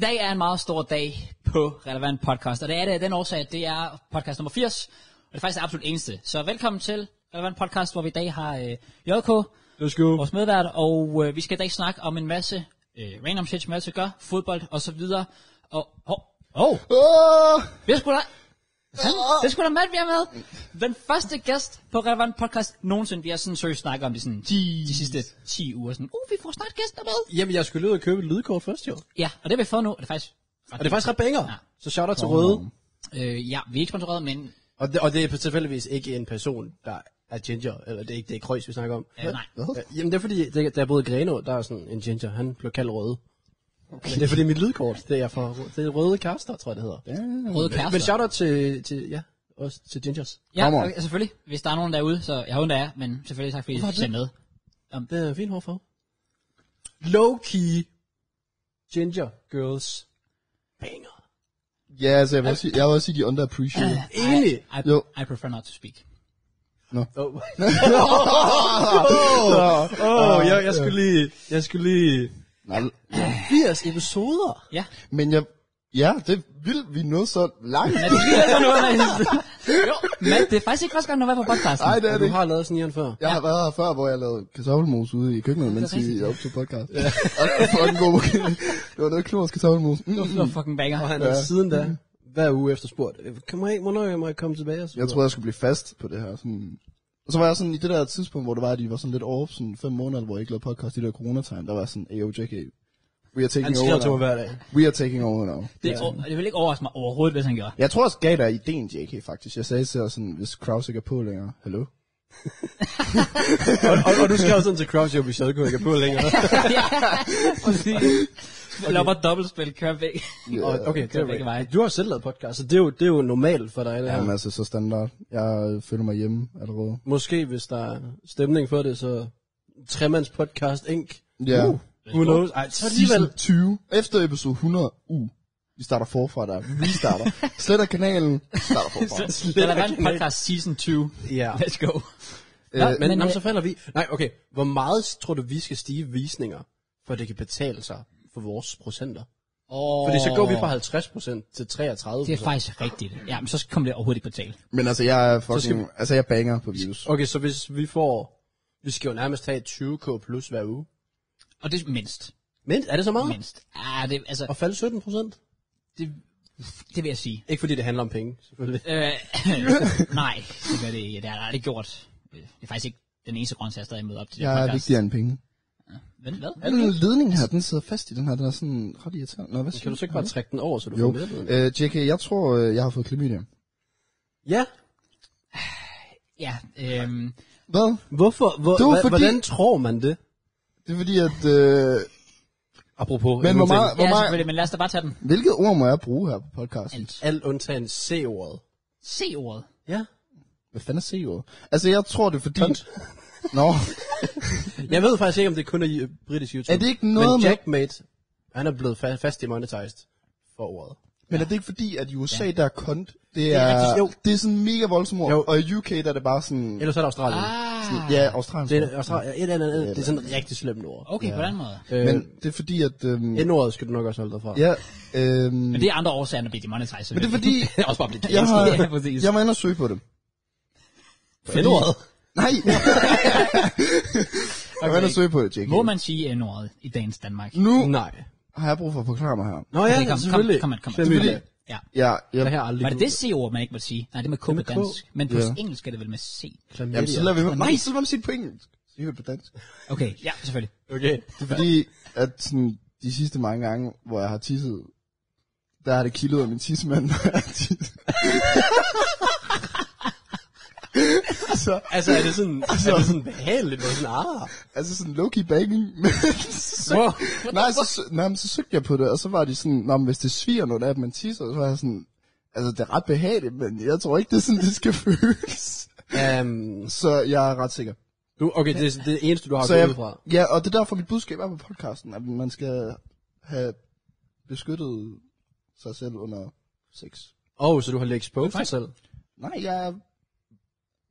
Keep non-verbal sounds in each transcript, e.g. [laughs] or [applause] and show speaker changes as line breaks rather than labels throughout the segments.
dag er en meget stor dag på Relevant Podcast, og det er det af den årsag, at det er podcast nummer 80, og det er faktisk det absolut eneste. Så velkommen til Relevant Podcast, hvor vi i dag har øh, JK,
Let's go.
vores medvært, og øh, vi skal i dag snakke om en masse øh, random shit, som man altid gør, fodbold og så videre. Og, åh, oh, oh,
Åh!
vi er sgu da... Han, det er sgu da Matt, vi har med. Den første gæst på Relevant Podcast nogensinde. Vi har sådan seriøst snakket om det sådan de sidste 10 uger. Sådan, uh, vi får snart gæster med.
Jamen, jeg skulle ud og købe et lydkort først, jo.
Ja, og det har vi fået nu. Og det er faktisk...
Og det er faktisk ret banger.
Ja.
Ja. Så shout out til Røde.
Øh, ja, vi er ikke sponsoreret, men
Og det, og det er på tilfældigvis ikke en person, der er ginger. Eller det er ikke det er Kreuz, vi snakker om.
Øh, nej.
Ja, jamen, det er fordi, det, der er både Greno, der er sådan en ginger. Han blev kaldt Røde. Okay. Men det er fordi mit lydkort, det er fra det er Røde Kærester, tror jeg det hedder.
røde
Men
kærester.
shout out til, til, ja, også til gingers.
Ja, okay, selvfølgelig. Hvis der er nogen derude, så jeg håber, der er, men selvfølgelig tak, fordi I
Hvorfor er
ser
det?
med.
Det er fint hårfarve. Low key ginger girls. Banger.
Ja, altså, jeg vil også sige, jeg vil også sige de er underappreciated.
Enig.
I,
Jo.
I, I prefer not to speak.
[laughs] Åh, oh, oh, jeg, jeg skulle lige... Jeg skulle lige...
Nej,
80 episoder.
Ja.
men jeg, ja, det er vildt, vi nåede så langt.
Jo, men det er faktisk ikke første gang, du har været på podcasten.
Nej, det er
Ja,
det
du
ikke.
har lavet sådan en før.
Jeg har været her før, hvor jeg lavede kartoffelmos ude i køkkenet, mens
rigtigt,
I optog podcast. Ja. [laughs] Og det var fucking god. Det var noget klog kartoffelmos. Mm.
Det var fucking banger.
Og han har siden da hver uge efter spurgt, "Øh, kom her, hvornår jeg må jeg komme tilbage? Og så
Jeg
videre.
tror, jeg skulle blive fast på det her. Sådan. Og så var jeg sådan i det der tidspunkt, hvor det var, at de var sådan lidt off, sådan fem måneder, hvor jeg ikke lavede podcast i det der coronatime. Der var sådan, ayo, JK, we are
han
taking
skriver
over
til mig
now.
hver dag.
We are taking over now.
Det, er, det vil ikke overraske mig overhovedet, hvis han gør.
Jeg tror også, gav dig ideen, JK, faktisk. Jeg sagde til dig sådan, hvis Kraus ikke er på længere, hallo?
Og, og, og du skrev sådan til Crouch, jeg bliver ikke er på [laughs] længere.
ja, præcis. Okay. Lopper dobbeltspil, kører væk.
Og, okay,
det er begge veje.
Du har selv lavet podcast, så det er jo, det er jo normalt for dig. Det
Jamen
her.
altså, så standard. Jeg føler mig hjemme allerede.
Måske hvis der er stemning for det, så tremands podcast Inc.
Ja.
Uh, who knows? Ej, så alligevel...
Season 20. Efter episode 100, u. Uh, vi starter forfra der. Vi [laughs] starter. Sletter kanalen. Starter [laughs] forfra.
Relevant podcast season 20.
Ja.
Let's go.
Øh,
Men, men
øh,
jamen, så falder vi. Nej, okay. Hvor meget tror du, vi skal stige visninger, for at det kan betale sig for vores procenter?
Oh.
Fordi så går vi fra 50 procent til 33
Det er faktisk rigtigt. Ja, men så kommer det overhovedet ikke på tale.
Men altså, jeg er
skal
fucking...
vi-
Altså, jeg banger på views.
Okay, så hvis vi får... Vi skal jo nærmest have 20k plus hver uge.
Og det er mindst.
Men er det så meget? Men.
Mindst. Ah, det, altså,
Og falde 17 procent?
det, det vil jeg sige.
Ikke fordi det handler om penge, selvfølgelig.
Øh, [laughs] nej, det gør det ikke. Det har jeg aldrig gjort. Øh, Det er faktisk ikke den eneste grund til, at jeg stadig møder op til det
Jeg er vigtigere end penge.
Vent, hvad?
Er den ledning her, den sidder fast i den her, den er sådan ret irriterende. Nå, hvad
Kan du så ikke bare trække den over, så du
Jo.
får med på den?
Øh, JK, jeg tror, øh, jeg har fået klamydia.
Ja.
Ja, øhm,
Hvad?
Hvorfor? Hvor,
Det var
hva,
fordi-
Hvordan tror man det?
Det er fordi, at... Øh,
Apropos...
men hvor
ingenting.
meget...
ja,
Hvor meget
selvfølgelig, men lad os da bare tage den.
hvilket ord må jeg bruge her på podcasten?
Alt.
Alt undtagen C-ordet.
C-ordet.
Ja.
Hvad fanden er C-ordet? Altså, jeg tror, det er fordi... [laughs] Nå,
Jeg ved faktisk ikke, om det kun er i øh, britisk YouTube.
Er det ikke noget
Men
med-
Jackmate, han er blevet fa- fast demonetized for ordet.
Men er det ikke fordi, at i USA, der er kont, det
er
er,
rigtigt, jo.
det er sådan mega voldsomt ord,
Jo.
og i UK, der er det bare sådan,
Ellers er det Australien.
Ah,
ja, australsk.
Det er, Australien, et eller andet, det er sådan et rigtig slemt ord.
okay, ja. på den måde.
Øh,
Men
men
det er fordi, at, øhm,
N-ordet skal du nok også holde dig fra.
ja, øhm,
Men det er andre årsager, end at blive demonetized.
men det er fordi,
[laughs] det er også bare at blive
jeg har,
ja, præcis.
jeg var inde og søge på det.
Fedt ordet.
Nej! jeg var inde og søge på det,
[laughs]
Jake.
Må man sige N-ordet i dagens Danmark?
Nu
Nej.
har jeg brug for at forklare mig her.
Nå ja,
Okay, kom, kom,
selvfølgelig.
kom, kom, kom.
Selvfølgelig.
Ja.
Ja, jeg,
Det her aldrig.
Var det det C-ord, man ikke måtte sige? Nej, det er med K
med
på
K.
dansk. Men på
Ja.
engelsk er det vel med C.
jamen, så lader vi med.
Nej.
Nej, så lader vi sige det på engelsk. Sige det på dansk.
Okay, ja, selvfølgelig.
Okay.
Det er fordi, at sådan, de sidste mange gange, hvor jeg har tisset, der har det kildet af min tissemand, [laughs] når jeg har tisset. så,
Altså, er det sådan, [laughs] er det sådan behageligt? Det er sådan, ah.
altså sådan low-key banging. [laughs] men så søg-
Wow.
[laughs] nej, så, sø- nej, men så søgte jeg på det, og så var de sådan, Nå, men hvis det sviger noget af, at man tisser, så var jeg sådan, altså det er ret behageligt, men jeg tror ikke, det er sådan, det skal [laughs] føles.
Um,
Så jeg er ret sikker.
du, okay, det er det eneste, du har
Så
gået ud
jeg,
fra.
ja, og det er derfor mit budskab er på podcasten, at man skal have beskyttet sig selv under sex.
Åh, oh, så du har lægget exposed dig selv.
Nej, jeg er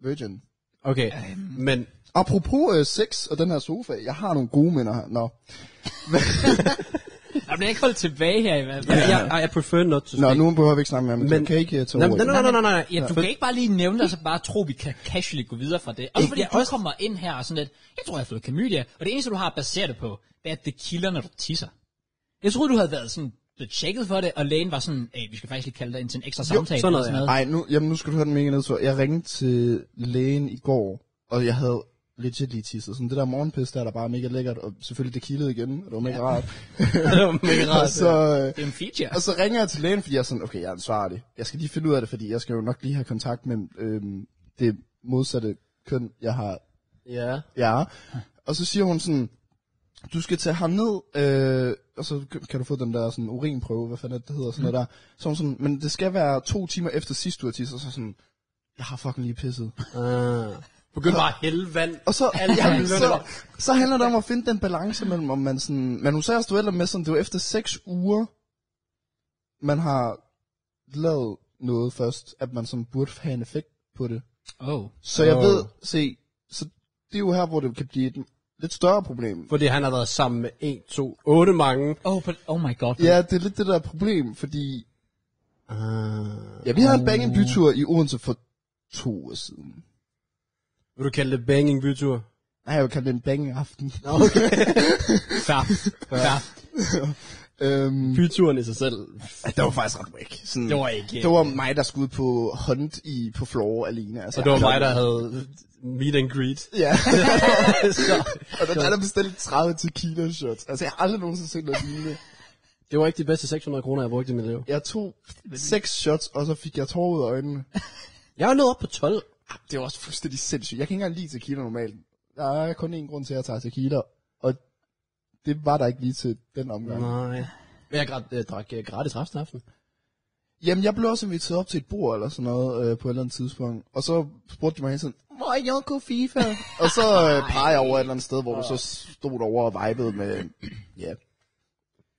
virgin.
Okay, men
Apropos øh, sex og den her sofa, jeg har nogle gode minder her. Nå.
Jeg bliver ikke holdt tilbage her i hvert fald.
Ja, jeg, I- I prefer not to
Nå,
speak.
nu behøver vi ikke snakke mere om det.
Men-
Du kan ikke øh, tage
Nå,
ordet.
men- nej, nej, nej, nej, nej.
Ja, du kan ikke bare lige nævne det, og så bare tro, vi kan casually gå videre fra det. Også fordi
Ja,
ja, du
også-
også... kommer ind her og sådan lidt, jeg tror, jeg har fået klamydia, og det eneste, du har at basere det på, det er, at det kilder, når du tisser. Jeg troede, du havde været sådan, blevet tjekket for det, og lægen var sådan, "Ey, vi skal faktisk lige kalde dig ind til en ekstra samtale.
sådan
eller
noget,
Ej, nu, jamen, nu skal du høre den mega nedtur. Jeg ringede til lægen i går, og jeg havde legit lige tisset. Sådan det der morgenpis, der er der bare mega lækkert, og selvfølgelig det kildede igen, og det var mega ja. rart.
[laughs] det var mega
og,
rart.
så, øh,
Det er en feature.
og så ringer jeg til lægen, fordi jeg er sådan, okay, jeg er ansvarlig. Jeg skal lige finde ud af det, fordi jeg skal jo nok lige have kontakt med øhm, det modsatte køn, jeg har
Ja.
Ja. Og så siger hun sådan, du skal tage ham ned, øh, og så kan- kan du få den der sådan, urinprøve, hvad fanden er det, det hedder, sådan noget der. Så er hun sådan, men det skal være to timer efter sidst du har tisset, og så er jeg sådan, jeg har fucking lige pisset.
Uh,
begyndte bare
hælde vand.
Og så, ja,
handler
så,
det
så handler det om at finde den balance mellem, om man sådan, man USA stod eller med sådan, det var efter seks uger, man har lavet noget først, at man sådan burde have en effekt på det.
Oh.
Så jeg
Åh.
ved, se, så det er jo her, hvor det kan blive et lidt større problem.
Fordi han har været sammen med 1, 2, 8 mange.
Oh, but, oh my god.
Ja, det er lidt det der problem, fordi...
Uh,
Ja, vi havde en bang bytur i Odense for to år siden.
vil du kalde det banging bytur?
Nej, jeg kaldte det en bang aften.
Okay.
Fair. Fair.
øhm,
Byturen i sig selv.
ja, det var faktisk ret væk. Sådan,
Det var ikke-
Det var mig, der skulle ud på hunt i, på floor alene. Altså,
Og det var mig, der havde meet and greet. [laughs]
Ja,
så,
[laughs] og der, der, der bestilte 30 tequila shots. Altså, jeg har aldrig nogensinde set noget lignende.
det var ikke de bedste 600 kroner, jeg brugte i mit liv.
Jeg tog seks shots, og så fik jeg tårer ud af øjnene.
Jeg er nået op på Ah, 12.
Det var også fuldstændig sindssygt. Jeg kan ikke engang lide tequila normalt. Der er kun én grund til, at jeg tager tequila, og det var der ikke lige til den omgang.
Nej. Jeg græd, øh, drak øh, gratis resten af aftenen.
Jamen, jeg blev også inviteret op til et bord eller sådan noget øh, på et eller andet tidspunkt. Og så spurgte de mig hele tiden, hvor er Yoko FIFA?
[laughs]
og så øh, peger jeg over et eller andet sted, hvor du så stod over og vibede med, [clears throat] ja,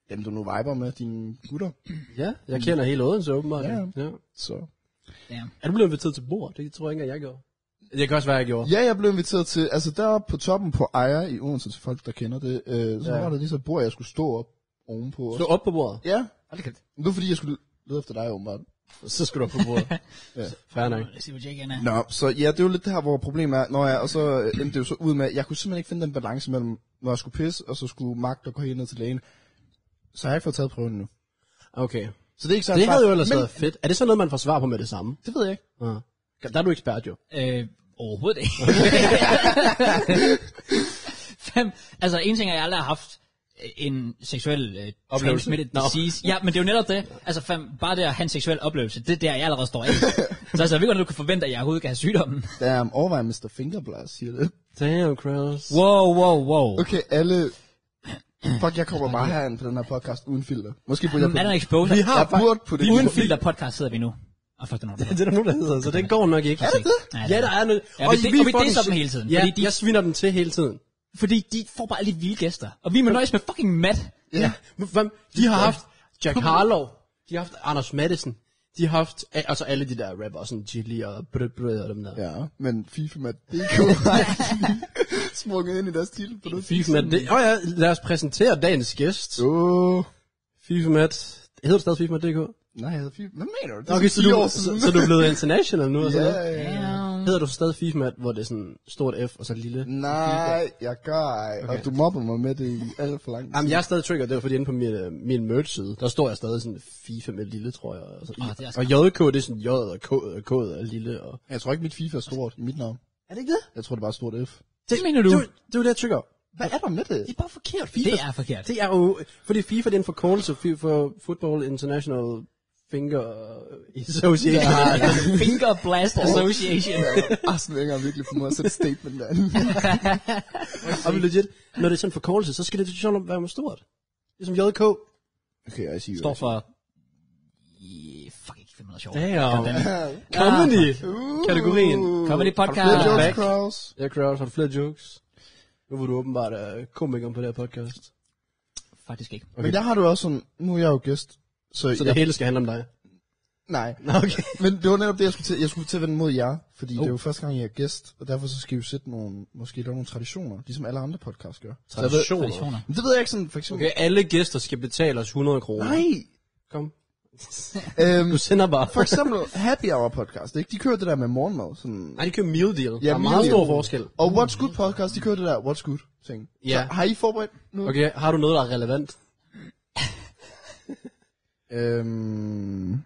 dem du nu viber med, dine gutter.
Ja, jeg kender hele Odense åbenbart.
Ja.
ja.
Så.
Damn.
Er du blevet inviteret til bord? Det tror jeg ikke, at jeg gjorde. Det kan også være, jeg gjorde.
Ja, jeg blev inviteret til, altså deroppe på toppen på Ejer i Odense, til folk der kender det, øh, så
Ja.
ja. var der lige så et bord, jeg skulle stå op ovenpå.
Stå
Også.
op på bordet.
Ja,
Hold da kæft.
nu fordi jeg skulle lede efter dig åbenbart.
Så skal du op på
[laughs]
bordet. ja. Fair nok.
Lad os se, hvor Jake er.
Nå, så ja, det er jo lidt det her, hvor problemet er, når jeg, og så øh, endte det jo så ud med, at jeg kunne simpelthen ikke finde den balance mellem, når jeg skulle pisse, og så skulle magt og gå helt ned til lægen. Så jeg har ikke fået taget prøven nu.
Okay.
Så det er ikke så
Det havde jo ellers
men,
været fedt. Er det så noget, man får svar på med det samme?
Det ved jeg ikke.
Ja. Der er du ekspert jo.
Øh, overhovedet ikke. Fem, altså en ting er, at jeg aldrig har haft øh, en seksuel øh,
Oplevelse.
transmitted
Nå.
disease. Ja, men det er jo netop det. Altså fem, bare det at have en seksuel oplevelse, det er der, jeg allerede står af. så altså, jeg ved godt, at du kan forvente, at jeg overhovedet kan have sygdommen.
Der er overvej Mr. Fingerblast, siger det.
Damn, Kraus.
Wow, wow, wow.
Okay, alle... Fuck, jeg kommer bare herind på den her podcast uden filter. Måske burde jeg
Men er der en exposure?
Vi har
Jeg burde på det.
Uden filter podcast sidder vi nu. Og fuck, den er
[laughs] Det er der nogen, der hedder, så det går nok ikke. Er
det det? Ja, det
Ja,
er
der er noget.
Ja, vi- og vi
fucking
disser dem
shit.
hele tiden,
Ja,
fordi
de...
de-
jeg sviner dem til hele tiden.
Fordi de får bare alle de vilde gæster. Og vi må nøjes med fucking Matt.
Ja. Hvem? De har haft Jack Harlow. De har haft Anders Madison. De har haft, a- altså alle de der rapper, sådan Chili og Brød Brød og dem der. Ja.
Ja, men FIFA med
[laughs]
DK har sprunget ind i deres titel på det.
FIFA Mat. Åh oh ja, lad os præsentere dagens gæst.
Åh...
FIFA Mat. Hedder du stadig FIFA Mat.dk?
Nej, jeg hedder FIFA. Hvad mener du? Det er
Okay, så
sådan fire
du,
år
så,
siden.
så du er blevet international nu og sådan noget?
Ja, ja, ja.
Hedder du stadig FIFA Mat, hvor det er sådan stort F og så lille?
Nej, jeg gør ej. Okay. Og du mobber mig med det i alt for lang tid.
Jamen, jeg er stadig trigger, det var fordi inde på min, øh, min merch-side, der står jeg stadig sådan FIFA med lille, tror jeg. Og, sådan,
Åh, det er
og JK, det er sådan J og K, og K og lille. Og...
Jeg tror ikke, mit FIFA er stort i mit navn.
Er det ikke det?
Jeg tror, det er bare stort F.
Det mener du?
Det, er jo- det er jo det, jeg trigger.
Hvad er der med det?
Det er bare forkert, FIFA.
Det er forkert.
Det er jo, fordi FIFA det er en forkortelse fi- for Football International Finger øh, [laughs] Association. Ja.
Ah, [laughs] Finger Blast Association.
[laughs] Arsenal Wenger har virkelig formået at sætte et statement der.
og men legit, når det er sådan en forkortelse, så skal det jo være med stort. Ligesom JK.
okay, jeg siger
Står for... Yeah, fuck, ikke 500 sjovt.
Damn. Comedy. Kategorien.
Comedy
Det
podcast.
er George
Back.
Kraus.
Ja, Kraus, har du flere jokes? Nu var du åbenbart uh, komiker på det her podcast.
Faktisk ikke.
Men der har du også sådan, nu er jeg jo gæst, så,
Så
så
det
jeg,
hele skal handle om dig.
Nej.
Nå, okay.
[laughs] Men det var netop det, jeg skulle til, jeg skulle til at vende mod jer, fordi oh. det er jo første gang, jeg er gæst, og derfor så skal vi jo sætte nogle, måske lave nogle traditioner, ligesom alle andre podcasts gør. Så jeg ved-
Traditioner.
Men det ved jeg ikke sådan, for eksempel...
Okay, alle gæster skal betale os 100 kroner.
Nej!
Kom.
Øhm,
Du sender bare.
for eksempel Happy Hour podcast, ikke? De kører det der med morgenmad, sådan...
Nej, de kører meal deal. Ja, der er
meal
meget
deal.
stor forskel.
Og What's Good podcast, de kører det der What's Good ting.
Ja.
Så har I forberedt noget?
Okay, har du noget, der er relevant?
Øhm,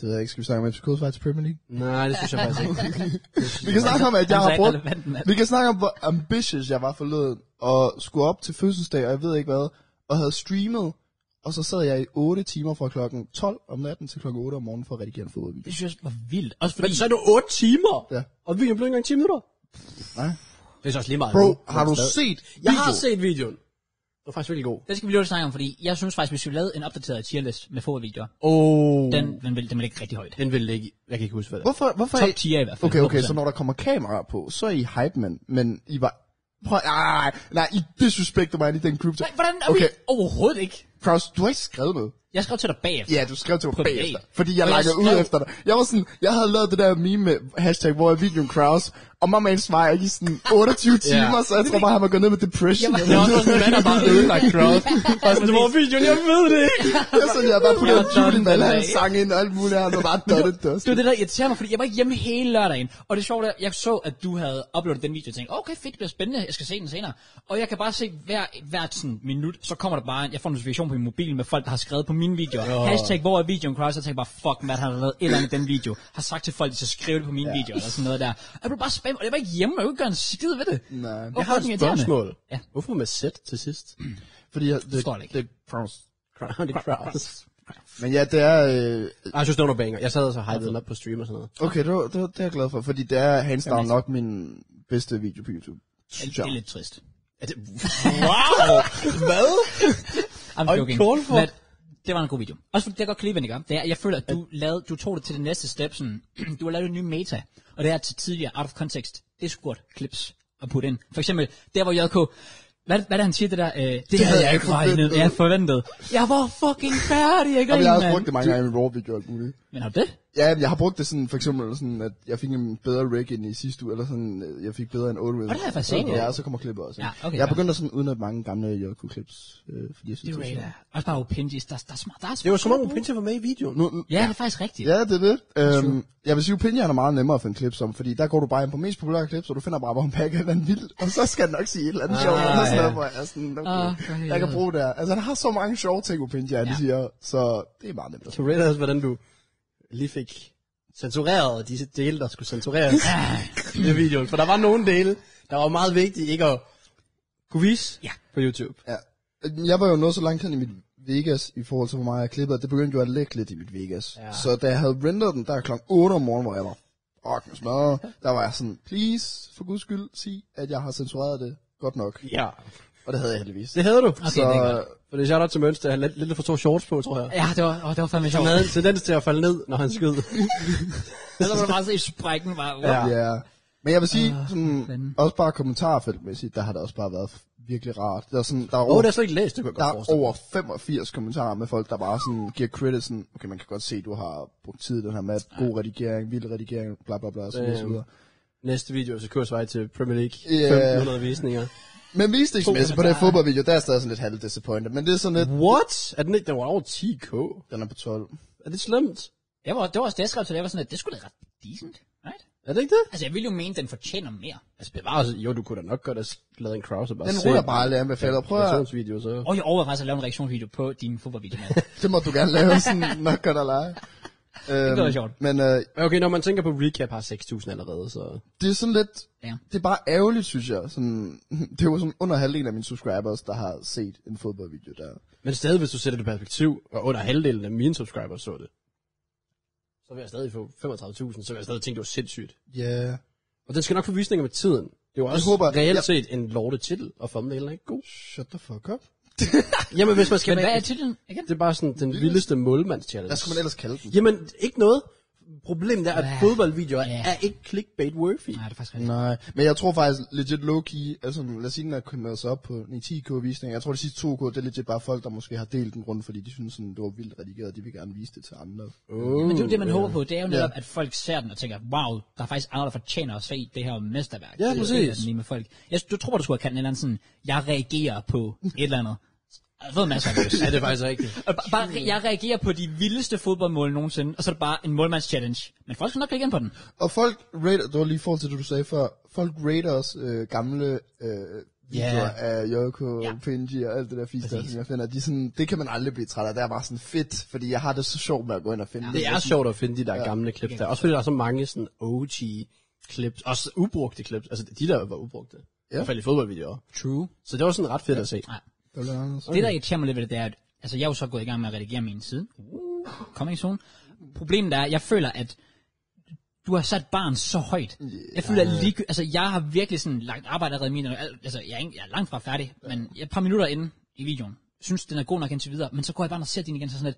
det ved jeg ikke, skal vi snakke om FCK's vej til Premier
[laughs]
League?
Nej, det synes jeg faktisk [laughs] ikke.
Vi kan snakke om, at jeg
Altså,
har
ikke
brugt...
relevant, mand.
Vi kan snakke om, hvor ambitious jeg var forleden, og skulle op til fødselsdag, og jeg ved ikke hvad, og havde streamet, og så sad jeg i 8 timer fra klokken 12 om natten til klokken 8 om morgenen for at redigere en fodboldvideo.
Det synes jeg var vildt. Også fordi,
Men så er det 8 timer.
Ja.
Og videoen blev ikke engang 10 minutter.
Nej.
Det er så også lige meget.
Bro,
nu.
har du
Stadig.
set
Jeg har set videoen. Det var faktisk virkelig god.
det skal vi lige snakke om, fordi jeg synes faktisk, hvis vi lavede en opdateret tierlist med fodboldvideoer,
Oh.
den, den vil, den vil ikke rigtig højt.
den vil ligge. Jeg kan ikke huske, hvad det er.
Hvorfor, hvorfor er
Top
I...
10 i hvert fald.
Okay, okay,
100%.
så når der kommer kameraer på, så er I hype, men, men I var... Prøv, nej, nej, I disrespekter mig i den group.
Nej, hvordan er okay.
Okay,
vi overhovedet ikke?
Kraus, du har ikke skrevet noget.
Jeg skrev til dig bagefter.
Ja, du skrev til mig
Privat.
bagefter, fordi jeg
Og jeg
lakkede ud
skrev-
efter dig. Jeg var sådan, jeg havde lavet det der meme med hashtag, hvor er videoen Kraus, og mamma ens var
[laughs]
i sådan 28 timer, så jeg tror bare, han var gået ned med depression.
Jeg var- Altså,
Jeg
Det var også sådan,
[laughs]
man er bare ødelagt
[laughs]
crowd. Og sådan, det var videoen, jeg ved det ikke.
var sådan, [laughs] jeg bare
Jeg
puttede
var done
Julian Valhans
den dag.
sang ind og alt muligt, og han var bare done it dust.
Det var det, der irriterer mig, fordi jeg var ikke hjemme hele lørdagen. Og det sjove er, jeg så, at du havde uploadet den video, og tænkte, okay, fedt, det bliver spændende, jeg skal se den senere. Og jeg kan bare se, hver, hvert sådan minut, så kommer der bare, en- jeg får en notifikation på min mobil med folk, der har skrevet på mine videoer. Hashtag, hvor er videoen, Cross? Jeg tænker bare, fuck, man har lavet et eller andet i den video. Har sagt til folk, de skal skrive det på mine videoer, eller sådan noget der. Og jeg blev bare spam, og jeg var ikke hjemme, og jeg kunne ikke gøre en skid ved det.
Nej. Jeg
Hvor
Jeg har
fucking
et
irriterende.
spørgsmål.
Ja.
Hvorfor med sæt til sidst?
[clears throat] Fordi jeg, det,
Forstår det ikke.
det er Kraus.
Crowd, det er crowd.
Men ja, det er... Øh,
Ej, jeg synes, det var banger. Jeg sad og så hypede den op på stream og sådan noget.
okay, det, var, det, var, det er jeg glad for, fordi det er hands down
Jamen,
nok min bedste video på YouTube.
Det,
Synes
det
jeg.
er lidt trist.
Er det... Wow! Hvad?
I'm
Og en
joking.
call for-
Men det var en god video. Også fordi, det jeg godt kan lide, Venica, det er, jeg føler, at du, lavede, du tog det til det næste step, sådan, [clears throat] du har lavet en ny meta, og det er til tidligere out of context. Det er squat clips at putte ind. For eksempel, der hvor JK, hvad, hvad er det, han siger det der? Øh, det, det, havde jeg ikke regnet,
forventet.
jeg forventet. Jeg var fucking færdig, jeg
Jamen,
griner,
jeg har også brugt
mand.
det mange gange i min raw video og alt muligt.
Men har du det?
Ja, men jeg har brugt det sådan, for eksempel sådan, at jeg fik en bedre rig end i sidste uge, eller sådan, øh, jeg fik bedre end 8 Og
det har jeg faktisk set, ja.
Ja, og så kommer klippet også.
Ja, okay,
jeg
fair.
begyndte sådan uden at mange gamle JQ-klips, øh, fordi jeg synes, det, er sjovt.
Også bare Opingis, der, der er smart. Der er
Det var som om, Pinter var med i videoen.
nu, nu,
Ja, det er faktisk rigtigt.
Ja, det er det. Øhm, jeg vil sige, Opinion er meget nemmere at finde klips om, fordi der går du bare ind på mest populære klips, og du finder bare, hvor en pakke er vildt, og så skal den nok sige et eller andet
Ah,
sjovt, eller sådan
ja.
noget, hvor jeg er sådan, okay,
Ah, for
jeg kan
helvede.
bruge det her. Altså, han har så mange sjove ting, Opinion, ja.
Ja.
de siger, så det er meget nemt.
Kan du rate også, hvordan du lige fik censureret de dele, der skulle censureres i videoen? For der var nogle dele, der var meget vigtige ikke at kunne vise
Ja.
på YouTube.
Ja. Jeg var jo nået så langt hen i mit Vegas, i forhold til hvor meget jeg klippede, at det begyndte jo at lægge lidt i mit Vegas.
Ja.
Ja. Så da jeg havde renderet den, der kl. 8 om morgenen, hvor jeg var fucking smadret, der var jeg sådan, please, for guds skyld, sig, at jeg har censureret det godt nok.
Ja.
Og det havde jeg heldigvis.
Det havde du. Okay,
det er
så
For det er shout-out til Mønster, han havde lidt for store shorts på, tror jeg.
Ja, det var, åh, det var fandme
Han [laughs]
sjovt.
havde en tendens til at falde ned, når han skød.
Så var det bare så i sprækken, bare,
Ja.
ja.
ja. Men jeg vil sige, sådan,
fanden.
også bare kommentarfeltmæssigt, der har det også bare været f- virkelig rart. Der er, sådan, der er
Åh, oh,
over,
det har jeg slet ikke læst, det kunne jeg
der
godt
er
forestille.
over 85 kommentarer med folk, der bare sådan giver credit sådan, okay, man kan godt se, du har brugt tid i den her med god redigering, vild redigering, bla bla bla, og så videre, så
Øhm.
videre.
Næste video, så kører jeg vej til Premier League.
Ja.
500 visninger.
Men visningsmæssigt på den fodboldvideo, der er jeg stadig sådan lidt halv disappointed, men det er sådan lidt,
What? Er den ikke? Den var over 10k.
den er på 12.
Er det slemt?
Jeg var, det var også det, jeg skrev til dig, jeg var sådan, at det skulle da ret decent, right?
Er det ikke det?
Altså, jeg ville jo mene, den fortjener mere.
Altså bevares, jo du kunne da nok godt have lavet en crowd og bare
Den
set
ruller bare lidt anbefaler. Prøv at,
reaktionsvideo, så.
Og jeg overvejer faktisk at lave en reaktionsvideo på din fodboldvideo,
[laughs]
mand.
det må du gerne lave sådan, [laughs] nok godt at lege. Øhm,
lyder sjovt.
Men øh,
Men Okay, når man tænker på recap har 6.000 allerede, så...
det er sådan lidt,
ja.
det er bare ærgerligt, synes jeg. Sådan, [laughs] det er jo sådan under halvdelen af mine subscribers, der har set en fodboldvideo der.
Men stadig, hvis du sætter det i perspektiv, og under halvdelen af mine subscribers så det, så vil jeg stadig få 35.000, så vil jeg stadig tænke, det var sindssygt.
Ja. Yeah.
Og den skal nok få visninger med tiden. Det var også
håber,
håber,
at-
reelt
jeg-
set en lorte titel, og for dem heller ikke god.
Shut the fuck up.
Jamen, hvis man skal...
Men hvad er titlen igen?
Det er bare sådan den vildeste målmandschallenge.
Hvad skulle man ellers kalde den?
Jamen, ikke noget. problemet er, at
Ja.
fodboldvideoer
Ja.
er ikke clickbait worthy.
Nej, det er faktisk rigtigt.
Nej, men jeg tror faktisk legit low-key, altså lad os sige, den er kommet sig op på en 10k visning. Jeg tror, de sidste 2k, det er legit bare folk, der måske har delt den rundt, fordi de synes, sådan, det var vildt redigeret, og de vil gerne vise det til andre.
Oh,
Men det er jo det, man håber på. Det er jo
Ja.
netop, at folk ser den og tænker, wow, der er faktisk andre, der fortjener at se det her mesterværk.
Ja,
Det er
præcis.
det, den lige med folk. Jeg, du tror, du skulle have kaldt den en eller anden sådan, jeg reagerer på et eller andet. Jeg har fået masser af views.
[laughs] Ja, det er faktisk rigtigt.
Og ba- bare, jeg reagerer på de vildeste fodboldmål nogensinde, og så er det bare en målmands-challenge. Men folk skal nok klikke ind på den.
Og folk rater, det var lige i forhold til det, du sagde før, folk rater os øh, gamle øh, videoer
Ja.
af Yoko,
Ja.
ja. Benji og alt det der fisk, der,
Præcis.
som jeg finder. De er sådan, det kan man aldrig blive træt af. Det er bare sådan fedt, fordi jeg har det så sjovt med at gå ind og finde ja.
Det er sjovt at finde de der ja. gamle klip der. Også fordi der er så mange sådan OG klips, også ubrugte klips. Altså de der var ubrugte. I hvert fald i fodboldvideoer.
True.
Så det var sådan ret fedt at se.
Nej.
det.
Det, der irriterer mig lidt ved det, det er, at altså, jeg er jo så gået i gang med at redigere min side. Uh, coming soon. Problemet er, at jeg føler, at du har sat barn så højt. Jeg føler lige, altså jeg har virkelig sådan lagt arbejde allerede i min, altså jeg er, ikke, jeg er langt fra færdig, men jeg er et par minutter inde i videoen, synes den er god nok indtil videre, men så går jeg bare ind og ser din igen, så sådan lidt,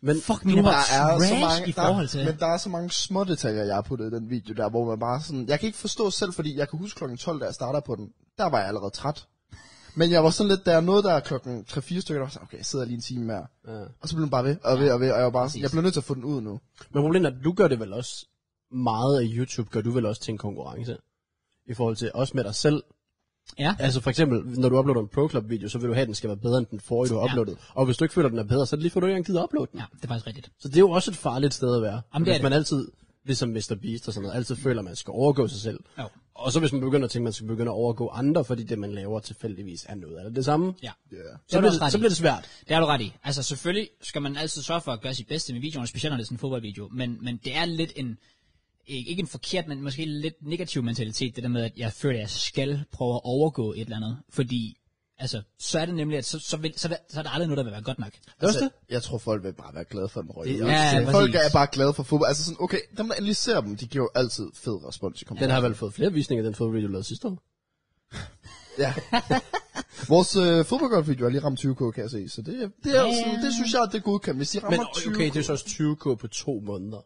Men
fuck, min er bare trash i forhold til.
der, men der er så mange små detaljer, jeg har puttet i den video der, hvor man bare sådan... Jeg kan ikke forstå selv, fordi jeg kan huske klokken 12, da jeg starter på den. Der var jeg allerede træt. Men jeg var sådan lidt, der er noget, der er klokken 3-4 stykker, der var sådan, okay, jeg sidder lige en time mere. Ja. Og så blev den bare ved og ved og ved, og jeg var bare sådan, jeg bliver nødt til at få den ud nu.
Men problemet er, at du gør det vel også meget af YouTube, gør du vel også til en konkurrence? I forhold til også med dig selv.
ja,
Altså for eksempel, når du uploader en Pro Club video, så vil du have, at den skal være bedre end den forrige, du har
Ja.
uploadet. Og hvis du ikke føler, at den er bedre, så er det lige for, at du ikke engang gider at uploade den.
ja, det er faktisk rigtigt.
Så det er jo også et farligt sted at være.
Jamen, det er
hvis man altid, ligesom Mr. Beast og sådan noget, altid føler, at man skal overgå sig selv.
Jo.
Og så hvis man begynder at tænke, at man skal begynde at overgå andre, fordi det, man laver tilfældigvis er noget af det samme.
Ja.
Yeah.
Det er
Så, bliver
du også ret
det, så
i.
bliver det svært.
Det har du ret i. Altså selvfølgelig skal man altid sørge for at gøre sit bedste med videoen, specielt når det er sådan en fodboldvideo, men, men det er lidt en, ikke ikke en forkert, men måske lidt negativ mentalitet, det der med, at jeg føler, at jeg skal prøve at overgå et eller andet, fordi altså, så er det nemlig, at så, så, vil, så, er der, så er der aldrig noget, der vil være godt nok. Altså,
Det er også det.
Altså, jeg tror, folk vil bare være glade for den røg.
Det er
ud. Altså,
også det.
folk
præcis.
er bare glade for fodbold. Altså sådan, okay, dem der analyserer dem, de giver jo altid fed respons i
Den
kommentarer.
har vel fået flere visninger, end den fodbold video lavede sidste år.
Ja. Vores øh, fodboldgolfvideo har lige ramt 20k, kan jeg se. Så det, det, er, jo sådan, det synes jeg, det er godkendt. Hvis de rammer
Men
20
okay, det er så også 20k på to måneder.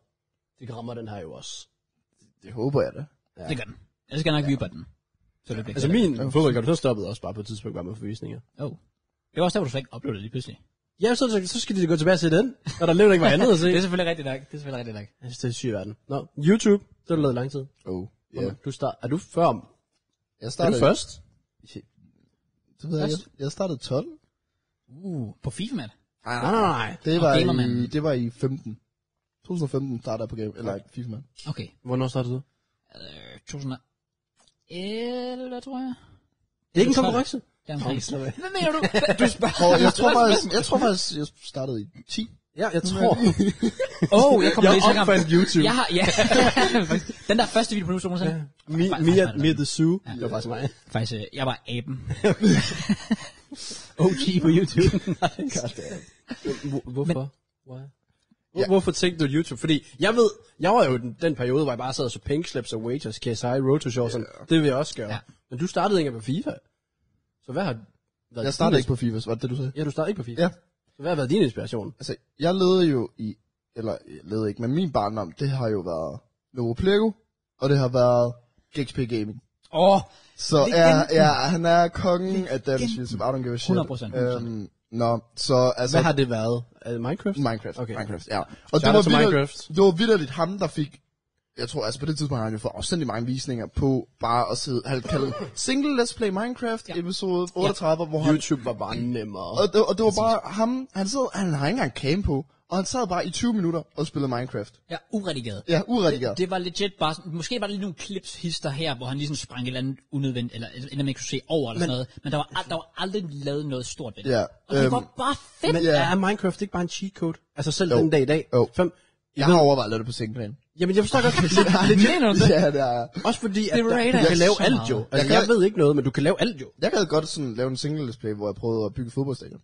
Det rammer den her jo også.
det håber jeg da.
Ja. Det gør den. Ellers skal jeg nok ja. på den. Så det bliver
Altså
altså,
min fodboldkamp, så stoppede også bare på et tidspunkt bare med forvisninger.
oh. Det var også der, hvor du slet ikke uploadede lige pludselig.
Ja, så, så skal de gå tilbage til den, og der lever ikke var andet at se.
Det er selvfølgelig rigtigt nok. Det er selvfølgelig rigtigt nok.
[laughs] Jeg synes, det er syg verden. Nå, YouTube, det har du lavet i lang tid.
Oh,
Yeah. Du start, er du før?
Jeg
Er du
startede,
først?
Det ved jeg, jeg,
Først?
jeg startede 12.
Uh, på FIFA, mand.
Nej, nej, nej.
Det
Og
var, i,
gamermand.
det var i 15. 2015 startede jeg på game, eller FIFA, man.
Okay.
Hvornår startede du?
Øh, 2011, tror jeg.
Det er ikke en
Det er
konkurrence.
Det er omkring. Hvad mener du? Du spørger.
Og jeg
[laughs]
tror faktisk, jeg tror faktisk, jeg startede i 10.
Ja, jeg [laughs] tror.
Åh,
[laughs]
oh, jeg kommer
Jeg
lige i tanke om.
opfandt YouTube.
Jeg har, ja. [laughs] Den der første video på YouTube, nogensinde.
Mi,
Faktisk-
Mia,
faktisk-
Mia the Zoo. Det var faktisk mig.
Faktisk, øh, jeg var
[laughs]
aben.
OG
[laughs]
på YouTube. nice. Hvor- Hvorfor? Why? Hvor- Hvorfor tænkte du YouTube? Fordi jeg ved, jeg var jo i den, den periode, hvor jeg bare sad og så Pink Slips og Wagers, KSI, Road to Show, yeah. sådan, det vil jeg også gøre.
Ja.
Ja. Men du startede ikke engang på FIFA. Så hvad har været
Jeg startede ikke på FIFA, var det det, du sagde?
Ja, du startede ikke på FIFA.
Ja.
Så hvad har været din inspiration?
Altså, jeg levede jo i, eller jeg levede ikke, men min barndom, det har jo været Novo Plego, og det har været GXP Gaming.
Åh, oh,
Så er, ja, han er kongen af dansk YouTube. I don't give a shit.
100%, 100%.
Øhm, Nå, så altså...
Hvad har det været? Er det Minecraft?
Minecraft.
Okay.
Okay. Minecraft, ja. Og
out til
vitterligt-
Minecraft.
det var vidderligt ham, der fik... Jeg tror, altså på det tidspunkt har han jo fået afsendt mange visninger på bare at sidde... Han kaldte den Single Let's Play Minecraft ja. episode 38, ja. hvor han...
YouTube var [clears throat] bare nemmere.
Og det, og det var bare ham... Han, sad, han har ikke engang cam på, og han sad bare i 20 minutter og spillede Minecraft.
jeg er uredigeret.
Ja, uredigeret.
Det var legit bare sådan, måske var der lige nogle klips hister her, hvor han lige sådan sprang et eller andet unødvendigt, eller et eller andet, man ikke kunne se over eller sådan noget. Men der var, al- der var aldrig lavet noget stort ved det.
Ja,
og det
øhm,
var bare fedt.
Men
Men,
yeah. er Minecraft ikke bare en cheat code? Altså selv den dag i dag.
Jo.
Fem,
Jeg har overvejet lidt på singleplan.
jamen jeg forstår godt. [laughs]
Mener du det?
[laughs] Ja, det er...
Også fordi, at
Det rater
der, du
jeg
kan lave
så
alt
meget.
jo. Altså,
kan-
jeg ved ikke noget, men du kan lave alt jo.
Jeg gad godt sådan lave en single let's play, hvor jeg prøvede at bygge fodboldstadion.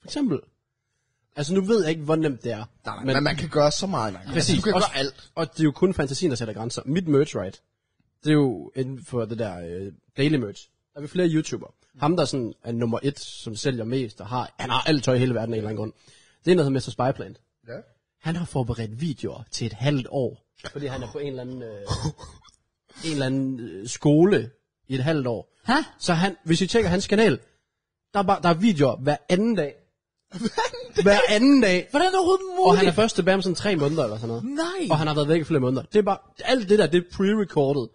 For eksempel. Altså nu ved jeg ikke, hvor nemt det er.
Nej, nej, men, men, man kan gøre så meget, man kan.
Præcis.
Du kan
Også-
gøre alt.
Og det er jo kun fantasien, der sætter grænser. Mit merch, right? Det er jo inden for det der øh, daily merch. Der er vi flere YouTubere. Ham, der sådan er nummer et, som sælger mest, og har, han har alt tøj i hele verden af en eller anden grund. Det er noget, som Mr. Spyplant.
Ja.
han har forberedt videoer til et halvt år. Fordi han er på en eller anden, øh, en eller anden øh, skole i et halvt år.
Hæ?
Så han, hvis I tjekker hans kanal, der er, bare, der er videoer hver anden dag. Hver anden dag.
Hvordan er det overhovedet muligt?
Og han er først tilbage om sådan tre måneder eller sådan noget.
Nej.
Og han har været væk i flere måneder. Det er bare, alt det der, det er pre-recorded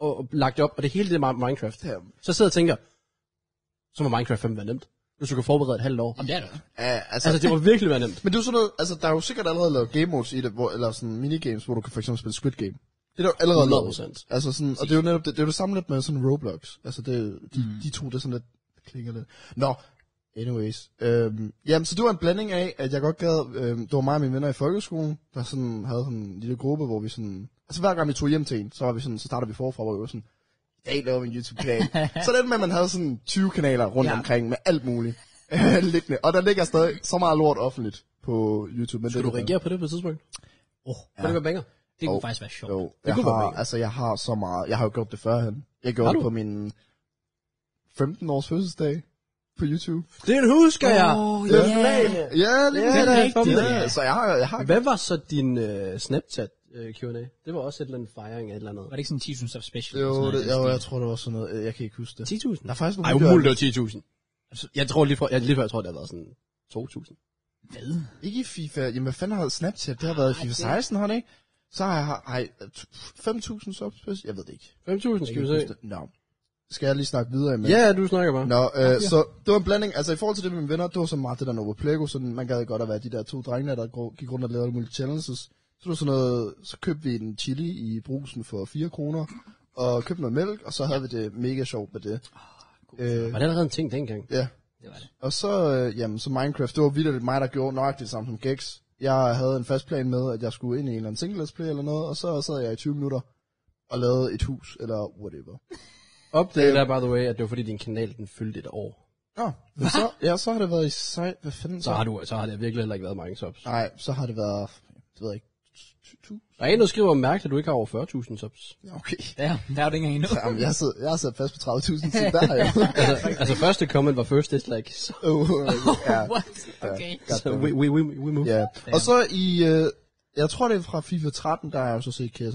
og, og lagt op, og det hele det er meget Minecraft.
Damn.
Så sidder jeg og tænker, så må Minecraft fandme være nemt. Hvis du kan forberede et halvt år.
Jamen, det er det.
Ja, altså,
Altså, det må virkelig være nemt.
Men det er jo sådan noget, altså der er jo sikkert allerede lavet game modes i det, hvor, eller sådan minigames, hvor du kan for eksempel spille Squid Game. Det er der jo allerede lavet.
100%.
Altså sådan, og det er jo netop det, det, er jo det samme lidt med sådan Roblox. Altså det, de, mm. de to, det er sådan lidt det klinger lidt. Nå, anyways. Øhm, jamen, så det var en blanding af, at jeg godt gad, øhm, det var mig og mine venner i folkeskolen, der sådan havde sådan en lille gruppe, hvor vi sådan, altså hver gang vi tog hjem til en, så var vi sådan, så startede vi forfra, hvor vi var sådan, i dag laver vi en YouTube-kanal.
[laughs]
så det endte med, at man havde sådan 20 kanaler rundt ja.
Ja.
omkring med alt muligt. øh, liggende. Og der ligger stadig så meget lort offentligt på YouTube. Men
Skal du
det,
reagere på det på et tidspunkt?
Oh,
Ja. Kan det være banger?
det kunne
Jo.
faktisk være sjovt.
Jo, jeg
kunne være
har,
mega.
altså, jeg har så meget. Jeg har jo gjort det førhen. Jeg gjorde
Har
det
du?
på min 15-års fødselsdag på YouTube.
Det er en husker jeg!
Åh,
Det er
ja.
planen.
Ja, lige
Ja,
præcis.
det er rigtigt,
ja.
ja.
Så jeg har, jeg har
Hvad var så din øh, Snapchat øh, Q&A? Det var også et eller andet fejring af et eller andet.
Var det ikke sådan 10 of special? eller sådan
jo,
noget?
det, jo, jeg tror, det var sådan noget. øh, Jeg kan ikke huske det.
10.000?
Der er faktisk nogle
Ej,
videoer-
umuligt, det var 10.000. Altså, Jeg tror lige, for, jeg, lige før, jeg tror, det har været sådan 2.000.
Hvad?
Ikke i FIFA. Jamen, hvad fanden har Snapchat?
Ah,
Det har været i FIFA
det-
16, har det ikke? Så har jeg ej, 5.000 subs. Jeg ved det ikke.
5.000,
Jeg
skal
kan
vi
ikke
se.
huske det. Nå. Skal jeg lige snakke videre imens?
Ja, du snakker bare.
Nå, øh, så det var en blanding. Altså i forhold til det med mine venner, det var så meget det der Novo Plego, sådan man gad godt at være de der to drenge, der gro- gik rundt og lavede alle mulige challenges. Så det var sådan noget, så købte vi en chili i brusen for 4 kroner, og købte noget mælk, og så havde vi det mega sjovt med
Ah,
det. Øh,
Var det allerede en ting dengang?
ja.
Det var det.
Og så, øh, jamen, så Minecraft, det var vildt mig, der gjorde nøjagtigt det samme som Gex. Jeg havde en fast plan med, at jeg skulle ind i en eller anden singles play eller noget, og så sad jeg i 20 minutter og lavede et hus, eller whatever.
Opdagede der, by the way, at det var fordi, din kanal den fyldte et år.
Nå, men så, ja, så har det været i sej... Hvad fanden
Så har, du, så har det virkelig heller ikke været mange subs.
Nej, så har det været, det ved jeg ikke, 2000?
Der er en, der skriver mærke, at du ikke har over 40.000
[laughs]
subs.
Ja, okay.
Der, der er det ikke engang endnu.
Jamen, jeg sidder, jeg sidder fast på 30.000, så der har jeg.
altså, altså, første comment var first dislike. Så,
oh, ja,
[laughs] What? Okay.
så we, we, we, we move.
ja. Og så i, øh, jeg tror det er fra FIFA 13, der har jeg jo så set KSI.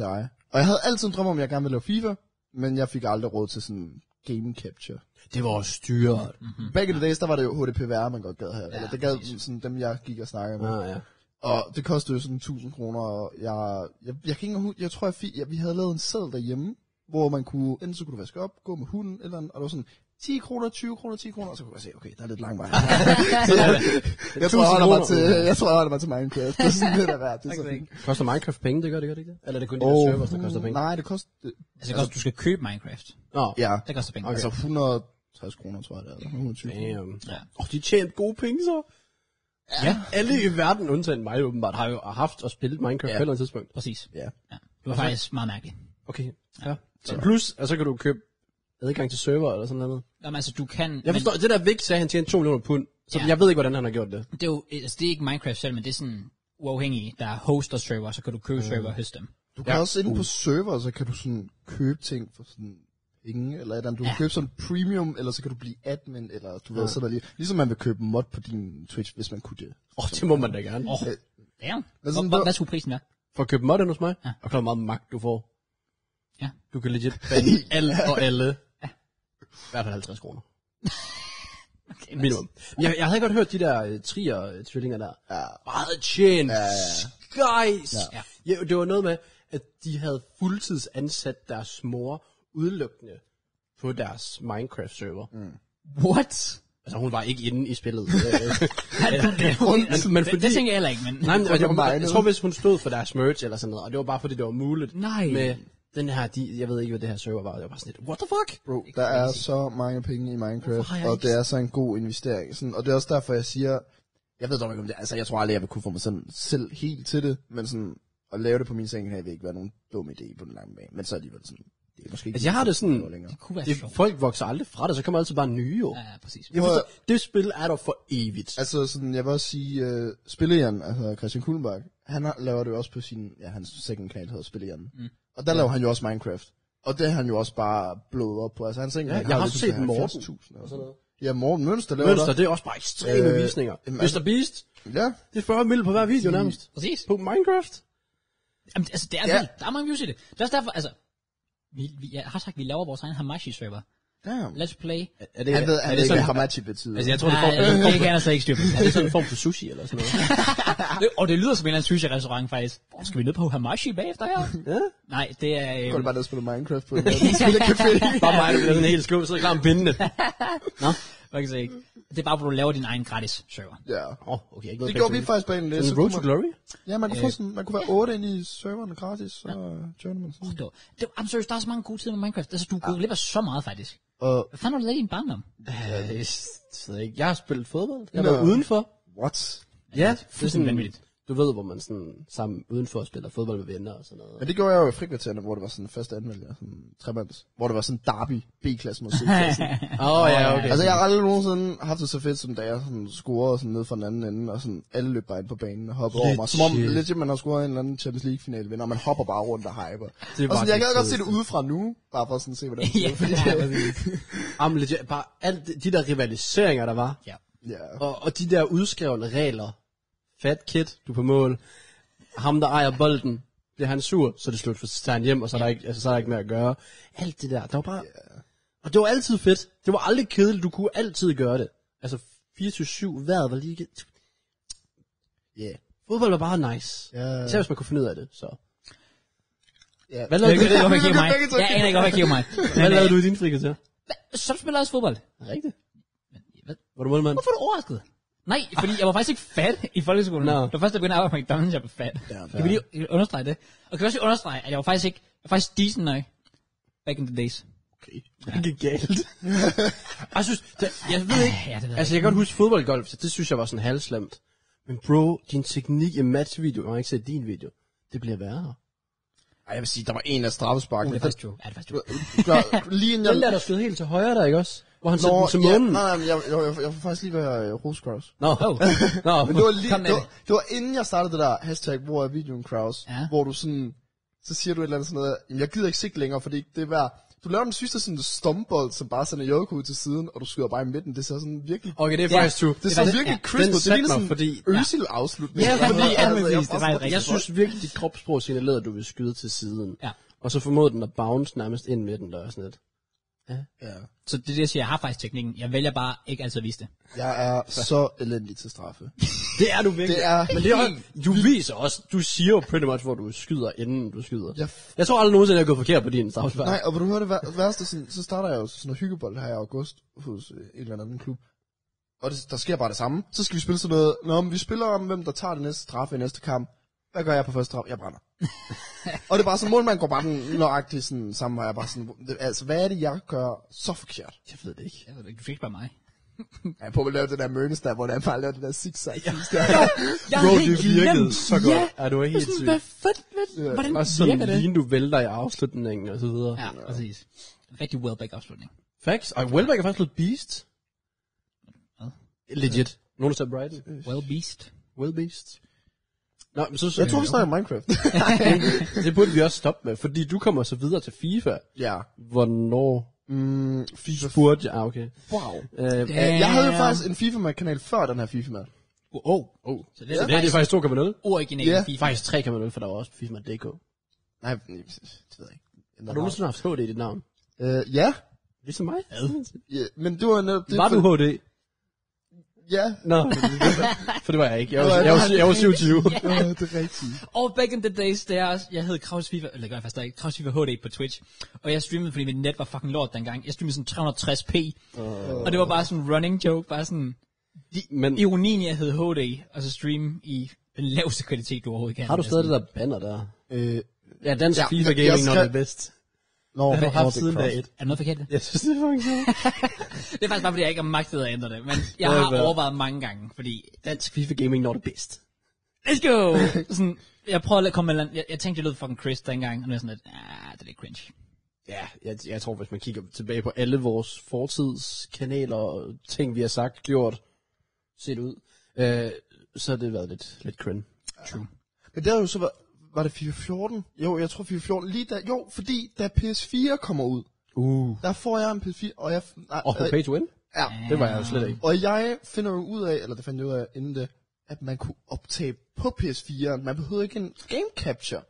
Og jeg havde altid en drøm om, at jeg gerne ville lave FIFA, men jeg fik aldrig råd til sådan game capture.
Det var også styret.
Back in the days, der var det jo HDPVR, man godt gad her. Eller det gad sådan dem, jeg gik og snakkede med.
Ah, ja.
Og det kostede jo sådan 1000 kroner, og jeg, jeg, jeg kan ikke engang hu- jeg tror, jeg, fik, jeg, vi havde lavet en seddel derhjemme, hvor man kunne, enten så kunne du vaske op, gå med hunden, eller andet, og det var sådan 10 kroner, 20 kroner, 10 kroner, og så kunne jeg se, okay, der er lidt lang
[laughs]
vej. så jeg, jeg, tror, jeg,
1000
holder mig
kroner.
til, jeg tror, jeg holder mig til Minecraft. Det er sådan lidt af værd. Det er
Tak,
sådan,
Koster Minecraft penge, det gør det, gør det ikke det? Eller er det kun de der servers, der koster
oh,
penge?
nej, det koster, det-
Altså, det koster, du skal købe Minecraft.
Nå, ja.
ja,
Det koster penge.
altså 160 kroner, tror jeg, det er, eller 120 kroner.
Damn.
Ja.
Oh, de tjente gode penge så.
ja,
Alle i verden, undtagen mig åbenbart, har jo haft og spillet Minecraft ja. på et eller andet tidspunkt.
præcis.
Ja.
Ja. Det var faktisk meget mærkeligt.
Okay, ja. Så plus, og så kan du købe adgang til server eller sådan noget.
Jamen, altså, du kan...
Jeg forstår, det der Vic sagde, han tjente 2 millioner pund. Så
Ja.
jeg ved ikke, hvordan han har gjort det.
Men, det, er jo, altså, det er ikke Minecraft selv, men det er sådan uafhængige, der hoster server, så kan du købe server og hoste dem.
Du kan ja. også
Uh.
inde på server, så kan du sådan købe ting for sådan penge, eller et eller andet. Du kan ja.
Ja.
købe sådan premium, eller så kan du blive admin, eller du ved, sådan lige. Ligesom man vil købe mod på din Twitch, hvis man kunne det.
Åh, oh, det må man da gerne.
Åh, oh,
Øh,
damn.
men
Hvad,
sådan,
hvad,
der-
hvad skulle prisen være?
For at købe modden hos mig,
Ja.
og klar meget magt du får.
Ja.
Du kan [laughs] legit bande alle og alle. Ja. Hvert fald 50 [laughs] kroner.
Okay,
Minimum. Men Jeg, jeg havde godt hørt de der øh, trier-tvillinger der. Ja. Meget tjent. Ja. Guys. Ja. Ja, det var noget med, at de havde fuldtidsansat deres mor udelukkende på deres Minecraft-server. Mm.
What?
Altså, hun var ikke inde i [laughs] spillet.
[laughs]
Øh,
det,
[laughs] men
det,
fordi-
det, tænker jeg heller ikke, men...
Nej, men altså, jeg, jeg,
var
jeg,
mined.
jeg tror, hvis hun stod for deres merch eller sådan noget, og det var bare fordi, det var muligt.
Nej.
Med den her, de, jeg ved ikke, hvad det her server var. Jeg var bare sådan lidt, what the fuck?
Bro, der er så mange penge i Minecraft,
har jeg
og
ikke-
det er så en god investering. Sådan, og det er også derfor, jeg siger, jeg ved dog ikke om det, altså jeg tror aldrig, jeg vil kunne få mig sådan, selv helt til det, men sådan, at lave det på min seng, her vil ikke være nogen dum idé på den lange bane, men så alligevel sådan, det er måske ikke
Altså, jeg har det sådan,
længere.
kunne være
det,
sjovt.
folk vokser aldrig fra det, så kommer altid bare nye jo.
[laughs] Ja, præcis.
Jeg forstår, det spil er der for evigt.
Altså sådan, jeg vil også sige, øh, Spillejern, altså Christian Kuhlenbach, han har, laver det jo også på sin, ja, hans second kanal hedder Spillejern. Mm. Og der ja. laver han jo også Minecraft. Og det er han jo også bare blået op på. Altså han tænker,
Ja,
han
jeg
jo
har
ligesom
set
sådan
Morten
70.000 og sådan noget. Ja, Morten Mønster laver
Mønster,
der.
det er også bare ekstreme
Øh,
øh, visninger.
jamen,
Mr. Beast,
Ja.
det er 40 mil på hver video nærmest.
Præcis.
På Minecraft?
Jamen, altså, det er
Ja.
ja. vildt. Der er mange views i det. Det er også derfor, altså... Vi, vi, jeg har sagt, vi laver vores egen Hamashi-server.
Damn.
Let's play.
Er det,
Han ved, han ved ikke,
sådan,
hvad Hamachi betyder.
altså, jeg tror, det
Nej,
får, er, det,
det kan jeg så ikke styre på.
er det sådan en form for sushi eller sådan noget?
[laughs] Det- Og det lyder som en eller anden sushi-restaurant, faktisk. Skal vi ned på Hamashi bagefter her?
ja?
Nej, det er... [laughs] Øh,
Går det bare ned og spiller
[laughs]
Minecraft på en eller anden spillercafé?
Bare mig, der bliver sådan helt skuffet, så er jeg klar om
[laughs]
bindende.
hvad kan jeg sige? Det er bare, hvor du laver din egen gratis server.
Ja.
Åh, oh, okay. Ikke
Det gjorde vi faktisk på en lidt.
En
så
Road
kunne
to
man-
Glory?
Ja, man kunne, få sådan, man kunne være 8 inde i serveren gratis, så joiner man sådan.
Det var, det var, I'm serious, der er så mange gode tider med Minecraft. Altså, du går glip af så meget, faktisk.
Og
Hvad fanden har du lavet i din barndom?
Øh, det ved jeg ikke. Jeg har spillet fodbold. Jeg
Nå.
var udenfor.
what?
Ja, Altså, det er
fuldstændig
sådan
vanvittigt.
Du ved, hvor man sådan sammen udenfor spiller fodbold med venner og sådan noget.
Men det gjorde jeg jo i frikvartererne, hvor det var sådan første anmelder, sådan tremands, hvor det var sådan derby B-klasse mod
[laughs]
C-klassen.
Åh, oh, ja, okay.
altså jeg har aldrig nogensinde haft det så fedt, som da jeg sådan scorede sådan ned fra den anden ende, og sådan alle løb bare ind på banen og hoppede over mig. Som om
Legit.
legit, man har scoret en eller anden Champions League finale vinder, og man hopper bare rundt og hyper.
Det er
og
bare
sådan, jeg
det
kan godt se det
fedeste.
udefra nu, bare for sådan at se, hvordan
[laughs]
det
Ja,
er. Fordi,
ja,
Jamen, legit, bare alt det- de der rivaliseringer, der var.
Ja.
[laughs] ja.
Og, og de der udskrevne regler. Fat kid, du er på mål. Ham, der ejer bolden, bliver han sur, så er det slut, for så tager han hjem, og så er, der ikke, altså, så er der ikke mere at gøre. Alt det der, der var bare... Og det var altid fedt. Det var aldrig kedeligt, du kunne altid gøre det. Altså 24-7, vejret var lige... Ja. Yeah. Fodbold var bare nice.
Ja.
Især hvis man kunne finde ud af det, så... Hvad
Ja.
Jeg
lavede,
ved ikke,
du,
hvorfor jeg
Vi
kigger
kan
mig.
begge to
Jeg
kigge
aner ikke, hvorfor jeg kigger mig.
hvad lavede du i din frikvarter?
Så du spiller også fodbold.
Rigtigt.
Hvad?
Var du målmand?
Hvorfor er du overrasket? Nej, fordi jeg var faktisk ikke fat i folkeskolen.
Nå.
No. Det var først, jeg begyndte at arbejde på McDonald's, jeg blev fat.
Ja,
kan vi lige kan vi understrege det? Og kan vi også lige understrege, at jeg var faktisk ikke, jeg var faktisk decent nok back in the days.
Okay. Det gik galt. [laughs] jeg synes, det, jeg ved ikke,
Ja, det ved jeg
altså jeg kan godt huske fodboldgolf, så det synes jeg var sådan halvslemt. Men bro, din teknik i matchvideo, jeg har ikke set din video, det bliver værre.
Ej, jeg vil sige, der var en af straffesparkene.
Det er faktisk true. Ja, det er faktisk true.
Klar, lige inden jeg...
Den der, der skød helt til højre der, ikke også? Hvor han satte
Nå,
den til
ja,
månen.
nej, nej, men jeg, jeg, jeg, jeg får faktisk lige være øh, Rosecrans.
Nå,
Oh.
[laughs] nå. [laughs]
Men det var, lige,
Kom med
det, var, det var inden jeg startede det der hashtag, hvor er videoen, Kraus?
Ja.
Hvor du sådan, så siger du et eller andet sådan noget, jamen jeg gider ikke sigte længere, fordi det er værd. Du laver den sidste sådan stombold, som bare sender Joko ud til siden, og du skyder bare i midten. Det ser sådan virkelig...
Okay, det er
Ja,
faktisk true.
Det ser
faktisk-
virkelig
ja,
ja, crisp,
den
ud. det
satte
ligner
mig,
sådan
fordi-
øsil afslutning.
Ja, fordi- ja,
præcis,
jeg,
ligesom det er faktisk rigtigt.
Jeg synes virkelig, dit kropssprog signalerer, at du vil skyde til siden.
Ja.
Og så formåede den at bounce nærmest ind med den der og sådan lidt.
ja.
Så det er det, jeg siger, jeg har faktisk teknikken. Jeg vælger bare ikke altid at vise det.
jeg er så elendig til straffe.
Det er du virkelig.
Det er
[laughs] Men det er, også- du viser også, du siger jo pretty much, hvor du skyder, inden du skyder.
Jeg
Jeg tror aldrig nogensinde, jeg har gået forkert på din strafspark.
Nej, og vil du høre det vær- værste, sådan, så starter jeg jo sådan noget hyggebold her i august hos øh, en eller anden klub. Og det, der sker bare det samme. Så skal vi spille sådan noget, Nå, men vi spiller om, hvem der tager det næste straffe i næste kamp. Hvad gør jeg på første straf? Jeg [laughs] brænder. og det er bare sådan, målmanden går bare den nøjagtige sådan, samme vej. Jeg er bare sådan, "Det- altså, hvad er det, jeg gør så forkert?
Jeg ved det ikke.
Jeg ved det ikke, du fik bare mig.
Jeg er på at lave den der mørnes der, hvor jeg bare laver den der zigzag. Ja.
Jeg
Bro, det virkede så godt.
Ja,
Ja, du er helt syg.
Sådan, hvad fedt, hvad, hvordan
Og sådan
virker det?
lige du vælter i afslutningen og så videre.
Ja, præcis. Rigtig Welbeck afslutning.
Facts. Og Welbeck er faktisk lidt beast. Legit. Nogen, der sagde Brighton.
Well Beast.
Well beast. Nå, men så, så
Jeg tror, vi snakker Minecraft.
det burde vi også stoppe med, fordi du kommer så videre til FIFA.
[laughs] ja.
Hvornår
Mm, FIFA.
burde jeg? Ah, okay.
Wow.
Øh,
Det-
Jeg havde jo
Ja.
faktisk en FIFA-kanal før den her FIFA-mand.
Oh, oh.
oh. Så
det er
det, det, er det faktisk 2,0.
Original
Ja,
yeah. FIFA.
Faktisk 3,0, for der var også FIFA.dk.
Nej, det ved jeg ikke.
Har du nogensinde haft HD i dit navn?
Øh, ja.
Ligesom mig.
Ja, men det var netop det.
Var du
for-
HD? [laughs]
Ja.
Nå, for det var jeg ikke. Jeg var,
Det var-
jeg var, jeg var [laughs] 27.
Øh, det er rigtigt.
Og back in the days, det er også, jeg hed Kraus FIFA, eller det gør jeg faktisk ikke, Kraus FIFA HD på Twitch. Og jeg streamede, fordi mit net var fucking lort dengang. Jeg streamede sådan 360p.
Øh.
Uh. Og det var bare sådan en running joke, bare sådan
Men
ironien, jeg hed HD, og så stream i den laveste kvalitet, du overhovedet kan. Altså,
har du stadig det der banner der?
Øh,
Ja, dansk
Ja,
FIFA
jeg- jeg
Gaming, når
skal-
det er bedst.
Nå,
Hvad har du
Nordic
haft siden
Cross.
dag 1?
Er der noget forkert i det?
Jeg synes, det er fucking sjovt.
Det er faktisk bare, fordi jeg ikke har magtet at ændre det, men jeg
Hvad-
har
hvad?
overvejet mange gange, fordi
[laughs] Dansk FIFA Gaming, når det er bedst.
Let's go! sådan, jeg prøvede at komme med en eller anden- jeg, jeg tænkte, jeg lød fucking Chris dengang, og nu er jeg sådan lidt, ah, det er lidt cringe.
Ja, jeg, jeg tror, hvis man kigger tilbage på alle vores fortidskanaler og ting, vi har sagt, gjort, set ud, øh, så har det været lidt, lidt cringe.
True.
Men der jo så var, var det 414? Jo, jeg tror 414 lige der. Jo, fordi da PS4 kommer ud,
Uh.
der får jeg en PS4, og jeg... Nej,
Og på
øh,
pay to win?
Ja.
Det var jeg jo slet ikke.
Og jeg finder jo ud af, eller det fandt jeg ud af inden det, at man kunne optage på PS4'eren. Man behøvede ikke en game capture.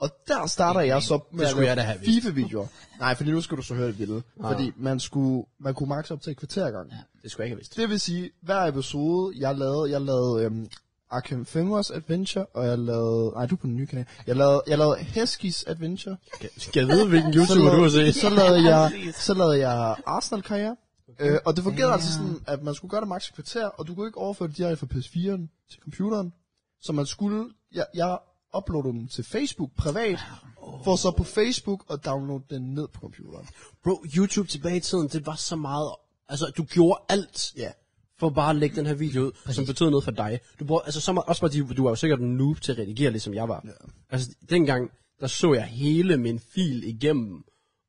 Og der starter jeg så med
Det skulle
at
jeg da
lave
have vidst. Ah.
FIFA-videoer. Nej, fordi nu skulle du så høre det vilde. Fordi man, skulle, man kunne max optage et kvarter gang. Ja.
Det skulle jeg ikke have vidst.
Det vil sige, hver episode, jeg lavede, jeg lavede øhm, Arkham Fingers Adventure, og jeg lavede, nej du er på den nye kanal, jeg lavede, jeg lavede Heskis Adventure,
Skal jeg vide, hvilken YouTuber du har set?
så lavede jeg, så lavede jeg Arsenal-karriere. Øh, og det fungerede altså sådan, at man skulle gøre det maks et kvarter, og du kunne ikke overføre det direkte fra PS4'en til computeren. Så man skulle, jeg, jeg uploadede dem til Facebook privat, for så på Facebook og downloade den ned på computeren.
Bro, YouTube tilbage i tiden, det var så meget... Altså, du gjorde alt
Ja.
for bare at lægge den her video ud, Præcis. som betød noget for dig. Du bruger, altså, så meget, også fordi du var jo sikkert en noob til at redigere, ligesom jeg var. Ja. Altså, dengang, der så jeg hele min fil igennem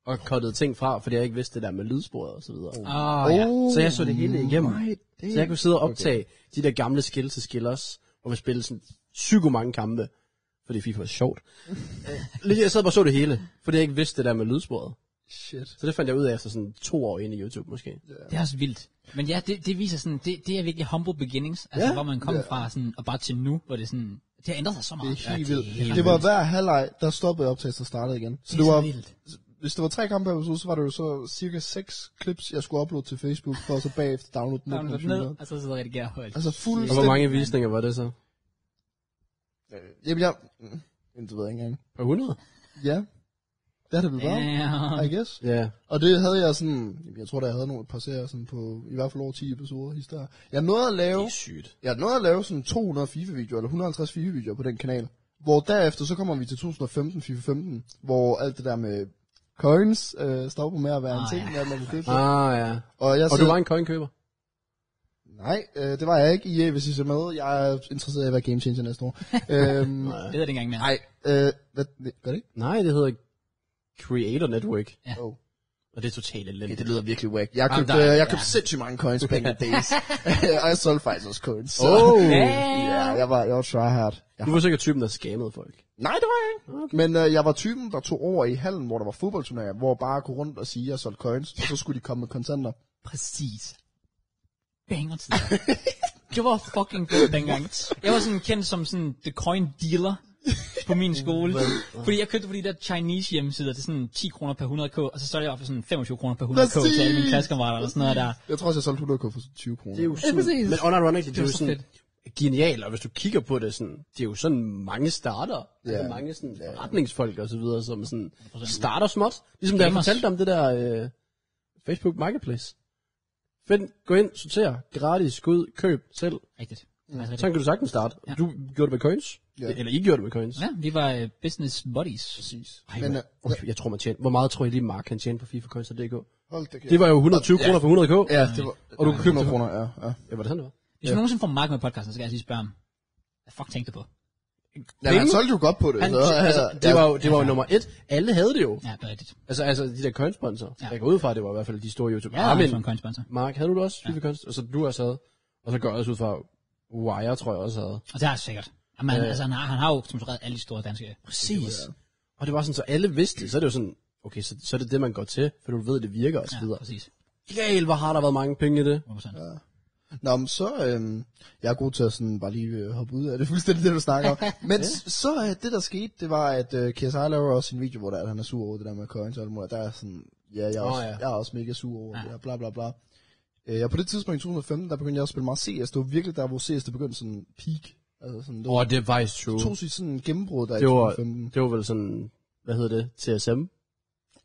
og kottede ting fra, fordi jeg ikke vidste det der med lydsporet og så videre.
Åh,
Oh,
ja.
ja. Så jeg så det hele igennem.
my damn.
så jeg kunne sidde og optage okay. de der gamle skill til skillers, hvor man spillede sådan psyko mange kampe, fordi FIFA var [laughs] sjovt. Øh, Lige jeg sad bare og så det hele, fordi jeg ikke vidste det der med lydsporet.
Shit.
Så det fandt jeg ud af efter sådan to år inde i YouTube måske.
Det er også vildt. Men ja, det, det viser sådan, det, det er virkelig humble beginnings, altså
Ja.
hvor man kommer fra sådan, og bare til nu, hvor det sådan, det har ændret sig så
Det
meget.
er
Ja,
helt vildt.
helt
Det var hver halvleg, der stoppede optagelsen og startede igen. Så
Det
det
er så
var,
vildt.
hvis det var tre kampe per episode, så var det jo så cirka seks clips, jeg skulle uploade til Facebook, for så bagefter downloade den ned på
Download ned,
computeren.
og så sidder jeg rigtig højt.
Altså
Og
fuldstændig.
hvor mange visninger var det så?
Jamen jeg... Mm, Det ved jeg ikke engang.
På 100?
Ja. Det har det vel været,
Damn.
I guess.
Ja.
Og det havde jeg sådan... Jamen, jeg tror da, jeg havde nogle par serier sådan på... I hvert fald over 10 episoder i stedet. Jeg nåede at lave...
sygt.
Jeg nåede at lave sådan 200 FIFA-videoer, eller 150 FIFA-videoer på den kanal. Hvor derefter, så kommer vi til 2015, FIFA 15, hvor alt det der med coins øh, stopper med at være en
Ah,
ting,
ja.
ja. man kunne købe.
Ah, ja.
Og, jeg
Og du
sidder-
var en coin-køber?
Nej, øh, det var jeg ikke. I, hvis I ser med, jeg er interesseret i at være game changer næste år. øhm,
Det hedder det ikke engang mere.
nej, øh, hvad, gør det ikke?
Nej, det hedder Creator Network.
Ja.
Oh.
Og det er totalt elendigt.
Det lyder virkelig whack. Jeg købte,
der-
øh, jeg købte ja. sindssygt mange coins back in the days. [laughs] og jeg solgte faktisk også coins. Så.
Oh.
Ja, jeg var, jeg var tryhard. Ja.
Du var sikkert typen, der skammede folk.
Nej, det var jeg ikke. Okay. Men øh, jeg var typen, der tog over i hallen, hvor der var fodboldturneringer, hvor jeg bare kunne rundt og sige, at jeg solgte coins, og så skulle de komme med kontanter.
Præcis. Banger
[laughs]
til Det var fucking fedt dengang. Jeg var sådan kendt som sådan the coin dealer på min skole. fordi jeg købte på de der Chinese hjemmesider til sådan 10 kroner per 100k, og så solgte jeg for sådan 25 kroner per 100k til alle mine
Præcis.
klassekammerater eller sådan noget der.
Jeg tror også, jeg solgte 100 for 20 kroner.
Det er jo sådan, men unironically, det er
var
jo
så
sådan genialt, og hvis du kigger på det sådan, det er jo sådan mange starter, ja. altså mange sådan forretningsfolk og så videre, som sådan starter småt, ligesom da jeg
Gamers.
fortalte om det der øh, Facebook Marketplace. Find, gå ind, sorter, gratis, gå ud, køb selv.
Rigtigt. Mm. Altså,
Sådan kan du sagtens starte. Ja. Du gjorde det med coins, ja.
Ja.
eller I gjorde det med coins.
ja, vi var uh, business buddies.
præcis.
Ej,
Men
Men,
øh,
øh, jeg tror, man tjener. Hvor meget tror I lige, Mark kan tjene på FIFA Coins.dk?
hold da kæft.
Det var jo 120 ja. kroner for 100k.
Ja, det var...
Og du købte
100 kroner, ja. ja.
Ja, var det sådan, det var?
Hvis du nogensinde får Mark med podcasten, så skal jeg lige spørge ham. Hvad fuck tænkte du på?
Ja, men han solgte jo godt på det.
Han,
så,
altså, det var jo, det var jo nummer et. Alle havde det jo.
Ja, det er rigtigt.
Altså, altså de der coinsponsor.
Ja.
Ja. Jeg går ud fra, at det var i hvert fald de store YouTube. Ah,
Ja, altså. Armin. en coin sponsor.
Mark, havde du det også? FIFA Coins? Og så altså, du også havde. Og så går jeg også ud fra, Wire tror jeg også havde.
Og det er sikkert. Jamen, han, altså, han, har, han har jo sponsoreret alle de store danske.
Præcis. Ja. Og det var sådan, så alle vidste det. Så er det jo sådan, okay, så, så er det det, man går til, for du ved, det virker og så
Ja,
videre.
præcis.
Gæl, hvor har der været mange penge i det.
100%. Ja.
Nå, men så, øhm, jeg er god til at sådan bare lige øh, hoppe ud af det, [laughs] er fuldstændig det, du snakker om.
[laughs]
Men s- så, øh, det der skete, det var, at øh, KSI laver også en video, hvor der, at han er sur over det der med coins og alt muligt, og der er sådan, ja, jeg er,
Nå,
også,
ja.
jeg er også mega sur over det her, bla bla bla. Øh, og på det tidspunkt i 2015, der begyndte jeg at spille meget CS, det var virkelig der, hvor CS det begyndte sådan peak. Altså sådan, det
Åh,
var
oh, det er faktisk true.
to sit sådan gennembrud der i
Det var,
2015.
det var vel sådan, hvad hedder det, TSM?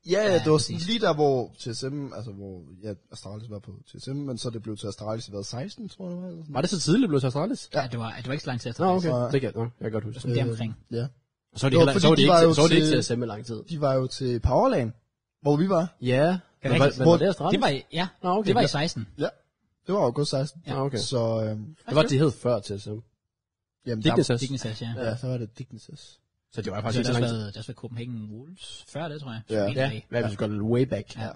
Ja, ja, det var sådan
præcis.
lige der, hvor TSM, altså hvor ja, Astralis var på TSM, men så det blev til Astralis i hvad, 16, tror jeg det var, eller sådan
Var det så tidligt, det blev til Astralis?
ja, det var, det var ikke så lang tid efter.
Nå, okay. Øh,
Så-
Det kan, nå, jeg kan godt huske.
Det er omkring.
noget. Ja.
Og så var det,
Det var
heller, så var
fordi,
det,
de var
ikke,
jo
så var det ikke
til-
til at sende i lang tid.
de var jo til Powerland, hvor vi var.
Ja.
Det er
Men, var,
rigtigt.
men var det Astralis?
Det var, i- ja,
Nå, okay.
det var i 16.
Ja. Det var august 16.
Ja, okay.
Så, øhm,
Det var, det hed før TSM.
jamen,
Dignitas.
Dignitas, ja.
Der, ja, så var det Dignitas.
Så det var
Så det
faktisk ikke
har
så
også
lang tid.
været, det har også været Copenhagen Wolves før det, tror jeg.
Ja.
Som en
Ja,
af de-
hvad hvis vi går lidt way back.
Ja.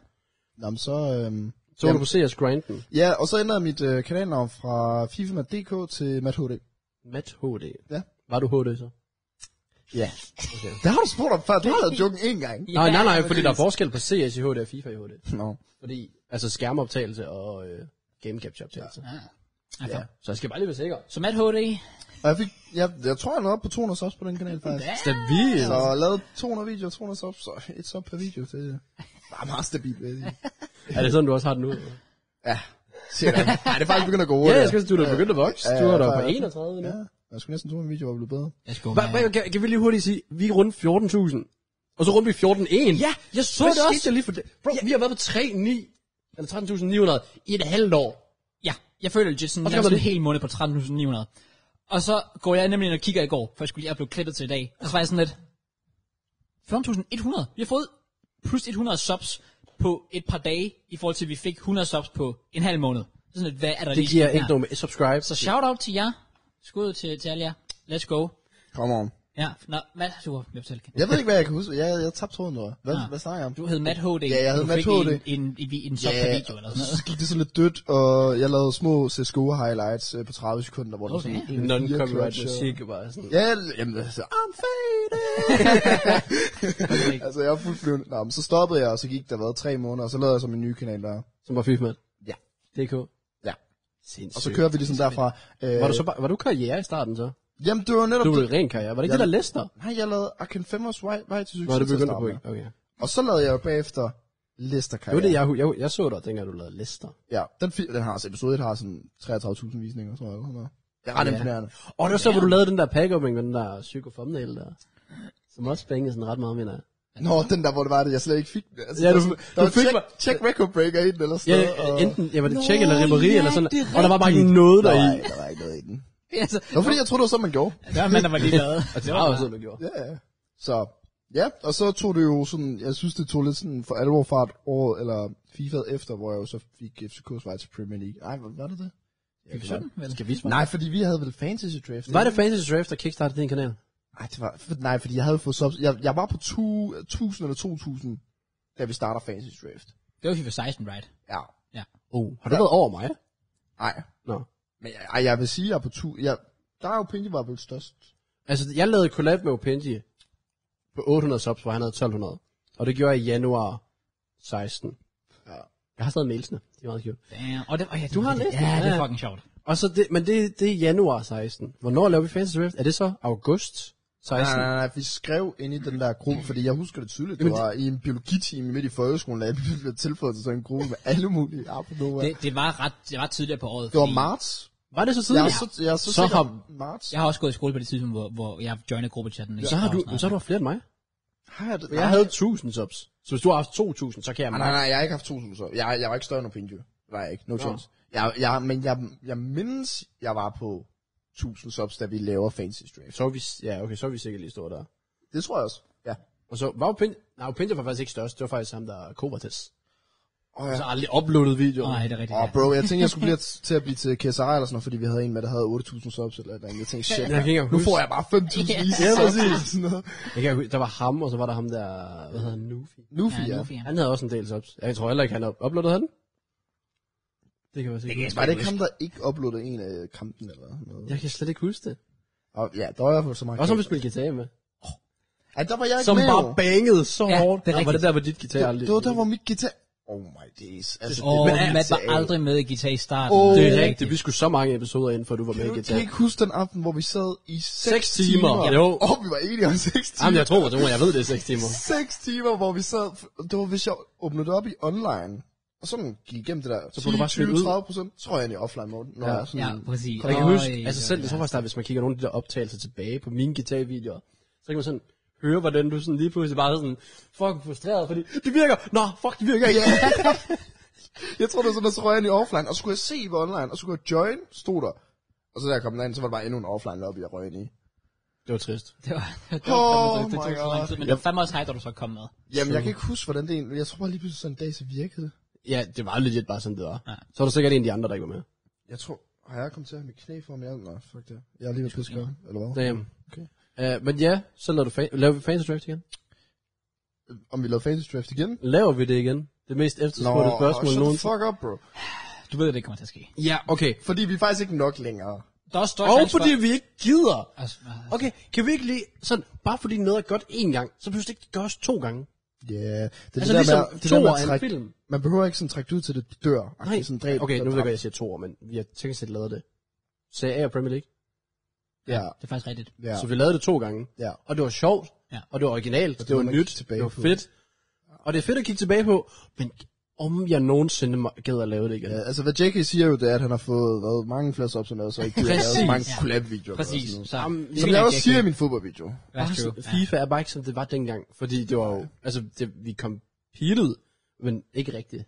Nå, men så, øhm,
Så kunne du se os grinden.
ja, og så ændrede jeg mit øh, kanalnavn fra FIFA.dk til MatHD.
Mat HD.
Ja.
Var du HD så?
Ja. Okay. Det har du spurgt om før, du har lavet joken en gang.
Ja,
Nej, nej, nej, fordi der er forskel på CS i HD og FIFA i HD.
Nå.
Fordi Altså skærmoptagelse og øh, game capture optagelse. Ja.
Okay.
Så jeg skal bare lige være sikker.
Så Matt HD.
Og jeg, fik, jeg, jeg tror, jeg nåede op på 200 subs på den kanal, faktisk.
Stabil.
Så jeg lavede 200 videoer, 200 subs, så et sub per video. Det er bare meget stabilt, vil jeg sige. [laughs]
Er det sådan, du også har den nu?
Ja, siger jeg. Nej, det er faktisk begyndt at gå
ja,
hurtigt.
jeg skal du er begyndt at vokse.
Ja,
Du er
ja,
der
ja,
på
ja.
31 nu.
Ja, jeg skulle næsten tro, at min video var blevet bedre.
Let's go,
Hva- hva- Kan, kan vi lige hurtigt sige, vi rundt 14.000. Og så rundt vi 14.1.
Ja, jeg så
Hvad
det
skete
også.
der lige for det? Bro, vi har været på 3.9 eller 13.900 i et halvt år.
Ja, jeg føler legit sådan,
Og så
jeg
kommer
en
det-
hel måned på 13.900. Og så går jeg nemlig ind og kigger i går, for jeg skulle lige blive klippet til i dag. Og så var jeg sådan lidt, 14.100. Vi har fået plus 100 subs på et par dage, i forhold til, at vi fik 100 subs på en halv måned. Så Sådan lidt, hvad er der
Det
lige
giver
sket
ikke
her?
noget med subscribe.
Så shout out til jer. Skud til, til alle jer. Let's go.
Come on.
Ja, nå, Matt, du var med til.
Jeg ved ikke, hvad jeg kan huske. Jeg, jeg tabte tråden, eller hvad? Hvad,
Ah.
hvad snakker jeg om?
Du hed Matt HD.
Ja, jeg hed
du
Matt
fik
HD.
En, en, en, en sub per video eller
og
sådan noget.
så gik det sådan lidt dødt, og jeg lavede små CSGO highlights øh, på 30 sekunder, hvor der
Okay.
sådan en eller fire
Non-copyright
clutch, og-
musik var sådan.
Ja, jamen, altså,
[laughs]
I'm faded. altså, jeg er fuldt flyvende. Nå, men så stoppede jeg, og så gik der hvad, tre måneder, og så lavede jeg så min nye kanal der.
Som var FIFA.
Ja.
DK.
Ja.
Sindssygt.
Og så kører vi ligesom derfra. Øh,
Var du, så bare, var du karriere i starten så?
Jamen, det var netop...
Du var jo ren karriere. Var det ikke
Jeg-
det, der læste dig?
Nej, jeg lavede Arkham 5'ers vej, vej til succes.
Nå, det
til at
begyndte
starte
på
med.
ikke. Okay.
Og så lavede jeg jo bagefter Lester
Det var det, jeg, jeg, jeg så dig, dengang du lavede lister.
Ja, den, fi- den har altså episode 1 har sådan 33.000 visninger, tror jeg. Eller sådan noget. Det er ret
Ja.
ja. imponerende.
Og det var så, hvor du lavede den der pack med den der psyko thumbnail der. Som også bangede sådan ret meget, mener jeg.
Nå, den der, hvor det var det, jeg slet ikke fik den. Altså,
Ja,
der var
du-
sådan-
du
der var
fik
check,
mig-
check record breaker i den, eller sådan
Ja,
noget. og-
Øh, enten, ja, var det
Nå,
check eller rimmeri
ja,
eller sådan
det er
Og der var bare ikke noget der i.
Nej, der var ikke noget i den.
altså,
Det var fordi, jeg troede, det var sådan, man gjorde.
der var mand, der var lige
[laughs]
lavet.
Det var også sådan, du gjorde.
Ja, ja. Så, ja, og så tog det jo sådan, jeg synes, det tog lidt sådan for alvor fart året, eller FIFA efter, hvor jeg jo så fik FCK's vej til Premier League. Nej, var, var det det? Ja, det var det.
Sådan, vel.
Skal vi svare?
Nej, fordi vi havde vel fantasy draft.
Var det Fantasy Draft, der kickstartede din kanal?
Nej, det var, for, nej, fordi jeg havde fået subs. Jeg, jeg var på 2, 1000 eller 2000, da vi starter Fantasy Draft.
Det var FIFA 16, right?
Ja.
Ja.
Oh,
Uh,
har du været over mig?
Nej.
Nå.
Men jeg, ej, jeg vil sige, jeg er på 1000. Jeg, der er jo Pinky var vel størst.
Altså, jeg lavede collab med Openji på 800 subs, hvor han havde 1200. Og det gjorde jeg i januar 16.
Ja.
Jeg har stadig mailsene. Det er meget cute.
Damn. Og det, og ja,
Du har læst
Ja,
den,
det er
ja.
fucking sjovt.
Og så det, men det, det er januar 16. Hvornår laver vi Fantasy Draft? Er det så august 16?
Nej, nej, nej, vi skrev ind i den der gruppe, fordi jeg husker det tydeligt. Det
Jamen,
var i en biologitime midt i folkeskolen, da jeg [laughs] blev tilføjet til sådan en gruppe med alle mulige apropos.
Det, det, var ret, det var tidligere på året.
Det var
fordi
marts.
Var det så
Jeg er
tidligt?
så, jeg er så,
Så
sikker-
har-
marts.
Jeg har også gået i skole på det tidspunkt, hvor, hvor jeg joinede gruppechatten.
Så har du, men så har du haft flere end mig.
Har jeg, det?
Jeg havde 1000 subs. Så hvis du har haft 2000, så kan jeg
Nej, nej, nej, jeg har ikke haft 2000 så. Jeg, jeg var ikke større end Opinju. Det var jeg ikke. No chance. Jeg, jeg, men jeg, jeg mindes, jeg var på 1000 subs, da vi laver Fancy Draft.
Så er vi, ja, okay, så er vi sikkert lige store der.
Det tror jeg også. Ja.
Og så var Opinja, nej, Opinja var faktisk ikke størst. Det var faktisk ham, der Covartes.
Åh, ja.
Så Altså, aldrig uploadet videoer.
Nej, det er rigtigt.
Åh,
ja.
bro, jeg tænkte, jeg skulle
[laughs]
blive til at blive til KSI eller sådan noget, fordi vi havde en med, der havde 8000 subs eller et eller andet. Jeg tænkte, shit,
Jeg kan ikke engang
nu
huske.
får jeg bare 5000
Ja.
yeah. views. Ja, præcis. Sådan noget. [laughs]
Jeg kan, huske, der var ham, og så var der ham der, hvad hedder han, Nufi.
Nu
Ja,
fire.
Luffy, ja.
Han havde også en del subs. Jeg tror heller ikke, han up- uploadede han. Det kan jeg
kan
sikkert. Jeg,
jeg
Altså, Var det ikke ham, der ikke uploadede en af kampen eller noget?
jeg kan slet ikke huske det.
Og, ja, der var i hvert fald så mange.
Også om vi
kampe.
spillede guitar med.
Ej, der var jeg ikke
Som
med.
bare
jo.
bangede så
Ja,
hårdt.
det er
Nå, var
rigtigt.
det der, hvor dit guitar
Det,
aldrig...
det var der, hvor mit guitar... Oh my days. Altså,
Åh,
det-
oh, Matt var
GTA.
aldrig med i guitar i starten.
Åh,
Det er rigtigt. Vi skulle så mange episoder ind, før du var med
Kan
i
du
guitar.
kan I ikke huske den aften, hvor vi sad i 6,
Seks timer.
Jo.
Jo.
Og vi var enige om 6 timer.
Jamen, jeg tror mig, det var, jeg ved det er 6 timer.
6 timer, hvor vi sad... Det var, hvis jeg åbnede det op i online, og sådan gik igennem det der
Så blev du bare smidt ud.
30 procent, tror jeg egentlig offline mode. Når
Ja.
jeg sådan,
Ja, præcis.
Og jeg kan
Øj,
huske, altså selv,
øj,
jeg tror faktisk, der, hvis man kigger nogle af de der optagelser tilbage på mine guitarvideoer, så kan man sådan høre, hvordan du sådan lige pludselig bare er sådan fucking frustreret, fordi det virker, nå, fuck, det virker ikke.
Jeg tror, det var sådan, at så røg jeg ind i offline, og så skulle jeg se på online, og så skulle jeg join, stod der. Og så da jeg kom derind, så var det bare endnu en offline lobby, jeg røg ind i.
[laughs] Det var trist.
[laughs] Det var, det var,
Oh
det, det,
my
tog så lang
God.
tid, men det var fandme også hej, da du så kom med.
Jamen, jeg kan ikke huske, hvordan det egentlig... Jeg tror bare lige pludselig sådan en dag, så virkede det.
Ja, det var legit bare sådan, det var.
Ja.
Ja. Så var der sikkert en af de andre, der ikke var med.
Jeg tror... Har jeg kommet til at have mit knæ for mig? Nej, fuck det. Jeg er lige ved at piske eller hvad?
Damn.
Okay.
Uh, men ja, så laver, du fa- laver vi Fantasy Draft igen.
Om vi lavede fantasy draft igen?
Laver vi det igen? Det mest efterspurgte spørgsmål
shut the
nogensinde.
fuck up, bro.
Du ved, at det kommer til at ske.
Ja, okay.
Fordi vi er faktisk ikke nok længere.
Der er også stort
Og fordi vi ikke gider.
Altså, altså,
Okay, kan vi ikke lige sådan, bare fordi noget er godt én gang, så pludselig ikke det gøres to gange.
Ja, yeah. det er
Altså,
det der
ligesom
med, at- det
to
der med
år
at
er en
trække-
film.
Man behøver ikke sådan trække det ud til det dør.
Nej.
sådan dræb,
Okay, nu ved jeg
dræb.
godt, jeg siger to år, men vi har teknisk set lavet det. Serie A og Premier League.
Ja,
Det er faktisk rigtigt.
ja,
Så vi lavede det to gange.
ja.
Og det var sjovt.
Ja.
Og det var originalt. Og det,
noget,
var
man
nyt.
kigger
Det
tilbage
var
på.
fedt. Og det er fedt at kigge tilbage på. Men om jeg nogensinde må- gider at lave det igen.
Ja, altså hvad JK siger jo, det er, at han har fået hvad, mange flere op, som så ikke gider at
Præcis.
lave mange
Ja.
collab-videoer. og
Præcis.
sådan noget.
Så,
Jamen,
det
Som
er
jeg
ikke
også
rigtig-
siger i min fodboldvideo.
That's
Bare
true.
sådan, FIFA er bare ikke, som det var dengang. Fordi det var jo... Altså, det, vi competed, men ikke rigtigt.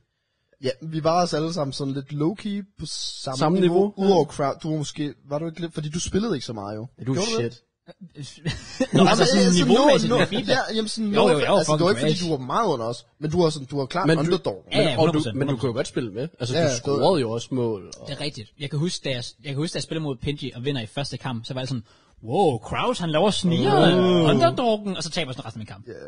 Ja, vi var os alle sammen sådan lidt low-key på samme,
Samme
niveau.
niveau.
Udover crowd, du var måske, var du ikke lidt, fordi du spillede ikke så meget jo.
Er du
Gjorde
shit?
Ja. Nå, altså sådan
altså,
niveaumæssigt
no,
med
no,
FIFA.
Ja, jamen sådan,
Jo,
no,
jo, jeg var
altså, det var ikke
fucking
fordi, du var meget under os, men du var, sådan, du var klart
Men du-
underdog.
Men,
Ja, ja,
og du,
100%,
men du kunne jo godt spille med. Altså,
Ja,
du
ja, det-
scorede jo også mål. Og...
Det er rigtigt. Jeg kan huske, da jeg, jeg, kan huske, da jeg spillede mod Pinji og vinder i første kamp, så var det sådan, wow, Kraus, han laver sniger, uh. underdoggen, og så taber jeg sådan resten af kampen.
Ja.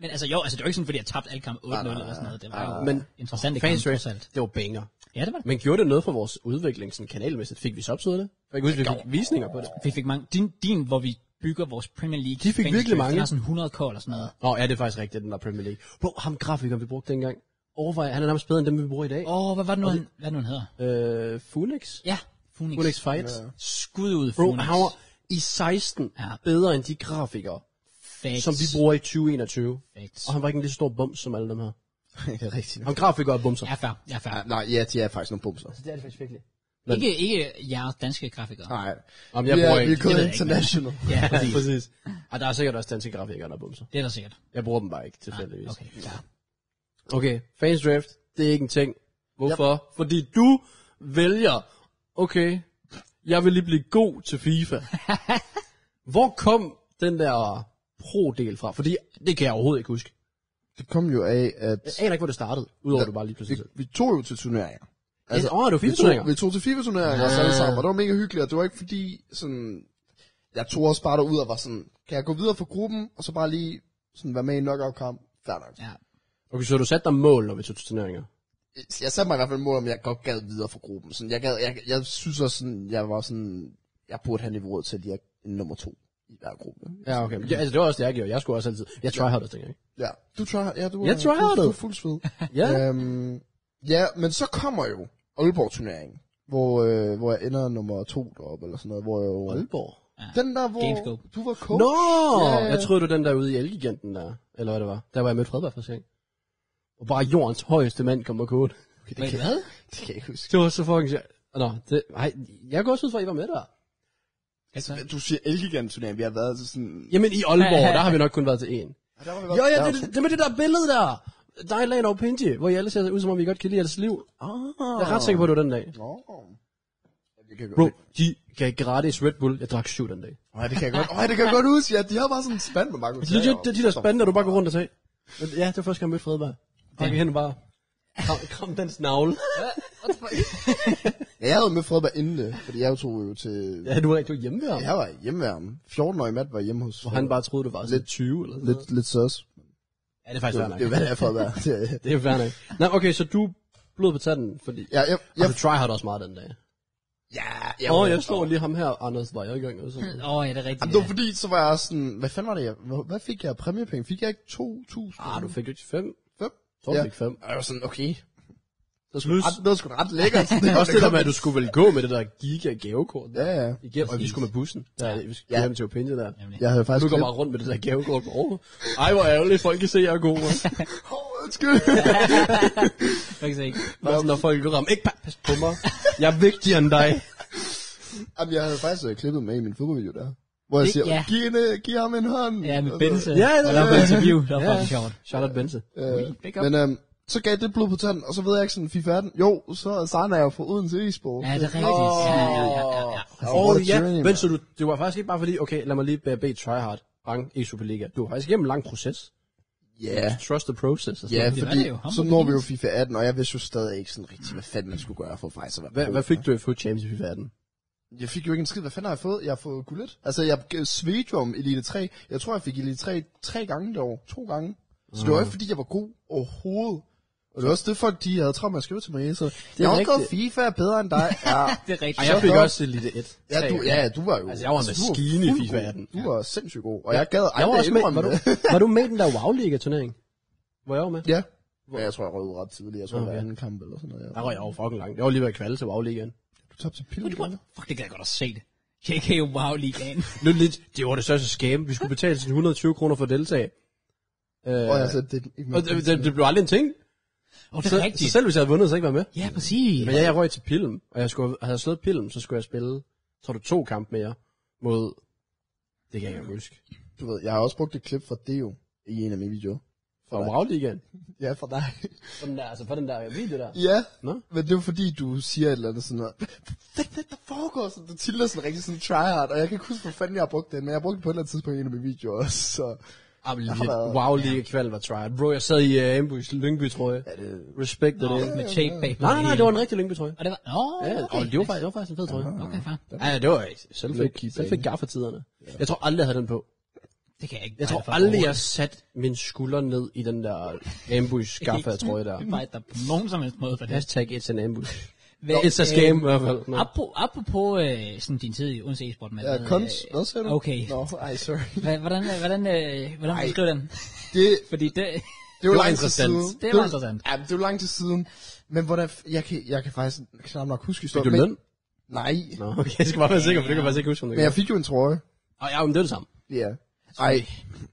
Men altså jo, altså det var ikke sådan, fordi jeg tabte alle kampe 8-0 eller sådan noget. Det var jo
Men
interessante kampe,
fans
trods alt.
det var banger.
Ja, det var det.
Men gjorde det noget for vores udvikling, sådan kanalmæssigt? Fik vi så opsøget det? For jeg kan huske, vi fik visninger på det.
Vi fik mange. Din, din hvor vi bygger vores Premier League.
De fik
fans- øh,
virkelig mange.
Den er sådan 100 k eller sådan noget.
Nå, ja, det er faktisk rigtigt, den der Premier League. Bro, ham grafikeren, vi brugte dengang. Overvej, han er nærmest bedre end dem, vi bruger i dag.
Åh, oh, hvad var det nu, han, hvad er det nu, han hedder?
Øh, Funix?
Ja, Phoenix.
Funix Fights.
Ja.
Skud ud,
Bro,
Phoenix.
han var i 16
Ja.
bedre end de grafikere,
Facts.
som vi bruger i 2021.
Facts.
Og han var ikke en lige så stor bums som alle dem
[laughs]
her.
det er rigtigt.
Han grafikere og bumser.
Jeg er fair, jeg er fair.
Ja, nej, ja, de er faktisk nogle bumser.
det er det faktisk virkelig.
Ikke, ikke jer danske grafikere.
Nej.
Jamen, jeg
Jeg vi
bruger
er, vi
ikke.
er gået
ved jeg ikke,
international.
Ja, præcis.
Ja, [laughs] præcis. Og der er sikkert også danske grafikere, der bumser.
Det er der sikkert.
Jeg bruger dem bare ikke, tilfældigvis.
Ah, Okay. Ja.
okay, fans draft, det er ikke en ting. Hvorfor? Fordi du vælger, okay, jeg vil lige blive god til [laughs] FIFA. Hvor kom den der pro-del fra? Fordi det kan jeg overhovedet ikke huske.
Det kom jo af, at
Jeg aner ikke, hvor det startede, udover at du bare lige
vi,
pludselig selv.
vi tog jo til turneringer.
Altså, åh, er du
Vi
FIFA-turneringer? Ah.
tog, vi tog til FIFA-turneringer os alle sammen, og det var mega hyggeligt, og det var ikke fordi, sådan, jeg tog også bare derud og var sådan, kan jeg gå videre for gruppen, og så bare lige sådan være med i en knockout-kamp? Fair nok.
ja.
Okay, så du satte dig mål, når vi tog til turneringer.
Jeg satte mig i hvert fald mål, om jeg godt gad videre for gruppen. Sådan, jeg, gad, jeg, jeg synes også sådan, jeg var sådan, jeg burde have niveauet til lige at nummer to i hver gruppe.
Ja, okay. Men det, altså, det var også det, jeg gjorde. Jeg skulle også altid... Jeg tryhardede dengang.
Ja, du try, ja, du,
Jeg
er-
tryhardede.
Du, du er fuld sved.
Ja.
øhm, ja, men så kommer jo Aalborg-turneringen, hvor, øh, hvor jeg ender nummer to deroppe, eller sådan noget, hvor jeg jo...
Aalborg.
Den der, hvor
Gamescope.
du var coach.
Nå!
Ja,
Yeah.
ja.
Jeg troede, du den der ude i Elgiganten der. Eller hvad det var. Der var jeg mødte Fredberg første gang. Og bare jordens højeste mand kom og kode.
Okay,
Hvad?
det, kan,
hvad?
det kan jeg ikke huske.
Det var så fucking sjovt. Nå, det, ej, jeg går også ud fra, at I var med der.
Altså,
Du siger Elgigant-turneringen, vi har været til sådan...
Jamen i Aalborg, [laughs] der har vi nok kun været til én.
Ja, der var vi
Jo,
været-
ja, det, det, det med det der billede der. Dig, Lane og Pinti, hvor I alle ser ud, som om vi godt kan lide jeres liv.
Ah.
Jeg er ret sikker på, at det var den dag.
Nå. Ja, det kan jeg
Bro,
godt.
de gav gratis Red Bull. Jeg drak syv den dag.
Nej, det kan jeg godt. Åh, det kan jeg godt huske. Ja, de har bare sådan en spand med Marco.
Det er de, de der spande, der du bare går rundt og tager. Men Ja, det var første gang, jeg mødte Fredberg. Han gik hen og bare, kram, kram den snavle.
Ja, jeg havde med Fredberg inden det, fordi jeg tog jo til...
Ja, du var, du var hjemme ved ham.
Jeg var i hjemmeværende. 14-årig Matt var hjemme hos
Og han bare troede, du var sådan
Lidt-
20 eller sådan noget.
Lidt, lidt søs.
Ja, det er faktisk
Det,
fair
var-
nok.
det er hvad det er
[laughs]
Fredberg. Det er-
Det er fair nok. Nej, okay, så du blod på tanden, fordi...
Ja, jeg,
Ja.
jeg,
Og du tryhard også meget den dag.
ja,
Åh, oh, jeg Hmm. slår lige ham her, Anders, var jeg ikke engang. Sådan.
Åh, oh, ja, det er rigtigt.
Jamen, det var fordi, så var jeg sådan, hvad fanden var det, jeg, hvad- hvad fik jeg af præmiepenge? Fik jeg ikke 2.000?
Ah, du fik jo ikke fem.
Fem?
Så du fik fem.
Og jeg var sådan, okay.
Så skulle
Ret, det var sgu da ret
[laughs]
lækkert. det
Også det der med, at du skulle vel gå med det der giga gavekort.
Ja, ja.
Igen, og vi skulle med bussen. Ja, vi skulle
Ja.
hjem til Opinion der.
Nemlig.
Jeg havde faktisk
Du går bare rundt med det der gavekort på Aarhus. Ej, hvor ærgerligt, folk kan se, at jeg er god. [laughs] man.
Åh,
[laughs]
undskyld.
Faktisk ikke.
Bare sådan, når folk går ramme. Ikke pa- pas på mig. Jeg er vigtigere end dig.
Jamen, jeg havde faktisk øh, klippet med i min fodboldvideo der. Hvor jeg
Det-
siger,
ja.
giv, en, øh, giv ham en hånd.
Ja, med
Og så-
Benze.
Altså, Ja, det
Og
er
der var
det.
interview, der var
Ja.
faktisk sjovt.
Charlotte Benze.
Øh,
big up.
men øhm, så gav det blod på tanden, og så ved jeg ikke sådan, FIFA 18. Jo, så signer jeg jo for Odense e-sport.
Ja, det er rigtigt. Ja, ja, ja, ja, ja.
Åh,
Åh oh, ja,
journey,
men så du, det var faktisk ikke bare fordi, okay, lad mig lige bære bede tryhard, bang, i Superliga. Du var faktisk igennem en lang proces.
Ja.
Trust the process. og sådan
Ja,
noget.
det var
fordi
det jo. Ham
så
var
når
det
vi jo FIFA 18, og jeg vidste jo stadig ikke sådan rigtigt, hvad fanden man skulle gøre for faktisk at være
Hvad,
pro.
hvad fik du i Foot Champions i FIFA 18?
Jeg fik jo ikke en skid. Hvad fanden har jeg fået? Jeg har fået guldet. Altså, jeg gav- svedte jo om Elite 3. Jeg tror, jeg fik Elite 3 tre gange det år. To gange. Så
Mm.
det var ikke, fordi jeg var god overhovedet. Og det var også det, folk de havde travlt med at skrive til mig. Så det er jeg
rigtigt.
rigtigt. FIFA er bedre end
[laughs]
dig. Ja,
Det er rigtigt.
Ej, jeg fik også Elite 1.
ja, du, ja du var jo...
Altså, jeg var en
du
maskine i
fuld
FIFA
god.
18.
Du var sindssygt god. Og jeg gad
Jeg var
aldrig
også med,
indrømme
var du,
det.
var du med i den der WoW Liga turnering? Var jeg jo med?
Ja. Ja, jeg tror, jeg røvede ret tidligt. Jeg tror, okay. det var anden kamp eller sådan noget.
Der
Ja.
var jeg jo fucking langt. Jeg var lige ved at kvalde til Wow-ligaen.
Du tabte til
Men
Pilsen.
det var, fuck, det kan jeg godt have set. KK Wow Ligaen.
Nu lidt, det var det største skam. Vi skulle betale sådan 120 kroner for at deltage. Øh,
Og jeg sagde, det er ikke
og det, det, det, blev aldrig en ting.
Åh, det
Så,
er
så
rigtigt.
selv hvis jeg havde vundet, så ikke var med.
Ja, præcis.
Men jeg, jeg røg til Pilm, og jeg skulle, havde jeg slået Pilm, så skulle jeg spille, tror du, to kampe mere mod, det kan jeg ikke huske,
Du ved, jeg har også brugt et klip fra Deo i en af mine videoer.
fra Wow-ligaen.
Ja, fra dig.
For den der, altså for den der video der.
ja.
Nå?
Men det var fordi, du siger et eller andet sådan noget. [laughs] Hvad hvad der foregår? Sådan, du tilder sådan rigtig sådan tryhard, og jeg kan ikke huske, hvor fanden jeg har brugt den, men jeg har brugt den på et eller andet tidspunkt i en af mine videoer også, så...
Ah, men
har været-
wow liga kval var tryhard. Bro, jeg sad i uh, ambush, Lyngby, tror jeg.
Ja, det...
Respekt det.
Nå, med tape bag på
Nej, nej,
det
nej,
hele.
det var en rigtig Lyngby, tror jeg.
Og det var, åh,
Ja,
okay.
og det var, faktisk, det var faktisk en fed trøje.
Okay, far.
Ja, det var ikke. Selv
Low key
fik, selv fik
bane.
gaffetiderne. Jeg tror aldrig, jeg havde den på.
Det kan jeg ikke.
Jeg tror
Nej, for
aldrig, jeg satte min skulder ned i den der ambush gaffe
[laughs]
trøje der.
overhovedet. Nej, der er på nogen som helst måde for det.
Hashtag it's an ambush.
Hvad,
It's a scam i hvert fald. Nå.
Apropos, apropos øh, sådan din tid i Odense e-sport, mand.
Ja,
Hvad,
Kons,
øh,
hvad sagde du?
Okay.
Nå, ej, sorry.
[laughs] Hva- Hvordan, øh, hvordan, øh, hvordan
Ej.
beskriver den?
Det,
Fordi det...
det var,
var
lang tid
interessant.
siden.
Det var interessant.
Ja, det var lang tid siden. Men hvordan, jeg kan, jeg kan faktisk knap nok huske
Fik
historien.
du
men-
løn?
Nej.
Nå, okay, jeg skal bare være sikker, for det kan jeg faktisk ikke huske, om det
Men jeg fik jo en trøje.
Og ja, men det er det samme.
Ja. Ej,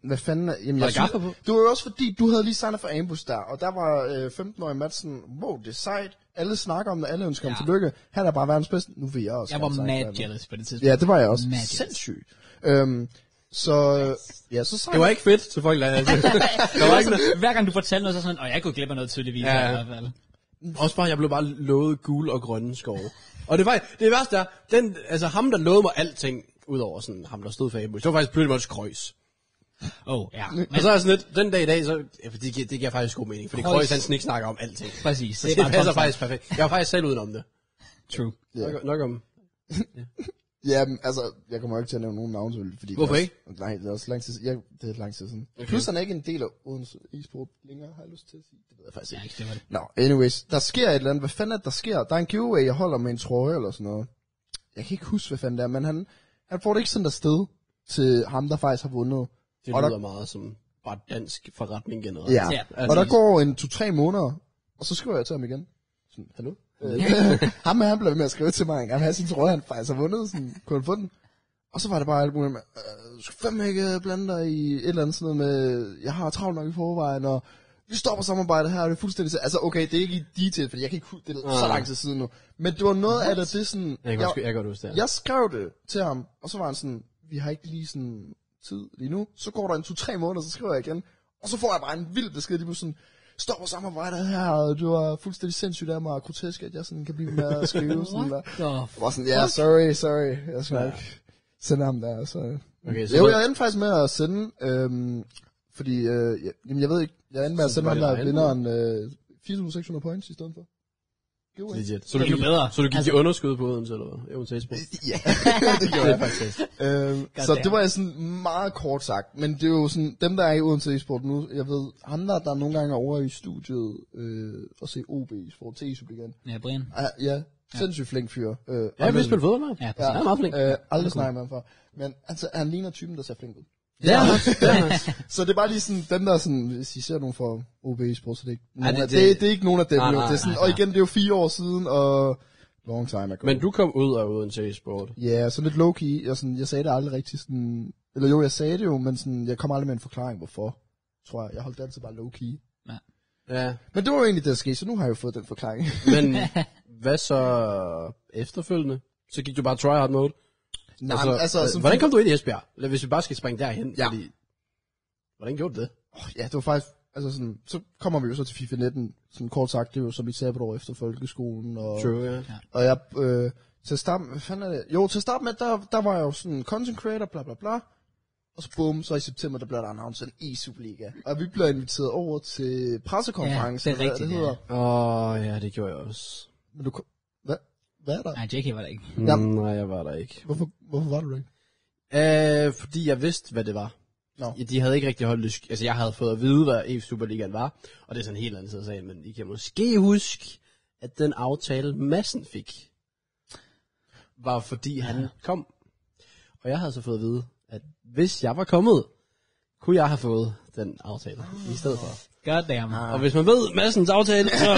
hvad fanden er... Jamen,
Var
jeg
der gaffer
synes, det var jo også fordi, du havde lige signet for Ambush der, og der var øh, 15-årige Madsen, wow, det er sejt, alle snakker om det, alle ønsker ja.
Ja.
om tillykke, han er bare verdens bedste, nu vil jeg også.
Jeg var
gerne signe
mad
for Ambush.
jealous på det tidspunkt.
Ja, det var jeg også.
Mad jealous.
Sindssygt. Øhm, så, øh, ja, så
Det
signede
var ikke fedt, så folk lagde det.
[laughs]
Der var ikke
Sådan, Hver gang du fortalte noget, så er sådan, og jeg kunne glemme noget tydeligvis.
Ja,
Ja,
ja.
i hvert fald.
Også bare, jeg blev bare lovet gul og grønne skove. Og det var det værste er, den, altså ham, der lovede mig alting, udover sådan ham, der stod for Ambush, det var faktisk Pretty Much Kreuz.
Oh, ja.
Men, og
Men,
så er jeg sådan lidt, den dag i dag, så, ja, for det, giver- det giver faktisk god mening, fordi
Kreuz-
Kreuz, han snik snakker om alting.
præcis.
Så [laughs] det, det
bare
passer
kommet
faktisk perfekt. Jeg var faktisk selv udenom det.
fra- True.
Ja.
Nok, nok om.
Ja, men, altså, jeg kommer jo ikke til at nævne nogen navn, selvfølgelig, fordi... det
Hvorfor
er også, Nej, det er også lang tid siden. Jeg, det er lang tid siden. Okay. Plus, han er ikke en del af Odense e-sport længere, har jeg lyst til at sige. Det ved jeg faktisk
Ja,
ikke.
ikke, det var det.
Nå, no, anyways, der sker et eller andet. Hvad fanden er det, der sker? Der er en giveaway, jeg holder med en trøje eller sådan noget. Jeg kan ikke huske, hvad fanden det er, men han, han får det ikke sådan der sted til ham, der faktisk har vundet.
Det
Og der-
lyder meget som bare dansk forretning generelt. Altså,
Ja,
Ja,
og der går en to-tre måneder, og så skriver jeg til ham igen. Sådan, hallo? Øh, [laughs] ham her, han blev ved med at skrive til mig, han vil have sin trøje, han faktisk har vundet, sådan, kunne han få den? Og så var det bare alt muligt med, øh, du skal fandme ikke blande dig i et eller andet sådan noget med, jeg har travlt nok i forvejen, og vi stopper samarbejdet her, og det er fuldstændig... Altså, okay, det er ikke i detail, fordi jeg kan ikke huske det er så lang tid siden nu. Men det var noget af det, det er sådan...
Jeg kan godt, jeg kan godt huske det.
Jeg skrev det til ham, og så var han sådan, vi har ikke lige sådan tid lige nu. Så går der en to-tre måneder, så skriver jeg igen. Og så får jeg bare en vild besked, lige pludselig sådan, stop vores samarbejde her, og det var fuldstændig sindssygt af mig, og grotesk, at jeg sådan kan blive med
[laughs]
at skrive. sådan der.
What the
Jeg var sådan, ja, yeah, sorry, sorry, jeg skal ja. ikke sende ham der, så...
Okay, så
Jo,
var-
jeg endte faktisk med at sende, øhm, fordi, øh, jeg, jamen, jeg ved ikke, jeg endte med at
Så
sende
var
ham
det
der
dig,
vinderen øh, 4.600 points i stedet for. Giveaway.
Legit. Så du
Det er
gik,
bedre.
så du gik altså, i underskud på Odense, eller hvad? Odense Esport.
Ja, det
[laughs] Det
gjorde jeg.
er faktisk
Øhm, så
damn.
det var jeg sådan meget kort sagt, men det er jo sådan, dem der er i Odense e-sport nu, jeg ved, andre der nogle gange er over i studiet øh, og se OB e-sport til e-subligan.
Ja, Brian.
Ah, ja, sindssygt flink fyr. Øh,
Ja, vi spiller fodbold,
Ja,
Ja,
præcis.
han er meget flink.
Øh, aldrig snakket med ham før. Men altså, han ligner typen, der ser
[laughs]
flink ud.
Ja, ja.
[laughs] Så det er bare lige sådan, dem der sådan, hvis I ser nogen fra OB e-sport, så det er ikke nogen,
det-
af,
det-
det, det, er ikke nogen af dem.
Nej,
jo.
nej,
det er sådan,
nej,
og igen, det er jo fire år siden, og long time ago.
Men du kom ud af Odense Esport.
Ja, yeah, sådan lidt low-key. Jeg, sådan, jeg sagde det aldrig rigtig sådan... Eller jo, jeg sagde det jo, men sådan, jeg kom aldrig med en forklaring, hvorfor. Tror jeg. Jeg holdt altid bare low-key.
Ja.
Men det var jo egentlig det, der skete, så nu har jeg jo fået den forklaring. [laughs]
Men hvad så efterfølgende? Så gik du bare tryhard mode? øh,
Nej, altså, altså,
hvordan kom du ind i Esbjerg? Eller Hvis vi bare skal springe derhen. Ja. Fordi, hvordan gjorde du det?
Ja, det var faktisk... Altså sådan, så kommer vi jo så til FIFA 19, sådan kort sagt, det er jo som mit sabbatår efter folkeskolen, og,
ja.
og jeg, øh, til at starte med, hvad fanden er det? Jo, til at starte med, der, der var jeg jo sådan content creator, bla bla bla, og så bum, så i september, der bliver der annonceret en e-subliga, og vi bliver inviteret over til pressekonferencen,
Ja, det er
hvad
rigtigt,
det
ja.
hedder.
Åh, oh, ja, det gjorde jeg også.
Men du kom... Hvad? Hvad er der?
Nej, JK var der ikke.
Mm,
Jamen.
nej, jeg var der ikke.
Hvorfor, hvorfor var du der ikke?
Øh, fordi jeg vidste, hvad det var.
Nå.
Ja, de havde ikke rigtig holdt det... sk- Altså, jeg havde fået at vide, hvad EF Superligaen var. Og det er sådan en helt anden side af sagen, men I kan måske huske, at den aftale, Massen fik, var fordi ja. han kom. Og jeg havde så fået at vide, at hvis jeg var kommet, kunne jeg have fået den aftale i stedet for.
Goddamn. Ah.
Og hvis man ved massens aftale, så,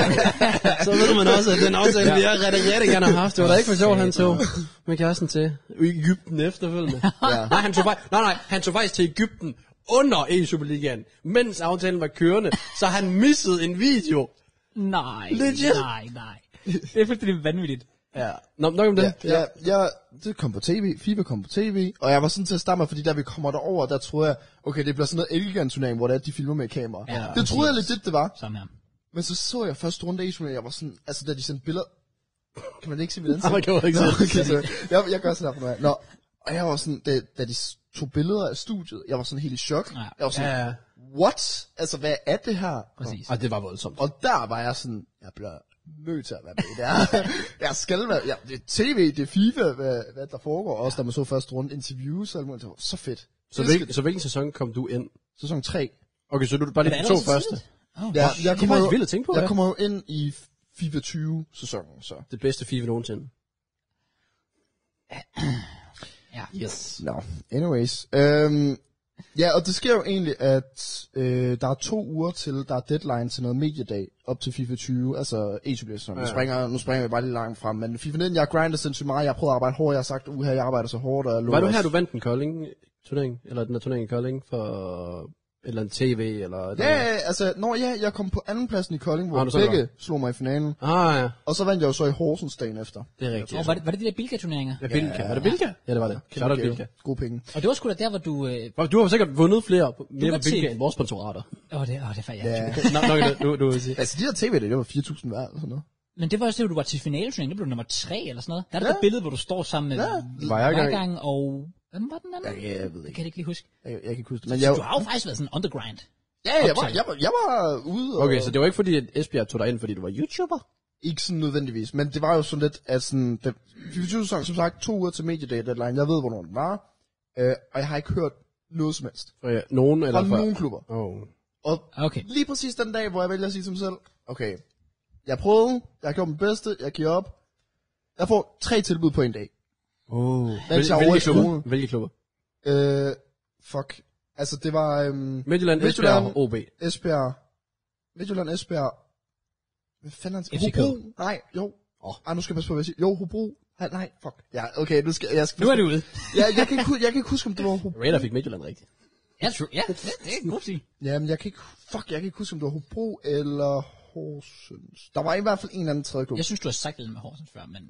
så ved man også, at den aftale, vi har rigtig, rigtig gerne har haft, det var da ikke for sjovt, han tog med kæresten til Ægypten efterfølgende. ja. Nej, han tog, fak- nej, nej, han tog faktisk til Ægypten under e Superligaen, mens aftalen var kørende, så han missede en video.
Nej,
Legit.
nej, nej. Det er fuldstændig vanvittigt.
Ja. Nå, nok om det.
Ja, ja, ja, det kom på tv, FIFA kom på tv, og jeg var sådan til at stamme, fordi da vi kommer derover, der troede jeg, okay, det bliver sådan noget elgiganturnering, hvor det er, at de filmer med kamera.
Ja,
det troede jeg legit, det var.
Samme her.
Men så så jeg første runde af Asian, jeg var sådan, altså da de sendte billeder, kan man [laughs] ikke se mit ansigt?
Nej, man kan jo ikke se
Nå,
det.
okay, sorry. jeg, jeg gør sådan her for mig. Nå, og jeg var sådan, da, da de s- tog billeder af studiet, jeg var sådan helt i chok.
Ja.
Jeg var sådan,
Ja, ja.
what? Altså, hvad er det her?
Præcis.
Og det var voldsomt.
Og der var jeg sådan, jeg bliver nødt til at være med i det her. [laughs] jeg skal være, ja, det er tv, det er FIFA, hvad, hvad der foregår. Også da man så første runde interviews og alt muligt, det var så fedt.
Så,
Det
hvil, så hvilken sæson kom du ind?
Sæson 3.
Okay, så du bare lige de to første.
Oh,
Ja,
det er faktisk vildt at tænke på,
jeg
ja.
kommer jo ind i FIFA 20 sæsonen, så.
Det bedste FIFA nogensinde.
ja.
Yes.
Nå, no. anyways. Øhm, ja, og det sker jo egentlig, at øh, der er to uger til, der er deadline til noget mediedag op til FIFA 20, altså e ja. nu, springer, nu springer vi bare lige langt frem, men FIFA 19, jeg grinder sindssygt meget, jeg har prøvet at arbejde hårdt, jeg har sagt, uha, jeg arbejder så hårdt, og jeg
Var
lover
du her,
også-
du vandt en Kolding øh, turnering? Eller den der turnering i Kolding for et eller en tv? Eller et eller
Ja,
andet?
ja, altså, når ja, jeg kom på andenpladsen i Kolding, hvor
Har du så
begge
det
slog mig i finalen,
Ah, ja.
og så vandt jeg jo så i Horsens dagen efter.
Det er rigtigt.
Og var det, var det de der bilka-turneringer?
Ja, Bilka. Var det Bilka? Ja, det var det. Shout out Bilka.
Gode penge.
Og det var sgu da der, hvor du... Åh, øh...
Og Du har sikkert vundet flere mere
kan
på Bilka
se-
end vores sponsorater.
oh, det, oh, det var jeg.
Ja.
[laughs] Nå, nok det, du, du vil sige.
Altså, de der tv det var 4.000 hver, eller sådan noget.
Men det var også det, hvor du var til finaleturneringen. Det blev nummer tre eller sådan noget. Der er det
Ja.
der billede, hvor du står sammen med
Ja.
Vejregang.
Vejregang og... Hvem var den anden?
Ja, jeg ved
Det
ikke.
kan jeg ikke lige huske.
Jeg, jeg kan ikke huske det. Men jeg,
Du har jo faktisk været sådan on the grind.
ja, jeg var, jeg, var, jeg var ude og...
Okay, så det var ikke fordi, at Esbjerg tog dig ind, fordi du var YouTuber?
Ikke sådan nødvendigvis, men det var jo sådan lidt, at sådan, den 24 sæson, som sagt, to uger til mediedag deadline, jeg ved, hvornår den var, øh, og jeg har ikke hørt noget som helst
Fra øh, nogen eller
fra
fra...
nogen klubber.
Oh.
Og
Okay.
lige præcis den dag, hvor jeg vælger at sige til mig selv, okay, jeg prøvede, jeg gjorde mit bedste, jeg giver op, jeg får tre tilbud på en dag.
Oh.
Den tager over i
hvilke, klubber?
skolen.
hvilke klubber?
Øh, fuck, altså det var øhm,
Midtjylland, Esbjerg,
Midtjylland.
OB.
Esbjerg, Midtjylland, Esbjerg, hvad fanden er han
FCK.
Hobro? Nej, jo. Oh. Ej, nu skal jeg passe på, hvad jeg siger. Jo, Hobro. Ej, nej, fuck. Ja, okay, nu skal jeg... Skal,
Nu er du ude.
Ja, jeg, kan ikke, hu- jeg kan ikke huske, om det var Hobro.
Raider fik Midtjylland rigtigt.
Ja, true. ja det, det er en god stil.
Jamen, jeg kan ikke... Fuck, jeg kan ikke huske, om det var Hobro eller Horsens. Der var i hvert fald en eller anden tredje klub.
Jeg synes, du har sagt det med Horsens før, men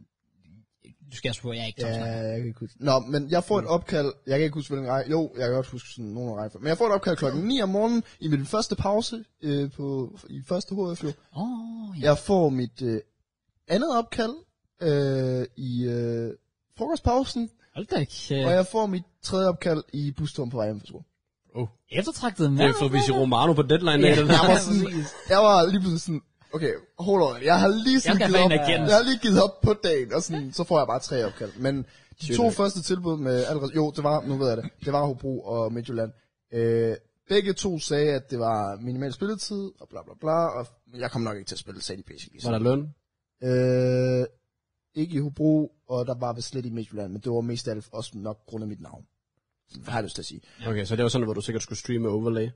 du skal også på, at jeg er ikke
Ja,
yeah.
jeg kan ikke huske. Nå, men jeg får et opkald. Jeg kan ikke huske, hvilken række. Jo, jeg kan godt huske sådan nogle række. Men jeg får et opkald klokken 9 om morgenen i min første pause øh, på, i første HF. Jo.
Åh, oh, ja.
Jeg får mit øh, andet opkald øh, i øh, frokostpausen,
Hold da
og
ikke.
jeg får mit tredje opkald i busturen på vej hjem fra skole.
Eftertragtet
Det
mand.
er for Visi Romano på deadline dag. den
Jeg
der.
var,
[laughs]
sådan, jeg var lige pludselig sådan, okay, hold on, jeg har lige sådan
Jeg skal
givet
have
op,
en agent.
jeg har lige givet op på dagen, og sådan, så får jeg bare tre opkald. Men de to
nok.
første tilbud med, allerede, jo, det var, nu ved jeg det, det var Hobro og Midtjylland. Øh, begge to sagde, at det var minimal spilletid, og bla bla bla, og jeg kom nok ikke til at spille, sagde de basically.
Var der løn?
Øh, ikke i Hobro, og der var vist slet i Midtjylland, men det var mest af alt også nok grund af mit navn. Hvad har jeg lyst til at sige?
Okay, så det var sådan, hvor du sikkert skulle streame overlay.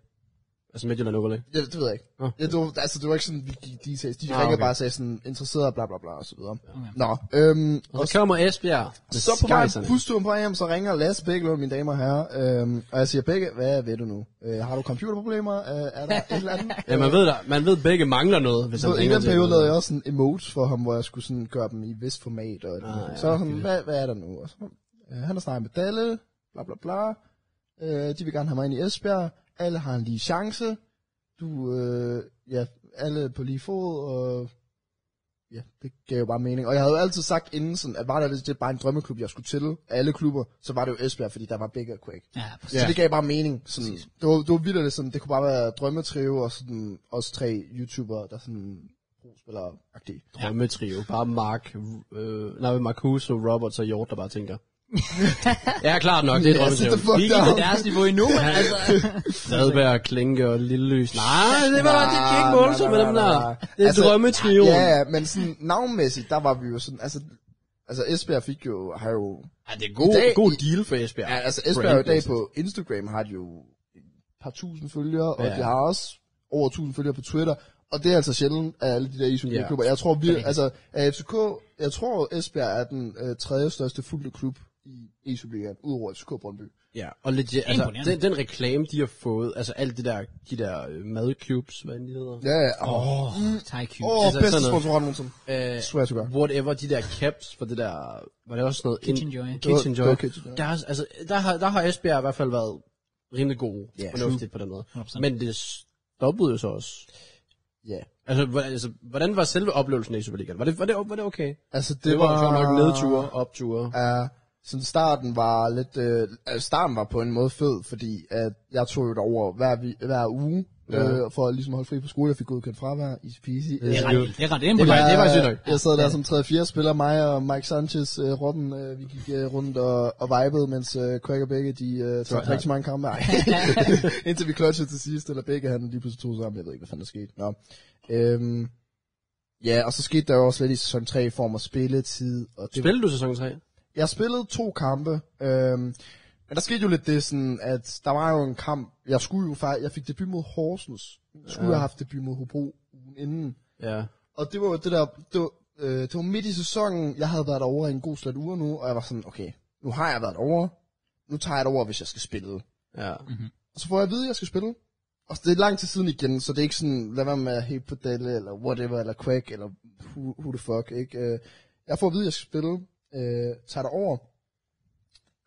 Altså Midtjylland overlay.
Ja, det ved jeg ikke.
Nå.
Ja, det, var, altså, det var ikke sådan, vi gik details. De
Nå,
ringede
okay.
bare og sagde sådan, interesseret og bla bla bla og så videre. Nå, øhm,
Og så kommer Esbjerg. med
så på vej
Skeiserne.
busturen på hjem, så ringer Lasse Bækkelund, mine damer og herrer, øhm, og jeg siger, Bække, hvad ved du nu? Øh, har du computerproblemer? Øh, er der et eller andet?
Ja, man ved, der, man ved begge mangler noget, hvis han
Så i
ringer
den
til
periode
dem.
lavede jeg også sådan emotes for ham, hvor jeg skulle sådan gøre dem i vist format. Og ah,
ja,
så var han, hvad, hvad er der nu? Og så, øh, han har snakket med Dalle, bla bla bla. Øh, de vil gerne have mig ind i Esbjerg. Alle har en lige chance. Du, øh, ja, alle på lige fod, og ja, det gav jo bare mening. Og jeg havde jo altid sagt inden sådan, at var der det bare en drømmeklub, jeg skulle til, af alle klubber, så var det jo Esbjerg, fordi der var begge og Quake.
Ja, præcis.
Så det gav bare mening. Sådan, det var, det var vildt, at det, sådan, det kunne bare være drømmetrio og sådan os tre YouTubere, der sådan spiller agtigt.
drømmetrio. Bare Mark, øh, nej, Marcus og Roberts og Hjort, der bare [laughs] tænker. ja, klart nok, det er
Ja, sit the
drømmetrio.
fuck
De er ikke på
down.
deres niveau endnu,
[laughs]
men altså...
Fredberg, Klinke og Lille Lys. Nej, det var det kan ikke
Nej,
måle sig
nej,
med
nej,
dem
nej,
der.
nej.
Det er
Altså,
drømmetrio.
Ja, ja, men sådan navnmæssigt, der var vi jo sådan, altså, altså Esbjerg fik jo, har jo,
Ja, det er
I
god,
dag-
god deal for Esbjerg.
ja, altså Esbjerg i dag på Instagram har de jo et par tusind følgere, og
Ja.
de har også over 1000 følgere på Twitter, og det er altså sjældent af alle de der
Ja.
ishockeyklubber. Jeg tror virkelig, altså af FCK, jeg tror Esbjerg er den øh, tredje største fulde klub i Isoligaen, udover FCK Brøndby.
Ja, og legit, altså,
Imponerende.
den, den reklame, de har fået, altså alt det der, de der øh, madcubes, hvad end de hedder.
Ja, ja. Åh, oh,
Åh, oh, Thai Cube.
oh,
altså,
altså, bedste
sådan noget.
sponsorat nogensinde.
Øh,
Swear to God.
whatever, de der caps for det der, var det også noget?
Kitchen Joy.
Kitchen
Det var-
Joy.
det var Kitchen Joy.
Der, er- altså, der, har, der har Esbjerg i hvert fald været rimelig god yeah, fornuftigt på den måde.
100%.
Men det stoppede jo så også.
Ja.
Altså, hvordan, altså, hvordan var selve oplevelsen i Superligaen? Var det, var det, var det okay?
Altså, det,
Det var, det var nok nedture, opture.
Ja, sådan starten var lidt, øh, altså starten var på en måde fed, fordi at jeg tog jo derover hver, vi, hver uge, ja. øh, for at ligesom holde fri på skole, jeg fik godkendt fravær, easy peasy. Øh,
Det er ret, det er ret
Det var-
imponerende.
det var
øh,
sygt nok.
Jeg sad der som 3-4 spiller, mig og Mike Sanchez, øh, Robben, øh, vi gik øh, rundt og, og vibede, mens øh, Craig og Begge, de øh, tabte rigtig mange
[laughs]
kampe. Ej. Indtil vi clutchede til sidst, eller Begge, han lige pludselig tog sig sammen. Jeg ved ikke, hvad fanden der skete. Nå. Øhm, ja, og så skete der jo også lidt i sæson 3 i form af spilletid. Og det
Spillede du sæson 3?
jeg spillede to kampe, øhm, men der skete jo lidt det sådan, at der var jo en kamp, jeg skulle jo faktisk, jeg fik debut mod Horsens, skulle jeg have haft debut mod Hobro ugen inden,
Ja.
og det var jo det der, det var, øh, det var midt i sæsonen, jeg havde været over i en god slat uger nu, og jeg var sådan, okay, nu har jeg været over, nu tager jeg det over, hvis jeg skal spille.
Ja.
Og så får jeg at vide, at jeg skal spille. Og det er lang tid siden igen, så det er ikke sådan, lad være med at hate på Dalle, eller whatever, eller Quack, eller who, who the fuck, ikke? Øh, Jeg får at vide, at jeg skal spille, øh, tager det over.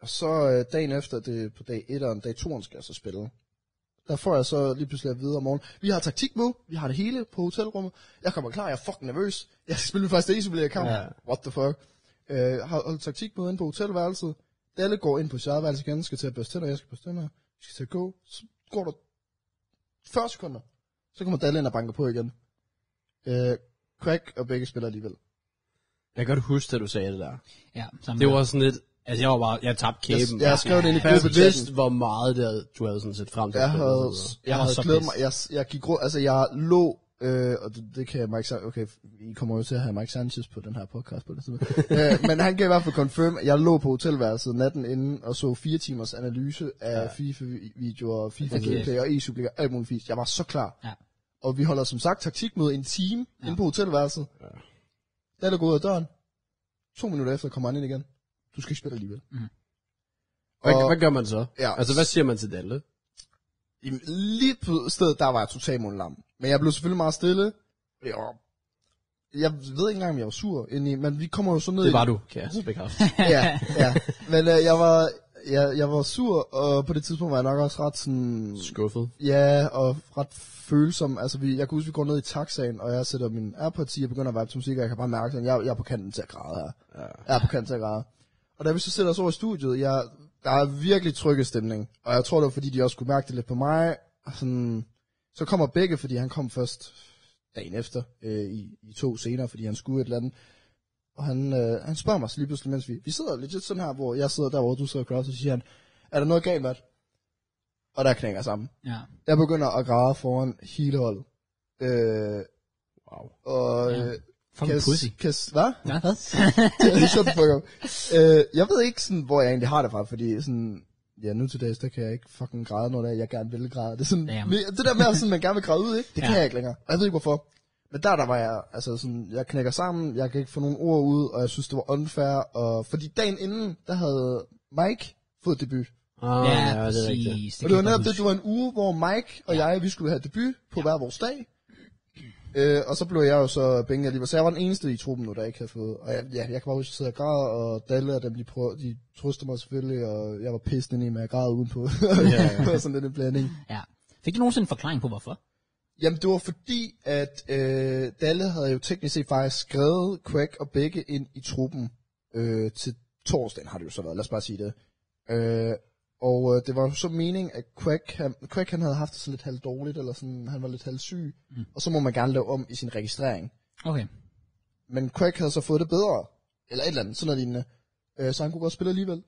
Og så øh, dagen efter, det er på dag 1'eren, dag 2'eren skal jeg så spille. Der får jeg så lige pludselig at vide om morgenen, vi har taktik med, vi har det hele på hotelrummet, jeg kommer klar, jeg er fucking nervøs, jeg skal spille min første isolerede kamp,
Ja.
ja. what the fuck. Øh, har holdt taktik med inde på hotelværelset, Dalle går ind på sit eget værelse igen, skal til at børste tænder, jeg skal børste tænder, vi skal til at gå, så går der 40 sekunder, så kommer Dalle ind og banker på igen. Øh, Craig og begge spiller alligevel.
Jeg kan godt huske, at du sagde det der.
Ja, sammen
Det var sådan lidt, altså jeg var bare, jeg tabte kæben.
Jeg- jeg skrev det ind i
Jeg
gruppen.
vidste, hvor meget der, du havde sådan set frem til. at
Jeg
spille
havde,
og så videre.
jeg
var
havde
så
glædet mig.
pissed.
Jeg, jeg gik rundt, altså jeg lå, øh, og det, det kan Mike Sanchez, okay, I kommer jo til at have Mike Sanchez på den her podcast på det tidspunkt. øh, men han kan i hvert fald confirm, at jeg lå på hotelværelset natten inden og så fire timers analyse af ja. FIFA-videoer, FIFA-gameplay og e og alt muligt fisk. Jeg var så klar.
Ja.
Og vi holder som sagt taktikmøde en time ja. inde på hotelværelset. Ja. Da der går ud af døren, to minutter efter kommer han ind igen. Du skal ikke spille alligevel.
Hvad,
Og-
hvad gør man så?
Ja.
Altså, hvad siger man til Dalle?
Jamen, lige på stedet, der var jeg totalt mundlam. Men jeg blev selvfølgelig meget stille. Ja. Jeg ved ikke engang, om jeg var sur indeni, men vi kommer jo så ned
Det
i-
var du, kan jeg så
[laughs]
bekræfte.
Ja, ja. Men øh, jeg, var, jeg, jeg var sur, og på det tidspunkt var jeg nok også ret sådan...
Skuffet.
Ja, og ret følsom. Altså, vi, jeg kan huske, vi går ned i taxaen, og jeg sætter min AirPods i, og begynder at vibe til musik, og jeg kan bare mærke, at jeg, jeg er på kanten til at græde her. Ja. Jeg er på kanten til at græde. Og da vi så sætter os over i studiet, jeg, der er virkelig trykket stemning. Og jeg tror, det var, fordi de også kunne mærke det lidt på mig. Og sådan, så kommer begge, fordi han kom først dagen efter, øh, i, i to senere, fordi han skulle et eller andet. Og han, øh, han spørger mig så lige pludselig, mens vi, vi sidder legit sådan her, hvor jeg sidder der, hvor du sidder og græder, så siger han, er der noget galt, Matt? Og der knækker jeg sammen.
Ja.
Jeg begynder at græde foran hele holdet. Øh,
Wow.
og... øh, Ja.
Fucking pussy.
Kas, hvad? [laughs]
Ja.
Det er shut the fuck up. Øh, jeg ved ikke, sådan, hvor jeg egentlig har det fra, fordi sådan... Ja, nu til dags, der kan jeg ikke fucking græde, når det er, jeg gerne vil græde. Det, er sådan,
Damn.
det det der med, at sådan, man gerne vil græde ud, ikke? det ja.
Ja.
kan jeg ikke længere. Og jeg ved ikke, hvorfor. Men der, der var jeg, altså sådan, jeg knækker sammen, jeg kan ikke få nogen ord ud, og jeg synes, det var unfair. Og, fordi dagen inden, der havde Mike fået debut.
Ah,
Ja,
ja, det er rigtigt.
præcis.
Det og det var
kan jeg
netop
godt
det, det var en uge, hvor Mike og jeg, vi skulle have debut på hver vores dag. Øh, og så blev jeg jo så bænket alligevel. Så jeg var den eneste i truppen nu, der ikke havde fået. Og jeg, ja, jeg kan bare huske, at jeg sidder og græder, og Dalle og dem, de, prøver, de trøster mig selvfølgelig, og jeg var pissed ind i, men jeg græd udenpå. [laughs] ja, ja. sådan lidt en blanding.
huske. Ja. Fik du nogensinde en forklaring på, hvorfor?
Jamen, det var fordi, at øh, Dalle havde jo teknisk set faktisk skrevet Quack og Begge ind i truppen øh, til torsdagen, har det jo så været, lad os bare sige det. Øh, og øh, det var jo så mening, at Quack, han, Quack han havde haft det sådan lidt halvdårligt, eller sådan, han var lidt halvsyg, mm. og så må man gerne lave om i sin registrering.
Okay.
Men Quack havde så fået det bedre, eller et eller andet, sådan noget lignende. Øh, så han kunne godt spille alligevel.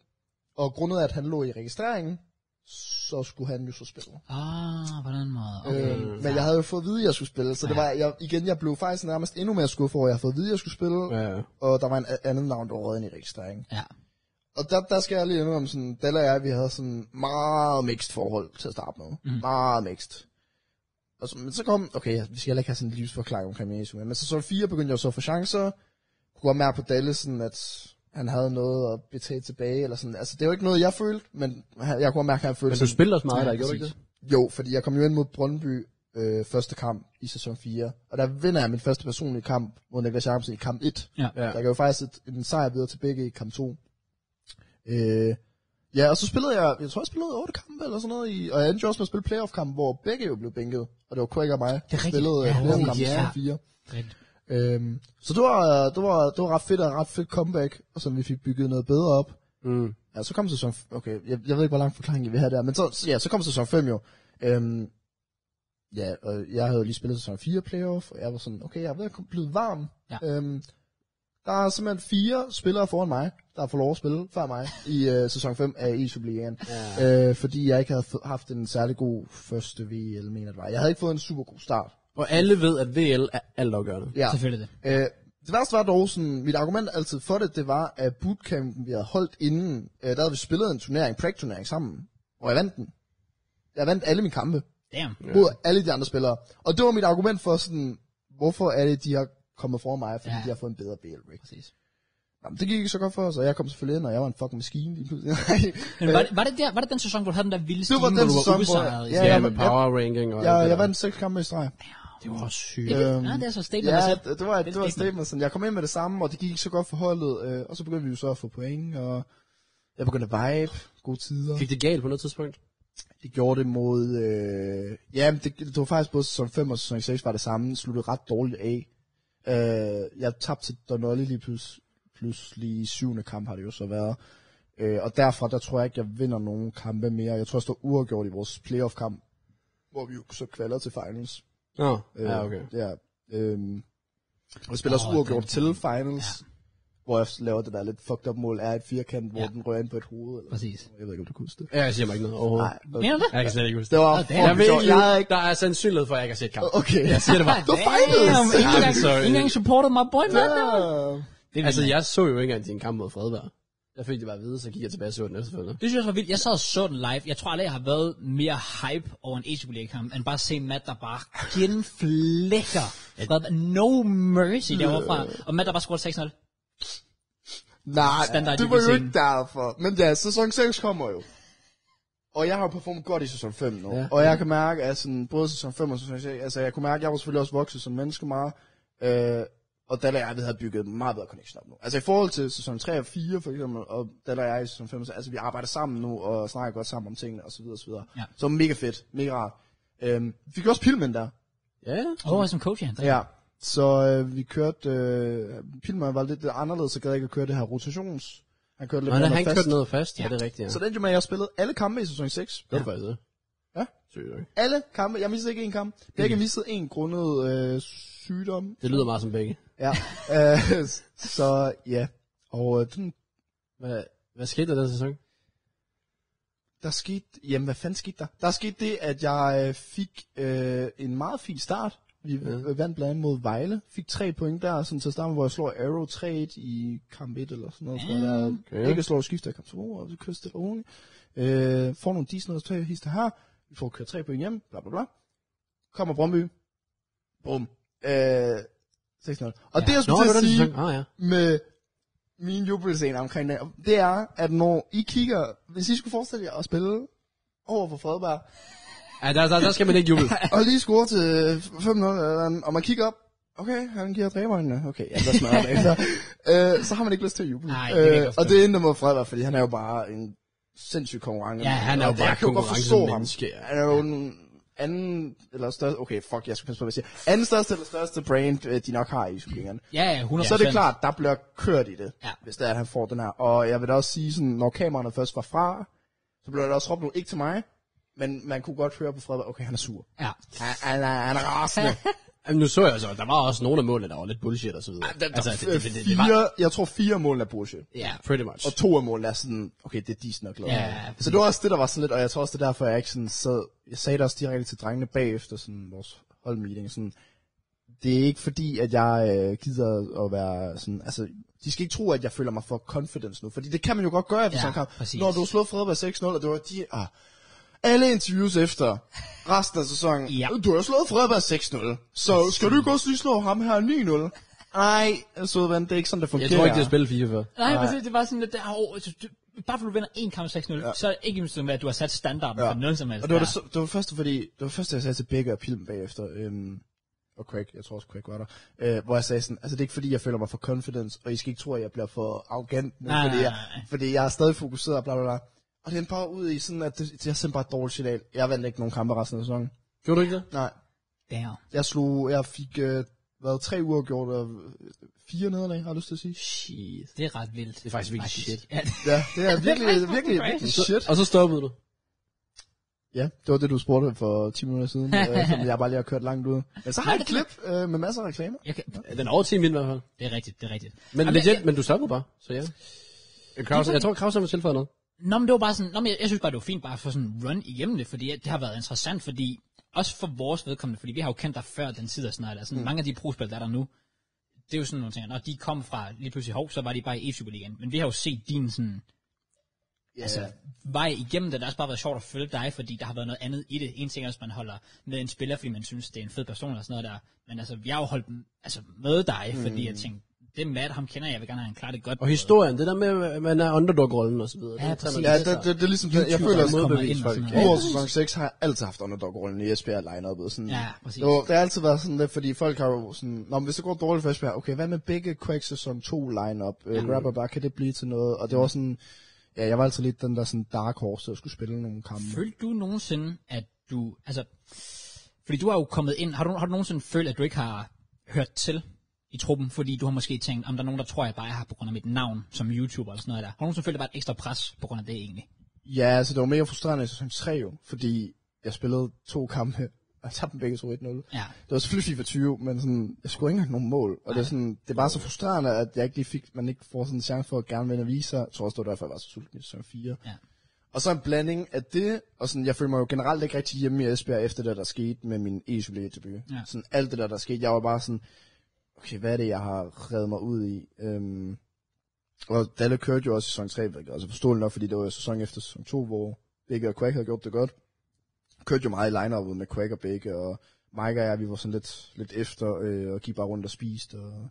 Og grundet af, at han lå i registreringen, så skulle han jo så spille.
Ah, på den måde. Okay. Mm.
Øh, men jeg havde jo fået at vide, at jeg skulle spille, så det var, jeg, igen, jeg blev faktisk nærmest endnu mere skuffet over, at jeg havde fået at vide, at jeg skulle spille, ja.
Ja.
og der var en a- anden navn, der var røget ind i registreringen.
Ja.
Og der, der skal jeg lige indrømme, sådan, Della og jeg, vi havde sådan meget mixed forhold til at starte med. Mm. Meget mixed. Og så, men så kom, okay, vi skal heller ikke have sådan en livsforklaring omkring Jesu, men så så 4 begyndte jeg så at få chancer. Kunne godt mærke på Dallas, sådan, at han havde noget at betale tilbage, eller sådan. Altså, det var ikke noget, jeg følte, men han- jeg kunne godt mærke, at han følte
Men du
sådan-
spillede også meget
Ja,
der, gjorde du ikke det?
præcis. Jo, fordi jeg kom jo ind mod Brøndby øh, første kamp i sæson 4, og der vinder jeg min første personlige kamp mod Niklas Jacobsen i kamp 1.
Ja.
Ja.
Jeg gav jo faktisk et, en sejr videre til begge i kamp 2. Øh, ja, og så spillede jeg, jeg tror jeg spillede 8 kampe eller sådan noget, i, og jeg endte jo også med at spille playoff-kamp, hvor begge jo blev bænket, og det var Craig og mig, der
rigtigt.
spillede
Ja,
ja, playoff-kamp i
ja.
sæson 4.
Rigtigt.
Øhm, så det var, det, var, det var ret fedt og et ret fedt comeback, og som vi fik bygget noget bedre op.
Mm.
Ja, så kom sæson... Okay, jeg, jeg ved ikke, hvor lang forklaring jeg vil have der, men så, så- ja, så kom sæson 5 jo. Øhm, ja, og jeg havde jo lige spillet sæson 4 playoff, og jeg var sådan, okay, jeg er ved at komme- blevet varm.
Ja.
Øhm, der er simpelthen fire spillere foran mig, der får lov at spille før mig i øh, sæson 5 af e Superligaen. Ja. Øh, fordi jeg ikke havde fået- haft en særlig god første VL, mener jeg det var. Jeg havde ikke fået en super god start.
Og alle ved, at VL er altafgørende.
Ja.
Selvfølgelig det.
Øh, det værste var dog sådan, mit argument altid for det, det var, at bootcampen, vi havde holdt inden, øh, der havde vi spillet en turnering, turnering sammen, og jeg vandt den. Jeg vandt alle mine kampe,
Damn.
ja. mod alle de andre spillere. Og det var mit argument for sådan, hvorfor er det, de har kommet for mig, fordi
Ja.
ja. de har fået en bedre BL rig.
Præcis.
Jamen, det gik ikke så godt for os, og jeg kom selvfølgelig ind, og jeg var en fucking maskine lige pludselig. Nej,
Men
[laughs]
var, det- var, det der, var det den sæson, hvor du havde den der vilde
Øh, det
stime,
var den
hvor du var
sæson, hvor
ubesejret? i
ja,
Ja,
jeg,
med power ranking og alt
jeg,
det
jeg
der.
vandt seks kampe i streg.
Det var også sygt.
Det,
Øhm,
ja, det er så statement.
Ja,
altså.
det, det var,
Det er
det var
et
et statement. Sådan, jeg kom ind med det samme, og det gik ikke så godt for holdet, øh, og så begyndte vi jo så at få point, og jeg begyndte at vibe, gode tider.
Gik det galt på noget tidspunkt?
Det gjorde det mod, øh, ja, men det, det var faktisk både sæson 5 og sæson 6 var det samme, sluttede ret dårligt af. Øh, jeg tabte til Donnelly lige plus, pludselig i syvende kamp har det jo så været. Øh, og derfra, der tror jeg ikke, jeg vinder nogen kampe mere. Jeg tror, jeg står uafgjort i vores playoff-kamp, hvor vi jo så kvalder til finals.
Nå,
Øh,
ja, Ah, okay.
Ja. Øhm, og spiller også
Åh,
uafgjort
den-
til finals, ja. hvor jeg laver det der lidt fucked up mål, er et firkant, hvor
Ja.
ja. den rører ind på et hoved. Eller
Præcis.
Jeg ved ikke, om du kunne huske det.
Ja, jeg siger mig ikke noget overhovedet.
Nej. okay.
Mener du det?
Jeg kan slet ikke huske
Det var
damn.
fucking
Jeg ved
sjovt.
jo,
Jeg havde ikke...
der er sandsynlighed for, at jeg ikke har set
[laughs]
kampen.
Okay.
Jeg siger det bare.
Du fejlede!
Damn, ingen engang-
sorry.
Ingen engang supported my boy, man.
Ja.
Det, er
Altså,
vildt.
jeg så jo ikke engang din kamp mod Fredberg. Jeg fik det bare at vide, så gik jeg tilbage og så den efterfølgende.
det synes jeg også var vildt. Jeg sad og så den live. Jeg tror aldrig, jeg har været mere hype over en ACB kamp end bare at se en Matt, der bare genflækker. Fred- No mercy derovre
Øh.
Og Matt, der bare scorede 6-0.
Nej,
Standard
det var jo
DBC'en.
ikke derfor. Men ja, sæson 6 kommer jo. Og jeg har jo performet godt i sæson 5 nu.
Ja.
Ja. Og jeg kan mærke, at sådan, både sæson 5 og sæson 6, altså jeg kunne mærke, at jeg var selvfølgelig også vokset som menneske meget. Øh, og Dalla og jeg, vi havde bygget en meget bedre connection op nu. Altså i forhold til sæson 3 og 4 for eksempel, og Dalla og jeg i sæson 5, så, altså vi arbejder sammen nu og snakker godt sammen om tingene osv. osv.
Ja.
Ja. Så mega fedt, mega rart. Øh, vi fik også Pilman der.
Ja,
Åh, oh, som coach, ja.
Ja, så øh, vi kørte, øh, Pilman var lidt anderledes, så gad jeg ikke at køre det her rotations. Han kørte lidt
Men
mere
han
noget fast.
kørte noget fast. Ja, det er rigtigt. Ja.
Så den med, at jeg spillede alle kampe i sæson 6.
Det var faktisk det.
Ja.
Sygt nok.
Alle kampe. Jeg missede ikke en kamp. Jeg
Mm.
ikke misset en grundet øh, sygdom.
Det lyder meget som begge.
Ja. [laughs] øh, så ja. Og øh, den,
Hvad, hvad skete der den sæson?
der skete... Jamen, hvad fanden skete der? Der skete det, at jeg øh, fik øh, en meget fin start. Vi ja. vandt blandt andet mod Vejle. Fik tre point der, sådan til at starte med, hvor jeg slår Arrow 3 i kamp 1 eller sådan noget. Tror jeg, der.
Okay.
Okay. Ikke slår skifter i kamp 2, og vi kører stille og roligt. Øh, får nogle decent resultater, hister her. Vi får kørt tre point hjem, bla bla bla. Kommer Brøndby. Bum. Øh, 6-0. Og ja. det, jeg
Nå, det
skulle til
var
at
den
sige,
sæson. Ah, ja.
med min jubelscene omkring det, det er, at når I kigger, hvis I skulle forestille jer at spille over for Fredberg,
Ja, der, der, der skal man ikke [laughs] juble.
og lige score til 5-0, eller andet, og man kigger op, okay, han giver dræberne, okay, ja, der smadrer
[laughs]
det så, øh, så har man ikke lyst til at juble. Øh,
Nej, det kan jeg godt
og det ender mod Fredberg, fordi han er jo bare en sindssyg konkurrence.
Ja, han er
Og
jo bare
jeg kan godt forstå ham.
konkurrencemenneske, ja.
Han er jo en anden, eller største, okay, fuck, jeg skal passe på, hvad jeg siger. Anden største eller største brand, øh, de nok har i Superligaen.
Ja, ja, 100%.
Så er det klart, der bliver kørt i det,
Ja.
ja. hvis det er, at han får den her. Og jeg vil da også sige, sådan, når kameraerne først var fra, så blev der også råbt nu, ikke til mig, men man kunne godt høre på Frederik, okay, han er sur. Øh,
Ja.
Han, han, er, han er [laughs] rasende.
Jamen, nu så jeg så, der var også nogle af målene, der var lidt bullshit og så videre.
Der, der,
Altså, det, det, det, det var...
fire, jeg tror fire af målene er bullshit.
Ja.
Pretty much.
Og to af målene er sådan, okay, det er decent nok lavet.
Ja, ja, præcis.
så det var også det, der var sådan lidt, og jeg tror også, det er derfor, jeg ikke sådan sad, jeg sagde det også direkte til drengene bagefter, sådan vores holdmeeting, sådan, det er ikke fordi, at jeg øh, gider at være sådan, altså, de skal ikke tro, at jeg føler mig for confidence nu, fordi det kan man jo godt gøre efter
Ja,
sådan en kamp.
præcis.
Når du har slået Fredberg 6-0, og det var de, ah, alle interviews efter, resten af sæsonen.
Ja.
Du har jo slået Fredberg 6-0, så skal du ikke også lige slå ham her 9-0? Nej, søde ven, altså, det er ikke sådan, det
Jeg
fungerer.
tror ikke, det er spillet FIFA før.
Nej, præcis, det var sådan lidt, der, oh, bare for du vinder en kamp 6-0, ja. så er det ikke engang med, at du har sat standarden Altså, ja. for noget som helst.
Og det var, det, så- det var det første, fordi, det var det første, jeg sagde til Begge og Pilm bagefter, øhm, og Craig, jeg tror også Craig var der, øh, hvor jeg sagde sådan, altså det er ikke fordi, jeg føler mig for confidence, og I skal ikke tro, at jeg bliver for arrogant nu,
Nej,
fordi, jeg,
nej, nej.
fordi jeg er stadig fokuseret og bla bla bla. Og den bare ud i sådan, at det, det er simpelthen bare et dårligt signal. Jeg vandt ikke nogen kampe resten af sæsonen.
Gjorde du ikke det?
Nej.
Damn.
Jeg slog, jeg fik, øh, været tre uger gjort, og øh, fire nederlag, har jeg lyst til at sige.
Shit. Det er ret vildt. Det
er faktisk virkelig shit.
Ja,
Ja, det er
[laughs] Det er faktisk
virkelig, virkelig,
fucking
virkelig
Så,
shit.
Og så stoppede du.
Ja, det var det, du spurgte for 10 minutter siden, øh, som jeg bare lige har kørt
[laughs]
langt ud. Men så har jeg et klip øh, med masser af reklamer.
jeg kan,
Ja, Den er over 10 min i hvert fald.
det er rigtigt, det er rigtigt.
Men
Jamen,
legit,
jeg-
men du stoppede bare, så ja. Kraus, jeg tror, Kraus har tilføjet noget.
Nå, men det var bare sådan, nå, men jeg, jeg synes bare, det var fint bare at få sådan en run igennem det, fordi det har været interessant, fordi også for vores vedkommende, fordi vi har jo kendt dig før den tid af snart, altså mm. mange af de prospil, der er der nu, det er jo sådan nogle ting, når de kom fra lige pludselig hov, så var de bare i E-Superligaen, men vi har jo set din sådan,
Ja,
altså, vej igennem det. Det har også bare været sjovt at følge dig, fordi der har været noget andet i det. En ting er, også, at man holder med en spiller, fordi man synes, det er en fed person eller sådan noget der. Men altså, jeg har jo holdt altså, med dig, fordi
Mm.
jeg tænkte, det er Matt, ham kender jeg, jeg vil gerne have, han klarer det godt.
Og historien, det der med, at man er underdog-rollen og så videre.
Ja,
det tager man
præcis.
ja
til
det,
sig.
det, det, er ligesom, det, jeg
YouTubere
føler,
også
at
kommer
modbevise
ind og
folk,
sådan
ja.
noget.
udover sæson 6 har jeg altid haft underdog-rollen i Esbjerg line sådan.
Ja, præcis.
Det, var, det har altid været sådan lidt, fordi folk har jo sådan, Nå, men hvis det går dårligt for Esbjerg, okay, hvad med begge Quake sæson 2 line-up? Øh, Grabber bare, kan det blive til noget? Og det var sådan, ja, jeg var altid lidt den der sådan dark horse, der skulle spille nogle kampe.
Følte du nogensinde, at du, altså, fordi du er jo kommet ind, har du, har du nogensinde følt, at du ikke har hørt til i truppen, fordi du har måske tænkt, om der er nogen, der tror, jeg bare er her på grund af mit navn som YouTuber eller sådan noget der. Har du nogensinde følt, at der var et ekstra pres på grund af det egentlig?
Ja, altså det var mega frustrerende i sæson 3 jo, fordi jeg spillede to kampe, og jeg tabte dem begge to 1-0.
Ja.
Det var selvfølgelig FIFA 20, men sådan, jeg skulle ikke engang nogen mål. Og det er, sådan, det er bare så frustrerende, at jeg ikke lige fik, man ikke får sådan en chance for at gerne vinde og vise sig. Jeg tror også, det var derfor, jeg var så sulten i sæson 4.
Ja.
Og så en blanding af det, og sådan, jeg føler mig jo generelt ikke rigtig hjemme i Esbjerg, efter det, der skete med min e debut.
Ja.
Sådan alt det der, der skete, jeg var bare sådan, okay, hvad er det, jeg har reddet mig ud i? Øhm, og Dalle kørte jo også i sæson 3, hvilket altså forståeligt nok, fordi det var jo sæson efter sæson 2, hvor Bække og Quack havde gjort det godt. Kørte jo meget i line med Quack og Bække, og Mike og jeg, vi var sådan lidt, lidt efter, øh, og gik bare rundt og spiste, og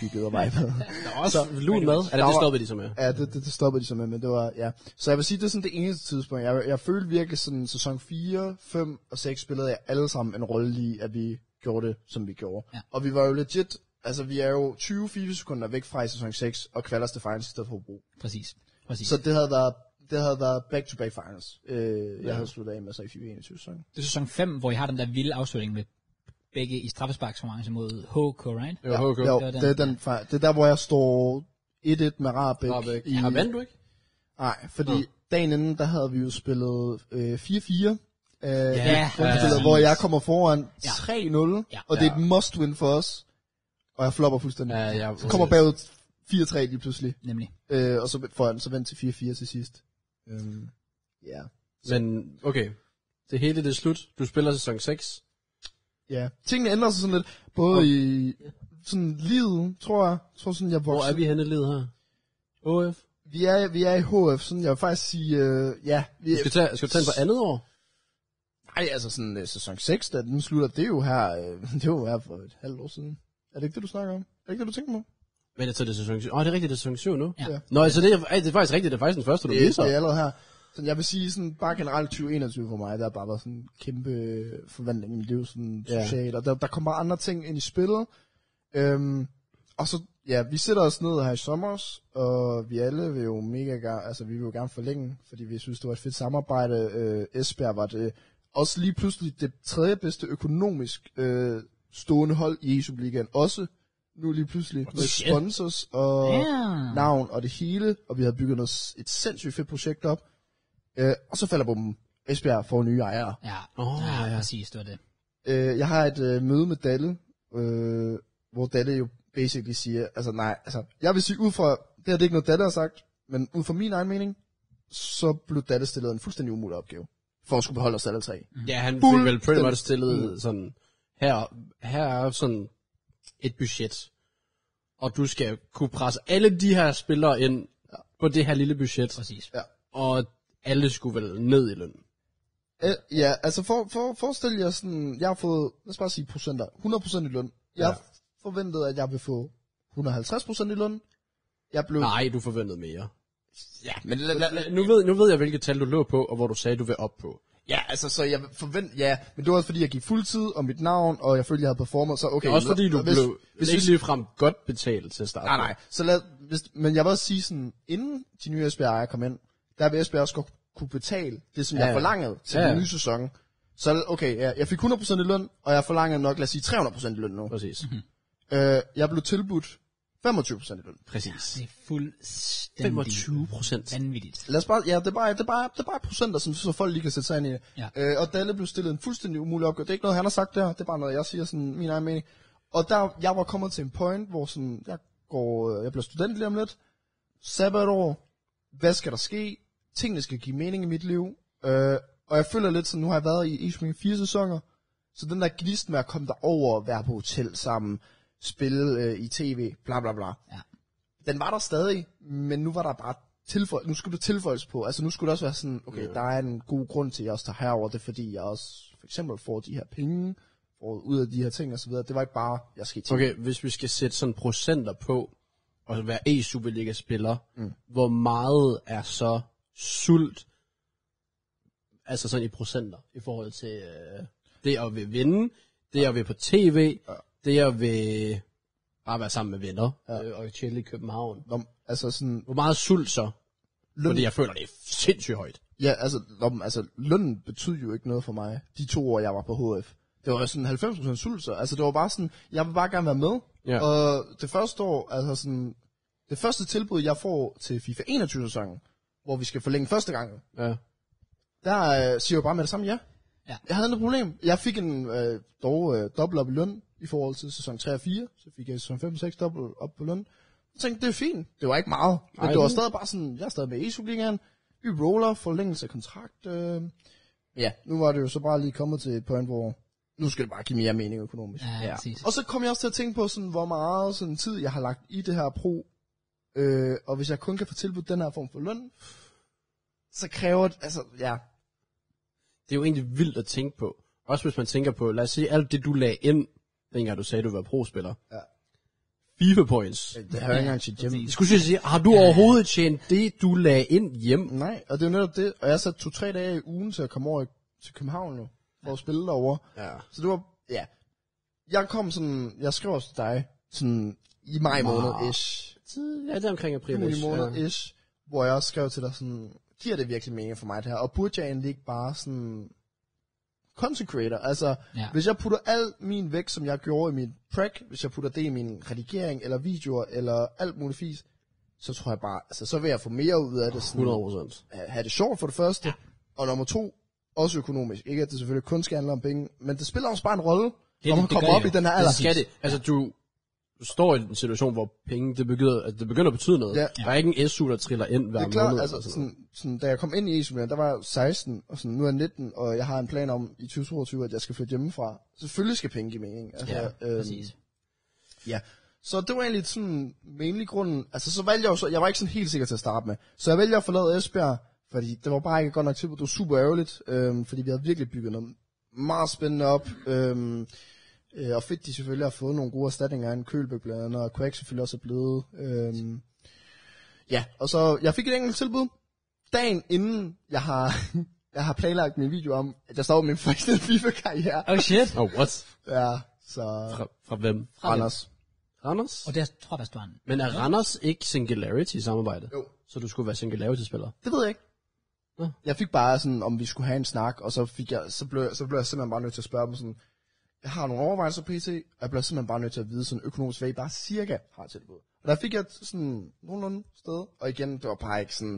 hyggede og vibede.
Der er også lun mad. Ja, det
Der var-
stoppede de så med.
Ja, det, det, det stoppede de så med, men det var, ja. Så jeg vil sige, det er sådan det eneste tidspunkt. Jeg, jeg følte virkelig sådan, sæson 4, 5 og 6 spillede jeg alle sammen en rolle i, at vi gjorde det, som vi gjorde.
Ja.
Og vi var jo legit, altså vi er jo 20-24 sekunder væk fra i sæson 6, og kvalder os til finals i stedet for brug.
Præcis. Præcis.
Så det havde været, det havde været back-to-back finals, øh, jeg havde sluttet af med så i 21 sæsonen.
Det er sæson 5, hvor I har den der vilde afslutning med begge i straffesparkskonkurrence mod HK, right?
Det var HK.
Jo,
Det var den.
det er, den, fra- det er der, hvor jeg står 1-1 med Rabeck.
Rabeck.
i-
Har vandt du ikke?
Nej, fordi dagen inden, der havde vi jo spillet øh, 4-4. Øh, ja,
præcis.
hvor jeg kommer foran
Ja.
3-0,
Ja.
og det er et must win for os. Og jeg flopper fuldstændig.
Ja,
Ja,
jeg
så kommer bagud 4-3 lige pludselig,
Nemlig.
øh, og så foran, så vendt til 4-4 til sidst. Øhm, ja.
Men okay, det hele det er slut. Du spiller sæson 6.
ja. Tingene ændrer sig sådan lidt, både i sådan livet, tror jeg. Jeg tror sådan, jeg
Hvor
vokser
er vi henne i livet her? OF?
Vi er, vi er i HF, sådan jeg vil faktisk sige, øh, ja. Vi,
Skal du tage, skal du tage den på andet år?
nej, altså sådan øh, sæson 6, da den slutter, det er jo her, øh, [laughs] det er jo her for et halvt år siden. Er det ikke det, du snakker om? Er det ikke det, du tænker på?
Men jeg tager det er sæson 7. Åh, oh, det er rigtigt, det er sæson 7 nu.
Ja.
Ja.
Nå, altså det er, ej, det er faktisk rigtigt, det er faktisk den første, du
Det,
viser.
det er allerede her. Så jeg vil sige, sådan, bare generelt 2021 for mig, der har bare været sådan en kæmpe øh, forvandling i mit liv, sådan
Ja.
socialt, og der, der kommer andre ting ind i spillet. Øhm, og så, ja, vi sætter os ned her i sommer, og vi alle vil jo mega gerne, altså vi vil jo gerne forlænge, fordi vi synes, det var et fedt samarbejde. Øh, Esbjerg var det også lige pludselig det tredje bedste økonomisk øh, stående hold i Superligaen også. Nu lige pludselig med
shit.
sponsors og
Ja.
navn og det hele, og vi havde bygget noget, et sindssygt fedt projekt op. Øh, og så falder bomben. Esbjerg får nye ejere.
Ja.
Åh,
ja,
ja.
præcis, det var det.
Øh, jeg har et øh, møde med Dalle, øh, hvor Dalle jo basically siger, altså nej, altså, jeg vil sige ud fra, det her det er ikke noget Dalle har sagt, men ud fra min egen mening, så blev Dalle stillet en fuldstændig umulig opgave, for at skulle beholde os alle tre.
Ja, han
Fuld-
fik vel pretty much stillet sådan, her, her er sådan et budget, og du skal kunne presse alle de her spillere ind på det her lille budget,
Præcis.
Ja.
og alle skulle vel ned i løn.
Øh, ja, altså for, for, forestil jer sådan, jeg har fået, lad os bare sige procenter, 100% i løn. Jeg ja. forventede, at jeg ville få 150% i løn. Jeg blev...
Nej, du forventede mere.
ja, men lad, lad, lad,
Nu ved, nu ved jeg, hvilket tal du lå på, og hvor du sagde, du vil op på.
ja, altså, så jeg forvent, ja, men det var også fordi, jeg gik fuldtid, og mit navn, og jeg følte, jeg havde performet, så okay.
Okay, også
lad-
fordi du
hvis,
blev
Hvis,
hvis ikke ligefrem godt betalt til at starte.
Nej, nej. Så lad, hvis, men jeg vil også sige sådan, inden de nye Esbjerg ejere kom ind, der vil Esbjerg også godt kunne betale det, som ja.
Ja.
jeg forlangede til
Ja,
ja.
ja.
den nye sæson. Så okay, ja, jeg fik 100% i løn, og jeg forlanger nok, lad os sige 300% i løn nu.
Præcis.
Øh, jeg blev tilbudt 25% i løn.
Præcis.
Det er fuldstændig
25 procent.
vanvittigt.
Lad os bare, ja, det er bare, det er bare, det er bare procenter, sådan, så folk lige kan sætte sig ind i det.
Ja.
Øh, og Dalle blev stillet en fuldstændig umulig opgave. Det er ikke noget, han har sagt der. Det er bare noget, jeg siger sådan, min egen mening. Og der, jeg var kommet til en point, hvor sådan, jeg, går, øh, jeg bliver student lige om lidt. Sabbatår. Hvad skal der ske? Tingene skal give mening i mit liv. Øh, og jeg føler lidt sådan, nu har jeg været i Ishming fire sæsoner. Så den der gnist med at komme derover og være på hotel sammen, spille øh, i tv, bla bla bla den var der stadig, men nu var der bare tilføj, nu skulle det tilføjes på. Altså nu skulle det også være sådan, okay, yeah. der er en god grund til, at jeg også tager herover. Det er fordi, jeg også for eksempel får de her penge, får ud af de her ting og så videre. Det var ikke bare, jeg skal i okay.
Okay, hvis vi skal sætte sådan procenter på, og være e-Superliga-spiller, mm. hvor meget er så sult, altså sådan i procenter, i forhold til øh, det at vil vinde, det at vil på tv, ja. det at vil bare være sammen med venner, ja. øh, og chill i København.
Nå, altså sådan,
Hvor meget er sult så?
Løn-
Løn. Fordi jeg føler, det er sindssygt højt.
ja, altså, nå, men altså, lønnen betød jo ikke noget for mig, de to år, jeg var på HF. Det var jo sådan 90% sulser. Altså det var bare sådan, jeg vil bare gerne være med.
Ja.
Og det første år, altså sådan, det første tilbud, jeg får til FIFA 21-sæsonen, hvor vi skal forlænge første gang,
Ja.
der øh, siger jeg bare med det samme ja.
Ja.
Jeg havde noget problem. Jeg fik en øh, dog øh, dobbelt op i løn i forhold til sæson 3 og 4. Så fik jeg i sæson 5 og 6 dobbelt op på løn. Jeg tænkte, det er fint. Det var ikke meget. Men
Ej,
det var
men-
stadig bare sådan, jeg er stadig med i Superligaen. Vi roller, forlængelse af kontrakt. Øh. Ja, nu var det jo så bare lige kommet til et point, hvor nu skal det bare give mere mening økonomisk.
Ja, ja. præcis.
Og så kom jeg også til at tænke på, sådan, hvor meget sådan, tid jeg har lagt i det her pro. Øh, og hvis jeg kun kan få tilbudt den her form for løn, så kræver det, altså, ja,
det er jo egentlig vildt at tænke på. Også hvis man tænker på, lad os sige, alt det du lagde ind, dengang du sagde, du var pro-spiller.
Ja.
FIFA points.
Det har jeg ikke engang til gym.
Jeg skulle til at sige, har du overhovedet tjent det, du lagde ind hjem?
Nej, og det er jo netop det. Og jeg satte to-tre dage i ugen til at komme over i- til København nu, for at spille derovre.
Ja.
Så det var, ja. Jeg kom sådan, jeg skrev også til dig, sådan i maj måned ish.
Ja, det er omkring april.
Juni
Ja.
måned ish, hvor jeg også skrev til dig sådan, giver det virkelig mening for mig det her? Og burde jeg egentlig ikke bare sådan consecrator? Altså,
Ja.
ja. hvis jeg putter al min vægt, som jeg gjorde i min prep, hvis jeg putter det i min redigering, eller videoer, eller alt muligt fis, så tror jeg bare, altså, så vil jeg få mere ud af det. Sådan,
100 procent.
at have det sjovt for det første, ja. og nummer to, også økonomisk. Ikke at det selvfølgelig kun skal handle om penge, men det spiller også bare en rolle,
det-
når man
det
kommer
gør
op
det
i
jo.
den her alder.
Det skal det. Altså, du du står i en situation, hvor penge, det begynder, altså, det begynder at betyde noget.
Ja.
Der er ikke en SU, der triller ind hver
Det er klart,
måned.
altså,
eller
sådan, sådan, da jeg kom ind i Isolien, der var jeg 16, og sådan, nu er jeg 19, og jeg har en plan om i 2022, at jeg skal flytte hjemmefra. Selvfølgelig skal penge give mening. Altså,
Ja,
øhm,
Præcis.
Ja. Så det var egentlig sådan mainly grunden. Altså så valgte jeg jo så, jeg var ikke sådan helt sikker til at starte med. Så jeg vælger at forlade Esbjerg, fordi det var bare ikke godt nok til, det var super ærgerligt, øhm, fordi vi havde virkelig bygget noget meget spændende op. Øhm, øh, og fedt, de selvfølgelig har fået nogle gode erstatninger af en Kølbæk blandt andet, og Quack selvfølgelig også er blevet. Øhm, ja, og så jeg fik et enkelt tilbud. Dagen inden jeg har, [laughs] jeg har planlagt min video om, at jeg startede min [laughs] første FIFA-karriere.
Oh shit.
Oh, what?
Ja, så...
Fra, fra hvem?
Fra Anders.
Randers?
Og der tror jeg, faktisk, du har en.
Men er Randers ikke singularity i samarbejde?
Jo.
Så du skulle være singularity-spiller?
Det ved jeg ikke.
Nå.
Jeg fik bare sådan, om vi skulle have en snak, og så, fik jeg, så, blev, så blev jeg simpelthen bare nødt til at spørge dem sådan, jeg har nogle overvejelser pt, og jeg blev simpelthen bare nødt til at vide sådan økonomisk, hvad I bare cirka har tilbud. Og der fik jeg t- sådan nogenlunde sted, og igen, det var bare ikke sådan,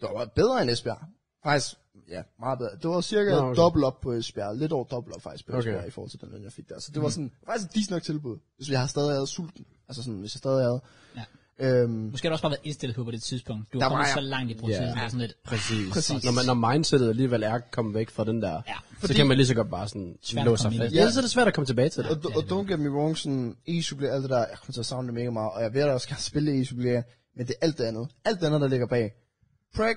det var bare bedre end Esbjerg. Faktisk, ja, meget bedre. Det var
Nå,
cirka no,
okay.
okay. dobbelt op på Esbjerg, lidt over dobbelt op faktisk på
Okay. Mm.
Esbjerg i forhold til den løn, jeg fik der. Så det var sådan, faktisk et decent nok tilbud, hvis jeg har stadig været sulten. Altså sådan, hvis jeg stadig havde.
Ja.
Øhm,
Måske har du også bare været indstillet på på det tidspunkt. Du
Der
har kommet
var jeg.
så langt i processen.
Ja.
Yeah. Sådan lidt.
Præcis.
Præcis.
Når, man, når mindsetet alligevel er kommet væk fra den der,
Ja.
så kan man lige så godt bare sådan
Svært at
låse sig
komme ind
fast.
i.
Ja, ellers er det svært at komme tilbage til det.
Og, og don't get me wrong, sådan e-supply, alt det der, jeg kommer til at savne det mega meget, og jeg ved, at jeg skal spille e-supply, men det er alt det andet. Alt det andet, der ligger bag. Prag,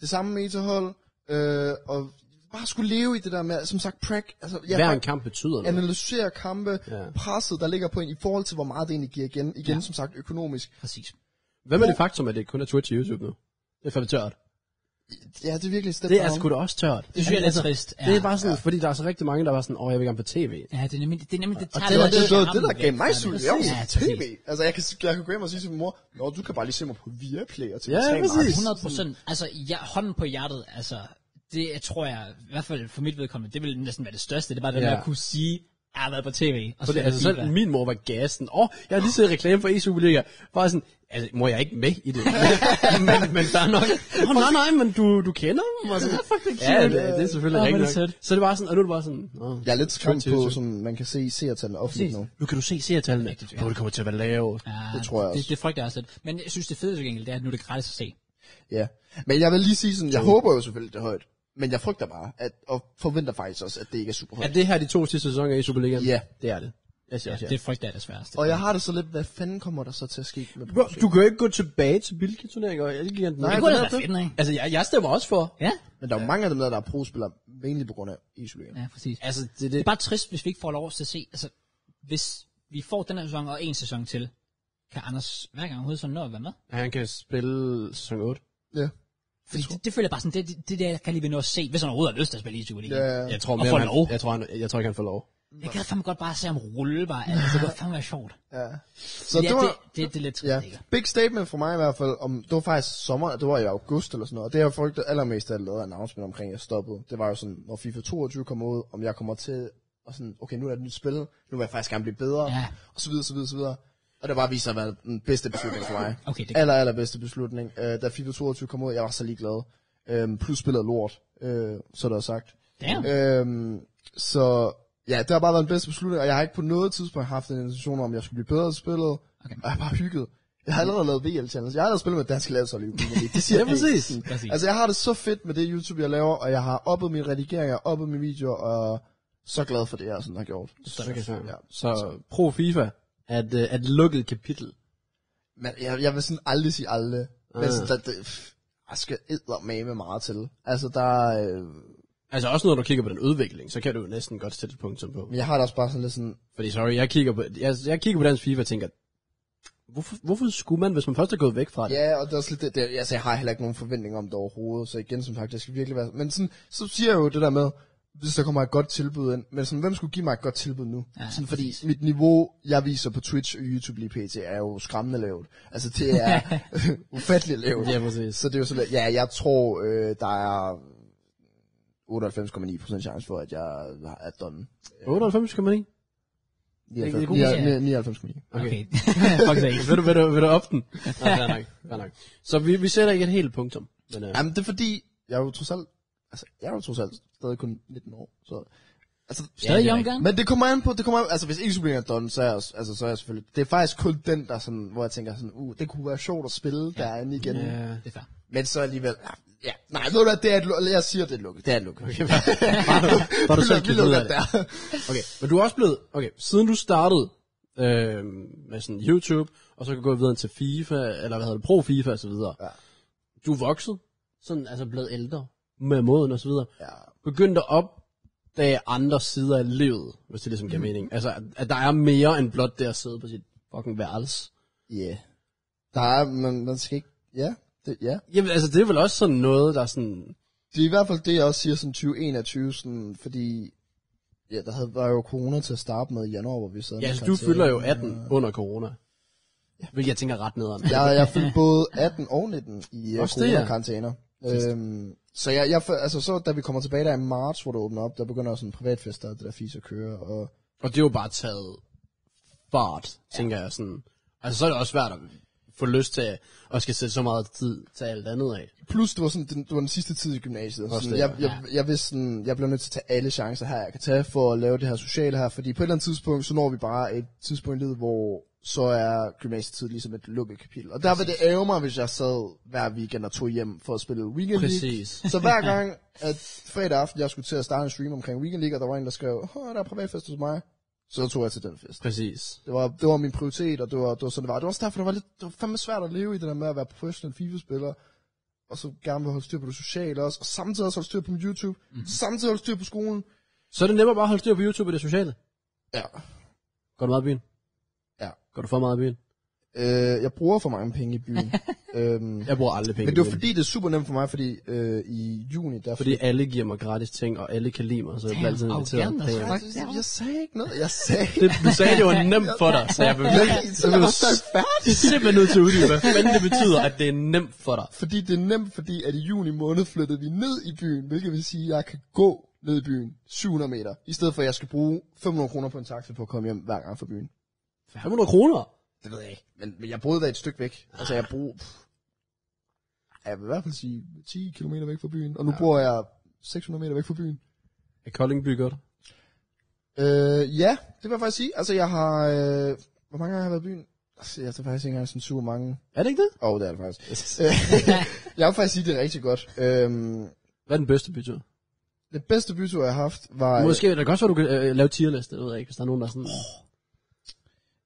det samme metahold, øh, og bare skulle leve i det der med, som sagt, prac, altså,
Ja, Hver en kamp betyder noget.
analysere kampe,
Ja.
ja. presset, der ligger på en, i forhold til, hvor meget det egentlig giver igen, igen ja. som sagt, økonomisk.
Præcis.
Hvad med det faktum, at det kun er Twitch og YouTube nu? Det er fandme tørt.
Ja, det er virkelig step
Det er
down.
sgu da også tørt. Altså,
Det synes jeg er lidt trist.
Det er bare sådan, ja. fordi der er så rigtig mange, der var sådan, åh, jeg vil gerne på tv.
Ja, det er nemlig det, er nemlig, det tager
Det var det,
lidt
det, var
af
det, der
charmen
gav
væk
mig
fra
sult.
det.
Jeg var
Ja,
sådan, tv. Altså, jeg kan, jeg kan gå hjem og sige til min mor, Nå, du kan bare lige se mig på Viaplay og TV3
Ja,
Max."
præcis.
100 procent. Altså, ja, hånden på hjertet, altså, det tror jeg, i hvert fald for mit vedkommende, det ville næsten være det største. Det er bare det
Ja.
ja. med at kunne sige, jeg har været på tv. Og
For det,
spillet
altså,
FIFA.
selv min mor var gasen. Åh, jeg har lige set reklame for e-superliga. Bare sådan, altså, mor, jeg er ikke med i det. [laughs] men, men der er nok, oh, nej, nej, men du, du kender dem. Og sådan, ja, det, det er selvfølgelig
Åh,
oh,
hvor er
rigtigt
det
nok.
sødt.
Så det var sådan, og nu er det bare sådan, oh.
Jeg er lidt skræmt
Twitch,
på,
YouTube.
som man kan se seertallene offentligt nu.
Nu kan du se seertallene. Åh, det kommer til at være lave.
Ja,
det tror jeg
det,
også.
det frygter jeg også lidt. Men jeg synes, det fede til gengæld, det er, at nu er det gratis at se.
Ja. Men jeg vil lige sige sådan, jeg håber jo selvfølgelig, det er højt. Men jeg frygter bare, at, og forventer faktisk også, at det ikke er super
Er
højt.
det her de to sidste sæsoner i Superligaen?
Ja.
Det er det. Jeg siger
Ja,
også, ja.
Det frygter jeg desværre.
Og jeg har det så lidt, hvad fanden kommer der så til at ske med
Bro, du kan jo ikke gå tilbage til Bilka-turneringer og Elgiganten.
Nej,
det kunne da være fedt, ikke?
Altså, jeg, jeg stemmer også for.
Ja,
Men der er jo mange af dem der, der er pro-spillere, mainly på grund af isolering.
ja, præcis.
Altså, det,
Det er bare trist, hvis vi ikke får lov til at se, altså, hvis vi får den her sæson og en sæson til, kan Anders hver gang overhovedet sådan nå at være med?
Han kan spille sæson 8.
Ja.
Fordi det, det føler jeg bare sådan, det, det, det der, jeg kan lige ved nå at se, hvis han overhovedet har lyst til at spille i Superligaen.
Ja, ja.
Jeg tror,
Og
mere,
får
om han,
lov.
jeg, tror, han, jeg tror ikke, han får lov.
Jeg kan fandme godt bare se ham rulle bare, altså, det kunne fandme være sjovt.
ja. Så
ja,
det var...
det, det, det er lidt trist,
Ja,
ikke?
big statement for mig i hvert fald, om, det var faktisk sommer, det var i august eller sådan noget, og det jeg frygtede allermest, da jeg lavede announcement omkring, at jeg stoppede, det var jo sådan, når FIFA 22 kommer ud, om jeg kommer til, og sådan, okay, nu er der et nyt spil, nu vil jeg faktisk gerne blive bedre,
Ja.
og så videre, så videre, så videre. Og det var vist at være den bedste beslutning for mig.
Okay, det-
Aller, aller bedste beslutning. Øh, da FIFA 22 kom ud, jeg var så ligeglad. Øhm, plus spillet lort, øh, så der er sagt.
Damn.
Øhm, så ja, det har bare været den bedste beslutning, og jeg har ikke på noget tidspunkt haft en intention om, at jeg skulle blive bedre til spillet.
Okay.
Og jeg har bare hygget. Jeg har allerede lavet VL Challenge. Jeg har allerede spillet med dansk landshold i
[laughs]
Premier League. Det siger
Ja,
jeg ikke.
præcis.
Sådan.
Præcis.
Altså, jeg har det så fedt med det YouTube, jeg laver, og jeg har oppet mine redigeringer, oppet mine videoer, og så glad for det, jeg sådan har gjort.
Ja.
Ja.
Så pro FIFA er et, øh, er et lukket kapitel.
Men jeg, jeg vil sådan aldrig sige aldrig. Men
Ah.
sådan, der, det, pff, jeg skal eddermame meget til. Altså, der øh,
Altså også når du kigger på den udvikling, så kan du jo næsten godt sætte et punktum på.
men jeg har det også bare sådan lidt sådan,
Fordi sorry, jeg kigger på, jeg, jeg kigger på dansk FIFA og tænker, hvorfor, hvorfor skulle man, hvis man først er gået væk fra det?
Ja, og det er også lidt det, det altså, jeg har heller ikke nogen forventninger om det overhovedet, så igen, som sagt, det skal virkelig være, men sådan, så siger jeg jo det der med, hvis der kommer et godt tilbud ind, men sådan, hvem skulle give mig et godt tilbud nu?
Ja,
Ja, sådan, fordi
præcis.
mit niveau, jeg viser på Twitch og YouTube lige pt, er jo skræmmende lavt. Altså, det
[laughs]
er [laughs] ufatteligt lavt.
Ja, præcis.
Så det er jo sådan, lidt- ja, jeg tror, øh, der er 98,9% chance for, at jeg er done.
98,9?
99,9.
kunne
være.
99,9.
Okay. [laughs] Fuck sake.
vil du, vil du, vil du op den? Nej, fair nok, fair nok. Så vi, vi sætter ikke et helt punktum. Men, øh,
Jamen, det er fordi, jeg er jo trods alt, altså, jeg er jo trods alt stadig kun 19 år, så... Altså,
Stadig
det er
young
rigtigt.
gun?
Men det kommer an på, det kommer an, altså hvis ikke Superligaen er done, så er jeg, også- altså, så er jeg selvfølgelig, det er faktisk kun den, der sådan, hvor jeg tænker sådan, uh, det kunne være sjovt at spille ja. derinde igen. Ja.
ja.
Det er fair.
Men så alligevel, ja, ja. nej, ved du hvad, det er et, lu- jeg siger, det er et lukket, det er et lukket. Okay,
Var du,
[laughs]
var du selv
vi
kigget ud
lukker
af det?
der.
Okay, men du er også blevet, okay, siden du startede øh, med sådan YouTube, og så kan gå videre til FIFA, eller hvad hedder det, Pro FIFA og så videre.
Ja.
Du er vokset, sådan altså blevet ældre med moden og så videre.
Ja.
Begyndt at opdage andre sider af livet, hvis det ligesom giver mening. Altså, at- at der er mere end blot det at sidde på sit fucking værelse.
Ja. Der er, man, man skal ikke, ja, det, ja.
Jamen, altså, det er vel også sådan noget, der er sådan,
Det er i hvert fald det, jeg også siger sådan 2021, sådan, fordi, ja, der havde, var jo corona til at starte med i januar, hvor vi sad.
ja,
med
altså, du
karantæne.
fylder jo 18 under corona. Hvilket jeg tænker er ret nederen.
jeg, jeg fyldte både 18 og 19 i
Også det,
også
ja.
corona-karantæner. Øhm, så jeg, jeg, altså så da vi kommer tilbage der i marts, hvor det åbner op, der begynder sådan en privatfest, der er det der fis at køre, og
Og det er jo bare taget fart, tænker jeg sådan. Altså, så er det også svært at få lyst til at skal sætte så meget tid til alt andet af.
plus det var sådan, den, det var den sidste tid i gymnasiet, og
Også
sådan,
det,
jeg,
ja.
jeg, jeg, vidste sådan, jeg blev nødt til at tage alle chancer her, jeg kan tage for at lave det her sociale her, fordi på et eller andet tidspunkt, så når vi bare et tidspunkt i livet, hvor så er gymnasietid ligesom et lukket kapitel. Og der vil det ære mig, hvis jeg sad hver weekend og tog hjem for at spille Weekend League.
Præcis.
Så
[laughs]
hver gang, at fredag aften, jeg skulle til at starte en stream omkring Weekend League, og der var en, der skrev, åh, der er privatfest hos mig, så tog jeg til den fest.
Præcis.
Det var, det var min prioritet, og det var, det var sådan, det var. Det var også derfor, det var, lidt, det var fandme svært at leve i det der med at være professionel FIFA-spiller, og så gerne vil holde styr på det sociale også, og samtidig også holde styr på mit YouTube, mm-hmm. samtidig holde styr på skolen.
Så er det nemmere bare at holde styr på YouTube og det sociale.
Ja.
Går du meget i byen?
Ja.
Går du for meget i byen?
Øh, jeg bruger for mange penge i byen. øhm,
Jeg bruger aldrig penge
men det
i
var
byen.
fordi, det er super nemt for mig, fordi øh, i juni, der
Fordi alle giver mig gratis ting, og alle kan lide mig, så jeg bliver altid
Damn,
inviteret.
arrogant,
Penge.
altså.
Jeg, jeg sagde ikke noget. Jeg sagde
Det, du sagde, det var nemt for dig, så jeg
[laughs]
blev
Jeg- så jeg var så
færdig. simpelthen nødt til at uddybe, hvad fanden det betyder, at det er nemt for dig.
Fordi det er nemt, fordi at i juni måned flyttede vi ned i byen, hvilket vil sige, at jeg kan gå ned i byen 700 meter, i stedet for at jeg skal bruge 500 kroner på en taxa på at komme hjem hver gang fra byen.
500 kroner?
Det ved jeg ikke. Men, men jeg boede der et stykke væk. Altså jeg boede, pff, ja, jeg vil i hvert fald sige 10 km væk fra byen, og nu bor jeg 600 meter væk fra byen.
Er Koldingby godt?
Øh, ja, det vil jeg faktisk sige. Altså jeg har, øh, hvor mange gange har jeg været i byen? Altså, jeg er faktisk ikke engang sådan super mange.
Er det ikke det?
Åh, oh, det er det faktisk. [laughs] jeg vil faktisk sige, det er rigtig godt. Øhm,
Hvad er den bedste bytur?
den bedste bytur, jeg har haft, var... øh,
Måske, det kan også være, du kan øh, lave tierliste, det ved jeg ikke, hvis der er nogen, der er sådan...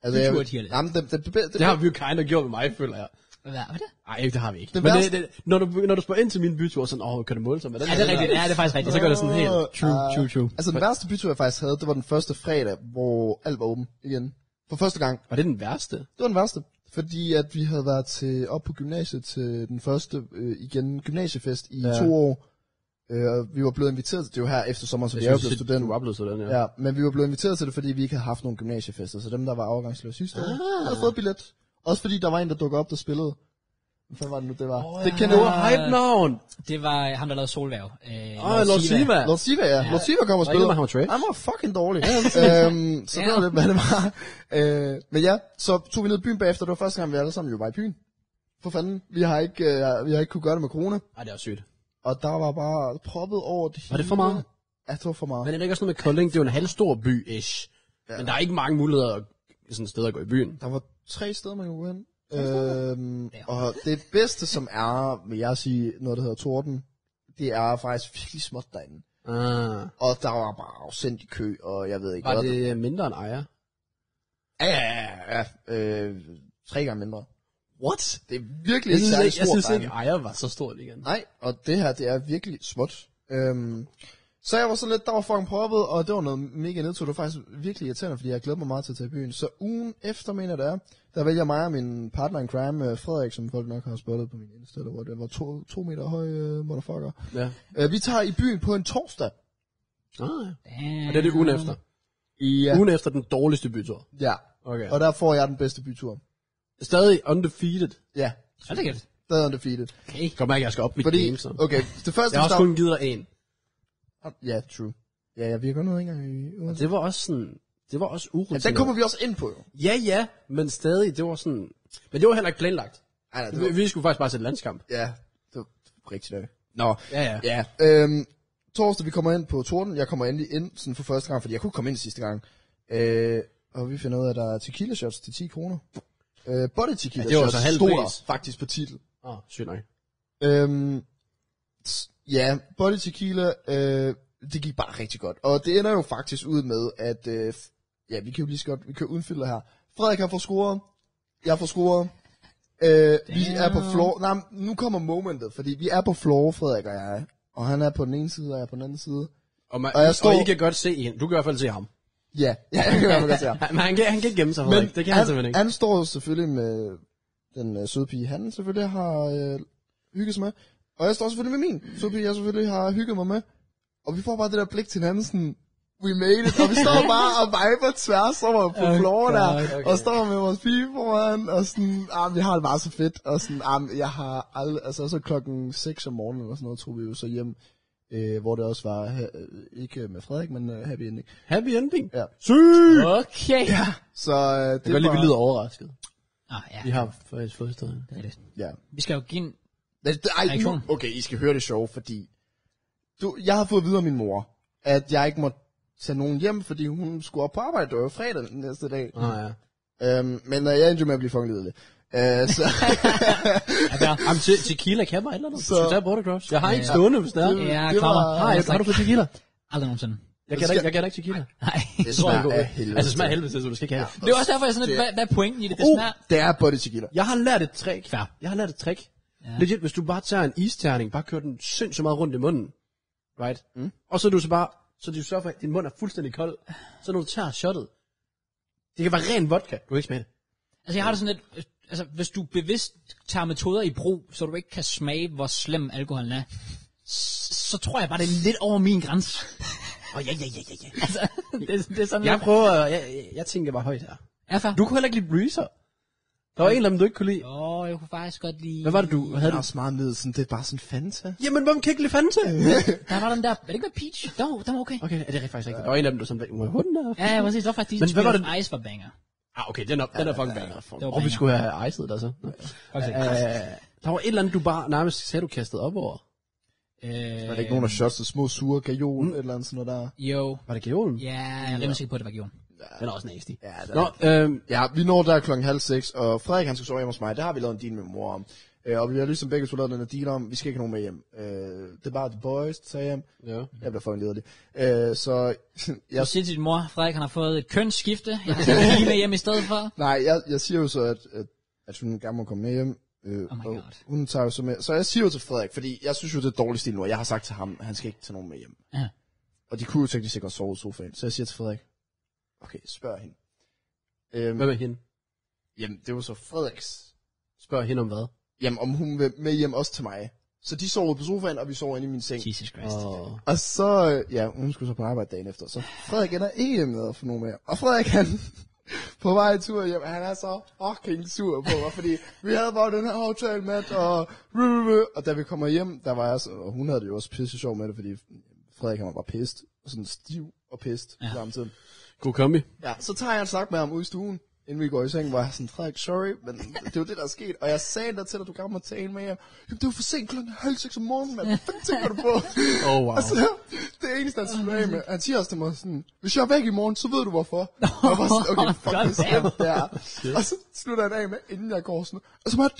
Altså,
Det
jeg,
burde de have lavet.
jamen, det, det, det, det,
Det har vi jo kind of gjort med mig, føler jeg.
Hvad var det?
Nej, det har vi ikke.
Det
Men det,
værste-
det, når, du, når du spørger ind til min bytur, sådan, åh, kan du måle sig med den?
Ja, det er rigtigt. Ja, det er faktisk
Og
rigtigt.
så gør det sådan helt, true,
Ah.
true, true.
Altså, den værste bytur, jeg faktisk havde, det var den første fredag, hvor alt var åben igen. For første gang.
Var det den værste?
Det var den værste. Fordi at vi havde været til, op på gymnasiet til den første øh, igen gymnasiefest i
Ja.
ja. to år. Øh, og vi var blevet inviteret til det er jo her efter sommeren, så vi er jo blevet studenter.
Du er blevet student, ja.
Ja, men vi var blevet inviteret til det, fordi vi ikke havde haft nogen gymnasiefester. Så dem, der var afgangsløse sidste år, ah. havde fået billet. Også fordi der var en, der dukkede op, der spillede. Hvad var det nu, det var? Oh, det kender
Det
du.
var hype-navn.
Det var ham, der lavede solværv. Øh,
Åh, Lord Siva.
Lord Siva, ja. Lord Siva kom og
ikke,
spillede.
om han var trash.
Han var fucking dårlig. øhm, så det var lidt, hvad det var. Øh, men ja, så tog vi ned i byen bagefter. Det var første gang, vi alle sammen jo var i byen. For fanden, vi har ikke, øh, vi har ikke kunne gøre det med corona.
Ej, det er sygt.
Og der var bare proppet over det
Var det
hele.
for meget?
Ja, det var for meget.
Men er det ikke også noget med Kolding? Det er jo en halvstor by-ish. Ja. Men der er ikke mange muligheder at sådan steder at gå i byen.
Der var tre steder, man kunne gå hen. Øhm, og det bedste, som er, vil jeg sige, noget, der hedder Torden, det er faktisk virkelig småt derinde.
Ah.
Og der var bare afsendt i kø, og jeg ved ikke
Var
hvad.
det mindre end ejer?
Ja, ja, ja, ja. Øh, tre gange mindre.
What?
Det er virkelig
Jeg
ikke
synes,
særlig
ikke, jeg
stort
synes ikke,
derinde.
ejer var så stort igen.
Nej, og det her, det er virkelig småt. Øhm, så jeg var så lidt, der var fucking proppet, og det var noget mega nedtur. Det var faktisk virkelig irriterende, fordi jeg glæder mig meget til at tage i byen. Så ugen efter, mener jeg det er, der vælger mig og min partner in crime, øh, Frederik, som folk nok har spottet på min Insta, eller hvor det var to, to meter høj øh, motherfucker.
Ja.
Øh, vi tager i byen på en torsdag.
Ah, ja.
Damn.
Og det er det ugen efter.
Ja.
Ugen efter den dårligste bytur.
ja.
Okay.
Og der får jeg den bedste bytur.
Stadig undefeated.
Ja,
Hold da kæft.
der er undefeated.
Okay.
Kom mærke, jeg skal op mit
Fordi,
game, så.
okay, det første,
Jeg har
vi
også kun givet dig en.
starter- Ja, true. Ja, jeg virker noget ikke engang i
Og det var også sådan... Det var også
Ja,
urutineret.
den kommer vi også ind på, jo.
Ja, ja, men stadig, det var sådan... Men det var heller ikke planlagt.
Ej, nej, det
Vi,
var,
vi skulle faktisk bare sætte landskamp.
ja, det var rigtig nok. Nå,
Ja, ja.
ja. Øhm, torsdag, vi kommer ind på torden. Jeg kommer endelig ind sådan for første gang, fordi jeg kunne komme ind sidste gang. Øh, og vi finder ud af, at der er tequila shots til 10 kroner. Øh, body tequila
Ja, det var
shots
så halv
stod
pris.
der faktisk på titel.
Åh, oh, sygt nok.
Øhm, s- ja, body tequila, øh, det gik bare rigtig godt. Og det ender jo faktisk ud med, at øh, f- ja, vi kan jo lige så godt, vi kan udfylde her. Frederik har fået scoret, jeg får scoret. Øh, vi er på floor. Nej, men nu kommer momentet, fordi vi er på floor, Frederik og jeg. Og han er på den ene side, og jeg er på den anden side.
Og, man,
Og jeg står-
og I kan godt se hende. Du kan i hvert fald se ham.
Ja, [laughs] ja jeg kan i hvert fald godt se ham.
Han, men han kan, han kan ikke gemme sig, Frederik. det kan han, simpelthen ikke.
han står selvfølgelig med den øh, søde pige, han selvfølgelig har øh, hygget sig med. Og jeg står selvfølgelig med min søde pige, jeg selvfølgelig har hygget mig med. Og vi får bare det der blik til hinanden, sådan, we made it. Og vi står bare og viber tværs over på oh floor
God,
der,
okay.
okay. og står med vores pige foran, og sådan, ah, vi har det bare så fedt. Og sådan, ah, men jeg har aldrig, altså så klokken 6 om morgenen eller sådan noget, tog vi jo så hjem. Øh, hvor det også var, øh, ikke med Frederik, men øh, happy ending.
Happy ending.
Ja.
Sygt!
Okay. Ja.
Så øh, det
Jeg kan godt lide,
var-
vi lyder overrasket.
Ah, ja.
Vi har faktisk fået historien.
Det er det.
Ja.
Vi skal jo give en...
Nej, det- Ej, nu,
Reaktion.
okay, I skal høre det sjove, fordi du, jeg har fået videre af min mor, at jeg ikke må tage nogen hjem, fordi hun skulle op på arbejde, det var jo fredag den næste dag.
Åh, ah, ja.
Øhm, men øh, jeg endte jo med at blive fucking lidt. Øh,
[laughs]
så,
Jamen, te- tequila kan bare et eller andet.
Så-
Skal tage border drops? Jeg har en
Ja.
stående, hvis det er.
Ja,
det
klar.
var-
Har, jeg, har du fået tequila?
Aldrig nogensinde. [laughs]
Jeg kan da ikke, jeg kan da ikke tequila.
Nej.
det
tror jeg
smager
går
af helvede.
Altså, det smager af helvede, til, så du skal ikke have det.
Det er også derfor, jeg er sådan lidt, hvad, hvad er pointen i det? Det
Uh,
smager...
det er body tequila.
Jeg har lært et trick.
Fair.
Jeg har lært et trick. Ja. Legit, hvis du bare tager en isterning, bare kører den sindssygt meget rundt i munden, right? Mm. Og så er du så bare, så du sørger for, at din mund er fuldstændig kold, så når du tager shotet, det kan være ren vodka, du kan ikke smage det.
Altså jeg har det sådan lidt, altså hvis du bevidst tager metoder i brug, så du ikke kan smage, hvor slem alkoholen er, s- så tror jeg bare, det er lidt over min grænse.
Åh, oh, ja, ja, ja, ja, ja.
altså, det, det er sådan
Jeg prøver, jeg, jeg, jeg tænker bare højt her.
Ja, fair.
Du kunne heller ikke lide Breezer. Der var en af dem, du ikke kunne lide.
Åh, oh, jeg kunne faktisk godt lide...
Hvad var det, du havde?
Det er
Du?
også meget ned, sådan, det er bare sådan Fanta.
Jamen, hvem kan ikke lide [laughs] Fanta?
Der var den der... Er det ikke med Peach? Jo, den var okay.
okay, ja, det er faktisk rigtigt. Der var en af dem, du sådan, hvor er hunden der?
Ja, ja, præcis. Det var faktisk
Men
de
hvad var
Speed of Ice var banger.
Ah, okay, den er, den er fucking banger.
Det var
Og vi
banger.
skulle have ejset der så. Nå. Øh, der var et eller andet, du bare nærmest sagde, du kastede op over.
Øh,
Var det ikke nogen, der shotsede små sure gajol, mm. eller andet sådan noget der?
Jo.
Var det gævlen?
Ja, jeg er rimelig sikker på, at det var Gion.
Den er også nasty.
Ja, det er
Nå, øhm,
Ja, vi når der klokken halv seks, og Frederik han skal sove hjemme hos mig. Det har vi lavet en deal med min mor om. Øh, og vi har ligesom begge to lavet den her deal om, vi skal ikke have nogen med hjem. Øh, det er bare the boys, der tager hjem.
ja.
Jeg bliver fucking lederlig. Øh, så [laughs]
Du
jeg,
siger til din mor, Frederik, han har fået et kønsskifte.
[laughs]
Jeg har taget Kina hjem i stedet for.
nej, jeg, jeg siger jo så, at, at, at hun gerne må komme med hjem. Øh,
Oh my
og
God.
Hun tager jo så med. Så jeg siger jo til Frederik, fordi jeg synes jo, det er dårlig stil nu, og jeg har sagt til ham, at han skal ikke tage nogen med hjem.
Ja.
Og de kunne jo teknisk sikkert sove i sofaen. Så jeg siger til Frederik, okay, spørg hende. Øhm,
Hvad med hende?
jamen, det var så Frederiks
Spørg hende om hvad?
jamen om hun vil med hjem også til mig. Så de sov ude på sofaen, og vi sov inde i min seng.
Jesus Christ.
Og...
Og så, øh, ja, hun skulle så på arbejde dagen efter. Så Frederik ender ikke med at få nogen med. Og Frederik, han [laughs] på vej tur hjem, han er så fucking sur på mig, fordi vi havde bare den her aftale med, og, og da vi kommer hjem, der var jeg så, og hun havde det jo også pisse sjov med det, fordi Frederik han var bare pissed, sådan stiv og pissed ja. samtidig.
God kombi.
Ja, så tager jeg en snak med ham ude i stuen, inden vi går i seng, hvor jeg er sådan, Frederik, sorry, men det er jo det, der er sket. Og jeg sagde der til dig, du gerne må tage en med jer. Jamen, det er jo for sent klokken halv seks om morgenen, mand. Hvad fanden tænker du på?
Oh, wow.
Og så, Altså, det eneste, han slutter af med, han siger også til mig sådan, hvis jeg er væk i morgen, så ved du hvorfor. Og jeg var sådan, okay, fuck, det er slemt, det er. Og så slutter han af med, inden jeg går sådan, og så var jeg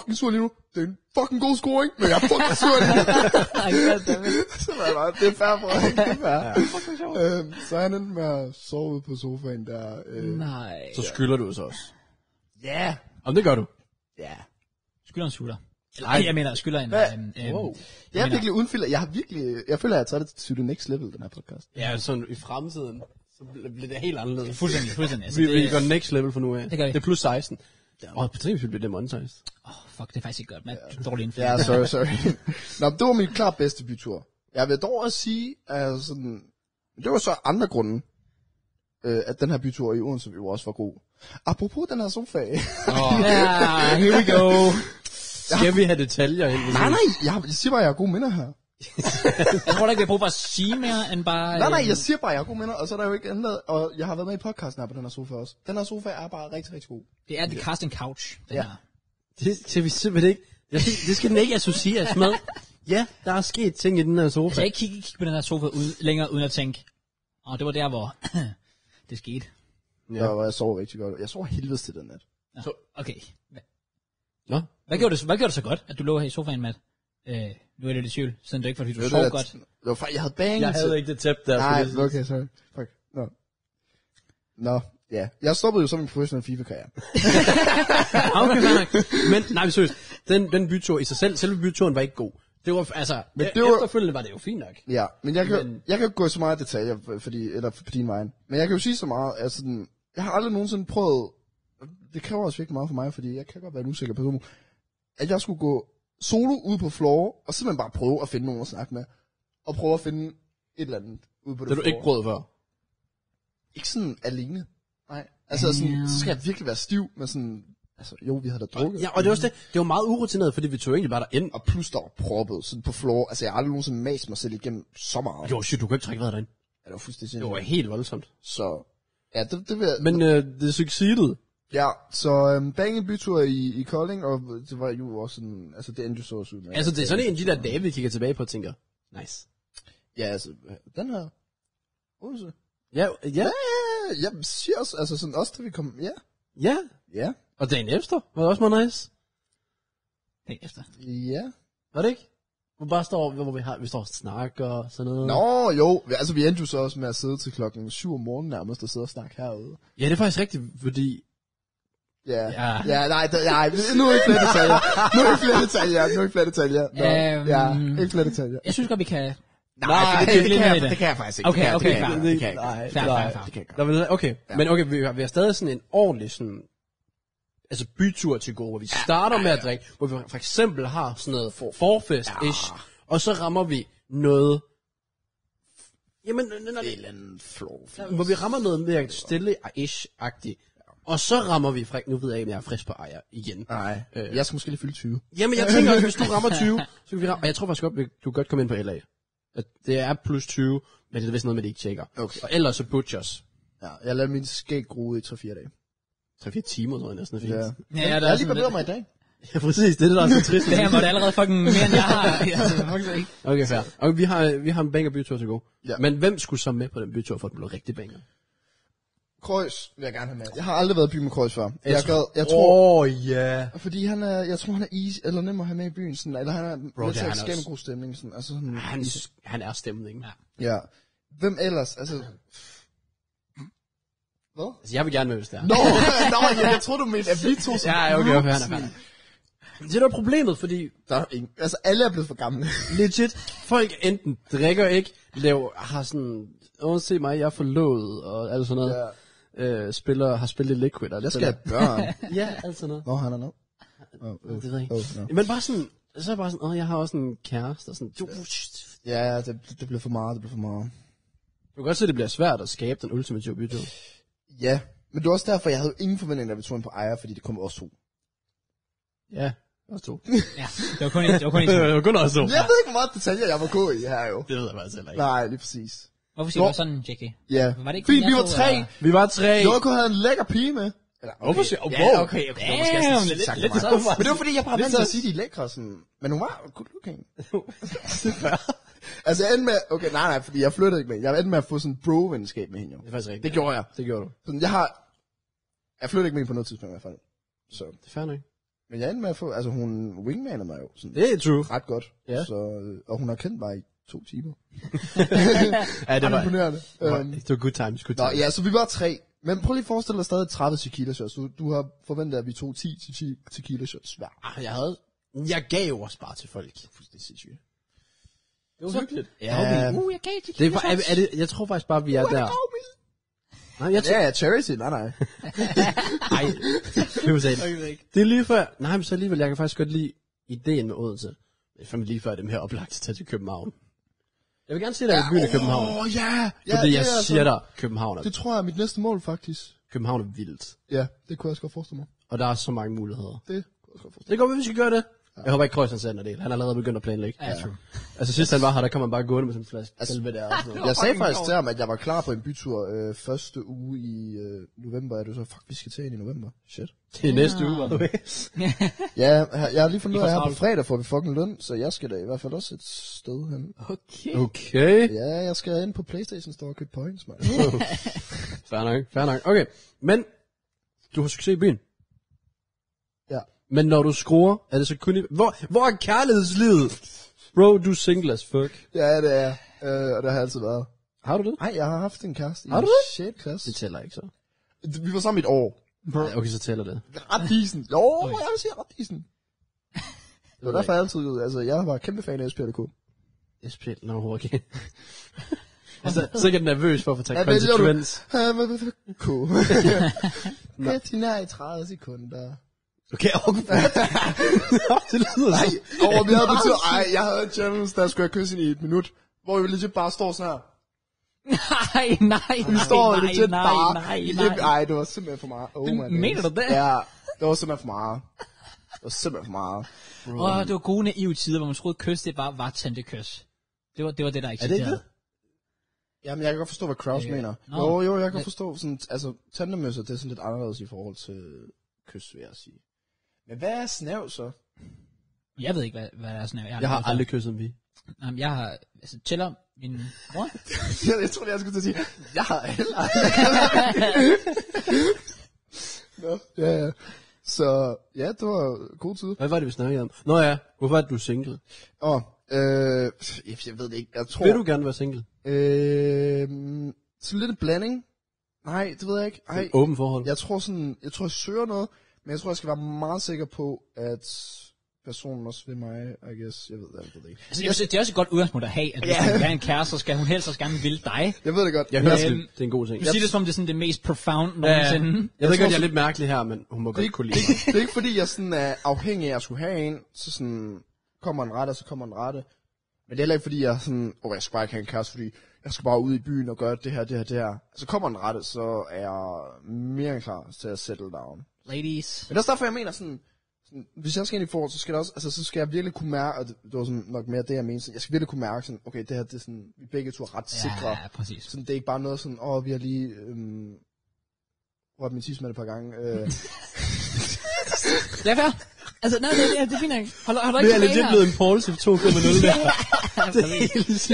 fucking sur lige nu. Det er en fucking god scoring, men jeg er fucking sur lige nu. [laughs] så var jeg bare, det er fair, Frederik, det er fair. øhm, så han endte med at sove ude på sofaen der. Øh,
Nej.
Så skylder du så også.
Ja.
Om det gør du.
Ja.
Skylder en sutter. Nej, jeg mener, skylder en...
Hvad?
øhm, øhm,
Wow.
Jeg er virkelig uden filter. Jeg har virkelig, jeg føler, at jeg har taget det til det next level, den her podcast.
Ja, sådan i fremtiden, så bl- bliver det helt anderledes.
Fuldstændig, fuldstændig. Altså,
Vi,
det-
vi går next level for nu af.
Det gør vi.
Det er plus 16. Åh, på tre bliver det monetized.
Åh, fuck, det er faktisk ikke godt, men dårlig info.
Ja, sorry, sorry. [laughs] Nå, men det var min klart bedste bytur. Jeg vil dog også sige, at sådan, det var så andre grunde, øh, at den her bytur i Odense jo også var god. Apropos den her [laughs] sofa.
[laughs]
Ja, here we go.
Skal vi have detaljer ind?
nej, nej, jeg, jeg siger bare, at jeg har gode minder her.
Jeg tror da ikke, vi har brug for at sige mere, end bare...
Nej, nej,
øhm,
jeg siger bare, at jeg har gode minder, og så er der jo ikke andet. Og jeg har været med i podcasten her på den her sofa også. Den her sofa er bare rigtig, rigtig god.
Det er The Casting Couch, den
Ja.
her.
Det skal vi simpelthen ikke. Jeg skal- Det skal den ikke associeres med. Ja, der er sket ting i den her
Altså,
sofa.
jeg kan ikke kigge på den her sofa ud, længere, uden at tænke, og det var der, hvor [clears throat] det skete.
Ja. Og jeg sov rigtig godt. Jeg sov helvedes til den nat.
Nå, okay. Hva-
Nå,
Hvad gjorde, det, hvad gjorde det så godt, at du lå her i sofaen, Matt? Øh, nu er det lidt tvivl, siden det ikke, fordi du sov
det, var-
godt.
Det var, fa- jeg havde banget.
jeg havde ikke det tæp der.
Nej, [laughs]
skulle jeg sige.
okay, sorry. Fuck. Nå. Nå, ja. Jeg stoppede jo så min professional FIFA-karriere.
Okay, fair nok. Men nej, men seriøst. Den, den bytur i sig selv, selve byturen var ikke god. Det var, altså, men
det
det
var-
var... efterfølgende var det jo fint nok.
Ja, men jeg kan,
Men-
jeg kan jo gå i så meget detaljer, for- fordi, eller på din vej. Men jeg kan jo sige så meget, at sådan, jeg har aldrig nogensinde prøvet, det kræver også virkelig meget for mig, fordi jeg kan godt være en usikker person, at jeg skulle gå solo ud på floor, og simpelthen bare prøve at finde nogen at snakke med, og prøve at finde et eller andet ude på det
Det har du
floor.
ikke prøvet før.
Ikke sådan alene. Nej. Altså sådan, så skal jeg virkelig være stiv, men sådan, altså jo, vi havde da drukket.
Ja, og det var også det. Det var meget urutineret, fordi vi tog egentlig bare derind. Og
og plus der var proppet sådan på floor. Altså, jeg har aldrig nogensinde mast mig selv igennem så meget.
jo, shit, du kan ikke trække vejret derinde.
Ja, det var fuldstændig
Det var
sindssygt.
helt voldsomt.
Så, ja, det, det vil jeg...
Men øh, det succeeded.
ja, så øhm, bang en bytur i, i Kolding, og det var jo også sådan... Altså, det endte jo så også ud med.
Altså, det er sådan en af de der dage, vi kigger tilbage på og tænker, nice.
Ja, altså, den her... Odense.
Ja, ja,
Ja, jeg siger også, altså sådan også, da vi kom... Ja,
ja.
ja,
Og dagen efter var det også meget nice.
Hey, efter.
ja.
Var det ikke? Hvor bare står, hvor vi, har, vi står og snakker og sådan noget.
Nå, jo, altså vi endte jo så også med at sidde til klokken 7 om morgenen nærmest og sidde og snakke herude.
Ja, det er faktisk rigtigt, fordi
Ja,
Ja.
ja, nej, det, nej, nu er ikke flere detaljer. Nu er ikke flere detaljer, nu er ikke flere detaljer. Nå,
Øhm.
ja, ikke flere detaljer.
Jeg synes godt, vi kan...
Nej, det, det,
lidt
kan
mere
jeg,
i det.
det kan jeg faktisk ikke.
Okay,
det kan,
okay,
det kan, jeg ikke.
fair.
det kan jeg ikke.
Nej,
Fair,
nej.
fair, fair.
Det kan jeg ikke.
Nå, men, okay, ja. men okay, vi har, vi har stadig sådan en ordentlig sådan, altså bytur til gode, hvor vi starter med at drikke, hvor vi for eksempel har sådan noget for, forfest-ish,
Ja.
og så rammer vi noget, jamen, når
Det er
det,
en eller anden flow.
hvor vi rammer noget mere stille-ish-agtigt, og så rammer vi, fra- nu ved jeg ikke, om jeg er frisk på ejer igen.
Nej,
Øh.
jeg skal måske lige fylde 20.
Jamen, jeg tænker også, hvis du
[laughs]
rammer 20, så kan vi ramme, og jeg tror faktisk godt, vi- du kan godt komme ind på LA. At det er plus 20, men det er vist noget, man ikke tjekker.
Okay.
Og ellers så butchers.
Ja, jeg lader min skæg gro i 3-4 dage.
3-4 timer, tror jeg næsten er fint.
Ja.
Ja, der
jeg
er
har lige
sådan
barberet
lidt...
mig i dag.
[laughs] Ja, præcis. Det er det, der er så trist.
Det her måtte allerede fucking mere, end jeg har. Altså, fuck ikke.
Okay, fair. Og vi har, vi har en banger bytur til god.
Ja.
Men hvem skulle så med på den bytur, for at den blev rigtig banger?
Kreuz vil jeg gerne have med. Jeg har aldrig været i byen med Kreuz før. Jeg, jeg, gad, jeg tror,
Åh, oh, yeah.
fordi han er, jeg tror, han er easy, eller nem at have med i byen, sådan, eller han er Bro, med
det
til
er
at
han
skabe en
også.
god stemning. Sådan, altså sådan,
Han, han er stemningen. Ja.
ja. Hvem ellers? Altså, hvad?
Altså, jeg vil gerne med, hvis det er.
Nå, [laughs] nå, ja, jeg troede, du mente, at vi to som
Ja, ja, okay, okay, han er fair. Men Det er da problemet, fordi
Der er ingen, altså, alle er blevet for gamle.
legit, folk enten drikker ikke, laver, har sådan, åh, se mig, jeg er forlovet, og alt sådan noget. Yeah. Øh, spiller, har spillet Liquid, og
Jeg skal
spiller-
have børn.
Ja, alt sådan noget.
Nå, han er noget. Oh, øh,
Det ved jeg ikke.
øh, nå.
Men bare sådan, så er jeg bare sådan, åh, jeg har også en kæreste, og sådan, du,
Ja, ja, det, det blev for meget, det blev for meget.
Du kan godt se, at det bliver svært at skabe den ultimative bytur.
Ja, men det var også derfor, jeg havde ingen forventning, da vi tog ind på ejer, fordi det kom os to.
Ja, også to.
Ja, det var kun en, det var kun en ting.
det var kun Øh, også to.
[laughs] Jeg ved ikke, hvor meget detaljer jeg var god i her jo.
Det ved jeg faktisk heller ikke.
Nej, lige præcis.
Hvorfor siger du også sådan, JK?
Ja.
Var det ikke
Fint,
kun
vi
jer
var
to,
tre.
eller?
Vi var tre.
Joko havde en lækker pige med. Eller,
Hvorfor siger-
Ja,
wow.
okay, okay.
Damn,
måske også
lidt-
sagt
lidt
for
sådan.
meget. Men det var fordi, jeg bare
Lidt
vant til at
sådan.
sige, de er lækre sådan. Men hun var good looking. [laughs] altså, jeg endte med... Okay, nej, nej, fordi jeg flyttede ikke med hende. Jeg endte med at få sådan en bro-venskab med hende jo.
Det er faktisk rigtigt.
Det gjorde jeg.
Det gjorde du.
Sådan, jeg har... Jeg flyttede ikke med hende på noget tidspunkt i hvert fald. Så.
Det er fair nok.
Men jeg endte med at få... Altså, hun wingmanede mig jo. Sådan,
Det er true.
ret godt.
Ja.
Så, øh, og hun har kendt mig i to timer.
Ja,
Det var imponerende. Øhm,
Det var good times, good
Nå,
times.
ja, så vi var tre. Men prøv lige at forestille dig stadig 30 tequila shots. Du, du har forventet, at vi tog 10 til 10 tequila shots hver.
Ah, Jeg havde... Jeg gav jo også bare til folk. Det er sindssygt.
Det var hyggeligt.
Ja.
Uh, jeg gav
Øhm, Det er, bare- er, er det, jeg tror faktisk bare, vi er der. Nej, jeg tror...
Ja, ja, charity, nej, nej.
Nej, det er jo sandt. Det er lige før... Nej, men så alligevel, jeg kan faktisk godt lide ideen med Odense. Det er fandme lige før, det er mere oplagt at tage til København. Jeg vil gerne se dig i byen i København.
Åh, ja. ja.
Fordi
det
jeg
er altså-
siger dig, København er,
Det tror jeg er mit næste mål, faktisk.
København er vildt.
Ja, det kunne jeg også godt forestille mig.
Og der er så mange muligheder.
Det kunne jeg også godt forestille
Det går, vi skal gøre det. Jeg håber ikke, Kreuzsen sender det. Han er allerede begyndt at planlægge.
Ja, true.
Altså sidst han var her, der kom han bare gående med sådan en flaske. Altså, der og sådan
mig.
noget.
Jeg sagde
fucking
faktisk
sjovt.
til ham, at jeg var klar på en bytur øh, første uge i øh, november. Er du så, fuck, vi skal til en i november. Shit.
Det er næste uge, by the way.
Ja, jeg har lige fundet ud af, at her på
travlt.
fredag får vi fucking løn, så jeg skal da i hvert fald også et sted hen.
Okay.
Okay.
Ja, jeg skal ind på Playstation Store og købe points, mand.
Fair nok, fair nok. Okay, men du har succes i byen.
Ja.
Men når du skruer, er det så kun i... Hvor, hvor er kærlighedslivet? Bro, du er single as fuck.
Ja, det er jeg. øh, og det har jeg altid været.
Har du det?
Nej, jeg har haft en kæreste i
Har du det?
6. klasse.
Det tæller ikke så.
Vi var sammen i et år.
Ja, okay, så tæller det.
Ret decent. Jo, jeg vil sige ret [laughs] decent. Det var
ved jeg
derfor jeg altid, altså jeg var kæmpe fan af SPLK.
Jeg spiller noget hurtigt. [laughs] altså, så er jeg nervøs for at få taget konsekvens.
[laughs] K. Rigtig nær i 30 sekunder.
Okay, [laughs] okay. det lyder så...
Og [laughs] vi havde betydet, ej, jeg havde en challenge, der skulle jeg kysse hende i et minut. Hvor vi legit bare står sådan her.
[laughs] Nej, nej,
Vi
nej,
står
nej,
legit
nej,
bare.
nej,
legit-
nej.
Ej, det var simpelthen for meget. Oh my days.
Mener du det?
Ja, det var simpelthen for meget. Det var simpelthen for meget.
Åh, det var gode naive tider, hvor man troede, at kys, det bare var tændte kys. Det var det, var det der eksisterede.
det?
Jamen, jeg kan godt forstå, hvad Kraus
Øh,
mener.
nå.
Jo, jo, jeg kan forstå, sådan, altså, tandemøsser, det er sådan lidt anderledes i forhold til kys, vil jeg sige. Men hvad er snav så?
Jeg ved ikke, hvad, hvad der er sådan.
Jeg har aldrig kysset en pige.
Jamen, jeg har... Altså, tæller min
[laughs]
bror. altså,
jeg, [laughs] jeg tror, jeg skulle til at sige, jeg har heller
[laughs]
Nå, ja, ja. Så, ja, det var god tid.
Hvad var det, vi snakkede om? Nå ja, hvorfor er du single?
Åh, øh, jeg, jeg ved det ikke, jeg tror...
Vil du gerne være single?
Øh, sådan lidt en blanding. Nej, det ved jeg ikke. Ej,
Åben forhold.
jeg tror sådan, jeg tror, jeg søger noget, Men jeg tror, jeg skal være meget sikker på, at personen også ved mig, I guess. Jeg ved det, jeg ved det ikke.
Altså, jeg synes, det er også et godt udgangspunkt at have, at hvis yeah. man vil have en kæreste, så skal hun helst også gerne ville dig.
Jeg ved det godt.
Jeg
men
hører
Øhm,
det. Det er en god ting.
Du siger det, som om det er sådan det mest profound nogensinde.
Jeg ved
tror
godt, jeg er lidt mærkelig her, men hun må godt kunne lide mig.
[laughs] det er ikke fordi, jeg sådan er afhængig af at skulle have en, så sådan kommer en rette, og så kommer en rette. Men det er heller ikke fordi, jeg er sådan, åh, oh, jeg skal bare ikke have en kæreste, fordi jeg skal bare ud i byen og gøre det her, det her, det her. Så kommer en rette, så er jeg mere end klar til at settle down.
Ladies.
Men det er også derfor, jeg mener sådan, sådan hvis jeg skal ind i et forhold, så skal, der også, altså, så skal jeg virkelig kunne mærke, og det, det var sådan nok mere det, jeg mente, sådan, jeg skal virkelig kunne mærke, sådan, okay, det her, det er sådan, vi begge to er ret sikre.
Ja, præcis.
Sådan, det er ikke bare noget sådan, åh, vi har lige øhm, rørt min tidsmand et par gange. Øh,
[laughs]
Det er fair. Altså, nej, det, det, det er fint nok. Hold, hold
Det
ikke
er legit blevet en Paul som 2,0 der.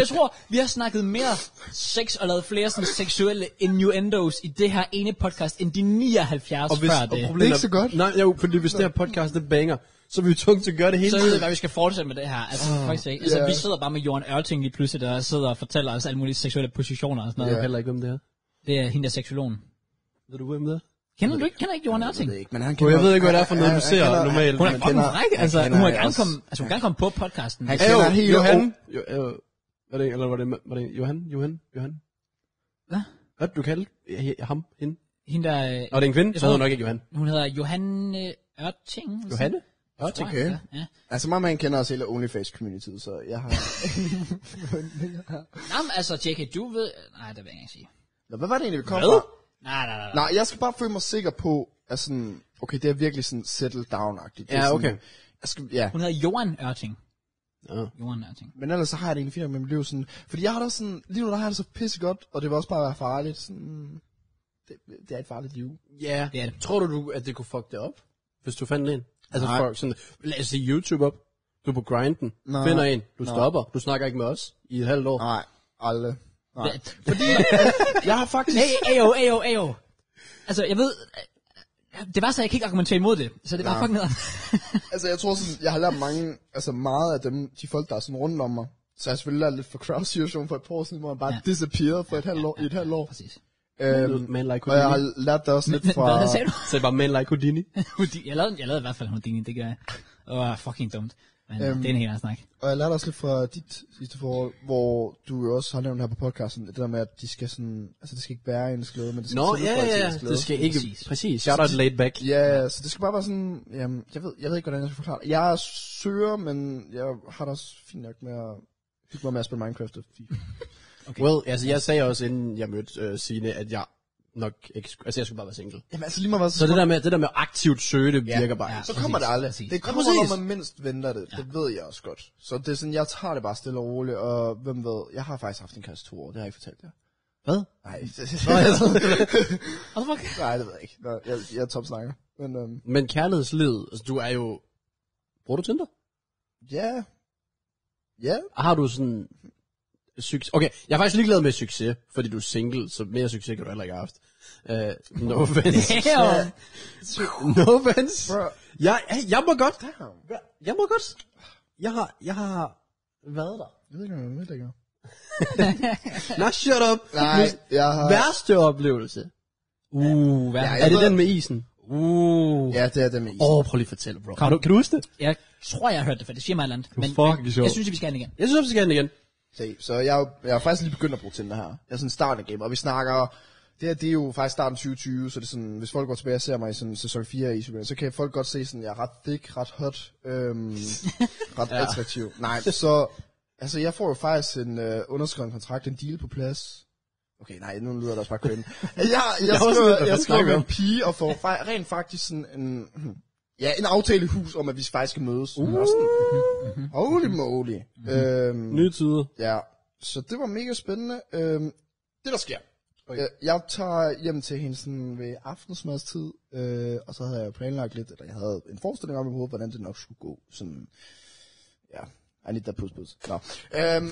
Jeg tror, vi har snakket mere sex og lavet flere sådan seksuelle innuendos i det her ene podcast, end de 79 og hvis, før det.
problemet
Det er ikke så godt.
Nej, jo, fordi hvis det her podcast, det banger, så er vi jo tvunget til at gøre det hele
så ved vi,
tiden.
hvad vi skal fortsætte med det her. Altså, oh, faktisk ikke. Altså,
ja.
vi sidder bare med Jørgen Ørting lige pludselig, der sidder og fortæller os alle mulige seksuelle positioner og sådan noget.
Jeg ved heller ikke, hvem det er.
Det er hende der seksologen.
Ved du, hvem det er?
Kender du ikke, kender ikke Jørgen Ørting?
Jeg ved ikke, men han
Jo,
kender,
jeg ved ikke, hvad det er for noget, du ser normalt.
Hun er
Man
fucking fræk, altså. Hun må gerne komme,
komme.
altså, hun kan gerne komme på podcasten.
Han
hvis-
kender
Ayo,
hele
Johan.
Aarhus.
Jo, øh, var det, eller var det, var det Johan? Johan? Johan?
Hvad?
Hvad du kaldte he- ham? Hende?
Hende der, øh,
Nå, det er en kvinde,
Jeg
så hedder
tror-
hun nok ikke Johan.
hun hedder Johanne Ørting. eller sådan
Johanne?
noget, tror jeg,
Okay.
ja, Ja.
Altså, mig man kender også hele OnlyFace-communityet, så jeg har...
Nå, men altså, JK, du ved... Nej, det vil jeg ikke sige.
Nå, hvad var det egentlig, vi kom
Hvad?
fra?
Nej, nej, nej. nej.
Nej, jeg skal bare føle mig sikker på, at sådan, okay, det er virkelig sådan settle down-agtigt. Det er
Ja,
sådan-
okay.
Jeg skal, ja.
Hun hedder Johan Ørting.
Ja.
Johan Ørting.
Men ellers så har jeg det egentlig fint med mit liv sådan, fordi jeg har da sådan, lige nu der har jeg det så pissegodt, og det vil også bare være farligt, sådan, mm, det, det er et farligt liv.
Ja.
Det er det.
Tror du, du, at det kunne fuck det op, hvis du fandt en? Altså
Nej.
folk sådan, lad os se YouTube op. Du er på grinden.
Nej.
Finder en. Du stopper. Du snakker ikke med os i et halvt år.
Nej, aldrig. Nej.
Det-
Fordi, jeg har faktisk...
Hey, ayo, ayo, ayo. Altså, jeg ved... øh, Det var så, jeg kan ikke argumentere imod det. Så det var fucking nederen.
[laughs] Altså, jeg tror sådan, jeg har lært mange, altså meget af dem, de folk, der er sådan rundt om mig. Så jeg har selvfølgelig lært lidt for crowd situation for et par år siden, hvor man bare
Ja.
ja. disappeared for et halvt år, i et halvt år.
Præcis.
Øhm,
Man like
og jeg
Houdini.
har lært det også lidt
Men
fra...
hvad sagde du? [laughs]
Så det er bare man like Houdini.
Houdini- jeg, lavede, jeg lavede i hvert fald Houdini, det gør jeg. Det var fucking dumt. Men øhm, det er en helt anden snak.
Og jeg lærte også lidt fra dit sidste forhold, hvor du jo også har nævnt her på podcasten, det der med, at de skal sådan, altså det skal ikke være ens glæde, men det skal
Nå, ja,
tilfredse
ja,
ens
ja.
glæde.
Det skal ikke...
Præcis.
Præcis. Shout out laid back.
Ja, så det skal bare være sådan, jamen, jeg ved, jeg ved ikke, hvordan jeg skal forklare det. Jeg søger, men jeg har det også fint nok med at hygge mig med at spille Minecraft og FIFA.
Okay. Well, altså jeg sagde også, inden jeg mødte øh, Signe, at jeg nok ikke... skulle- Altså jeg skulle bare være single.
Jamen altså lige meget hvad,
Så det der med, det der med at aktivt søge, det virker bare
Ja.
ikke.
Så kommer det
Præcis,
aldrig.
præcis.
Det kommer,
præcis.
når man mindst venter det. Ja. Det ved jeg også godt. Så det er sådan, jeg tager det bare stille og roligt, og hvem ved, jeg har faktisk haft en kæreste to år, det har jeg ikke fortalt jer.
Hvad?
Nej, [laughs] det, nej,
Oh, fuck.
det ved jeg [laughs] ikke. Nå, jeg, jeg er topsnakker. Men øhm,
Men kærlighedslivet, altså du er jo... Bruger du Tinder?
ja, ja,
Har du sådan... Succes? Okay, jeg er faktisk ligeglad med succes, fordi du er single, så mere succes kan du heller ikke have haft. Uh, no offense.
[laughs] Damn.
no offense.
Bro.
Jeg, hey, jeg må godt.
damn.
Jeg må godt. Jeg har, jeg har været der.
Jeg ved ikke, om jeg er medlægger.
Nå, shut up.
Nej,
Hvis-
jeg har...
Øh, Værste oplevelse.
Uh, hvad?
Ja,
Ja,
jeg
Er det
ved-
den med isen?
Uh.
Ja, det er det med is.
Åh, oh, prøv lige at fortælle, bro. Kan du, kan du huske det?
Jeg tror, jeg har hørt det, for det siger mig et eller andet. Men,
fucking
men
sjov.
jeg synes, vi skal have den igen.
Jeg synes, vi skal have den igen.
Se, så jeg, jeg er faktisk lige begyndt at bruge Tinder her. Jeg er sådan starten af game, og vi snakker... Det her, det er jo faktisk starten 2020, så det er sådan, hvis folk går tilbage og ser mig i sådan sæson 4 i Superman, så kan folk godt se sådan, jeg er ret thick, ret hot, øhm, ret ja. attraktiv. Nej, så, altså jeg får jo faktisk en øh, underskrevet kontrakt, en deal på plads. Okay, nej, nu lyder det også bare køn. Jeg, jeg, jeg,
var sådan lidt,
skriver,
hvad
jeg skriver
snakker
med
du om?
en pige og får fa- rent faktisk sådan en, hmm, ja, en aftale i hus om, at vi faktisk skal mødes. Uh. Sådan, holy moly. Øhm,
Nye tider.
Ja, så det var mega spændende. Øhm, det der sker. Okay. Jeg, jeg tager hjem til hende sådan ved aftensmadstid, øh, og så havde jeg planlagt lidt, eller jeg havde en forestilling om i hovedet, hvordan det nok skulle gå. Sådan, ja, I need that pus pus. Nå.
[laughs]
Øhm,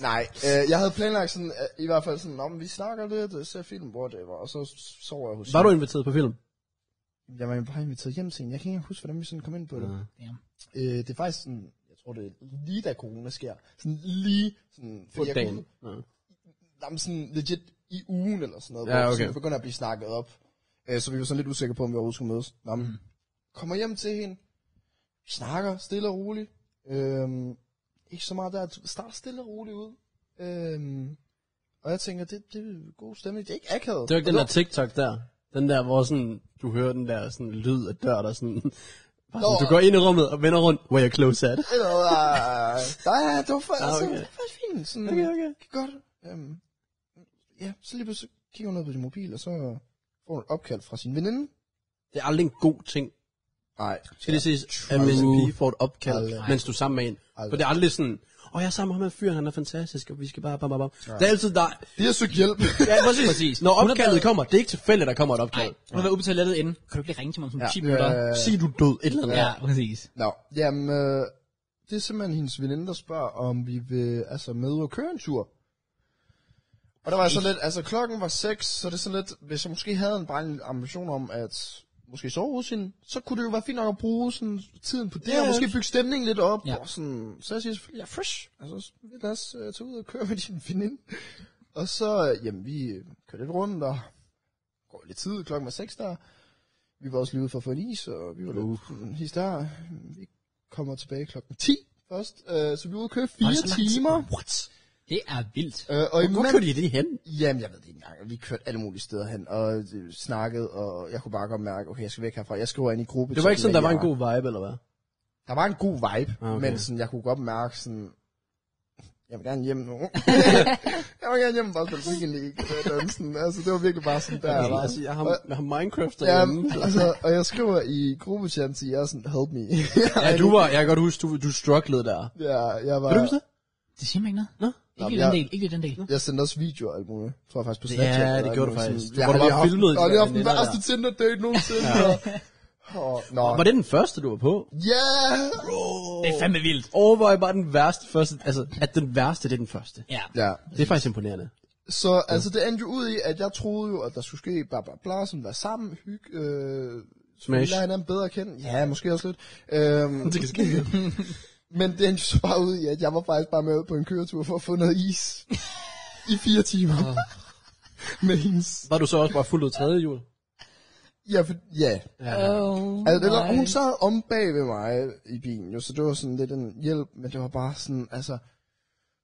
nej, øh, jeg havde planlagt sådan, øh, i hvert fald sådan, om vi snakker lidt, øh, ser film, hvor det var, og så sover jeg hos
Var du
hende.
inviteret på film?
Jeg var bare inviteret hjem til hende. Jeg kan ikke engang huske, hvordan vi sådan kom ind på det.
Ah.
Mm.
Damn.
Øh, det er faktisk sådan, jeg tror det er lige da corona sker. Sådan lige, sådan,
På
fordi jeg kunne-
dagen. Ja.
jamen sådan legit i ugen eller sådan noget,
Ja,
ja, okay. hvor
okay.
sådan, det begynder at blive snakket op. Øh, så vi var sådan lidt usikre på, om vi overhovedet skulle mødes. Nå,
Mm.
men, kommer hjem til hende, snakker stille og roligt. Øhm, ikke så meget der, start stille og roligt ud. Øhm, og jeg tænker, det, det er god stemning, det er ikke akavet.
Det var ikke
Og
den der TikTok der. Den der, hvor sådan, du hører den der sådan, lyd af dør, der sådan... [laughs] Bare sådan, du går ind i rummet og vender rundt, where you're close at.
Eller, øh, nej, det var faktisk,
Ah,
ah, okay.
okay.
det var faktisk fint. Sådan,
Okay, okay.
Godt. Øhm, ja, så lige pludselig kigger hun ned på sin mobil, og så får hun et opkald fra sin veninde.
Det er aldrig en god ting.
Nej.
Skal det siges, at hvis en pige får et opkald,
Aldrig.
mens du er sammen med en. For det er aldrig sådan, åh, oh, jeg er sammen med ham her fyr, han er fantastisk, og vi skal bare... Bam, bam, bam. Det er altid dig.
De har søgt hjælp.
Ja, præcis.
Præcis.
Når
Hun har
opkaldet
været-
kommer, det er ikke tilfældigt, der kommer et
Nej,
opkald.
du har været ude på toilettet inden. Kan du ikke lige ringe til mig om sådan 10 minutter?
Øh,
Sig du er død, et eller andet.
Ja, præcis.
Nå, jamen, øh, det er simpelthen hendes veninde, der spørger, om vi vil altså, med ud og køre en tur. Og der var jeg sådan lidt, altså klokken var 6, så det er sådan lidt, hvis jeg måske havde en bare en ambition om, at måske sove hos hende, så kunne det jo være fint nok at bruge sådan, tiden på det,
Ja,
og
ja.
måske bygge stemningen lidt op,
Ja.
og sådan, så jeg siger selvfølgelig, jeg er fresh, altså så lad os øh, tage ud og køre med din veninde. Og så, øh, jamen vi øh, kører lidt rundt, og går lidt tid, klokken var 6 der, vi var også lige ude for at få en is, og vi var lidt sådan, hist der. Vi kommer tilbage klokken 10 først, øh, så vi var ude at køre
Hold så
fire
lang tid.
timer.
What?
Det er vildt.
Øh, og
Hvor
imens,
kørte I det hen?
Jamen, jeg ved det ikke engang. Vi kørte alle mulige steder hen, og øh, snakkede, og jeg kunne bare godt mærke, okay, jeg skal væk herfra. Jeg skriver ind i gruppe.
Det var ikke sådan, der var en god vibe, eller hvad?
Der var en god vibe,
Ah,
okay.
okay.
men sådan, jeg kunne godt mærke sådan, jeg vil gerne hjem
[laughs]
nu. jeg vil gerne hjem og bare spille Weekend League. øh, dansen. Altså, det var virkelig bare sådan, der jeg var.
Altså, jeg har, jeg har Minecraft
Ja,
derhjemme. så-
altså, og jeg skriver i gruppechatten til jer sådan, help me. [laughs]
Ja, du var, jeg kan godt huske, du, du strugglede der.
ja, jeg var...
Kan du huske det?
Det siger mig ikke noget.
Nå?
Ikke
Nå,
lige
jeg-
den del, ikke lige den del.
Jeg sendte også videoer og alt muligt. Tror jeg faktisk på
Ja,
Snapchat.
det
eller
gjorde du
alt muligt.
faktisk.
Sådan,
Du
Jeg
var
har
bare
lige haft,
filmet de
og det
der
har haft den
veninder
værste Tinder-date nogensinde. og- Åh, Nå,
Var det den første, du var på?
ja!
Det er fandme vildt.
Overvej bare den værste første, altså at den værste, det er den første.
Ja.
Ja,
Det er faktisk imponerende.
så altså det endte jo ud i, at jeg troede jo, at der skulle ske bla bla bla, som være sammen, hygge, øh,
Smash.
lære hinanden bedre at kende. Ja, måske også lidt.
[laughs]
Øhm,
Det kan ske.
men det endte jo så bare ud i, at jeg var faktisk bare med ud på en køretur for at få noget
[laughs]
is i fire timer. Med hendes...
Var du så også bare fuldt ud tredje jul?
Ja, for, ja,
Oh,
Altså, det var, hun sad om bag ved mig i bilen, jo, så det var sådan lidt en hjælp, men det var bare sådan, altså,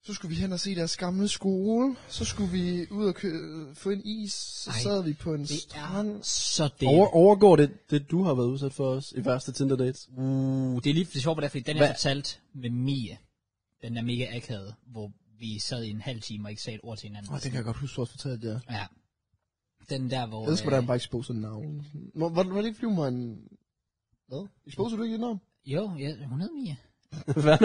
så skulle vi hen og se deres gamle skole, så skulle vi ud og kø- få en is, så
Ej,
Ej, sad vi på en
det
strand.
er så det.
Over, overgår det, det du har været udsat for os i værste Tinder dates?
Uh, det er lige det sjovt, fordi den jeg
Hvad?
fortalte med Mie, den er mega akavet, hvor vi sad i en halv time og ikke sagde et ord til hinanden.
Åh, det kan jeg godt huske, du også fortalte jer.
Ja. Den der, hvor...
Jeg elsker,
øh,
hvordan man bare exposer navn. Var, var, var det ikke, fordi man... Hvad? Exposer du ikke et [laughs] navn?
øh, Jo, ja, hun hed Mia.
Hvad?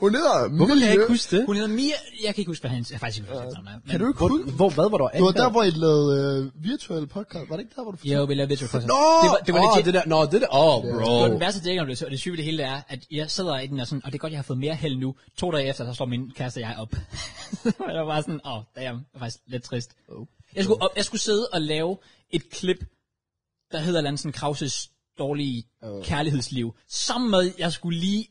Hun hedder
Hvorfor kan jeg ikke
Mille.
huske det?
Hun hedder Mia, jeg kan ikke huske, hvad hans... Jeg har faktisk ikke huske, hvad hans navn er.
Kan du ikke
Hvor,
huske?
hvor, hvad var du
Det var der, hvor I lavede øh, virtuelle podcast. Var det ikke der, hvor du
Jo, vi lavede Virtual Crossing.
Nå,
det var, det var
åh,
legit,
det der, nå, det der, åh, bro.
Det var den værste dækker, og det syge ved det hele det er, at jeg sidder i den og sådan, og det er godt, jeg har fået mere held nu. To dage efter, så slår min kæreste og jeg op. [laughs] så var jeg bare sådan, åh, oh, damn, det er faktisk lidt trist.
Oh.
Jeg skulle, op, jeg skulle sidde og lave et klip, der hedder Lansen Krauses dårlige oh. kærlighedsliv, sammen med, at jeg skulle lige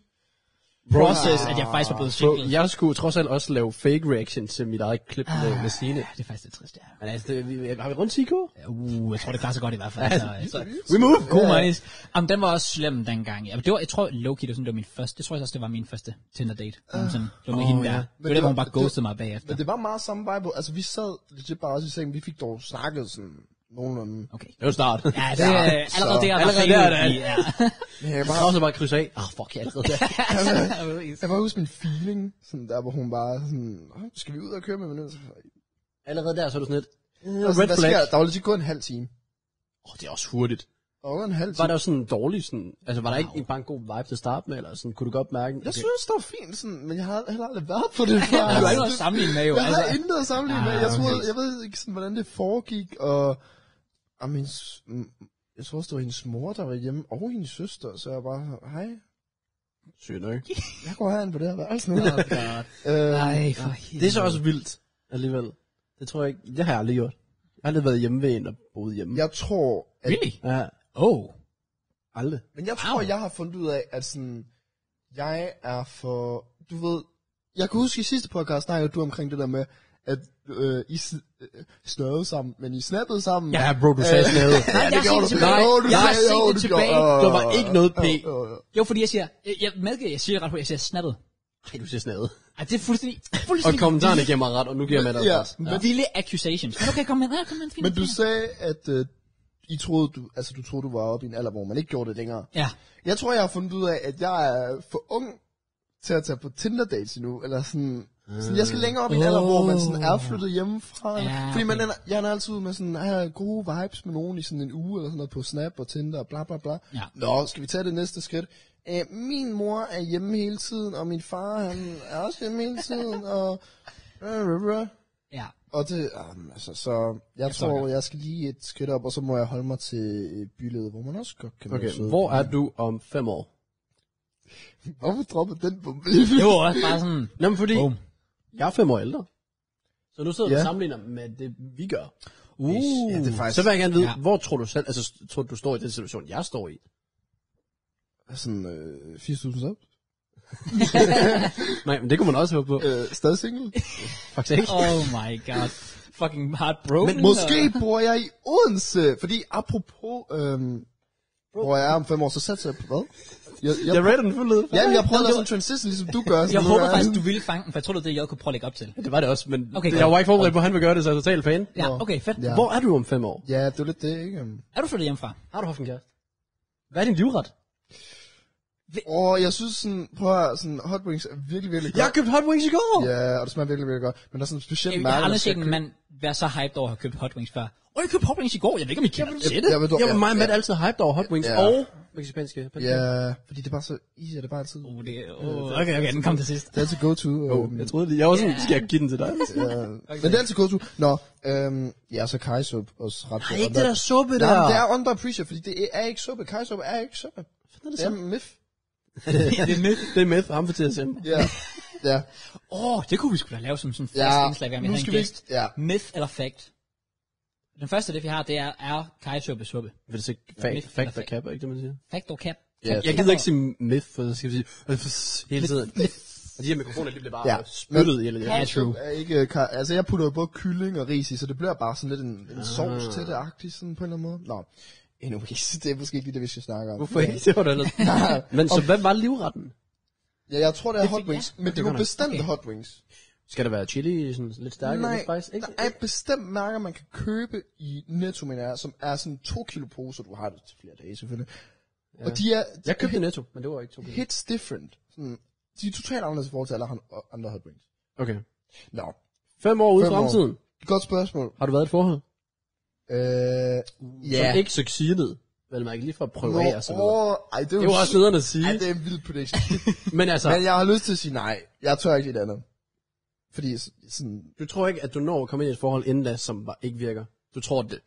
process, at jeg faktisk var blevet
Bro,
singlet. Ja.
jeg skulle trods alt også lave fake reaction til mit eget klip med,
Ah.
med Signe.
Det er faktisk lidt trist, det her.
Men altså, det, vi- har vi rundt 10
Uh, jeg tror, det klarer sig godt i hvert fald. Altså, altså,
We move!
God yeah. minds. Jamen, den var også slem dengang. Ja, men det var, jeg tror, Loki, det var, sådan, det var min første. Det tror jeg også, det var min første Tinder-date. Uh, sådan, det var med oh, hende der.
ja.
Yeah. Det var
det
der, hvor
var-
hun bare
det-
ghostede mig bagefter.
Men det var meget samme vibe. Altså, vi sad legit bare også i sengen. Vi fik dog snakket sådan nogenlunde.
Okay.
Det var start.
Ja, det er
Ja,
ja, allerede
så-
der, der
allerede
ringede
der er det.
vi, ja. [laughs]
Men Jeg kan
Jeg
bare,
kan også bare krydse af. Ah, oh, fuck, jeg er allerede der.
jeg kan bare huske min feeling, sådan der, hvor hun bare sådan, "Åh, skal vi ud og køre med veninder? Altså,
allerede der, så er du sådan lidt. Uh,
hvad sker der? Der var lige gået en halv time.
Oh, det er også hurtigt.
Der var gået en halv
Var
time.
der sådan en dårlig sådan... Altså, var der ikke bare en god vibe til at starte med, eller sådan, kunne du godt mærke?
Jeg synes, det var fint, sådan, men jeg har heller aldrig været
[laughs]
på det før.
Du har ikke
Altså,
noget at sammenligne med, jo.
jeg
Altså,
har intet at sammenligne med.
Ah,
Jeg, troede,
okay.
jeg ved ikke, sådan, hvordan det foregik, og... og min, s- mm, jeg tror også, det var hendes mor, der var hjemme, og hendes søster, så jeg bare, hej,
Sygt nok.
jeg går herind på det her værelse nu.
[laughs] Ej,
øh,
for
Det er så også vildt, alligevel. Det tror jeg ikke... Det har jeg aldrig gjort. Jeg har aldrig været hjemme ved en, der boede hjemme.
jeg tror, at
Really?
Ja,
Oh.
aldrig.
Men jeg tror,
Wow.
jeg har fundet ud af, at sådan, jeg er for... Du ved, jeg kan huske i sidste podcast, snakkede du omkring det der med, at øh, I s- øh, snørede sammen, men I snappede sammen.
Ja, bro, du
Øh,
sagde snappede.
Ja,
jeg
det
har
gjorde
set
du.
det tilbage.
Jo, du
Jeg har
sagde,
set
jo,
det
du
tilbage.
gjorde-
Der var ikke noget P.
Jo, jo, jo.
Jo, fordi jeg siger, jeg, jeg medgiver, jeg siger det ret på, jeg siger snappet.
Nej, du siger
[laughs]
snappede.
Ej, det er fuldstændig,
Og
fuldstændig
kommentarerne giver mig ret, og nu giver jeg mig dig
Ja.
ret.
vilde, vilde accusations. Men okay, kom ind, ja, kom ind, fint.
Men du
fint.
sagde, at øh, I troede, du, altså, du troede, du var oppe i en alder, hvor man ikke gjorde det længere.
Ja,
Jeg tror, jeg har fundet ud af, at jeg er for ung til at tage på Tinder-dates endnu, eller sådan... Sådan, jeg skal længere op i en alder, hvor man sådan er flyttet hjemmefra.
Ja,
Ja, fordi man
okay.
ender, jeg ender altid ud med sådan, at have gode vibes med nogen i sådan en uge, eller sådan noget på Snap og Tinder og bla bla bla.
Ja.
Nå, skal vi tage det næste skridt? Æ, min mor er hjemme hele tiden, og min far han er også hjemme hele tiden, og...
ja.
Og det, um, altså, så jeg, jeg tror, jeg skal lige et skridt op, og så må jeg holde mig til øh, bylivet, hvor man også godt kan
Okay,
være sød.
hvor er du om fem år?
Hvorfor droppede den bombe?
Det var også bare sådan,
Nå, men fordi
Boom.
jeg er fem år ældre. Så nu sidder du
Ja.
og sammenligner med det, vi gør.
uh,
det er faktisk...
Så vil jeg gerne vide,
Ja.
hvor tror du selv, altså tror du, du står i den situation, jeg står i?
Sådan øh, 4.000 sub.
Nej, men det kunne man også håbe [laughs] på.
Øh, stadig single.
Faktisk ikke.
oh my god. Fucking heartbroken.
Men måske bor jeg i Odense, fordi apropos, øhm, hvor jeg er om fem år, så satser jeg på hvad? Jeg, jeg,
Jeg
jeg,
read den fuldt ud.
jamen, jeg prøvede at lave sådan en transition, ligesom du gør. sådan
Jeg
nu
håber
er-
faktisk, du ville fange den, for jeg tror, det er det, jeg kunne prøve at lægge op til.
Det var det også, men
Okay,
okay,
godt.
jeg var ikke forberedt på, at han ville gøre det, så jeg er totalt fan.
Ja,
Nå.
okay, fedt.
Ja.
Hvor er du om fem år?
Ja, det er lidt det, ikke?
Er du flyttet hjemmefra?
Har du haft en kæreste? Hvad er din livret?
Og jeg synes sådan, prøv at høre, sådan, hot wings er virkelig, virkelig godt.
Jeg købte hot wings i går!
Ja, og det smager virkelig, virkelig godt. Men der er sådan en speciel
Jeg
mærke.
har aldrig
skal
set en mand være så hyped over at have købt hot wings før. Åh, jeg købte hot wings i går. Jeg ved ikke, om I kender til det.
jeg ved, du-
Jeg var
ja,
meget med altid hyped over hot wings
Ja.
og mexicanske.
Ja, fordi det er bare så easy, og det er bare altid...
Uh, det, uh, okay, okay, den kom til sidst.
Det er altid go-to. øhm,
Jeg troede lige, jeg var sådan, skal jeg give den til dig?
[laughs] ja. Øh, Men det er altid go-to. Nå, øhm, ja, så kajsup og ret
Nej, ikke det der suppe der.
Nej, men det er underappreciated, fordi det er ikke suppe. Kajsuppe er ikke suppe.
er det
Det er mif.
det er myth. Det er myth, ham for til at sende.
Ja. [laughs] ja.
Åh, oh, det kunne vi skulle da lave som sådan en fast
Ja,
indslag, hver gang vi
nu
havde en
skal vi
gæst.
ikke- ja.
Myth eller fact? Den første af det, vi har, det er, er kajsuppe suppe.
Vil det ikke
myth
fact, fact
eller
der kapper, ikke det, man siger?
Fact or cap?
Ja, jeg gider ikke sige myth, for så skal vi sige øh, hele tiden. Og de her mikrofoner, de bliver bare
Ja.
spyttet i hele det.
Ja, true.
Er ikke, kaj- altså, jeg putter jo både kylling og ris i, så det bliver bare sådan lidt en,
Ah.
en sovs til det agtigt, sådan på en eller anden måde. Nå, anyways, [laughs] det er måske ikke lige det, vi skal snakke om.
Hvorfor ikke? Det var det [laughs] ellers. Men så hvad var livretten?
Ja, jeg tror, det er hot wings,
ja.
men det
Det
var
gør det.
bestemt okay. hot wings.
Skal der være chili, sådan lidt stærkere, lidt spice? Ikke?
der er bestemt mærker, man kan købe i Netto, mener jeg, som er sådan to kilo poser, du har det til flere dage selvfølgelig. Ja. Og de er, de
Jeg købte netto, men det var ikke to kilo.
hits different. Sådan, de er totalt anderledes i forhold til alle andre- andre hot wings.
Okay.
Nå,
Fem år ude i
Fem år.
fremtiden.
godt spørgsmål.
Har du været i et forhold?
Øh, ja.
Uh, Som ikke succeedede. Vel, man kan lige for at prøve
Nå,
af og så videre.
åh, ej, det er
Det
jo
var også nederen at sige.
Ej, det er en vild prediction. [laughs]
Men altså,
Men jeg har lyst til at sige nej. Jeg tør ikke et andet. Fordi s- sådan,
du tror ikke, at du når at komme ind i et forhold inden da, som bare ikke virker. Du tror det.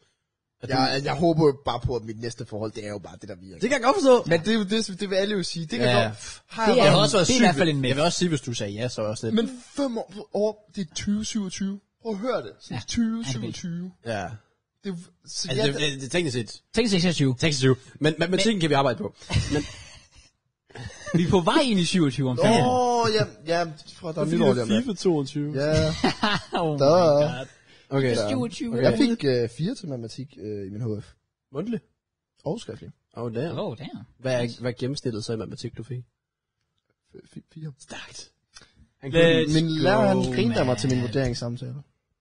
At du...
jeg, jeg håber jo bare på, at mit næste forhold, det er jo bare det, der virker.
Det kan jeg godt forstå.
Men det er jo det, det vil alle jo sige. Det kan
Ja.
godt. Har
Det
jeg
er
været-
også Det er i hvert fald en myth.
Jeg vil også sige, hvis du sagde ja, så er jeg også lidt.
Men fem år, år det er 2027. Prøv at høre det. Sådan
Ja.
ja.
Ja, det er
2027.
Ja.
Det, er v- så
Altså,
ja,
det, det, det, er teknisk set.
Tænk 26.
Teknisk set. Men matematikken kan vi arbejde på. Men
Vi er på vej ind i 27 om fem år.
Åh, ja, ja, prøv at der er nytår lige om lidt.
22.
Ja,
Oh my
der er-
god.
Okay.
27.
jeg fik øh, fire til matematik øh, i min HF.
Mundtlig.
Og skriftlig.
Åh, oh, damn.
Oh, damn.
Hvad er, hvad er gennemsnittet så i matematik, du fik?
F- f- Fire.
Stærkt. Han
kunne den.
Min lærer, han
go,
grinede af mig til min
man.
vurderingssamtale.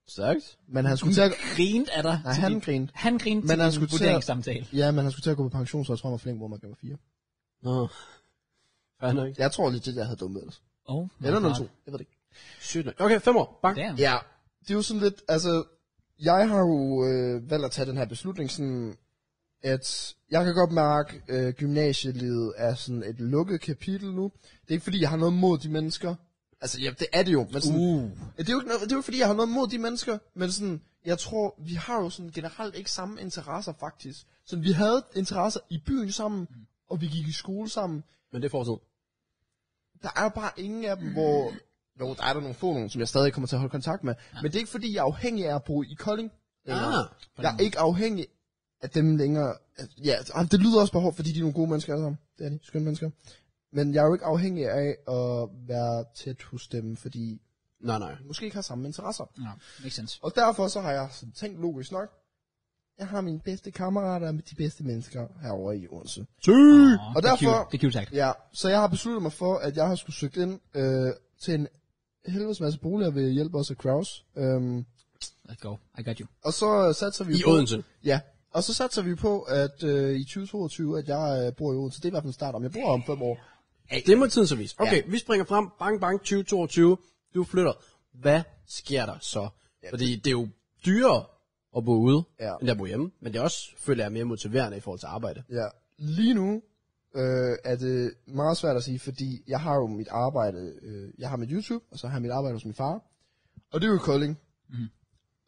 Stærkt.
Men han skulle til at...
Grinte af dig.
Nej,
til
han
din-
grinede.
Han grinte
Men
til
han
din
skulle til at-
vurderingssamtale.
Ja, men han skulle til at gå på pension, så jeg tror, han var flink, hvor man gav mig fire.
Nå. Fair nok.
Jeg tror legit, jeg havde dummet ellers.
Oh my
Eller
god.
02. Jeg ved det ikke.
Sygt nok. Okay, fem år. Bang.
Damn.
Ja, det er jo sådan lidt... Altså, jeg har jo øh, valgt at tage den her beslutning sådan at jeg kan godt mærke, øh, gymnasielivet er sådan et lukket kapitel nu. Det er ikke fordi, jeg har noget mod de mennesker. Altså, ja, det er det jo. Men sådan,
Uh.
det, er jo ikke noget, det er jo ikke fordi, jeg har noget mod de mennesker. Men sådan, jeg tror, vi har jo sådan generelt ikke samme interesser faktisk. Så vi havde interesser i byen sammen, og vi gik i skole sammen.
Men det er fortid.
Der er jo bare ingen af dem, hvor... Jo, der er der nogle få nogen, som jeg stadig kommer til at holde kontakt med. Men det er ikke fordi, jeg er afhængig af at bo i Kolding. længere.
Ah.
Jeg er ikke afhængig af dem længere. Ja, ah, det lyder også bare hårdt, fordi de er nogle gode mennesker alle sammen. Det er de, skønne mennesker. Men jeg er jo ikke afhængig af at være tæt hos dem, fordi
Nej, nej.
måske ikke har samme interesser.
Nå, makes sense.
Og derfor så har jeg sådan tænkt logisk nok, jeg har mine bedste kammerater med de bedste mennesker herovre i Odense.
Syg!
Nå,
og
det er
derfor-
cute. Det er cute sagt.
Ja, så jeg har besluttet mig for, at jeg har skulle søgt ind øh, til en helvedes masse boliger ved hjælp også af Kraus. Øhm,
Let's go. I got you.
og så øh, satser vi
I
på,
Odense.
Ja, og så satser vi på, at øh, i 2022, at jeg øh, bor i Odense. Det er i hvert fald en start om. Jeg bor her om fem år.
Det må tiden så vise. Okay, ja. vi springer frem. Bang, bang, 2022. Du flytter. Hvad sker der så? Fordi det er jo dyrere at bo ude,
Ja.
end at bo hjemme. Men det er også, føler jeg, mere motiverende i forhold til arbejde.
Ja. Lige nu øh, er det meget svært at sige, fordi jeg har jo mit arbejde, øh, jeg har mit YouTube, og så har jeg mit arbejde hos min far. Og det er jo i Kolding. Mm.
Mhm.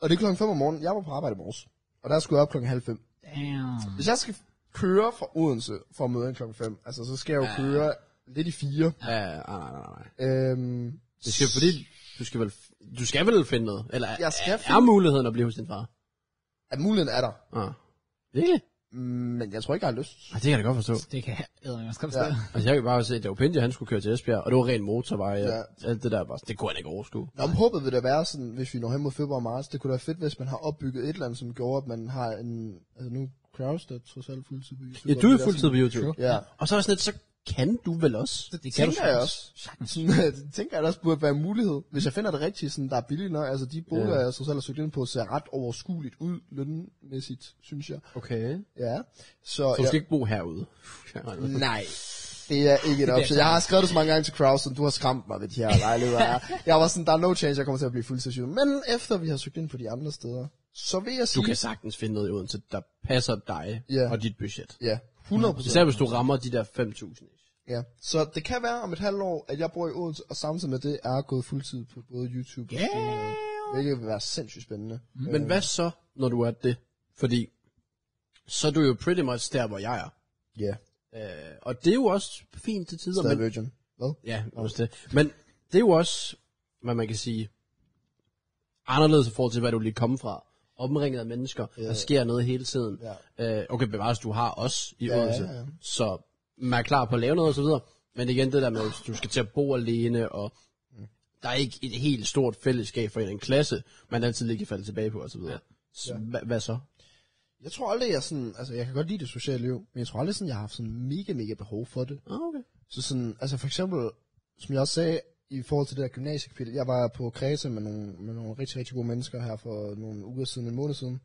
Og det er klokken 5 om morgenen. Jeg var på arbejde i morges, og der skulle jeg op klokken halv fem.
Damn.
Hvis jeg skal køre fra Odense for at møde en klokken 5, altså så skal jeg jo køre lidt i 4.
Ja, ja, nej, nej, nej, nej.
Øhm,
Det skal fordi, du skal vel, du skal vel finde noget? Eller
Jeg skal
er, er
finde-
muligheden at blive hos din far?
at muligheden er der,
Ja. Virkelig?
men jeg tror ikke, jeg har lyst.
Ja, det kan jeg da godt forstå.
Det kan jeg eddermame også godt forstå.
Ja.
Altså, jeg kan bare se, at det var Pindy, han skulle køre til Esbjerg, og det var ren motorvej, ja.
Ja.
alt det der, bare, sådan, det kunne han ikke overskue.
Nå, men håbet vil da være sådan, hvis vi når hen mod februar og marts, det kunne da være fedt, hvis man har opbygget et eller andet, som gjorde, at man har en... Altså nu Kraus, der er trods alt fuldtid på YouTube.
Ja, du
og
er
det
fuldtid på
sådan-
YouTube.
Ja.
Og så er jeg sådan lidt, så kan du vel også?
Det, det
kan du
tænker jeg også. [laughs]
sagtens. Sagtens.
det tænker jeg, der også burde være en mulighed. Hvis jeg finder det rigtige, sådan, der er billigt nok, altså de boliger, jeg trods alt har søgt ind på, ser ret overskueligt ud, lønmæssigt, synes jeg.
Okay.
Ja. Så,
Så du
jeg,
skal ikke bo herude. Nej.
Nej, det er ikke et option. Jeg har skrevet det så mange gange til Krausen, du har skræmt mig ved de her lejligheder. [laughs] her. Jeg var sådan, der er no chance, jeg kommer til at blive fuldstændig Men efter vi har søgt ind på de andre steder, så vil jeg
[laughs] Du
sige...
kan sagtens finde noget i Odense, der passer dig
Ja.
og dit budget.
Ja, 100 procent.
Især hvis du rammer de der 5.000. ish.
Ja. Så det kan være om et halvt år, at jeg bor i Odense, og samtidig med det er jeg gået fuldtid på både YouTube og streaming. Hvilket vil være sindssygt spændende. Mm.
Men hvad så, når du er det? Fordi så er du jo pretty much der, hvor jeg er.
Ja,
Øh, og det er jo også fint til tider,
stadig
men,
virgin. Hvad?
Ja, også det. Men det er jo også, hvad man kan sige, anderledes i forhold til, hvad du lige kom fra. Omringet af mennesker, yeah. der sker noget hele tiden. Yeah. Øh, okay, bevares, du har os i
ja,
Odense,
ja.
så man er klar på at lave noget osv., men igen det der med, at du skal til at bo alene, og
Mm.
der er ikke et helt stort fællesskab for en, en klasse, man altid lige kan falde tilbage på osv. Ja. Så, hva, hvad så?
Jeg tror aldrig, jeg sådan... Altså, jeg kan godt lide det sociale liv, men jeg tror aldrig sådan, jeg har haft sådan mega, mega behov for det.
Ah, okay.
Så sådan, altså for eksempel, som jeg også sagde, i forhold til det der gymnasiekapitel, jeg var på Kreta med nogle, med nogle rigtig, rigtig gode mennesker her for nogle uger siden, en måned siden.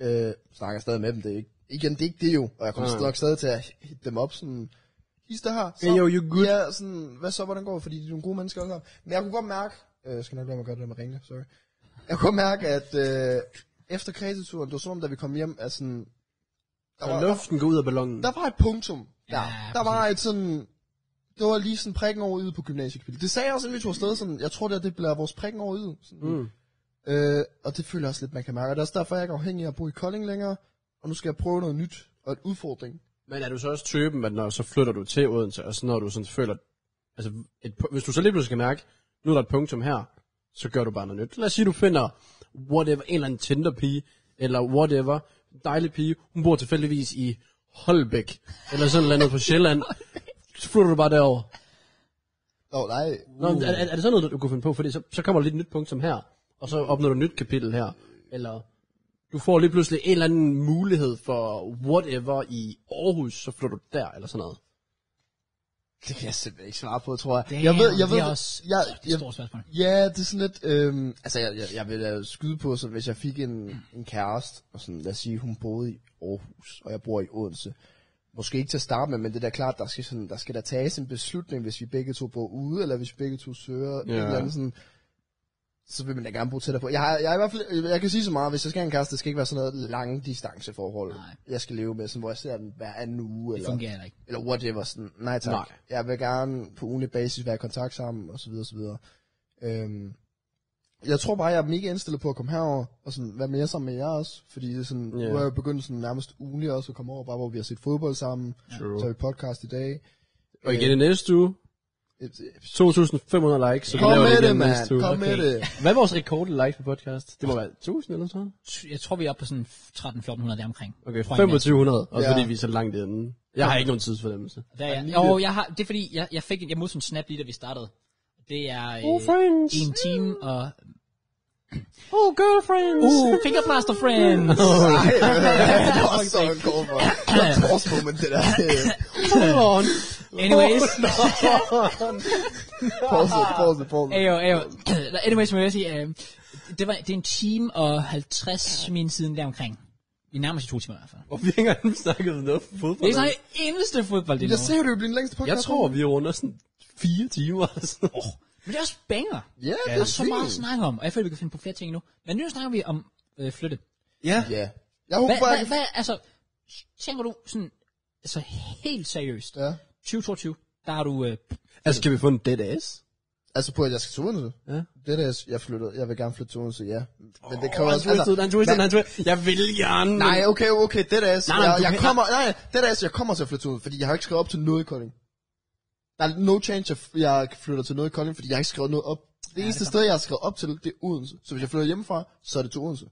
Øh, snakker stadig med dem, det er ikke, igen, det er ikke det jo, og jeg kommer
Nej.
mm. stadig til at hitte dem op sådan, his der her, så,
Hey, yo, you good?
ja, sådan, hvad så, hvordan går det, fordi de er nogle gode mennesker alle sammen. Men jeg kunne godt mærke, øh, jeg skal nok lade mig gøre det der med ringe, sorry. Jeg kunne godt mærke, at øh, efter Kreta-turen, det var sådan, da vi kom hjem, at sådan, der
Og luften går ud af ballonen.
der var et punktum der.
Ja,
Ja, der var et sådan... Det var lige sådan prikken over ydet på gymnasiekvalitet. Det sagde jeg også, inden vi tog afsted. Sådan, jeg tror, det, her, det bliver vores prikken over ydet. Sådan,
Mm.
øh, og det føler jeg også lidt, man kan mærke. Og det er også derfor, jeg er ikke afhængig af at bo i Kolding længere. Og nu skal jeg prøve noget nyt og et udfordring.
Men er du så også typen, at når så flytter du til Odense, og så når du sådan føler, altså et, pu- hvis du så lige pludselig kan mærke, nu er der et punktum her, så gør du bare noget nyt. Lad os sige, du finder whatever, en eller anden Tinder-pige, eller whatever, en dejlig pige, hun bor tilfældigvis i Holbæk, eller sådan noget andet på Sjælland, så flytter du bare derover.
Nå, nej. Uh.
Nå, men er, er, er, det sådan noget, du kunne finde på? Fordi så, så kommer der lidt nyt punktum her, og så opnår du et nyt kapitel her, eller... Du får lige pludselig en eller anden mulighed for whatever i Aarhus, så flytter du der, eller sådan noget.
Det kan jeg simpelthen ikke svare på, tror jeg.
Damn,
jeg ved, jeg
det
ved,
er også-
jeg,
Det er
jeg,
et stort spørgsmål.
Ja, det er sådan lidt, øhm, altså jeg, jeg, jeg vil da skyde på, så hvis jeg fik en, en kæreste, og sådan, lad os sige, hun boede i Aarhus, og jeg bor i Odense. Måske ikke til at starte med, men det er da klart, der skal, sådan, der skal der tages en beslutning, hvis vi begge to bor ude, eller hvis vi begge to søger ja.
Ja.
et eller andet sådan, så vil man da gerne bo tættere på. Jeg, har, jeg, er i hvert fald, jeg kan sige så meget, hvis jeg skal have en kæreste, det skal ikke være sådan noget lange distanceforhold,
Nej.
jeg skal leve med, sådan, hvor jeg ser den hver anden uge.
Det
Eller,
fungerer heller ikke.
eller whatever, sådan, nej tak.
Nej.
Nej. Jeg vil gerne på ugenlig basis være i kontakt sammen, og så videre, og så videre. Øhm, jeg tror bare, jeg er mega indstillet på at komme herover, og sådan, være mere sammen med jer også, fordi det er sådan,
Ja.
yeah. nu er jeg begyndt sådan nærmest ugenlig også at komme over, bare hvor vi har set fodbold sammen,
True.
så har vi podcast i dag.
[laughs] Og igen i næste uge,
Et, et,
2.500 likes, så vi
kom
laver det
med
igen
det,
næste
mand,
uge.
kom med
Okay.
det.
Hvad er vores rekord i likes på podcast? Det må være 1.000 eller sådan noget.
Jeg tror, vi er oppe på sådan 13-1400 deromkring.
Okay,
Tror jeg,
2.500, og
Ja.
fordi vi er så langt inde. Jeg har ikke nogen tidsfornemmelse.
Der,
Ja,
ja.
lige
Jo,
lidt.
jeg har, det er fordi, jeg, jeg fik en, jeg modtog en snap lige da vi startede. Det er øh,
Oh, friends.
en time og...
Oh, girlfriends.
Uh, fingerplaster
[laughs]
friends!
Nej, det er også sådan god, man. Det er torsmoment, det
[laughs]
der.
on.
Anyways,
Pause, pause, pause.
ayo, ayo. Nå, Anyways, må jeg sige, øh, det, var, det er en time og 50 min siden der omkring. Vi nærmer os to timer i hvert fald.
[laughs] Og vi har ikke engang snakket om noget
Det
fodbold.
er sådan eneste fodbold, det er
Jeg
nu.
ser jo, det bliver den længste podcast.
Jeg tror, vi er under sådan fire timer. [laughs] altså. eller sådan noget.
Men det er også banger.
Ja, det
der
er
er så meget at
fint.
snakke om, og jeg føler, vi kan finde på flere ting nu. Men nu snakker vi om øh, flytte.
Ja. Jeg håber
Hvad,
bare,
hvad, hvad, altså, tænker du sådan, altså helt seriøst,
Ja.
2022, der har du, øh,
Altså, kan vi få en dead ass?
Altså på, at jeg skal til Odense.
Ja.
Det der, jeg flytter. Jeg vil gerne flytte til Odense, ja. Men det
Åh, altså,
kræver
han
også...
twistede, han twistede,
hvad-
han twistede. Jeg vil gerne.
Nej, okay, okay, det der,
nej,
jeg,
du
jeg
kan-
kommer, nej, det der, jeg kommer til at flytte til Odense, fordi jeg har ikke skrevet op til noget i Kolding. Der er no change, at jeg flytter til noget i Kolding, fordi jeg har ikke skrevet noget op. Det eneste sted, jeg har skrevet op til, det er Odense. Så hvis jeg flytter hjemmefra, så er det til Odense.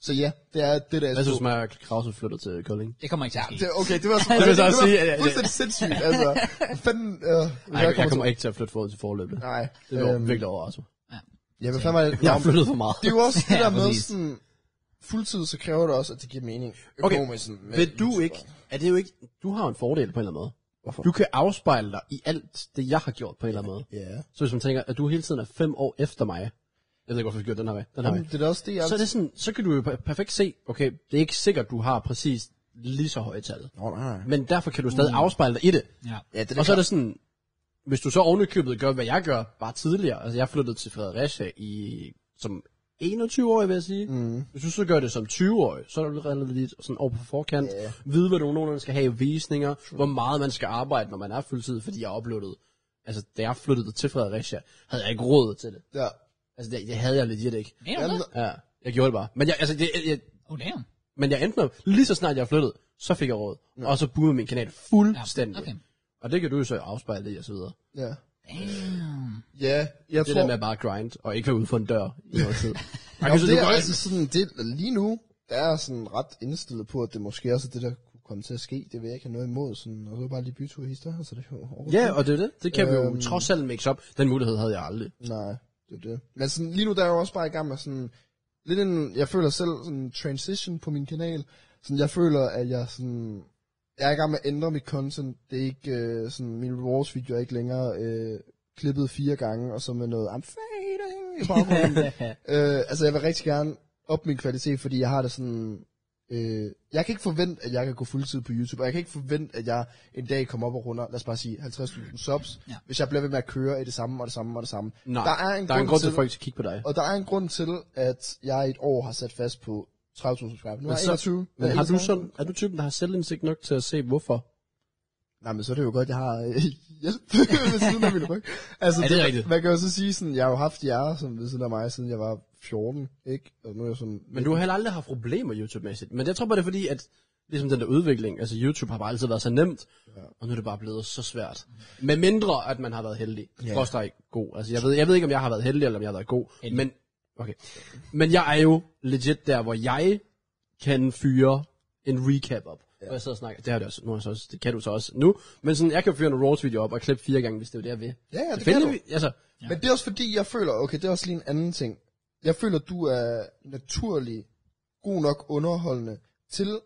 Så ja, det er det der.
Hvad synes du, at Krause flytter til Kolding?
det kommer ikke til at ske.
Det, okay,
[laughs]
det var så,
vil så også sige, at-
det var
at-
fuldstændig sindssygt,
[laughs]
altså. Fanden, øh,
Nej, jeg, jeg kommer ikke til at flytte forud til forløbet.
Nej,
Det er øhm, virkelig overraske mig.
jeg vil fandme...
Jeg har flyttet for meget.
Det er jo
[laughs]
også det
Ja,
der med
præcis.
sådan, fuldtid, så kræver det også, at det giver mening.
Okay,
Økonomisk, sådan, med-
Vil du ikke, er det jo ikke, du har en fordel på en eller anden måde. Hvorfor? Du kan afspejle dig i alt det, jeg har gjort på en eller anden måde.
Ja.
Så hvis man tænker, at du hele tiden er fem år efter mig, jeg ved ikke, hvorfor vi gjorde den her vej, den her
Jamen,
vej.
det er da også det, jeg...
Så er det sådan, så kan du jo per- perfekt se, okay, det er ikke sikkert, du har præcis lige så høje tal.
Nå, nej, nej.
Men derfor kan du stadig afspejle dig i det.
Ja.
Ja, det er
Og så er det sådan, hvis du så ovenikøbet gør, hvad jeg gør, bare tidligere. Altså, jeg flyttede til Fredericia i, som 21-årig, vil jeg sige. Mm. Hvis du så gør det som 20-årig, så er du allerede lidt sådan over på forkant. Yeah. Vide, hvad du nogenlunde skal have i visninger. Hvor meget man skal arbejde, når man er fuldtid, fordi jeg uploadede. Altså, da jeg flyttede til Fredericia, havde jeg ikke råd til det.
Ja.
Altså, det, det havde jeg legit ikke.
Mener
Ja,
du det?
men-
Ja, jeg gjorde det bare. Men jeg, altså, det, jeg,
Oh, damn.
men jeg endte med, lige så snart jeg flyttede, så fik jeg råd. Ja. Og så boomede min kanal fuldstændig.
Ja, okay.
Og det kan du jo så afspejle det i, og så videre.
Ja.
Damn.
Ja, jeg
Det
tror...
der med at bare grind, og ikke være ude for en dør i noget
[laughs]
tid. Man
Nå,
kan
det
synes,
er
godt-
altså sådan, det, lige nu, der er jeg sådan ret indstillet på, at det måske også er det, der kunne komme til at ske. Det vil jeg ikke have noget imod, sådan, og så bare lige byture hister, så det er jo overhovedet-
Ja, og det er det. Det kan vi jo
Øhm.
trods alt mix op. Den mulighed havde jeg aldrig.
Nej, det er det. Men sådan, lige nu der er jeg jo også bare i gang med sådan, lidt en, jeg føler selv sådan en transition på min kanal. Sådan, jeg føler, at jeg sådan, jeg er i gang med at ændre mit content. Det er ikke øh, sådan, min rewards video er ikke længere øh, klippet fire gange, og så med noget, I'm fading i
[laughs]
baggrunden. øh, altså, jeg vil rigtig gerne op min kvalitet, fordi jeg har det sådan, øh, jeg kan ikke forvente, at jeg kan gå fuldtid på YouTube, og jeg kan ikke forvente, at jeg en dag kommer op og runder, lad os bare sige, 50.000 subs,
Ja.
ja. hvis jeg bliver ved med at køre i det samme, og det samme, og det samme.
Nej,
der er en,
der er en grund til, at folk skal kigge på dig.
og der er en grund til, at jeg i et år har sat fast på 30.000 subscriber. Nu er
Men
jeg
så-
21.
Men
Jeg
har du
31.
sådan, er du typen, der har selvindsigt nok til at se, hvorfor?
Nej, men så er det jo godt, jeg har [laughs] øh, hjælp ved siden af min ryg. Altså,
Ja, det er rigtigt.
Man kan jo så sige sådan, jeg har jo haft jer som ved siden af mig, siden jeg var 14, ikke? Og nu er jeg sådan...
Men du har heller aldrig haft problemer YouTube-mæssigt. Men jeg tror bare, det er fordi, at ligesom den der udvikling, altså YouTube har bare altid været så nemt, ja. og nu er det bare blevet så svært. Med mindre, at man har været heldig. Ja. Også god. Altså, jeg ved, jeg ved ikke, om jeg har været heldig, eller om jeg har været god.
Heldig.
Men, okay. men jeg er jo legit der, hvor jeg kan fyre en recap op. Ja. Og jeg sidder og snakker, det har det også, nu har jeg så også, det kan du så også nu. Men sådan, jeg kan fyre en Raws video op og klippe fire gange, hvis det er det, jeg vil.
Ja, ja, det
Selvfølgelig,
kan du.
vi- Altså,
Ja. Men det er også fordi, jeg føler, okay, det er også lige en anden ting. Jeg føler, du er naturlig, god nok underholdende til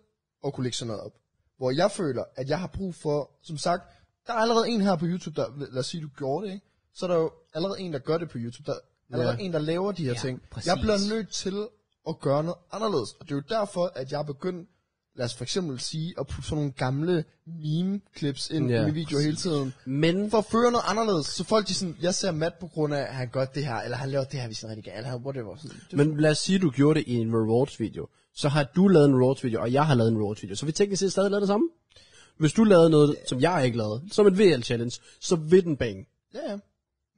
at kunne lægge sådan noget op. Hvor jeg føler, at jeg har brug for, som sagt, der er allerede en her på YouTube, der, lad os sige, du gjorde det, ikke? Så er der jo allerede en, der gør det på YouTube. Der er allerede ja. en, der laver de her
Ja,
ting.
præcis.
Jeg bliver nødt til at gøre noget anderledes. Og det er jo derfor, at jeg er begyndt, lad os for eksempel sige, at putte sådan nogle gamle meme-clips ind
Ja,
ja, i mine videoer hele tiden
men
for at føre noget anderledes, så folk de sådan, jeg ser Matt på grund af, at han gør det her, eller han laver det her, hvis han rigtig gerne, eller han whatever. Sådan, det,
Men lad os sige, du gjorde det i en rewards video. Så har du lavet en rewards video, og jeg har lavet en rewards video. Så vi teknisk set stadig lavet det samme. Hvis du lavede noget, som jeg ikke lavede, som et VL challenge, så vil den bang.
ja, ja.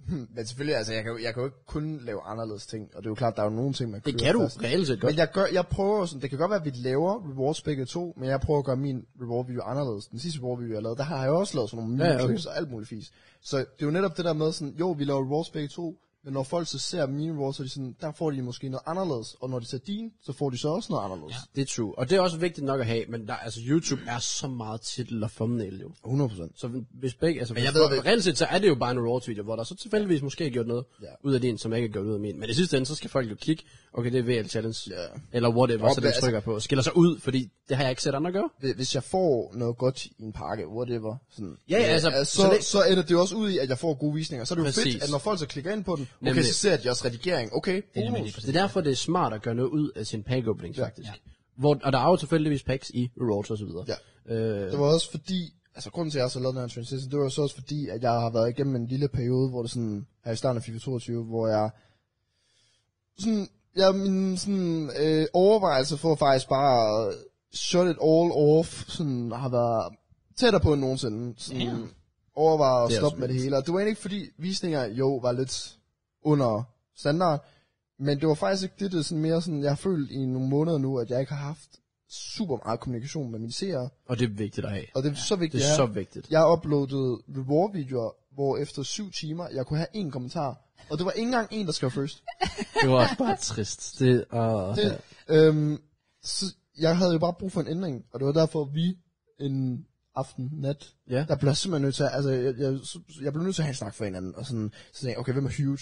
Hmm, Men selvfølgelig, altså, jeg kan, jo- jeg kan jo ikke kun lave anderledes ting, og det er jo klart, der er jo nogle ting, man
Det
kører
kan du
fast.
reelt set godt.
Men jeg, gør, jeg prøver sådan, det kan godt være, at vi laver rewards begge to, men jeg prøver at gøre min reward video anderledes. Den sidste reward video, jeg lavede, der har jeg også lavet sådan nogle
Ja,
ja,
ja,
okay. og alt muligt fisk. Så det er jo netop det der med sådan, jo, vi laver rewards begge to, Men når folk så ser mine raw, så er de sådan, der får de måske noget anderledes. Og når de ser din, så får de så også noget anderledes. Ja.
Det er true. Og det er også vigtigt nok at have, men der, altså, YouTube er så meget titel og thumbnail jo.
100%.
Så hvis begge, altså,
Men jeg
jeg
ved
ved,
det-
reelt set, så er det jo bare en raw video, hvor der så tilfældigvis måske er gjort noget
Ja.
ja. ud af din, som ikke er gjort ud af min. Men i sidste ende, så skal folk jo kigge, okay, det er VL Challenge,
Ja.
eller whatever,
Nå,
så
men
den
altså-
trykker på, og skiller sig ud, fordi det har jeg ikke set andre gøre.
Hvis- Hvis jeg får noget godt i en pakke, whatever. Sådan, øh,
Ja, ja, altså,
så,
så
så,
det-
så ender det jo også ud i, at jeg får gode visninger. Så er det jo Præcis.
Præcis.
fedt, at når folk så klikker ind på den, okay,
Nemlig.
så ser jeg jeres redigering. Okay,
Det er
bonus.
nemlig
Så det er derfor, det er smart at gøre noget ud af sin pack opening,
Ja.
faktisk. Hvor, og der er jo tilfældigvis packs i Rewards og så videre.
uh, Ja.
Øh,
Det var også fordi, altså grunden til, at jeg så lavede den her transition, det var så også fordi, at jeg har været igennem en lille periode, hvor det sådan, her i starten af FIFA 22, hvor jeg, sådan, ja, min sådan, øh, overvejelse for faktisk bare at shut it all off, sådan har været tættere på end nogensinde. Sådan, yeah. overvejet at
Det er
stoppe
også
med det
vildt.
hele. Og det var egentlig ikke fordi, visninger jo var lidt under standard, men det var faktisk ikke det, det er sådan mere sådan, jeg har følt i nogle måneder nu, at jeg ikke har haft super meget kommunikation med mine seere.
og det er vigtigt at have.
Og det er ja, så vigtigt.
Det er
at
så
have.
vigtigt.
Jeg uploadede reward-videoer, hvor efter syv timer, jeg kunne have en kommentar. Og det var ikke engang en, der skrev først.
Det var også bare trist. Det, uh, det,
Det, øhm, så jeg havde jo bare brug for en ændring, og det var derfor, vi en aften, nat,
Ja.
der blev jeg simpelthen nødt til at, altså, jeg, jeg, jeg blev nødt til at have en snak for hinanden, og sådan, så sagde jeg, okay, hvem er huge?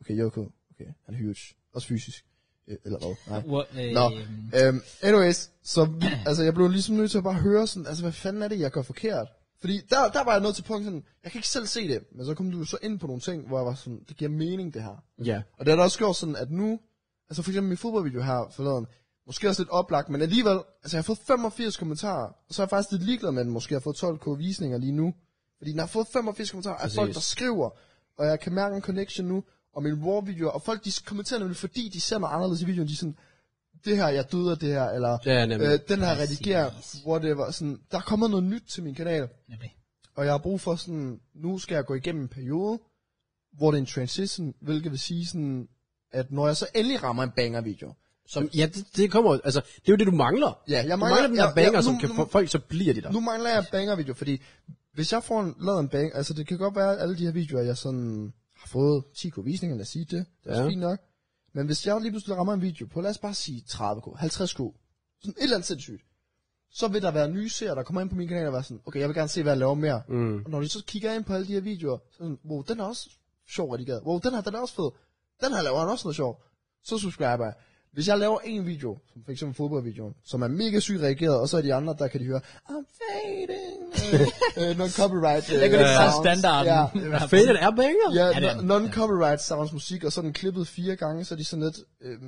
Okay, Joko, okay, han er huge, også fysisk, Øh, eller hvad, nej.
Ur- øh,
Nå,
øhm,
øhm, anyways, så vi, [clears throat] altså, jeg blev ligesom nødt til at bare høre sådan, altså, hvad fanden er det, jeg gør forkert? Fordi der, der var jeg nået til punkt sådan, jeg kan ikke selv se det, men så kom du så ind på nogle ting, hvor jeg var sådan, det giver mening, det her.
ja.
Og det har da også gjort sådan, at nu, altså for eksempel min fodboldvideo her forleden, måske også lidt oplagt, men alligevel, altså jeg har fået 85 kommentarer, og så er jeg faktisk lidt ligeglad med, at den måske har fået 12k visninger lige nu. Fordi den har fået 85 kommentarer af folk, der skriver, og jeg kan mærke en connection nu, og min war-video, og folk de kommenterer nemlig, fordi de ser mig anderledes i videoen, de er sådan, det her, jeg døde af det her, eller
Ja, nemlig.
øh, den her
Præcis.
redigerer, whatever, sådan, der er kommet noget nyt til min kanal,
nemlig.
og jeg har brug for sådan, nu skal jeg gå igennem en periode, hvor det er en transition, hvilket vil sige sådan, at når jeg så endelig rammer en banger video,
Som, ja, det, det kommer jo- altså, det er jo det, du mangler.
Ja, jeg
du
mangler-
mangler den der
ja,
banger,
ja,
som
nu-
kan
nu-
få folk, så bliver de der.
nu mangler jeg en banger video, fordi hvis jeg får en, lavet en banger, altså det kan godt være, at alle de her videoer, jeg sådan har fået 10k visninger, lad os sige det, det er ja.
Ja.
fint nok, men hvis jeg lige pludselig rammer en video på, lad os bare sige 30k, 50k, sådan et eller andet sindssygt, så vil der være nye seere, der kommer ind på min kanal og være sådan, okay, jeg vil gerne se, hvad jeg laver mere. Mm. Og når de så kigger ind på alle de her videoer, så er sådan, wow, den er også sjov redigeret. Wow, den her, den er også fed. Den her laver han også noget sjov. Så subscriber jeg. Hvis jeg laver en video, som for eksempel fodboldvideoen, som er mega syg reageret, og så er de andre, der kan de høre,
[laughs]
I'm fading, øh, øh, non-copyright. Øh,
Det kan du ikke
sounds.
standarden.
Ja,
Faded er banger.
ja,
det er
no-
den.
non-copyright sounds musik, og så er den klippet fire gange, så er de sådan lidt, øh,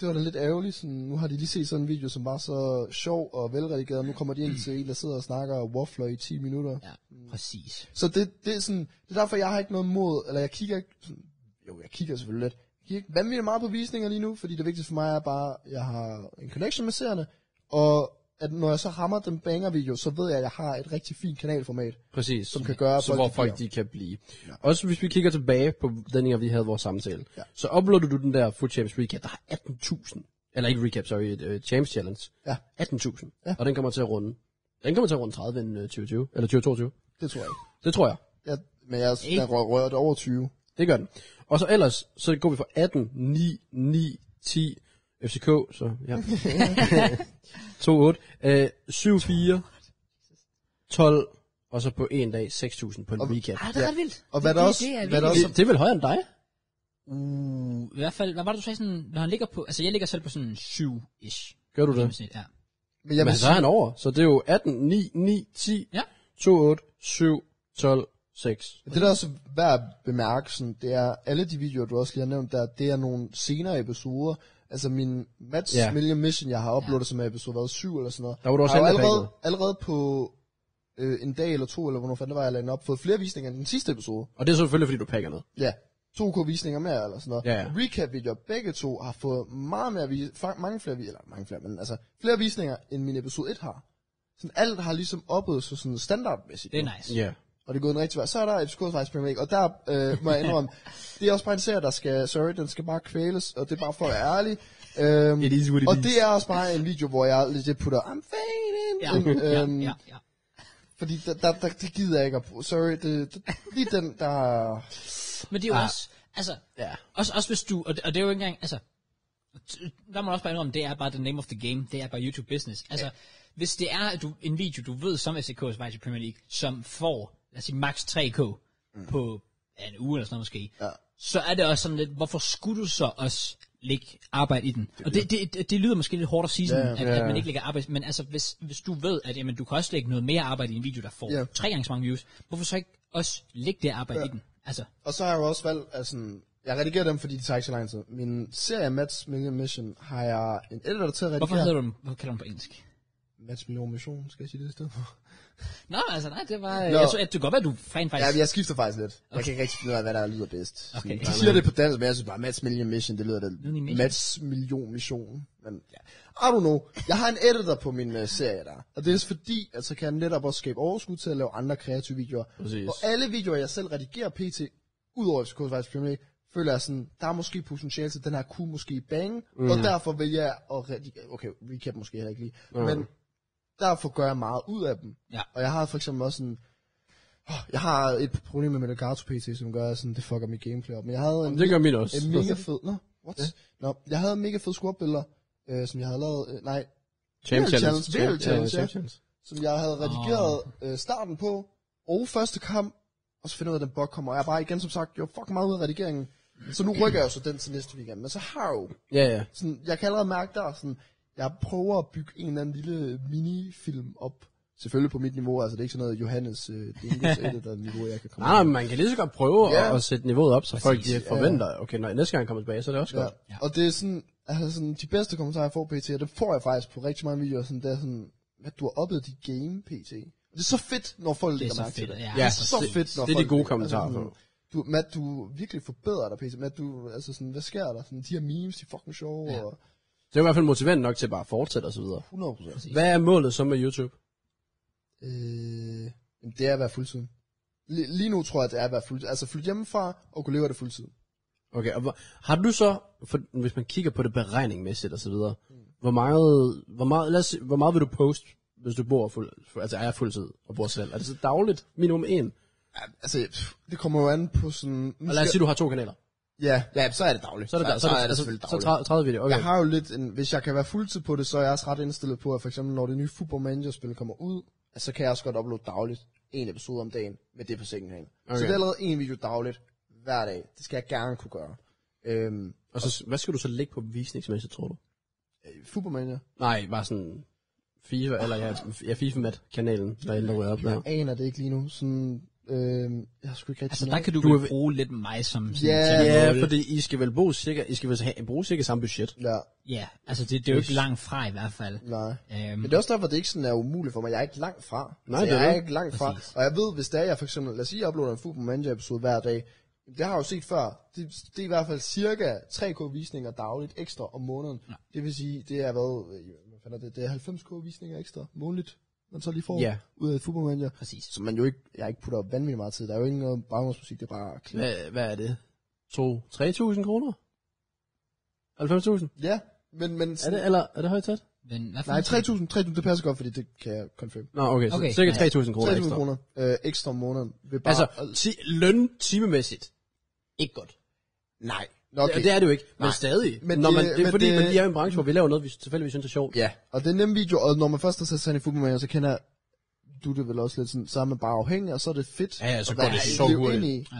det var da lidt ærgerligt, sådan, nu har de lige set sådan en video, som var så sjov og velredigeret, og nu kommer de ind til en, der sidder og snakker og waffler i 10 minutter.
Ja, præcis.
Så det, det, er sådan, det er derfor, jeg har ikke noget mod, eller jeg kigger ikke, sådan, jo, jeg kigger selvfølgelig lidt, jeg kigger ikke vanvittigt meget på visninger lige nu, fordi det vigtigste for mig er bare, at jeg har en connection med seerne, og at når jeg så rammer den banger-video, så ved jeg, at jeg har et rigtig fint kanalformat.
Præcis. Som
kan gøre, at
så
folk,
hvor
de
folk
bliver.
de kan blive. Ja. Også hvis vi kigger tilbage på den her, vi havde vores samtale.
Ja.
Ja. Så uploadede du den der Food Champs Recap, der er 18.000. Eller ikke Recap, sorry, uh, Champs Challenge.
Ja.
18.000. Ja. Og den kommer til at runde. Den kommer til at runde 30 inden øh, 2020, eller 2022.
Det tror jeg ikke.
Det tror jeg.
Jeg, men jeg, jeg rører rørt over 20.
Det gør den. Og så ellers, så går vi fra 18, 9, 9, 10, FCK, så
[laughs]
ja. 2, 8, øh, 7, 4, 12, og så på en dag 6.000 på en recap.
Ah, det er ret vildt.
Og hvad
det,
der
det-
også-
det er
hvad der
vildt.
Det, det er vel højere end dig?
Uh, I hvert fald, hvad var det, du sagde sådan, når han ligger på, altså jeg ligger selv på sådan 7-ish.
Gør du det?
Ja.
Men jeg
Men
vil
så er han over, så det er jo 18, 9, 9, 10,
Ja.
2, 8, 7, 12, 6.
Men det, der også er værd at bemærke, sådan, det er, alle de videoer, du også lige har nævnt, der, det er nogle senere episoder. Altså min Mats yeah.
Ja.
Million Mission, jeg har uploadet yeah. som er episode hvad, 7 eller sådan noget.
Der var du også
har jo
anbefalet.
allerede, allerede på øh, en dag eller to, eller hvornår fanden det var, jeg lagde den op, fået flere visninger end den sidste episode.
Og det er selvfølgelig, fordi du pakker noget.
Ja, 2K visninger mere eller sådan noget.
Ja, ja.
Recap-videoer, begge to har fået meget mere, vi- fa- mange flere, vi- eller mange flere, men altså flere visninger, end min episode 1 har. Sådan alt har ligesom oppet sig sådan standardmæssigt.
Det
nu
er nice.
Ja.
og det er gået den rigtige vej. Så er der FCK's vej i Premier League, og der øh, må jeg
[laughs]
indrømme, det er også bare en serie, der skal, sorry, den skal bare kvæles, og det er bare for at være ærlig. Øhm,
It is what it
og
is.
det er også bare en video, hvor jeg lidt putter, I'm fading,
Ja,
[laughs]
ind,
ja,
øhm,
ja, ja.
fordi der, der, der, det gider jeg ikke at bruge. Sorry, det, det, lige den, der...
Men det er jo også, Altså,
Ja.
også, også hvis du, og det, og det er jo ikke engang, altså, t- der må man også bare indrømme, det er bare the name of the game, det er bare YouTube business. Altså, hvis det er at du, en video, du ved som FCK's vej til Premier League, som får, lad os sige, max 3K mm. på ja, en uge eller sådan noget måske, ja. så er det også sådan lidt, hvorfor skulle du så også lægge arbejde i den? Og det, det, det, det lyder måske lidt hårdt at sige sådan,
Ja,
at, at man ikke lægger arbejde, men altså, hvis, hvis du ved, at jamen, du kan også lægge noget mere arbejde i en video, der får
Ja.
tre gange så mange views, hvorfor så ikke også lægge det arbejde ja. i den? Altså,
Og så har jeg jo også valgt, altså, jeg redigerer dem, fordi de tager ikke så lang tid. Min serie Mats Million Mission har jeg en editor til at redigere.
hvorfor hedder du dem, hvorfor kalder du dem på engelsk?
Mats Million Mission, skal jeg sige det i stedet for?
Nå, altså nej, det var...
Nå.
Jeg så, at det kan godt være, at du rent
Ja,
faktisk...
men jeg skifter faktisk lidt. Okay. Jeg kan ikke rigtig finde ud af, hvad der lyder bedst.
Okay.
Sådan, De siger det på dansk, men jeg synes bare, Mats Million Mission, det lyder da
i mission.
Mats Million Mission. Men, ja. I don't know. Jeg har en editor på min uh, serie der. Og det er fordi, at så kan jeg netop også skabe overskud til at lave andre kreative videoer.
Præcis.
Og alle videoer, jeg selv redigerer pt, udover FCK's Vejs Premier League, føler jeg sådan, der er måske potentiale til, den her kunne måske bange, mm. og derfor vil jeg at redigere, okay, recap måske heller ikke lige, mm. men derfor gør jeg meget ud af dem.
Ja.
Og jeg har for eksempel også sådan, jeg har et problem med Melagato PT, som gør sådan, det fucker mit gameplay op. Men jeg havde en,
Det gør min også.
en mega fed... Nå, what? Nå, jeg havde en mega fed squad-billeder, øh, som jeg havde lavet... Øh, nej,
Champ
Real
Challenge.
Challenge, Real Challenge,
ja,
ja.
Champ Challenge.
som jeg havde redigeret øh, starten på, og første kamp, og så finder jeg ud af, at den bug kommer. Og jeg er bare igen, som sagt, jo fucking meget ud af redigeringen. Så nu rykker jeg jo så den til næste weekend. Men så har jeg jo
Ja, ja.
sådan, jeg kan allerede mærke der, sådan, jeg prøver at bygge en eller anden lille minifilm op. Selvfølgelig på mit niveau, altså det er ikke sådan noget Johannes øh, Dingus editor niveau, jeg kan komme
Nej, men man kan lige så godt prøve
Ja.
at, at sætte niveauet op, så folk de
Præcis,
forventer, okay, når jeg næste gang kommer tilbage, så er det også
Ja.
godt.
ja. Og det er sådan, altså sådan, de bedste kommentarer, jeg får pt, og det får jeg faktisk på rigtig mange videoer, sådan, det er sådan, at du har oppet dit game pt. Og det er så fedt, når folk lægger
så
mærke til
fedt,
det.
ja.
det er
Ja,
så
det-
fedt, når
det er de
folk
gode
lægger-
kommentarer
altså, sådan,
på.
Du, Matt, du virkelig forbedrer dig, pt. Matt, du, altså sådan, hvad sker der? Sådan, de her memes, de er fucking sjove, ja. og
Det er i hvert fald motiverende nok til bare at fortsætte og så videre.
100 procent.
Hvad er målet så med YouTube?
Øh, jamen, det er at være fuldtid. Li- Lige nu tror jeg, det er at være fuldtid. Altså flytte hjemmefra og kunne leve af det fuldtid.
Okay, og hvor, har du så, for, hvis man kigger på det beregningmæssigt og så videre, hvor meget, hvor meget, lad os, se, hvor meget vil du poste, hvis du bor fuld, fu- altså er fuldtid og bor selv? Er det så dagligt? Minimum en?
Altså, pff, det kommer jo an på sådan...
Og lad os sige, du har to kanaler.
Ja, ja, så er det dagligt.
Så er det, altså,
så, så er det selvfølgelig
Så
dagligt.
30, 30 videoer, okay.
Jeg har jo lidt en, hvis jeg kan være fuldtid på det, så er jeg også ret indstillet på, at for eksempel når det nye Football Manager-spil kommer ud, at så kan jeg også godt uploade dagligt en episode om dagen, med det på sengen herinde. Okay.
Okay.
Så det er allerede en video dagligt, hver dag. Det skal jeg gerne kunne gøre. Øhm,
Og så, hvad skal du så lægge på visningsmæssigt, tror du?
øh, Football Manager,
Nej, bare sådan FIFA, eller ja, ja FIFA med kanalen der ændrer jeg op der.
aner det ikke lige nu. Sådan, øhm, jeg skulle ikke rigtig
altså,
finde
der
ud
kan du,
Du
du
er-
bruge lidt mig som... sådan
Ja,
til
Ja,
at måle.
fordi I skal vel bruge cirka, I skal vel have, bruge cirka samme budget.
af. Ja,
ja, altså det, det er jo ikke langt fra i hvert fald.
nej.
Øhm,
Men det er også derfor, det ikke sådan er umuligt for mig. Jeg er ikke langt fra.
Nej,
altså,
det er
jeg er
det.
ikke langt fra.
Præcis.
Og jeg ved, hvis det er, jeg for eksempel, lad os sige, jeg uploader en Football Manager episode hver dag. Det har jeg jo set før. Det, det er i hvert fald cirka 3K visninger dagligt ekstra om måneden. Ja. Det vil sige, det er hvad, øh, hvad fanden er det, det er 90K visninger ekstra månedligt, man så lige får
Ja.
ud af Football Manager.
Præcis.
Som man jo ikke, jeg ikke putter vanvittigt meget tid. Der er jo ikke noget baggrundsmusik, det er bare klip.
Hvad, hvad er det? 2-3.000 kroner? 90.000?
Ja, men, men
Er det, eller er det højt tæt?
Men hvad for
Nej,
en-
3.000, 3.000, det passer godt, fordi det kan jeg confirm.
Nå, okay, så
Okay,
okay, cirka
ja.
3.000 kroner
3.000
ekstra.
kroner øh, ekstra om måneden. Ved bare,
Altså, ti- løn timemæssigt.
Ikke godt.
nej.
Okay. Det, det er det jo ikke, men
Nej.
stadig.
Men
Men Når
det-
man, det er
men
fordi,
det-
man lige er i en branche, hvor vi laver noget, vi tilfældigvis synes er sjovt.
Ja, og det er nemme video, og når man først har sat sig ind i Football Manager, så kender du det vel også lidt sådan, så er man bare afhængig, og så er det fedt.
Ja, ja, så
at
går
være
det
i-
så
leve
hurtigt.
ind i.
Ja.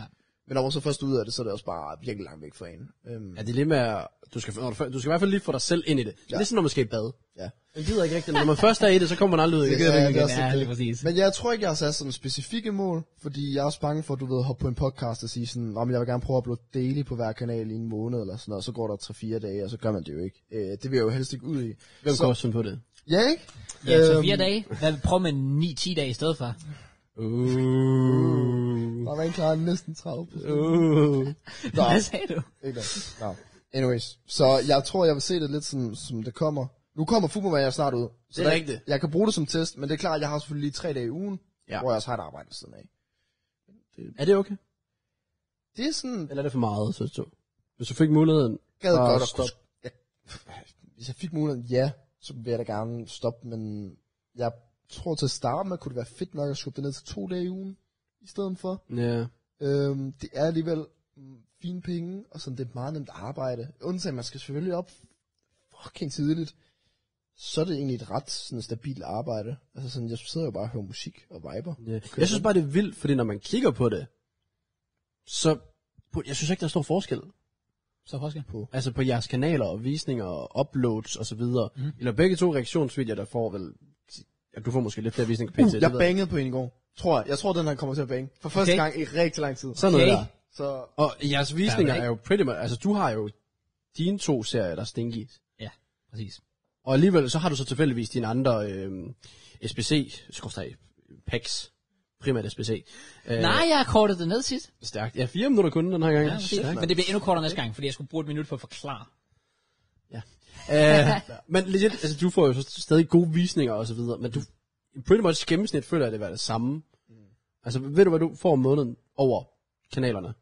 Men når man så først er ude af det, så er det også bare virkelig langt væk fra en. Øhm,
Ja, det er lidt med, at- du skal, når du, før- du skal i hvert fald lige få dig selv ind i det. Ja. Ligesom når man skal i bad.
ja.
Man gider ikke rigtigt. Når man først er i det, så kommer man aldrig ud i det.
Ja,
Ja,
det er også lidt
ja,
det.
lige præcis.
Men jeg tror ikke, jeg har sat sådan specifikke mål, fordi jeg er også bange for, at du ved, at hoppe på en podcast og sige sådan, om jeg vil gerne prøve at uploade daily på hver kanal i en måned eller sådan noget, og så går der 3-4 dage, og så gør man det jo ikke. Øh, det vil jeg jo helst ikke ud i.
Hvem
så,
kan også finde på det?
ja, ikke?
Ja, så
Øhm.
fire dage. Hvad prøv med 9-10 dage i stedet for?
Uh.
Der var Øhm, en klar næsten 30
Uh.
Nå.
Hvad sagde du?
Ikke noget. Nå. Anyways, så jeg tror, jeg vil se det lidt som, som det kommer. Nu kommer Fubomania snart ud. Så
Det er rigtigt.
Jeg kan bruge det som test, men det er klart, at jeg har selvfølgelig lige tre dage i ugen, ja.
Ja.
hvor jeg også har et arbejde ved siden af.
Er det okay?
Det er sådan, jeg
Eller er det for meget, synes du? Hvis du fik muligheden...
gad
Ah,
godt at
stop.
kunne... Jeg, hvis jeg fik muligheden, ja, så vil jeg da gerne stoppe, men jeg tror til at starte med, kunne det være fedt nok at skubbe det ned til to dage i ugen, i stedet for.
Ja.
Øhm, det er alligevel mm, fine penge, og sådan, det er meget nemt arbejde. Undtagen, man skal selvfølgelig op fucking tidligt. Så er det egentlig et ret sådan, stabilt arbejde. Altså sådan, jeg sidder jo bare og hører musik og viber.
Ja. Jeg synes bare, det er vildt, fordi når man kigger på det, så... på- Jeg synes ikke, der er stor forskel.
Så forskel.
På.
Altså på jeres kanaler og visninger og uploads og så videre.
Mhm.
Mm. Eller begge to reaktionsvideoer, der får vel... Ja, du får måske lidt flere visninger på
Uh,
PT. det
jeg
ved
bangede på en i går. Tror jeg. Jeg tror, den her kommer til at bange. For første
Okay.
okay. gang i rigtig lang tid.
Sådan noget
Okay.
der.
Så
Og jeres visninger
ikke?
er jo pretty much... Altså, du har jo dine to serier, der stinkis.
Ja, præcis.
Og alligevel, så har du så tilfældigvis dine andre øh, SBC, skorstræk, PEX, E primært SBC. Øh,
Nej, jeg har kortet det ned sidst.
Stærkt. Ja, fire minutter kun den her gang.
Ja,
Ja,
præcis.
stærkt.
Men det bliver endnu kortere næste gang, fordi jeg skulle bruge et minut på at forklare.
Øh,
[laughs]
men legit, altså, du får jo så stadig gode visninger og så videre, men du, pretty much gennemsnit føler jeg, det er det samme.
Mm.
Altså, ved du, hvad du får om måneden over kanalerne?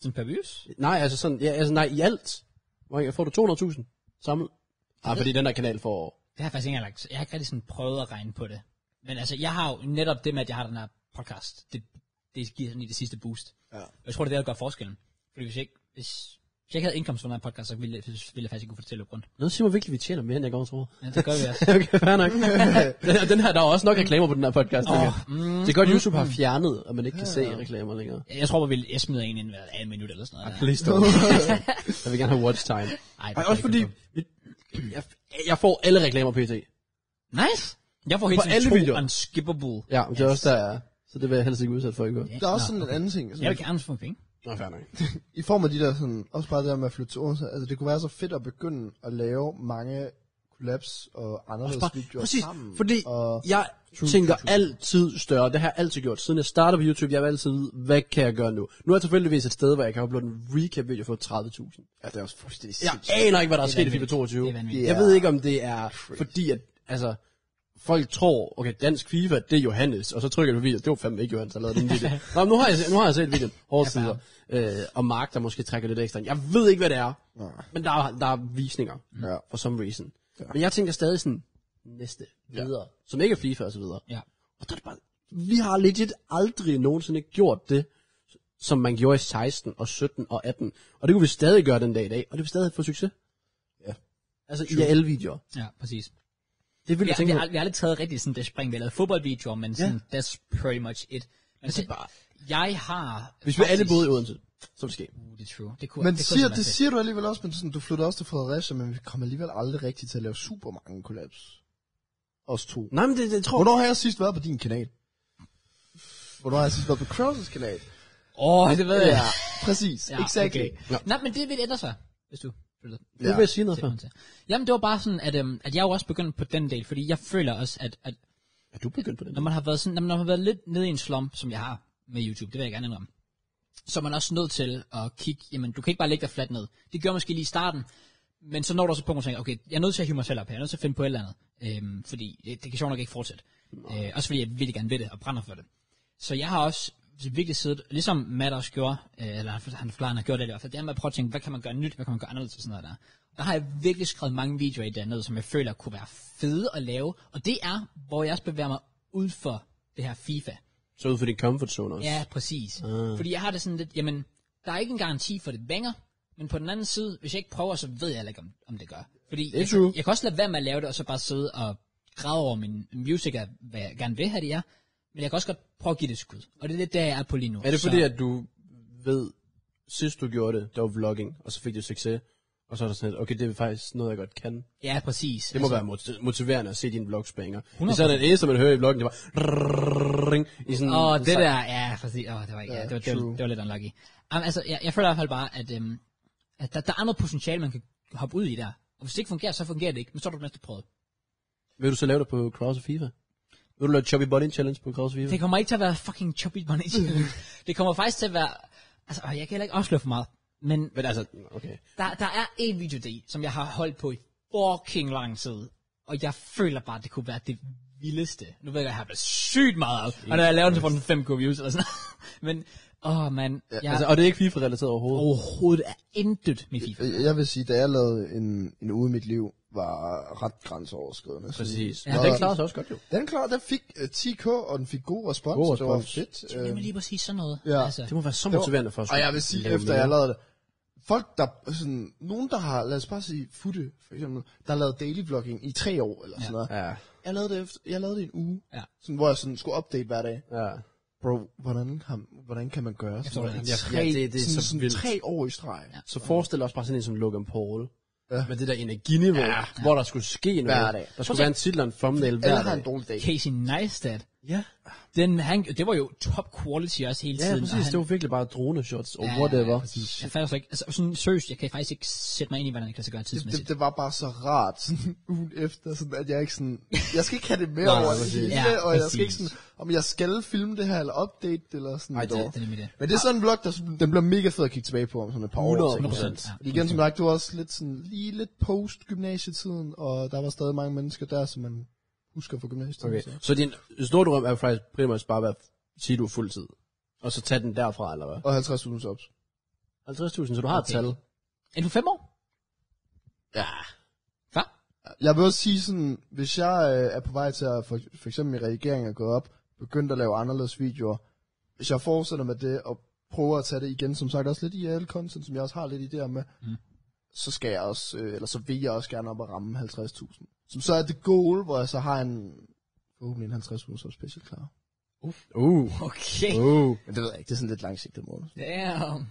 Sådan per views.
Nej, altså sådan, ja, altså nej, i alt. Hvor mange- Får du 200.000 samlet? Nej, fordi den der kanal får...
Det har jeg faktisk ikke engang lagt. Jeg har ikke rigtig sådan prøvet at regne på det. Men altså, jeg har jo netop det med, at jeg har den her podcast. Det, det giver sådan lige det sidste boost. Ja. Og jeg tror, det er det, der gør forskellen. Fordi hvis jeg ikke, hvis, hvis jeg ikke havde indkomst fra den her podcast, så ville, jeg- ville jeg faktisk ikke kunne få det til at løbe rundt.
Nå, siger mig virkelig, vi tjener mere, end jeg går og tror.
Ja, det gør vi
[laughs]
også.
okay, fair
[laughs]
nok. den, her- den her, der er også nok reklamer på den her podcast. Oh,
Åh, mm,
det er godt, YouTube har fjernet, og man ikke kan se reklamer længere.
Jeg tror, vi vil jeg smider en ind hver anden minut eller sådan noget.
Please don't. [laughs] jeg vil gerne have watch time.
Ej, det
Ej,
tror
også
jeg
fordi,
ikke,
jeg, jeg får alle reklamer pt.
man får. Nice! Jeg får helt
På
sådan
alle
to
videoer.
unskippable.
Ja, men det er også der, jeg er. Så det vil jeg helst ikke udsætte for, ikke? Ja.
der er også
Nå,
sådan en anden ting.
Jeg
Sådan,
vil gerne få penge.
Nå, fair nok.
I form af de der sådan, også bare det der med at flytte til Odense, altså det kunne være så fedt at begynde at lave mange kollaps og anderledes
Bare,
videoer
præcis,
sammen.
fordi
og
jeg tænker altid større. Det har jeg altid gjort. Siden jeg startede på YouTube, jeg vil altid vide, hvad kan jeg gøre nu? Nu er jeg tilfældigvis et sted, hvor jeg kan uploade en recap-video for 30.000.
ja, det er også fuldstændig
Jeg aner ikke, hvad der er sket i FIFA 22.
Det er vanvittigt.
Det
Jeg
er
ved ikke, om det er fordi, at altså, folk tror, okay, dansk FIFA, det er Johannes, og så trykker du video, det var fandme ikke Johannes, der lavede
[laughs]
den video. Nå, men nu har jeg, se- nu har jeg set videoen, hårde sider, øh, og Mark, der måske trækker lidt ekstra. ind. Jeg ved ikke, hvad det er,
Nej.
men der er, der er visninger,
Ja.
for some reason. Men jeg tænker stadig sådan, næste, videre, som ikke er FIFA og så videre.
Ja.
Og der er det bare, vi har legit aldrig nogensinde gjort det, som man gjorde i 16 og 17 og 18. Og det kunne vi stadig gøre den dag i dag, og det vil stadig få succes.
Ja.
Altså i IRL-videoer.
Ja, præcis.
Det vil
Vi har, vi,
jeg tænke
har, vi har aldrig taget rigtig sådan det spring. Vi har lavet fodboldvideoer, men sådan, yeah. that's pretty much it. Men altså,
bare-
jeg har...
Hvis vi alle boede i Odense, så ville det ske.
Uh, det er true. Det kunne,
Men
det
det
kunne
siger,
simpelthen
det
være
siger du alligevel også, men sådan, du flytter også til Fredericia, men vi kommer alligevel aldrig rigtigt til at lave super mange kollaps. Os to.
Nej, men det, det tror jeg.
Hvornår har jeg sidst været på din kanal? Hvornår har jeg sidst været på Kraus' kanal?
fedt. Åh, oh, det ved jeg.
Præcis, ja, exactly. Okay.
Okay. Nej, men det vil ændre sig, hvis du flytter
Ja. Det vil jeg sige noget for.
til. Jamen, det var bare sådan, at, øhm, at jeg jo også begyndt på den del, fordi jeg føler også, at, at
Er du begyndt på den?
når man har været sådan, når man har været lidt nede i en slump, som jeg har med YouTube, det vil jeg gerne indrømme, så er man også nødt til at kigge, jamen du kan ikke bare lægge dig fladt ned. Det gør måske lige i starten, men så når du også et punkt, hvor du tænker, okay, jeg er nødt til at hive mig selv op her, jeg er nødt til at finde på et eller andet, øhm, fordi det, det kan sjovt nok ikke fortsætte. Øh, også fordi jeg virkelig gerne vil det, og brænder for det. Så jeg har også virkelig siddet, ligesom Matt også gjorde, øh, eller han, han forklarede, han har gjort det i hvert fald, det er med at prøve at tænke, hvad kan man gøre nyt, hvad kan man gøre anderledes og sådan noget der. Der har jeg virkelig skrevet mange videoer i det ned, som jeg føler kunne være fede at lave, og det er, hvor jeg også bevæger mig uden for det her FIFA.
Så ud for din comfort zone også.
Ja, præcis.
Ah.
Uh. Fordi jeg har det sådan lidt, jamen, der er ikke en garanti for, at det vænger, men på den anden side, hvis jeg ikke prøver, så ved jeg heller ikke, om, om det gør. Fordi
er
jeg,
true.
jeg kan også lade være med at lave det, og så bare sidde og græde over min music, er, hvad jeg gerne vil have, det er. Men jeg kan også godt prøve at give det et skud. Og det er lidt der, jeg er på lige nu.
Er det fordi,
så,
at du ved, sidst du gjorde det, der var vlogging, og så fik du succes, og så er der sådan lidt, okay, det er faktisk noget, jeg godt kan. Det
Ja, præcis. Altså-
må være moti- motiverende at se dine vlogsbanger.
100%.
Især den eneste, man hører i vloggen, det var... Ring, i sådan,
Åh,
en
det
sang.
der, ja, præcis. Åh, det var ikke, ja, det, var, det, var,
true.
det var lidt unlucky. Um, altså, jeg, jeg føler i hvert fald bare, at, øhm, at der, der er noget potentiale, man kan hoppe ud i der. Og hvis det ikke fungerer, så fungerer det ikke, men så er du den næste prøvet.
Vil du så lave det på Cross og FIFA? Vil du lave Chubby Body Challenge på Cross og FIFA?
Det kommer ikke til at være fucking chubby
[laughs]
bunny challenge. det kommer faktisk til at være... Altså, og jeg kan heller ikke afsløre for meget. Men
Men altså, okay.
der, der er en video det, i, som jeg har holdt på i fucking lang tid. Og jeg føler bare, at det kunne være det vildeste. Nu ved jeg, at jeg har det sygt meget af. Og når jeg laver den, så får den 5 views eller sådan noget. [laughs] Men, åh oh, mand. Jeg altså,
Ja. Altså, og det er ikke FIFA-relateret overhovedet.
overhovedet er intet med FIFA.
Jeg jeg vil sige, da jeg lavede en, en uge i mit liv, var ret grænseoverskridende. Sådan-
Præcis.
Ja.
Ja, den klarer sig også godt jo.
Den klar, den fik øh, 10k, og den fik god respons.
God
Det var
respons.
fedt.
Det er
Øh,
lige præcis sådan noget.
ja.
Altså,
Det må være så motiverende for os.
og jeg vil sige, efter jeg lavede det, folk, der sådan, nogen der har, lad os bare sige Futte, for eksempel, der har lavet daily vlogging i tre år, eller sådan noget.
Ja.
Jeg lavede det, efter, jeg lavede det i en uge,
Ja.
sådan, hvor jeg sådan skulle update hver dag.
Ja.
Bro, hvordan, har, hvordan kan man gøre sådan
tror,
noget?
det
i
er-
tre,
ja, det- det er
sådan,
så
sådan
vildt.
tre år i streg. Ja.
Så forestil dig også bare sådan en som Logan Paul.
Ja.
Ja. Med det der energiniveau, ja. hvor der skulle ske noget.
Hver dag.
Der skulle være en titel og en thumbnail hver
Alle har en
dag.
dårlig dag.
Casey Neistat.
Ja,
Den, han, det var jo top quality også hele
ja
tiden. og
præcis.
han-
Det var virkelig bare drone-shots og
Ja,
whatever.
Jeg fatter slet ikke, altså sådan seriøst, jeg kan faktisk ikke sætte mig ind i, hvordan det kan så gøre
det,
tidsmæssigt.
det var bare så rart sådan, [laughs] ugen efter, sådan, at jeg ikke sådan, jeg skal ikke have det med
Nej,
over det
præcis.
hele,
Ja,
ja, og jeg skal ikke
præcis.
sådan, om jeg skal filme det her, eller update det, eller sådan
Ej, det-
noget.
Altså, det er nemlig det.
Men det er sådan en vlog, der sådan- den bliver mega fed at kigge tilbage på om sådan et par
100%.
år. 100%.
Ja,
Fordi igen, som sagt, det var også lidt sådan, lige lidt post-gymnasietiden, og der var stadig mange mennesker der, som man husker fra gymnasietiden.
Okay.
så.
Så din store drøm er jo faktisk primært bare at være, sige du er fuldtid. Og så tage den derfra, eller hvad?
Og 50.000 subs.
50.000, så du har et
Okay.
tal.
Er du fem år?
Ja.
Hvad?
Jeg vil også sige sådan, hvis jeg øh, er på vej til at for, for eksempel i redigering at gå op, begyndt at lave anderledes videoer, hvis jeg fortsætter med det og prøver at tage det igen, som sagt også lidt i alle content, som jeg også har lidt idéer med, mm. så skal jeg også, øh, eller så vil jeg også gerne op og ramme 50.000. Som så er det goal, hvor jeg så har en, forhåbentlig en 50.000 som special klar.
Uh.
Okay.
Uh.
Men det ved jeg ikke, det er sådan lidt langsigtet mål.
Damn.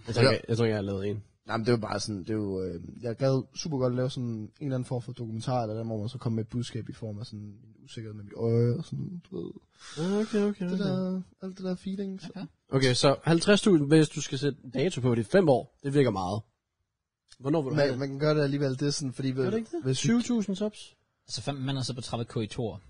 Jeg tror, ikke, jeg, jeg tror ikke, jeg har lavet en.
Nej, men det er jo bare sådan, det er jo, øh, jeg gad super godt lave sådan en eller anden form for dokumentar, eller der, hvor man så kommer med et budskab i form af sådan en usikkerhed med mit øje, og sådan, du ved,
Ah, Okay, okay,
det der, alt det der feeling. Så. Okay.
Okay, så 50.000, hvis du skal sætte en dato på, det er 5 år. Det virker meget. Hvornår vil du have
Man,
det?
man kan gøre det alligevel, det er sådan, fordi... Ved,
Gør det ikke det?
Hvis
20.000 subs?
Altså fem mænd har så betrappet K i to år.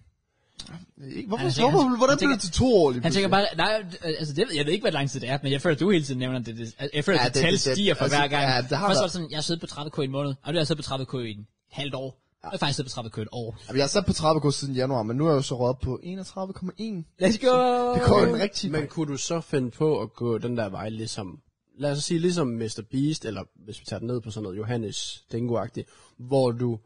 ikke, hvorfor,
Han
han,
tænker-
hvorfor,
han-
hvordan
han
blev det til to år lige
Han tænker
pludselig?
bare, nej, øh, altså det, ved- jeg ved ikke, hvor lang tid det er, men jeg føler, at du hele tiden nævner det. det altså, jeg føler,
Ja,
at
det-
tal
det- det-
stiger for
altså,
hver gang.
ja, det har
Først var
været-
det sådan, jeg har siddet på 30 K i en måned, og nu har jeg siddet på 30 K i en halvt år. Nu har jeg faktisk siddet på 30 K i et år.
Jamen, jeg har sat på 30 kurs siden januar, men nu er jeg jo så røget op på 31,1.
Let's go!
Det går jo en rigtig
Men kunne du så finde på at gå den der vej, ligesom, lad os sige, ligesom Mr. Beast, eller hvis vi tager den ned på sådan noget Johannes dengo hvor du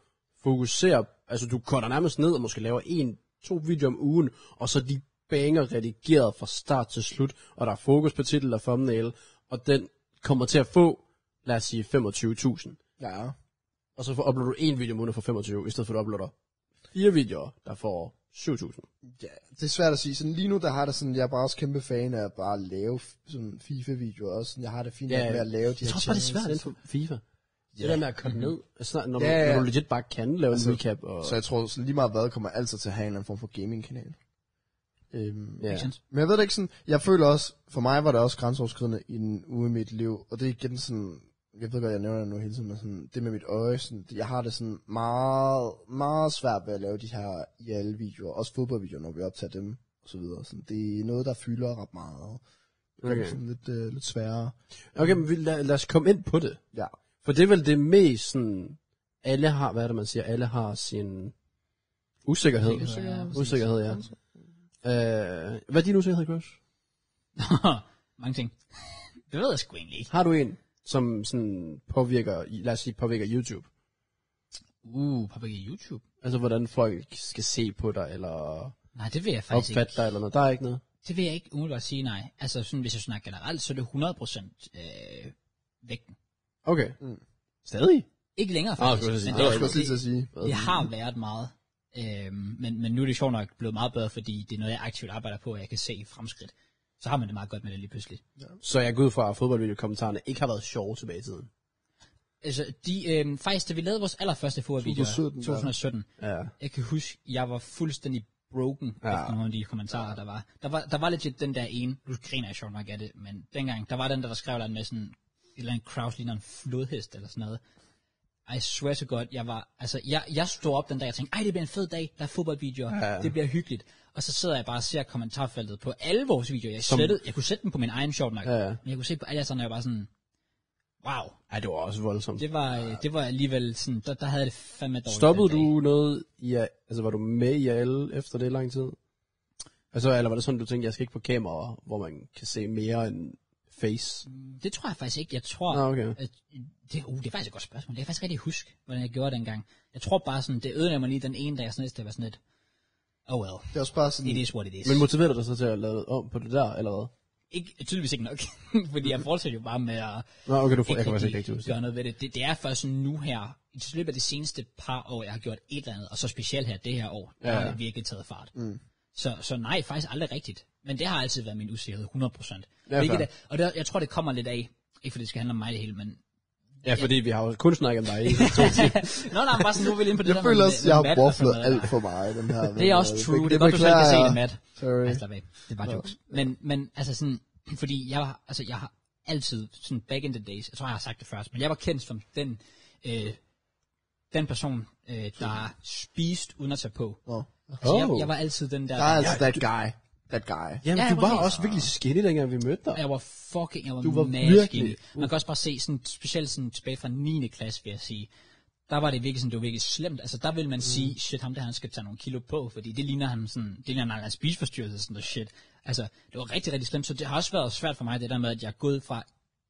fokuserer, altså du cutter nærmest ned og måske laver en, to videoer om ugen, og så de banger redigeret fra start til slut, og der er fokus på titel og thumbnail, og den kommer til at få, lad os sige, 25.000.
Ja.
Og så får- uploader du en video om ugen for 25, i stedet for at du uploader fire videoer, der får 7.000.
Ja, det er svært at sige. Sådan lige nu, der har det sådan, jeg er bare også kæmpe fan af bare at lave f- sådan FIFA-videoer også. Sådan, jeg har det fint nok med at lave de
jeg
her
tror også bare, det er
challenges.
svært inden for FIFA. Yeah. Det der med at komme ned, altså, når,
Mhm. Ja,
du,
ja. Altså,
når du legit bare kan lave en recap. Og,
Så jeg tror, sådan lige meget hvad kommer altid til at have en eller anden form for gaming-kanal. Øhm,
ja.
Makes sense.
Men jeg ved det ikke sådan, jeg føler også, for mig var det også grænseoverskridende i en uge i mit liv, og det er igen sådan, jeg ved godt, jeg nævner det nu hele tiden, men sådan, det med mit øje, sådan, det- jeg har det sådan meget, meget svært ved at lave de her IL-videoer, også fodboldvideoer, når vi optager dem, og så videre. Sådan, det er noget, der fylder ret meget. Okay. Det er
Okay.
sådan lidt, øh, lidt sværere.
Okay, men vi, lad, lad os komme ind på det.
Ja.
For det er vel det mest sådan, alle har, hvad er det man siger, alle har sin usikkerhed.
Usikkerhed, ja, præcis.
Usikkerhed, ja. Øh, hvad er din usikkerhed, Chris?
[laughs] Mange ting. Det ved jeg sgu egentlig ikke.
Har du en, som sådan påvirker, lad os sige, påvirker YouTube?
Uh, pappa YouTube.
Altså, hvordan folk skal se på dig, eller
Nej, det vil jeg faktisk ikke.
opfatte dig, eller noget. Der er ikke noget.
Det vil jeg ikke umiddelbart sige nej. Altså sådan, hvis jeg snakker generelt, så er det 100% øh, vægten.
Okay.
Mm.
Stadig?
Ikke længere
Ah,
faktisk.
skulle jeg sige.
men
Det
Jeg
var
skulle også lige til at sige.
det, det har været meget. Øhm, men, men nu er det sjovt nok blevet meget bedre, fordi det er noget, jeg aktivt arbejder på, og jeg kan se fremskridt. Så har man det meget godt med det lige pludselig.
Så jeg går ud fra, at fodboldvideokommentarerne ikke har været sjove tilbage i tiden.
Altså, de, øhm, faktisk, da vi lavede vores allerførste fodboldvideo
2017,
2017,
ja.
2017
Ja.
jeg kan huske, jeg var fuldstændig broken ja.
Ja.
efter nogle af de kommentarer, ja. der var. Der var, der var legit den der ene, nu griner jeg sjovt nok af det, men dengang, der var den der, der skrev et eller andet med sådan, et eller andet crowd ligner en flodhest eller sådan noget. I swear to God, jeg var, altså, jeg, jeg stod op den dag, og tænkte, ej, det bliver en fed dag, der er fodboldvideoer, ja. det bliver hyggeligt. Og så sidder jeg bare og ser kommentarfeltet på alle vores videoer. Jeg,
Som-
slettede, jeg kunne sætte dem på min egen sjovt nok,
Ja, ja.
men jeg kunne se på alle sådan, og jeg var sådan, wow.
Ej, det var også voldsomt.
Det var, øh, det var alligevel sådan, der, der havde jeg det fandme dårligt.
Stoppede
den dag.
du noget i, altså var du med i alle efter det i lang tid? Altså, eller var det sådan, du tænkte, jeg skal ikke på kamera, hvor man kan se mere end face?
Det tror jeg faktisk ikke. Jeg tror,
Nå, okay.
at, det, uh, det er faktisk et godt spørgsmål. Jeg kan faktisk rigtig huske, hvordan jeg gjorde det dengang. Jeg tror bare sådan, det ødelagde mig lige den ene dag, jeg sådan lidt, det var sådan lidt, oh well,
Det er også bare sådan,
it is what it is.
Men motiverede dig så til at lave om på det der, eller hvad?
ikke, tydeligvis ikke nok, [laughs] fordi jeg fortsætter jo bare med at
Nå, okay, du får, jeg
ikke
kan faktisk
rigtig
ikke huske.
gøre noget ved det. det. Det er først nu her, i løbet af de seneste par år, jeg har gjort et eller andet, og så specielt her det her år, ja. der har det virkelig taget fart. Mm. Så, så nej, faktisk aldrig rigtigt. Men det har altid været min usikkerhed, 100%.
Ja,
Ja,
fair.
Hvilket er, og der, jeg tror, det kommer lidt af, ikke fordi det skal handle om mig det hele, men...
Ja, fordi vi har jo kun snakket om
[laughs]
dig i
Nå, nej, men bare sådan, nu er vi lige inde på det
Jeg
der
føler
med-
også,
med
jeg har
Matt og sådan
wafflet
noget.
alt for meget, den
[laughs]
her.
Det er også
men, øh,
true. Det, er godt, du selv kan se
beklager
det,
jeg.
Matt.
Sorry.
Ej, slap af. Det er bare jokes. Men, men altså sådan, fordi jeg, var- altså, jeg har altid, sådan back in the days, jeg tror, jeg har sagt det først, men jeg var kendt som den, øh, den person, øh, der spiste uden at tage på.
Nå.
Altså, jeg,
Oh.
jeg var altid den der,
Der er
der
altså that guy. That guy.
Jamen,
Ja,
du var
præcis.
også virkelig skinny, dengang vi mødte dig.
jeg var fucking, jeg var,
Du var
mad skinny.
virkelig-
Man kan også bare se, sådan, specielt sådan tilbage fra 9. klasse, vil jeg sige, der var det virkelig sådan, det var virkelig slemt. Altså, der vil man mm. sige, shit, ham der, han skal tage nogle kilo på, fordi det ligner ham sådan, det ligner, han har en spiseforstyrrelse, sådan noget shit. Altså, det var rigtig, rigtig slemt, så det har også været svært for mig, det der med, at jeg er gået fra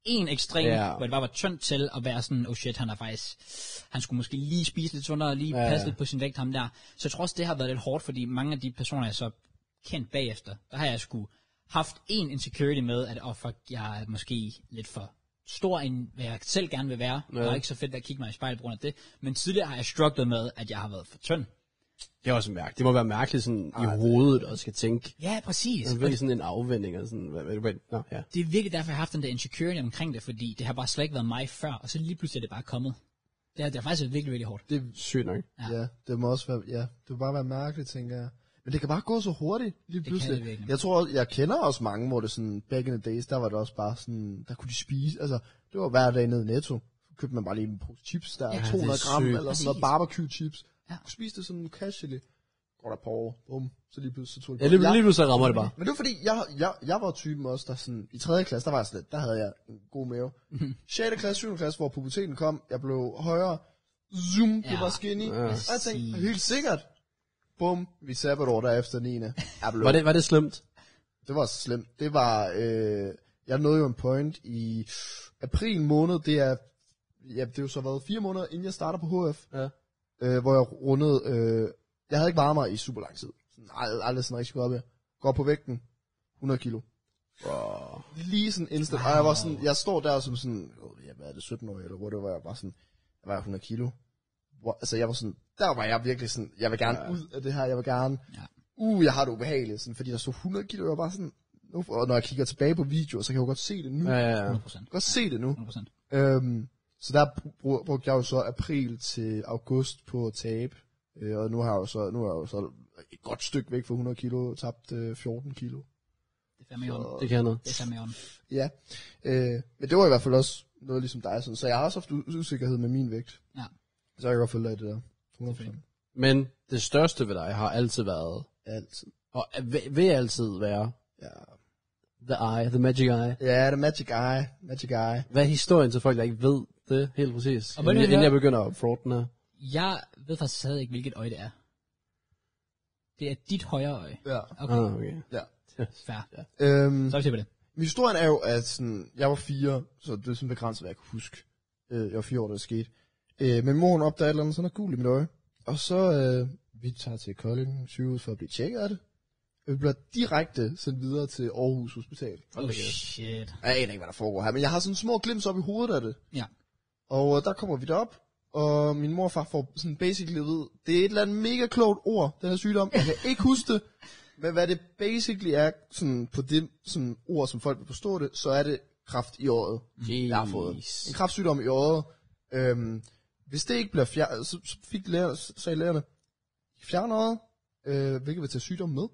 en ekstrem,
Ja.
yeah. hvor det bare var tyndt til at være sådan, oh shit, han er faktisk, han skulle måske lige spise lidt sundere, lige
Ja,
yeah.
ja.
passe lidt på sin vægt, ham der. Så jeg tror også, det har været lidt hårdt, fordi mange af de personer, jeg så kendt bagefter, der har jeg sgu haft en insecurity med, at oh fuck, jeg er måske lidt for stor, end hvad jeg selv gerne vil være. Yeah. Det er ikke så fedt at kigge mig i spejlet på grund af det. Men tidligere har jeg strugglet med, at jeg har været for tynd.
Det er også mærkeligt. Altså, Det må være mærkeligt sådan i hovedet og skal tænke.
Ja, præcis.
Det er virkelig sådan en afvending og sådan. Hvad, hvad, hvad, nå, ja.
Altså, Det er virkelig derfor, jeg har haft den der insecurity omkring det, fordi det har bare slet ikke været mig før, og så lige pludselig er det bare kommet. Det har, det har faktisk været virkelig, virkelig hårdt.
Det er sygt nok.
Ja, det må også være, ja, det må bare være mærkeligt, tænker jeg. Men det kan bare gå så hurtigt, lige
kan
pludselig.
det virkelig.
jeg tror, også- jeg kender også mange, hvor det sådan, back in the days, der var det også bare sådan, der kunne de spise, altså, det var hver dag ned i Netto. Så købte man bare lige en pose chips der,
Ja,
ja,
det er
200 gram,
sygt.
eller sådan noget
Præcis.
barbecue chips.
Ja.
Ja. Du spiste det sådan casually. Går der på over, bum, så lige pludselig så tog det
Ja,
på.
lige,
Jeg-
lige pludselig rammer det bare.
men det var fordi, jeg, jeg, jeg var typen også, der sådan, i 3. klasse, der var jeg sådan lidt, der havde jeg en god [laughs] mave. 6. klasse, 7. klasse, hvor puberteten kom, jeg blev højere, zoom, ja.
Ja.
det var skinny, ja. og jeg
Præcis.
tænkte, helt sikkert, bum, vi sabbatår derefter 9. Jeg blev,
Var det, var det slemt?
det var slemt, det var, øh, jeg nåede jo en point i april måned, det er, ja, det er jo så været fire måneder, inden jeg starter på HF,
Ja.
øh, hvor jeg rundede, øh, jeg havde ikke varmet mig i super lang tid, sådan, aldrig, aldrig sådan rigtig gået op, jeg går på vægten, 100 kilo
Wow.
lige sådan instant. Og jeg var sådan, jeg står der som sådan, oh, jeg hvad er det, 17 år eller hvor det var, jeg var sådan, jeg var 100 kilo. Hvor, altså jeg var sådan, der var jeg virkelig sådan, jeg vil gerne ja. ud af det her, jeg vil gerne,
Ja.
ja. uh, jeg har det ubehageligt, sådan, fordi der stod 100 kilo, jeg var bare sådan, nu, og når jeg kigger tilbage på videoer, så kan jeg jo godt se det nu. Ja.
Ja,
Jeg
ja, ja.
100%.
kan godt se det nu.
100%.
Øhm, så der brug, brugte jeg jo så april til august på at tabe. Øh, og nu har jeg jo så, nu er jeg jo så et godt stykke væk fra 100 kilo, tabt øh, 14 kilo.
Det er fandme i orden.
Det kan noget.
Det er fandme i orden.
Ja, øh, men det var i hvert fald også noget ligesom dig, sådan. så jeg har også haft u- usikkerhed med min vægt.
Ja.
Så jeg kan godt følge dig i det der. 100%.
Selvfølgelig.
Men det største ved dig har altid været,
Altid.
og vil, vil altid være,
Ja.
the eye, the magic eye.
ja, det er magic eye, magic eye.
Hvad er historien til folk, der ikke ved det helt præcis?
Og
Og
hvordan er
inden, jeg,
det-
inden jeg begynder at fraude den her.
Jeg ved faktisk stadig ikke, hvilket øje det er. Det er dit højre øje.
Ja.
Okay,
Ah, okay.
ja.
fair.
Øhm,
Så er vi til på det.
min historien er jo, at sådan, jeg var fire, så det er sådan begrænset, hvad jeg kunne huske. Øh, jeg var fire år, da det skete. Øh, men mor hun opdagede et eller andet, sådan noget gul i mit øje. Og så, øh, vi tager til Kolding sygehus for at blive tjekket af det. Og vi bliver direkte sendt videre til Aarhus Hospital.
Oh shit.
Jeg aner ikke, hvad der foregår her, men jeg har sådan små glimt op i hovedet af det.
Ja.
Og øh, der kommer vi derop, og min mor og far får sådan basically at vide, det er et eller andet mega klogt ord, den her sygdom. Jeg kan ikke huske det, men hvad det basically er sådan på det sådan ord, som folk vil forstå det, så er det kraft i øjet.
Mm.
Jeg har fået en kraftsygdom i øjet. Øhm, hvis det ikke bliver fjernet, så, så fik læger, så sagde lægerne, "I fjerner øjet, øh, hvilket vil tage sygdommen med.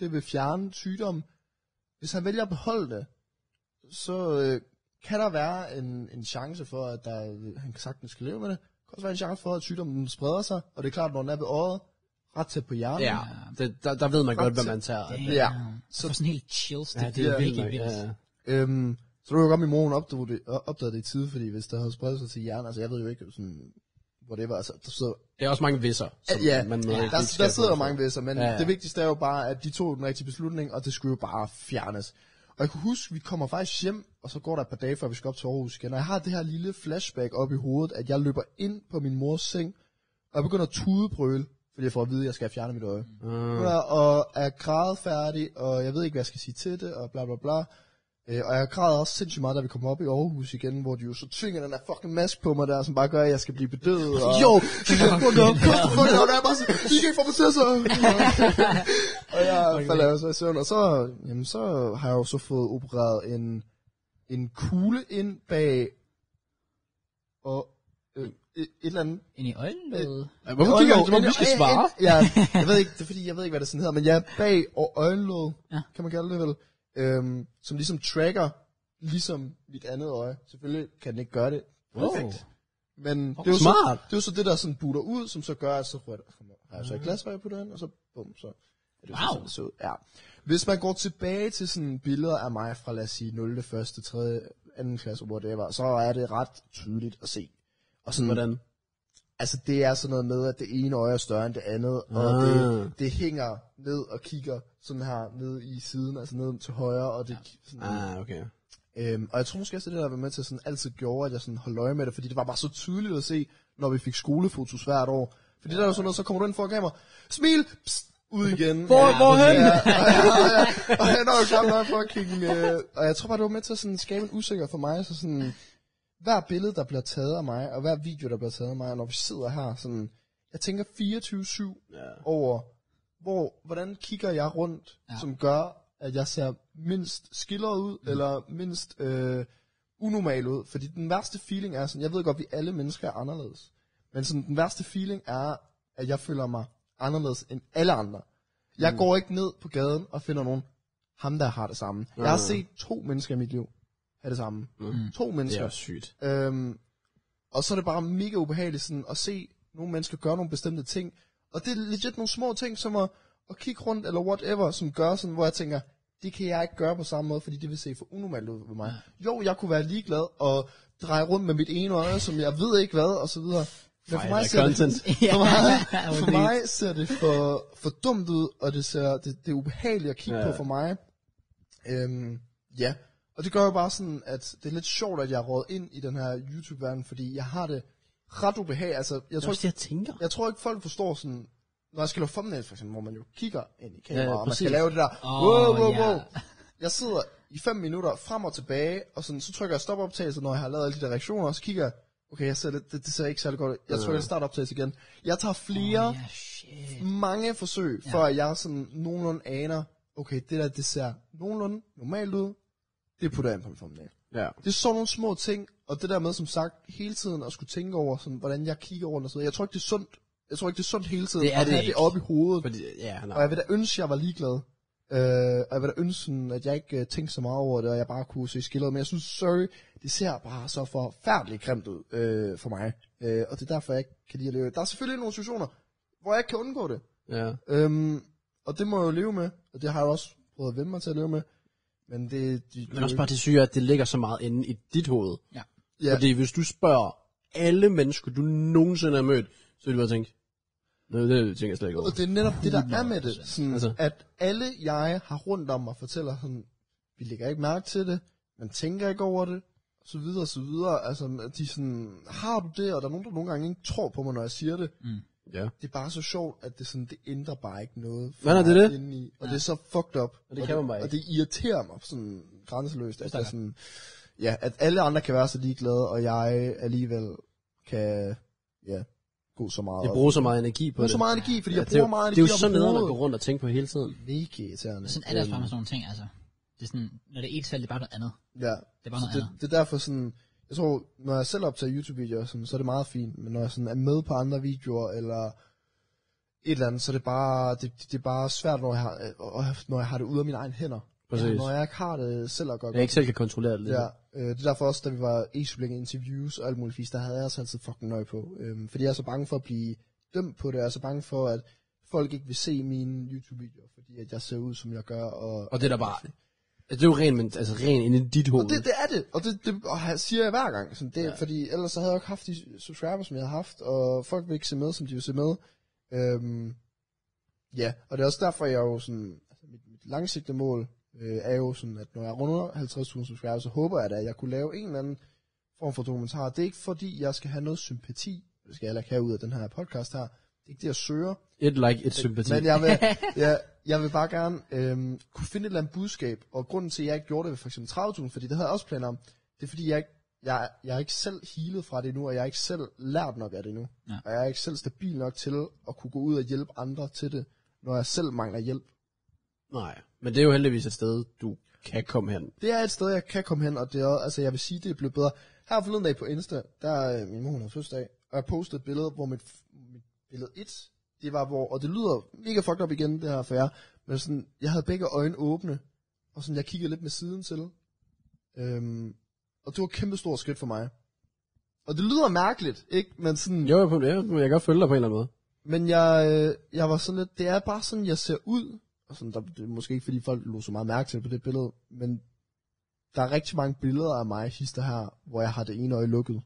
Det vil fjerne sygdommen. Hvis han vælger at beholde det, så øh, kan der være en, en chance for, at der, øh, han sagtens skal leve med det. Der kan også være en chance for, at sygdommen spreder sig, og det er klart, når den er ved øjet, ret tæt på hjernen.
Ja, det, der, der ved man godt, hvad man tager.
Ja.
Så sådan helt chills. Det, ja, det,
er
er virkelig
nok,
vildt.
ja, ja.
Øhm, så det var godt, min mor hun opdagede det, øh, opdagede det i tide, fordi hvis der havde spredt sig til hjernen, altså jeg ved jo ikke, sådan, hvor det var, altså, der sidder,
Det er også mange visser, som
ja,
man
man
må
ja,
ikke
der,
skal
der sidder
få.
jo mange ved sig, men
Ja,
ja,
ja.
ja. det vigtigste er jo bare, at de tog den rigtige beslutning, og det skulle jo bare fjernes. Og jeg kunne huske, vi kommer faktisk hjem, og så går der et par dage, før vi skal op til Aarhus igen, og jeg har det her lille flashback op i hovedet, at jeg løber ind på min mors seng, og jeg begynder at tudebrøle, fordi jeg får at vide, at jeg skal fjerne mit øje.
Ah.
Mm. Og er grædet færdig, og jeg ved ikke, hvad jeg skal sige til det, og bla bla bla. Øh, og jeg græder også sindssygt meget, da vi kom op i Aarhus igen, hvor de jo så tvinger den der fucking mask på mig der, som bare gør, at jeg skal blive bedøvet. Og... [laughs] Jo, så kan jeg fuck up, fuck up, og der er bare sådan, I kan ikke få mig til så. [laughs] og jeg falder jo så i søvn, og så, jamen, så har jeg jo så fået opereret en, en kugle ind bag, og øh, et, et eller andet
Ind i øjenlåget.
Ja, hvorfor kigger du, som om
Øjenlåg.
vi skal
Øh, øh,
svare?
øh, Ja, jeg ved ikke, det er fordi, jeg ved ikke, hvad det sådan hedder, men jeg er bag og øjenlåg,
Ja.
ja. kan man kalde det vel, øhm, som ligesom tracker, ligesom mit andet øje. Selvfølgelig kan den ikke gøre det perfekt. Men det er, jo
smart.
Så, det er jo så det, der sådan butter ud, som så gør, at så får jeg, har jeg så et glas, hvor jeg putter ind, og så bum, så er det jo
Wow.
sådan, det ser ud. Ja. Hvis man går tilbage til sådan billeder af mig fra, lad os sige, 0. 1., 3., 2. klasse, hvor det var, så er det ret tydeligt at se. Og sådan,
Hvordan?
Altså det er sådan noget med, at det ene øje er større end det andet, og
Ah.
det, det hænger ned og kigger sådan her ned i siden, altså ned til højre, og det sådan,
Ah, okay.
øhm, og jeg tror måske også, det der var med til sådan altid gjorde, at jeg sådan holdt øje med det, fordi det var bare så tydeligt at se, når vi fik skolefotos hvert år. Fordi der er jo sådan noget, så kommer du ind for kamera, smil, pst, ud igen.
Hvor- hvorhen?
Ja, og jeg- og jeg- og jeg når jo knap nok fucking... Øh, og jeg tror bare, det var med til at sådan, skabe en usikker for mig, så sådan hver billede, der bliver taget af mig, og hver video, der bliver taget af mig, og når vi sidder her, sådan, jeg tænker 24-7
Ja.
ja. over, hvor, hvordan kigger jeg rundt, ja. som gør, at jeg ser mindst skildret ud, mm. eller mindst øh, unormal ud. Fordi den værste feeling er sådan, jeg ved godt, vi alle mennesker er anderledes, men sådan, den værste feeling er, at jeg føler mig anderledes end alle andre. Jeg mm. går ikke ned på gaden og finder nogen, ham der har det samme. Jeg har set to mennesker i mit liv have det samme. Mm. To
Det
mennesker.
er også sygt.
Øhm, og så er det bare mega ubehageligt sådan, at se nogle mennesker gøre nogle bestemte ting. Og det er legit nogle små ting, som at, at kigge rundt eller whatever, som gør sådan, hvor jeg tænker, det kan jeg ikke gøre på samme måde, fordi det vil se for unormalt ud ved mig. Jo, jeg kunne være ligeglad og dreje rundt med mit ene øje, som jeg ved ikke hvad, og så videre. Men for
Ej,
mig,
der er
ser det,
content.
for mig,
[laughs] Ja,
for
præcis.
mig ser det for, for dumt ud, og det, ser, det, det er ubehageligt at kigge
Ja.
ja. på for mig. Øhm, ja, og det gør jo bare sådan, at det er lidt sjovt, at jeg er råd ind i den her YouTube-verden, fordi jeg har det ret ubehageligt. Altså, jeg
Det
tror,
er også det, jeg tænker.
jeg tror ikke, folk forstår sådan, når jeg skal lave thumbnails for eksempel, hvor man jo kigger ind i
Ja,
kameraet,
ja,
ja, og man
præcis.
skal lave det der,
Åh,
oh, wow, wow,
ja.
wow. Jeg sidder i 5 minutter frem og tilbage, og sådan, så trykker jeg stopoptagelse, når jeg har lavet alle de der reaktioner, og så kigger jeg, okay, jeg ser det, det, det ser ikke særlig godt ud. Jeg trykker startoptagelse igen. Jeg tager flere,
Øh. Ja, shit.
mange forsøg, før jeg sådan nogenlunde aner, okay, det der, det ser nogenlunde normalt ud, det putter jeg ind på min thumbnail.
Ja.
Det er sådan nogle små ting, og det der med, som sagt, hele tiden at skulle tænke over, sådan, hvordan jeg kigger rundt og sådan noget. Jeg tror ikke, det er sundt. Jeg tror ikke, det er sundt hele tiden
Det er
at
det
have
ikke.
det op i hovedet.
Fordi, ja, nej.
Og jeg vil da ønske, at jeg var ligeglad. Øh, og jeg vil da ønske, sådan, at jeg ikke øh, tænkte så meget over det, og jeg bare kunne se skildret. Men jeg synes, sorry, det ser bare så forfærdeligt grimt ud øh, for mig. Øh, og det er derfor, jeg ikke kan lide at leve. Der er selvfølgelig nogle situationer, hvor jeg ikke kan undgå det.
Ja.
Øhm, og det må jeg jo leve med, og det har jeg også prøvet at vende mig til at leve med. Men det... det
Men også bare det syge, er, at det ligger så meget inde i dit hoved.
Ja.
Ja. Fordi hvis du spørger alle mennesker, du nogensinde har mødt, så vil du bare tænke, nej, det tænker jeg slet ikke over.
Og det er netop det, der er med det. Sådan,
Altså.
altså. At alle jeg har rundt om mig fortæller sådan, vi lægger ikke mærke til det, man tænker ikke over det, og så videre, og så videre. Altså, at de sådan, har du det? Og der er nogen, der nogle gange ikke tror på mig, når jeg siger det. Mm.
Ja.
Det er bare så sjovt, at det, sådan, det ændrer bare ikke noget. for
Nej, nej, det er
mig
det.
Indeni, og det er så fucked up. Og
det kan man bare
Og det irriterer mig sådan grænseløst, at,
Forstår
det sådan, ja, at alle andre kan være så ligeglade, og jeg alligevel kan ja, gå så meget
Det
op.
bruger så meget energi på
bruger
det.
så meget energi, fordi
Ja,
jeg
det, er
bruger
jo-
meget
det
energi
er jo så
op i
nederen at
hovedet.
gå rundt og tænke på hele tiden.
Mega irriterende. Øhm,
Sådan er det også bare med sådan nogle ting, altså. Det er sådan, når det er et tal, det er bare noget andet.
Ja.
altså. Det er bare
så
noget
det,
andet.
det er derfor sådan, jeg tror, når jeg selv optager YouTube-videoer, sådan, så er det meget fint, men når jeg sådan er med på andre videoer, eller et eller andet, så er det bare, det, det er bare svært, når jeg, har, øh, øh, når jeg har det ude af mine egne hænder.
Præcis.
når jeg ikke har det selv at gøre
Jeg ikke selv kan kontrollere det. lidt.
Ja, øh, det er derfor også, da vi var e interviews og alt muligt fisk, der havde jeg også altid fucking nøje på. Øhm, fordi jeg er så bange for at blive dømt på det, jeg er så bange for, at folk ikke vil se mine YouTube-videoer, fordi at jeg ser ud, som jeg gør. Og,
Og det er der bare... Det er jo rent, men, altså rent inde i dit hoved.
og det, det er det, og det, det og jeg siger jeg hver gang. Sådan det, ja. Fordi ellers så havde jeg jo ikke haft de subscribers, som jeg havde haft, og folk vil ikke se med, som de vil se med. Øhm, ja, og det er også derfor, jeg jo sådan, altså mit, mit langsigtede mål øh, er jo sådan, at når jeg runder 50.000 subscribers, så håber jeg da, at jeg kunne lave en eller anden form for dokumentar. Det er ikke fordi, jeg skal have noget sympati, det skal jeg heller ikke have ud af den her podcast her, Det er ikke det, jeg søger.
Et like, et sympati.
Men jeg vil, jeg, jeg vil bare gerne øhm, kunne finde et eller andet budskab, og grunden til, at jeg ikke gjorde det ved for eksempel 30.000, fordi det havde jeg også planer om, det er fordi, jeg ikke jeg, jeg er ikke selv healet fra det nu, og jeg er ikke selv lært nok af det nu.
Ja.
Og jeg er ikke selv stabil nok til at kunne gå ud og hjælpe andre til det, når jeg selv mangler hjælp.
Nej, men det er jo heldigvis et sted, du kan komme hen.
Det er et sted, jeg kan komme hen, og det er, altså, jeg vil sige, det er blevet bedre. Her forleden dag på Insta, der øh, min mor hun havde fødselsdag, og jeg postede et billede, hvor mit, mit billede 1, det var hvor, og det lyder mega fucked up igen, det her for jer, men sådan, jeg havde begge øjne åbne, og sådan, jeg kiggede lidt med siden til. Øhm, og det var et kæmpe stort skridt for mig. Og det lyder mærkeligt, ikke? Men sådan,
Jo, jeg, på- jeg, jeg kan godt følge dig på en eller anden måde.
men jeg, øh, jeg var sådan lidt, det er bare sådan, jeg ser ud. Og sådan, der, det er måske ikke, fordi folk lå så meget mærke til på det billede, men der er rigtig mange billeder af mig, hister her, hvor jeg har det ene øje lukket,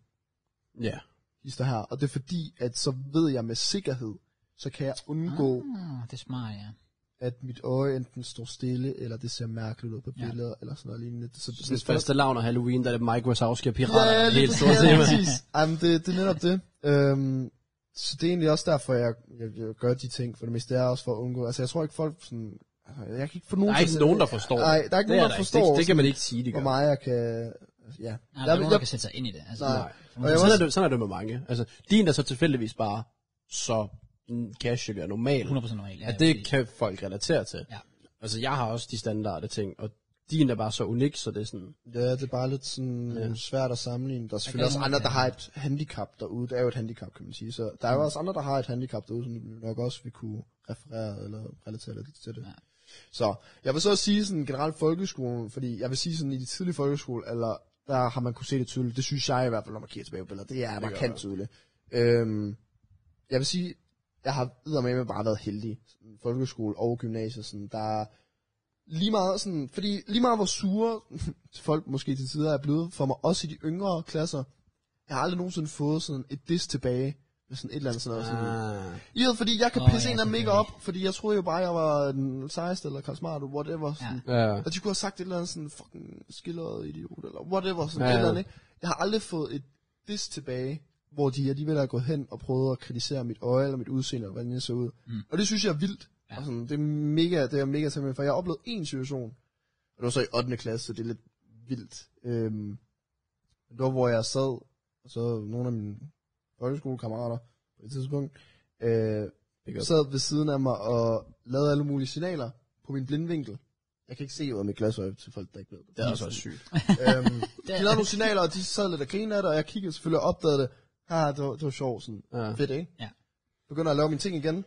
Ja.
hister her. Og det er fordi, at så ved jeg med sikkerhed, så kan jeg undgå, mm.
Ah, det er smart, ja.
at mit øje enten står stille, eller det ser mærkeligt ud på
Ja.
billeder, ja. eller sådan noget lignende. Det, så,
Så det første lavn og Halloween, der er det Mike Wazowski og pirater.
Ja,
Ja,
lige
helt
præcis.
stort tema.
Ja, lige præcis. Jamen, det, det er netop det. Øhm, så det er egentlig også derfor, jeg, jeg, jeg gør de ting, for det meste det er også for at undgå. Altså, jeg tror ikke folk sådan... altså, Jeg kan ikke få nogen
Der er
til at
ikke
sætte-
nogen, der forstår.
Nej, der er ikke
Det
nogen,
der
der
ikke.
forstår,
Det, det kan man ikke sige, de
hvor
gør.
meget jeg kan... Ja.
Nej, der
Jeg-
er nogen,
jeg-
der kan sætte sig ind i det. Altså,
Nej.
Og
Og
Men
jeg
sådan,
var
er det, sådan er det med mange. Altså, din er så tilfældigvis bare så mm, casual og normal.
100% normal. Ja,
At det kan folk relatere til.
Ja.
Altså, jeg har også de standarde ting, og din er bare så unik, så det er sådan...
Ja, det er bare lidt sådan ja. svært at sammenligne. Der er selvfølgelig
kan
også
nogen,
andre,
der
der har et handicap derude. Det er jo et handicap, kan man sige. Så der er jo også andre, der har et handicap derude, som nok også vil kunne referere eller relatere lidt til det. Ja. Så jeg vil så også sige sådan generelt folkeskolen, fordi jeg vil sige sådan i de tidlige folkeskole, eller der har man kunne se det tydeligt. Det synes jeg i hvert fald, når man kigger tilbage på billeder. Det er markant tydeligt. Øhm, jeg vil sige, jeg har eddermame bare været heldig. Sådan Folkeskole og gymnasiet, sådan, der er lige meget sådan, fordi lige meget hvor sure [laughs] folk måske til tider er blevet for mig, også i de yngre klasser, jeg har aldrig nogensinde fået sådan et dis tilbage, med sådan et eller andet sådan noget. Sådan, i ved, fordi jeg kan
Ah. Åh,
oh, pisse
ja,
ja, en af dem ikke op,
selvfølgelig.
fordi jeg troede jo bare, jeg var den sejeste, eller Karl Smart, eller whatever. Sådan. Ja.
Ja.
Og de kunne have sagt et eller andet sådan, fucking skildret idiot, eller whatever,
Ja,
sådan ja,
ja.
et eller andet. Ikke? Jeg har aldrig fået et dis tilbage, hvor de alligevel er gået hen og prøvet at kritisere mit øje, eller mit udseende, eller hvordan jeg ser ud. Mm. Og det synes jeg er vildt. Ja. Og sådan, det er mega, det er mega simpelthen, for jeg har oplevet en situation, og det var så i 8. klasse, så det er lidt vildt. Øhm, det var, hvor jeg sad, og så nogle af mine folkeskolekammerater på et tidspunkt, øh,
Big up.
sad ved siden af mig og lavede alle mulige signaler på min blindvinkel. Jeg kan ikke se ud af mit glasøje til folk, der ikke ved det.
Det er altså også sygt.
[laughs]
[laughs]
øhm, de lavede nogle signaler, og de sad lidt og grinede af det, og jeg kiggede selvfølgelig og opdagede det. Ah, det var, det var sjovt, sådan.
Ja.
Ja. Fedt, ikke?
Ja.
Begynder at lave mine ting igen.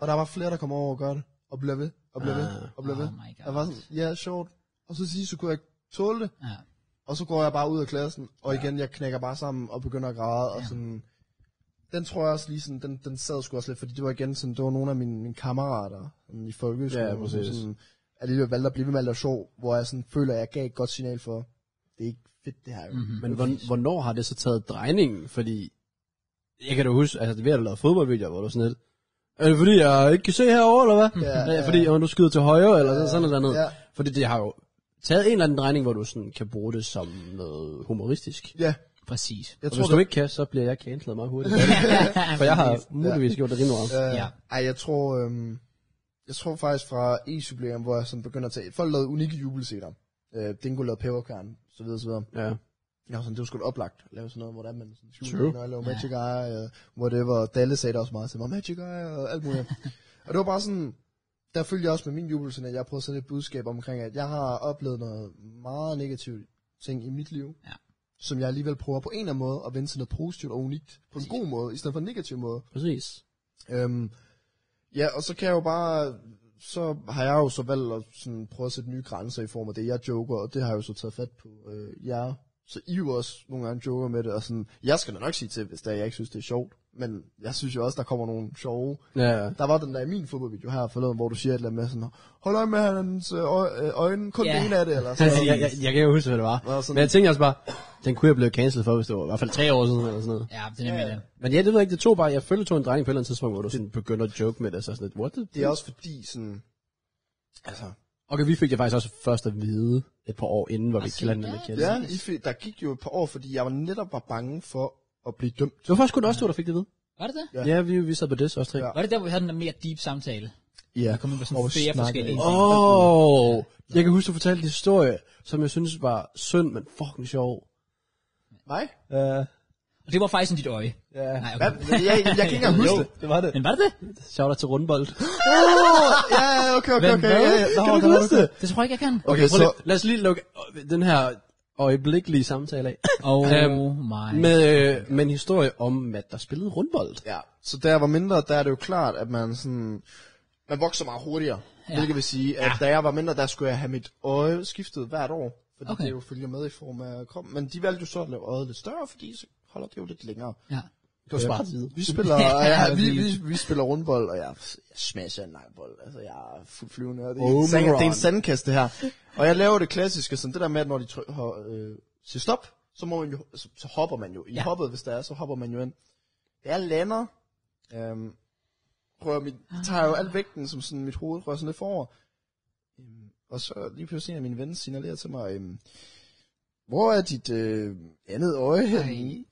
og der var flere, der kom over og gør det. Og blev ved, og blev ved,
Ah.
og blev
oh
ved.
my God.
jeg var sådan, ja, sjovt. Og så til sidst, så kunne jeg ikke tåle det.
Ja.
Og så går jeg bare ud af klassen, og igen, jeg knækker bare sammen og begynder at græde, og sådan... Den tror jeg også lige sådan, den, den sad sgu også lidt, fordi det var igen sådan, det var nogle af mine, mine kammerater sådan, i folkeskolen,
Ja, præcis.
som sådan, alligevel valgte at blive ved med at lave sjov, hvor jeg sådan føler, at jeg gav et godt signal for, det er ikke fedt det her jo. Mm-hmm.
Men hvorn- hvornår har det så taget drejningen? Fordi, jeg kan da huske, altså vi har da lavet fodboldvideoer, hvor du er sådan lidt, er det fordi, jeg ikke kan se herover eller hvad?
Ja,
Ja,
ja.
fordi ja. du skyder til højre, eller ja, sådan noget. Ja.
ja.
Fordi det har jo taget en eller anden drejning, hvor du sådan kan bruge det som noget humoristisk.
Ja,
Præcis.
jeg
Og
tror,
hvis du ikke kan, så bliver jeg cancelet meget hurtigt. [laughs] For jeg har muligvis gjort det rimelig meget.
Øh,
Ja.
ja. Ej, jeg tror, øhm, jeg tror faktisk fra e-jubilæum, hvor jeg sådan begynder at tage, folk lavede unikke jubelscener. Øh, Dingo lavede peberkern, så videre, så videre.
Ja.
Ja, sådan, det var sgu da oplagt at lave sådan noget, hvordan man sådan
True.
skjuler og laver Magic Eye, og whatever. Dalle sagde det også meget til mig, Magic Eye og alt muligt. og det var bare sådan, der følte jeg også med min jubelscene, at jeg prøvede at sende et budskab omkring, at jeg har oplevet noget meget negativt ting i mit liv,
Ja.
som jeg alligevel prøver på en eller anden måde at vende til noget positivt og unikt, på en god måde, i stedet for en negativ måde.
Præcis.
Øhm, ja, og så kan jeg jo bare, så har jeg jo så valgt at sådan prøve at sætte nye grænser i form af det, jeg joker, og det har jeg jo så taget fat på øh, jer. Så I jo også nogle gange joker med det, og sådan, jeg skal da nok sige til, hvis der jeg ikke synes, det er sjovt, men jeg synes jo også, der kommer nogle sjove.
Ja, ja.
Der var den der i min fodboldvideo her forleden, hvor du siger et eller andet med sådan, hold øje med hans øh, øj- øh, øjne, kun
Ja.
det ene af det, eller sådan
Altså,
[laughs]
[laughs]
noget.
jeg, jeg, jeg, kan jo huske, hvad det var.
Nå, sådan-
Men jeg tænkte også bare, den kunne jeg blive cancelled for, hvis det var i hvert fald tre år siden eller sådan noget.
Ja, det er nemlig det.
Men ja, det ved jeg ikke, det tog bare, jeg følte det tog en drejning på et eller andet tidspunkt, hvor du sådan begynder at joke med det, så sådan lidt, what the?
Det er også fordi sådan, altså,
Okay, vi fik det faktisk også først at vide et par år inden, hvor vi
se
kaldte det
der.
med cancel.
ja, I, fik- der gik jo et par år, fordi jeg var netop var bange for at blive dømt.
Det var faktisk kun også du, der fik det ved.
Var det det?
Ja.
Ja, ja vi, vi sad på det også tre.
Ja.
Ja.
Var det der, hvor vi havde den der mere deep samtale?
Ja.
Vi kom ind på sådan
Hvor
flere
snakkede
forskellige
I?
ting.
Åh, oh, jeg kan huske, du fortalte en historie, som jeg synes var synd, men fucking sjov.
Nej?
Uh, ja.
Og det var faktisk en dit øje.
Yeah.
Nej,
Hvad?
okay.
Jeg, jeg, jeg kan ikke engang huske det.
det var det.
Men var det det?
Shout out til Rundbold.
Ja, ja, okay, okay,
Men
okay.
hvad?
Ja, ja.
Nå,
Kan du
der var
huske
du
det?
Det tror jeg ikke, jeg kan.
Okay,
Prøv
så...
lige- Lad os lige lukke øh, den her øjeblikkelige samtale
[laughs]
af.
Oh
Øhm,
my.
Med, øh, med en historie om, at der spillede rundbold.
Ja, så der jeg var mindre, der er det jo klart, at man sådan... Man vokser meget hurtigere. Ja. Hvilket vil sige, at ja. da jeg var mindre, der skulle jeg have mit øje skiftet hvert år. Fordi
Okay.
okay. det jo følger med i form af krom. Men de valgte jo så at lave øjet lidt større, fordi så holder det jo lidt længere.
Ja.
Det var smart.
Vi
[laughs]
spiller, ja, vi, vi, vi spiller rundbold, og jeg, jeg smasher en langbold. Altså, jeg er fuldt flyvende. og Det er, en,
Home
sand,
run.
det er en sandkast, det her. Og jeg laver det klassiske, sådan det der med, at når de tryk, har, øh, siger stop, så, må man jo, så, så hopper man jo. I
Ja.
ja. hoppet, hvis der er, så hopper man jo ind. Da Jeg lander, øhm, prøver mit,
Ah.
tager jo alt vægten, som sådan mit hoved rører sådan lidt forover. Øhm, Og så lige pludselig en af mine venner signalerer til mig, øhm, hvor er dit øh, andet øje henne?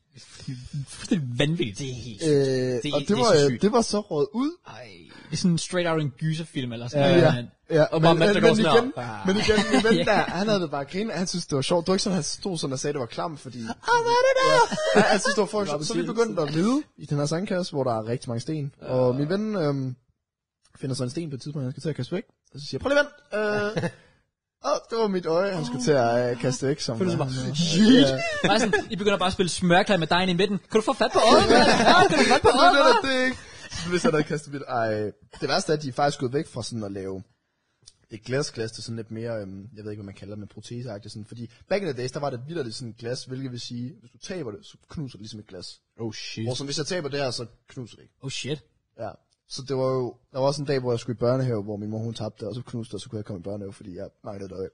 Fuldstændig vanvittigt. Det er helt
Øh, det, og det, det, var, øh,
så
det, det var så råd ud.
Ej. Det er sådan straight out en gyserfilm eller sådan
Ja, ja.
noget.
ja. Og
bare mand,
men, men,
der
men,
går
men,
sådan
igen,
her.
men igen, min [laughs] ven der, han havde det bare grinet, han synes det var sjovt. Det var ikke sådan, han stod sådan og sagde, det var klam, fordi... Ah, hvad er det der? Ja, han synes, det var for sjovt. Så vi begyndte at lide i den her sandkasse, hvor der er rigtig mange sten. Og min ven øhm, finder så en sten på et tidspunkt, han skal til at kaste væk. Og så siger jeg, prøv lige [laughs] vent. Øh, Åh, det var mit øje, han skulle til at øh, kaste væk. Som,
Føles bare,
shit.
Bare sådan, I begynder bare at spille smørklæder med dejen i midten. Kan du få fat på øjet? mand? Ja, kan du få fat på
Det
øjet?
er
mand?
det, det ikke. Hvis han havde kastet mit... Ej, det værste er, at de er faktisk gået væk fra sådan at lave et glasglas til sådan lidt mere, øhm, jeg ved ikke, hvad man kalder det, men proteseagtigt sådan, fordi back in the days, der var det vidderligt sådan et glas, hvilket vil sige, hvis du taber det, så knuser det ligesom et glas.
Oh shit.
Hvor sådan, hvis jeg taber det her, så knuser det ikke.
Oh shit.
Ja. Så det var jo, der var også en dag, hvor jeg skulle i børnehave, hvor min mor hun tabte, og så knuste, og så kunne jeg komme i børnehave, fordi jeg manglede det.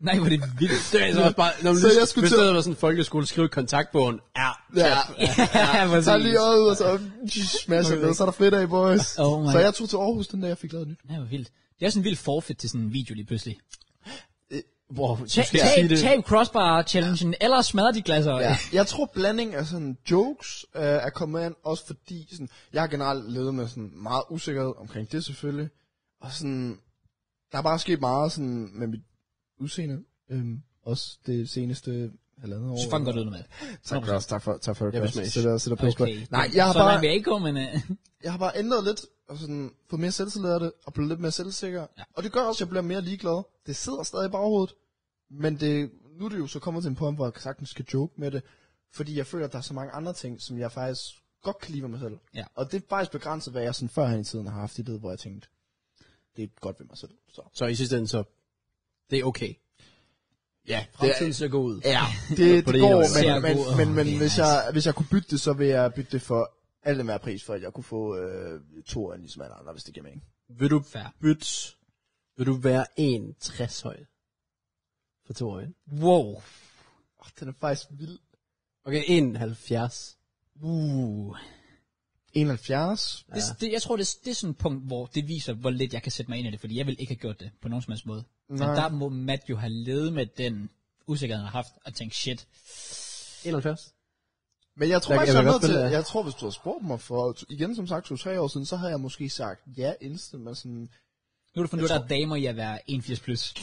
Nej, hvor er det vildt.
Det er altså også bare, når man
Så
lige-
jeg skulle
hvis
til-
det havde været sådan en folkeskole, skrive i kontaktbogen, ja,
Ja,
[laughs] ja, præcis.
så lige øjet ud, og så smasher det, og så er der fredag i boys.
Oh my
så jeg tog til Aarhus den dag, jeg fik lavet nyt.
Ja, hvor vildt. Det er sådan en vild forfit til sådan en video lige pludselig.
hvor du
Tag,
skal sige
tag,
det.
tag crossbar-challengen, eller smadre de glasser.
Ja. Jeg tror, blanding af sådan jokes øh, er kommet ind, også fordi sådan, jeg har generelt levet med sådan meget usikkerhed omkring det selvfølgelig. Og sådan, der er bare sket meget sådan med mit udseende. Øhm, også det seneste halvandet år.
Så fucking godt ud med det.
Tak, Claus. Tak for, tak for det,
Jeg vil
Claus.
smash.
Sætter- sætter pris på det.
Okay.
Nej, jeg har,
så langt
bare,
vil jeg ikke gå, men... Uh...
jeg har bare ændret lidt, og sådan, fået mere selvtillid af det, og blevet lidt mere selvsikker. Ja. Og det gør også, at jeg bliver mere ligeglad. Det sidder stadig i baghovedet, men det, nu er det jo så kommet til en punkt, hvor jeg sagtens skal joke med det, fordi jeg føler, at der er så mange andre ting, som jeg faktisk godt kan lide ved mig selv.
Ja.
Og det er faktisk begrænset, hvad jeg sådan førhen i tiden har haft i det, hvor jeg tænkte, det er godt ved mig selv. Så.
Så i sidste ende, så, det er okay.
Ja,
Fremtiden ser god ud.
[laughs]
Ja, det,
På
det,
det ene
går,
øje.
men,
Ser
men, men,
god.
men
Åh,
hvis,
det er
jeg, hvis jeg kunne bytte det, så vil jeg bytte det for alt den pris, for at jeg kunne få øh, to af ligesom alle andre, hvis det giver mening.
Vil du
Fair.
bytte, vil du være en 60 høj for to øje?
Wow.
Oh, den er faktisk vild.
Okay, en 70.
Uh.
71.
Det, det, jeg tror, det, det er sådan et punkt, hvor det viser, hvor lidt jeg kan sætte mig ind i det, fordi jeg vil ikke have gjort det på nogen som helst måde. Nej. Men
Nej.
der må Matt jo have levet med den usikkerhed, han har haft, og tænkt, shit,
71?
Men jeg tror
Jeg-
faktisk,
jeg
jeg,
vil
er nødt
godt
til,
spille det.
jeg tror, hvis du havde spurgt mig for, igen som sagt, to-tre år siden, så havde jeg måske sagt ja instant, men sådan,
nu har du fundet ud af, at der er damer i at være 81+. [laughs] plus.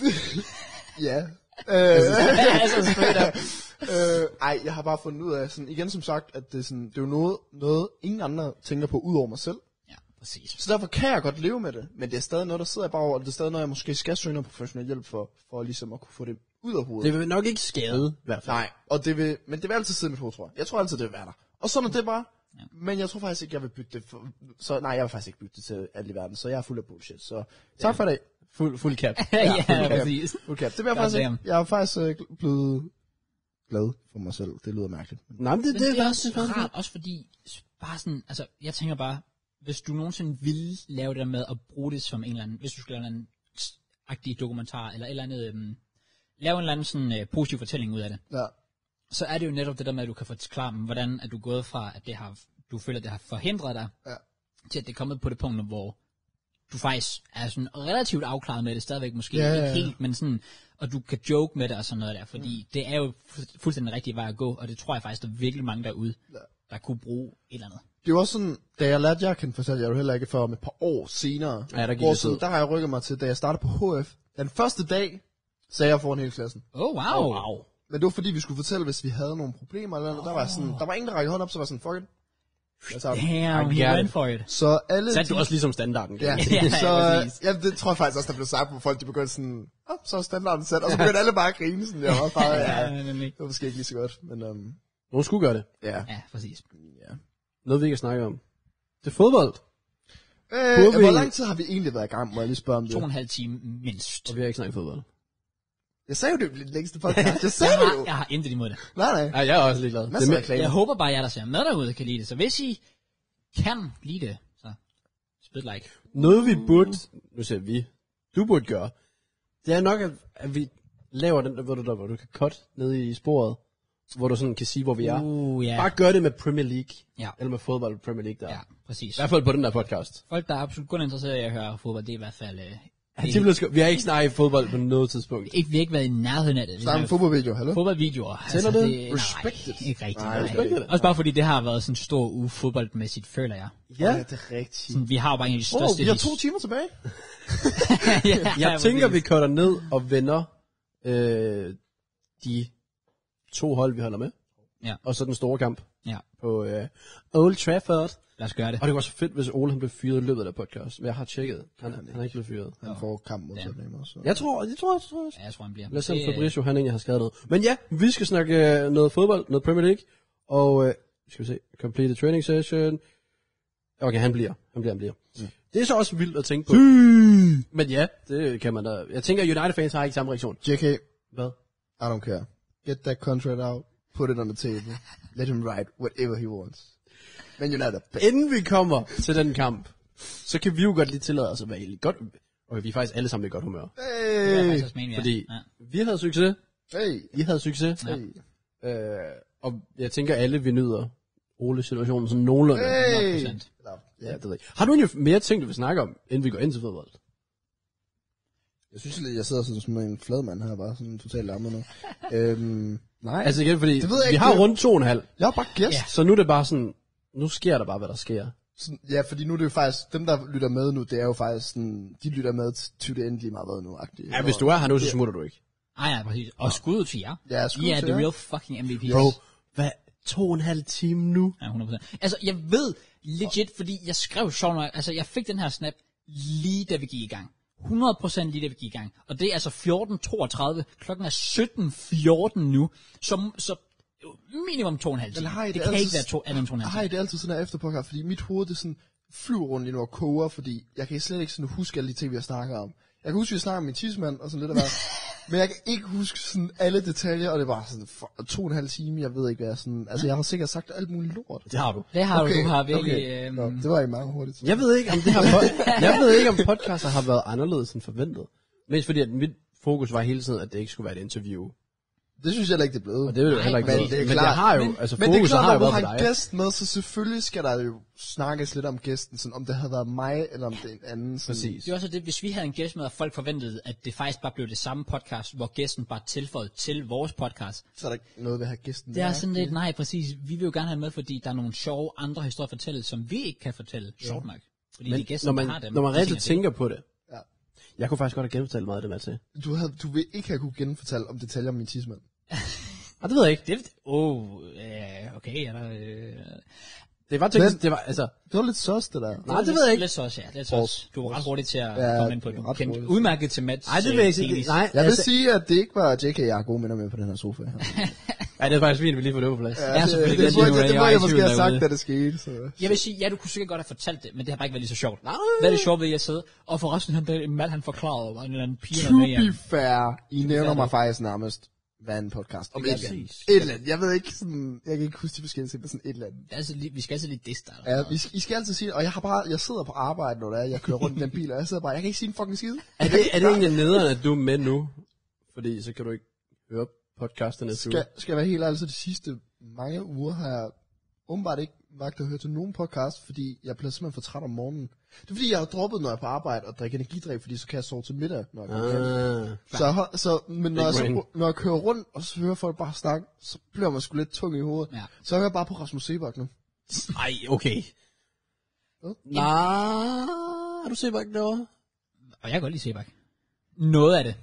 ja. Øh,
ja, altså, straight up.
[laughs] øh, ej, jeg har bare fundet ud af, sådan, igen som sagt, at det, er sådan, det er jo noget, noget, ingen andre tænker på, ud over mig selv.
Ja, præcis.
Så derfor kan jeg godt leve med det, men det er stadig noget, der sidder bare over, og det er stadig noget, jeg måske skal søge noget professionel hjælp for, for ligesom at kunne få det ud af hovedet.
Det vil nok ikke skade, i hvert fald.
Nej, og det vil, men det vil altid sidde i mit hoved, tror jeg. Jeg tror altid, det vil være der. Og sådan er det bare. Ja. Men jeg tror faktisk ikke, jeg vil bytte det. For, så, nej, jeg vil faktisk ikke bytte det til alt i verden, så jeg er fuld af bullshit. Så tak for i dag.
Fuld, fuld
[laughs]
cap.
[laughs] Ja, ja,
fuld cap.
præcis.
Fuld cap. Det vil jeg faktisk
Goddamn.
ikke. Jeg er faktisk øh, gl- blevet glad for mig selv. Det lyder mærkeligt. Men
Nej, men det,
Men
det,
det er
faktisk-
også rart, også fordi, s- bare sådan, altså, jeg tænker bare, hvis du nogensinde ville lave det der med at bruge det som en eller anden, hvis du skulle lave en eller anden s- agtig dokumentar, eller et eller andet, øhm, lave en eller anden sådan øh, positiv fortælling ud af det,
Ja.
så er det jo netop det der med, at du kan forklare dem, hvordan at du er gået fra, at det har, du føler, at det har forhindret dig,
Ja.
til at det er kommet på det punkt, hvor du faktisk er sådan relativt afklaret med det stadigvæk, måske
Ja,
ja,
ja,
ja.
ja.
ikke helt, men sådan, og du kan joke med det og sådan noget der, fordi mm. det er jo fu- fuldstændig den rigtige vej at gå, og det tror jeg faktisk, der er virkelig mange derude, ja. der kunne bruge et eller andet.
Det er jo også sådan, da jeg lærte jeg kan fortælle jer jo heller ikke for om et par år senere.
Ja, der gik
hvor
det
sådan,
tid.
der har jeg rykket mig til, da jeg startede på HF. Den første dag sagde jeg foran hele klassen.
Oh, wow.
Oh, wow.
Men det var fordi, vi skulle fortælle, hvis vi havde nogle problemer eller noget. Der var, sådan, der var ingen, der rækkede hånden op, så var jeg sådan, fuck it. Jeg tager den.
Damn, he
get
went
it.
for it.
Så alle...
Satte du også ligesom standarden? kan [laughs]
Ja,
man sige.
Ja,
ja [laughs] så,
præcis.
ja, det tror jeg faktisk også, der blev sagt, hvor folk de begyndte sådan, oh, så er standarden sat, og så begyndte alle bare at grine sådan, jeg var bare, ja,
Ja, nemlig.
det var måske ikke lige så godt, men um,
Nogen skulle gøre det.
ja.
ja, præcis.
Noget vi ikke har snakket om. Det er fodbold.
Øh,
Burde vi-
hvor lang tid har vi egentlig været i gang, må jeg lige spørge om
To og
det?
en halv time mindst.
Og vi har ikke snakket fodbold.
Jeg sagde jo, det blev den længste podcast, jeg
[laughs] Jeg
sagde det
har,
jo.
jeg har intet imod det.
Nej, nej.
Ja, jeg er også ligeglad.
Masser af
mere-
reklamer.
Jeg håber bare, at jer, der ser med derude, kan lide det. Så hvis I kan lide det, så spid like.
Noget
Mm.
vi burde, nu siger jeg vi, du burde gøre, det er nok, at, at vi laver den der, ved du der, hvor du kan cut ned i sporet, hvor du sådan kan sige, hvor vi er.
Uh, ja.
Bare gør det med Premier League,
Ja.
eller med fodbold i Premier League der.
Ja, præcis.
I hvert fald på den der podcast.
Folk, der er absolut kun interesseret i at høre fodbold, det er i hvert fald... Øh,
Det blev sgu- Vi har ikke snakket fodbold på noget tidspunkt.
ikke, vi har ikke været i nærheden af det. Vi
Der er en
snakker
fodboldvideo, hallo?
fodboldvideoer.
Tæller det?
Respected.
Respected.
Nej, ikke rigtigt.
Nej,
Nej,
respected
nej. Også bare fordi det har været sådan en stor uge fodboldmæssigt, føler jeg.
Ja, det er rigtigt.
Vi har jo bare en af de
Wow,
største...
vi har to timer tilbage.
[laughs] ja,
Jeg
ja,
tænker, vi
præcis.
cutter ned og vender øh, de to hold, vi holder med.
Ja.
Og så den store kamp
Ja,
på øh, Old Trafford.
lad os gøre det.
Og det var så fedt, hvis Ole han blev fyret i løbet af podcast. Men jeg har tjekket. Han, han er ikke blevet fyret.
Han får kamp mod Tottenham også.
Jeg tror, jeg tror, jeg tror.
Ja, jeg tror, han bliver.
Lad os se, om
Det, øh,
Fabrizio, han egentlig har skrevet noget. Men ja, vi skal snakke øh, noget fodbold, noget Premier League. Og, øh, skal vi se, complete training session. Okay, han bliver. Han bliver, han bliver. Det er så også vildt at tænke på. Men ja, det kan man da. Jeg tænker, United-fans har ikke samme reaktion.
JK,
Hvad?
I don't care. Get that contract out. Put it on the table. Let him write whatever he wants. Men United er bedst.
Inden vi kommer til den kamp, så kan vi jo godt lige tillade os at være i godt... Okay, vi er faktisk alle sammen i godt humør.
det er
Hey,
faktisk også meningen, ja.
Fordi
Ja.
vi havde succes.
hey,
I havde succes.
Ja.
Øh, og jeg tænker, alle vi nyder Ole situationen sådan nogenlunde.
hey.
100%.
Nå,
Ja, det ved jeg. Har du egentlig mere ting, du vil snakke om, inden vi går ind til fodbold?
Jeg synes lidt, jeg sidder sådan som en flad mand her, bare sådan totalt lammet nu. øhm, nej,
Altså igen, fordi
Det ved jeg
vi
ikke.
har rundt to og en halv,
jeg er bare gæst.
Ja.
Ja.
så nu er det bare sådan, nu sker der bare, hvad der sker.
Sådan, ja, fordi nu er det jo faktisk, dem der lytter med nu, det er jo faktisk sådan, de lytter med til- til det endelige meget hvad nu -agtigt.
Ja, hvis du er her nu, så smutter du ikke.
Ej, ja, præcis. Og skud til jer.
Ja, skud
I er
til
the
jer.
real fucking MVP.
hvad? To og en halv time nu?
Ja, 100%. Altså, jeg ved legit, fordi jeg skrev sjovt nok, altså jeg fik den her snap lige da vi gik i gang. 100% lige da vi gik i gang. Og det er altså 14.32, klokken er 17.14 nu, som, så minimum to og en halv time.
Men har I
det,
det
kan
altid-
ikke være to, andet end to og en halv
Har
time.
I det altid sådan her efter podcast? Fordi mit hoved, det er sådan, flyver rundt lige nu og koger, fordi jeg kan slet ikke sådan huske alle de ting, vi har snakket om. Jeg kan huske, at vi snakkede om min tidsmand og sådan lidt af
[laughs]
hvert. men jeg kan ikke huske sådan alle detaljer, og det var sådan for, to og en halv time, jeg ved ikke hvad jeg sådan... Altså, jeg har sikkert sagt alt muligt lort.
Det har du.
Det har okay, du, du har virkelig... Okay. Øhm,
Nå, det var ikke meget hurtigt.
Jeg ved ikke, om det her pod- [laughs] jeg ved ikke, om podcaster har været anderledes end forventet. Mest fordi, at mit fokus var hele tiden, at det ikke skulle være et interview.
Det synes jeg heller ikke, det er blevet.
Og det vil jo heller ikke
men
være.
det er
men
klart.
jeg har jo,
Men-
altså
Men det er
fokus har
klart,
jo
når du
været
har
på
en
dig.
gæst med, så selvfølgelig skal der jo snakkes lidt om gæsten, sådan om det havde været mig, eller om det er en anden. Sådan.
Præcis.
Det er også det, hvis vi havde en gæst med, og folk forventede, at det faktisk bare blev det samme podcast, hvor gæsten bare tilføjede til vores podcast.
Så er der ikke noget ved at have gæsten
Det er
med.
sådan lidt, nej præcis, vi vil jo gerne have med, fordi der er nogle sjove andre historier at fortælle, som vi ikke kan fortælle, sjovt nok. Fordi det er gæsten,
når man,
der har dem.
når man
Det
rigtig
tænker
tænker på det.
Ja.
Jeg kunne faktisk godt have genfortalt meget af det, Mads. sagde.
Du, havde, du vil ikke have kunne genfortælle om detaljer om min tidsmand.
Ah, det ved jeg ikke.
jeg. Det, oh, øh, okay, er der... Øh,
Det var tænkt,
Men-
det var, altså,
Det var lidt søs, det der.
nej, det ved jeg ikke.
Lidt sauce, ja. Lidt sauce. Du var ret hurtigt til at
Ja,
komme ind på det. Du
ret
kendte
hurtigt.
udmærket til Mads.
Nej, det vil jeg ikke sige.
penis.
Nej,
Jeg vil
altså,
sige, at det ikke var JK, jeg er gode minder med på den her sofa her.
ja, det er faktisk fint, at vi lige får det på plads.
Ja,
det,
selvfølgelig.
det, det,
Jeg siger,
burde- det,
jeg
det, må
er
jeg
i
måske
tvivl
have sagt,
derude.
da det skete. Så.
Jeg vil sige, ja, du kunne sikkert godt have fortalt det, men det har bare ikke været lige så sjovt.
Nej.
Hvad er det sjovt ved, at jeg sidder? Og forresten, han, der, en mand, han forklarede, var en eller anden pige,
To
der med
be
hjem.
fair, I nævner mig faktisk nærmest hvad en podcast. Om et eller andet.
præcis.
Et eller andet. Jeg ved ikke sådan, jeg kan ikke huske de forskellige ting, men sådan et eller andet.
Altså, lige, vi skal altså lige disse dig. eller
Ja,
sådan noget.
I, I skal altid sige det, og jeg har bare, jeg sidder på arbejde, når det er, jeg kører rundt i den bil, og jeg sidder bare, jeg kan ikke sige en fucking skid.
Er det, er det egentlig nederen, at du er med nu? Fordi så kan du ikke høre podcasten næste uge.
Skal, skal jeg være helt ærlig, så de sidste mange uger har jeg åbenbart ikke magt at høre til nogen podcast, fordi jeg bliver simpelthen for træt om morgenen. Det er fordi, jeg har droppet, når jeg er på arbejde og drikker energidrik, fordi så kan jeg sove til middag, når jeg kommer hjem.
Ah,
Så, jeg hold- så, men når
Big
jeg, så,
brain.
når jeg kører rundt, og så hører folk bare snakke, så bliver man sgu lidt tung i hovedet.
Ja.
Så hører jeg bare på Rasmus Sebak nu.
Ej, okay. Nej, har du set bakken derovre?
Og jeg kan godt lide Sebak. Noget af det.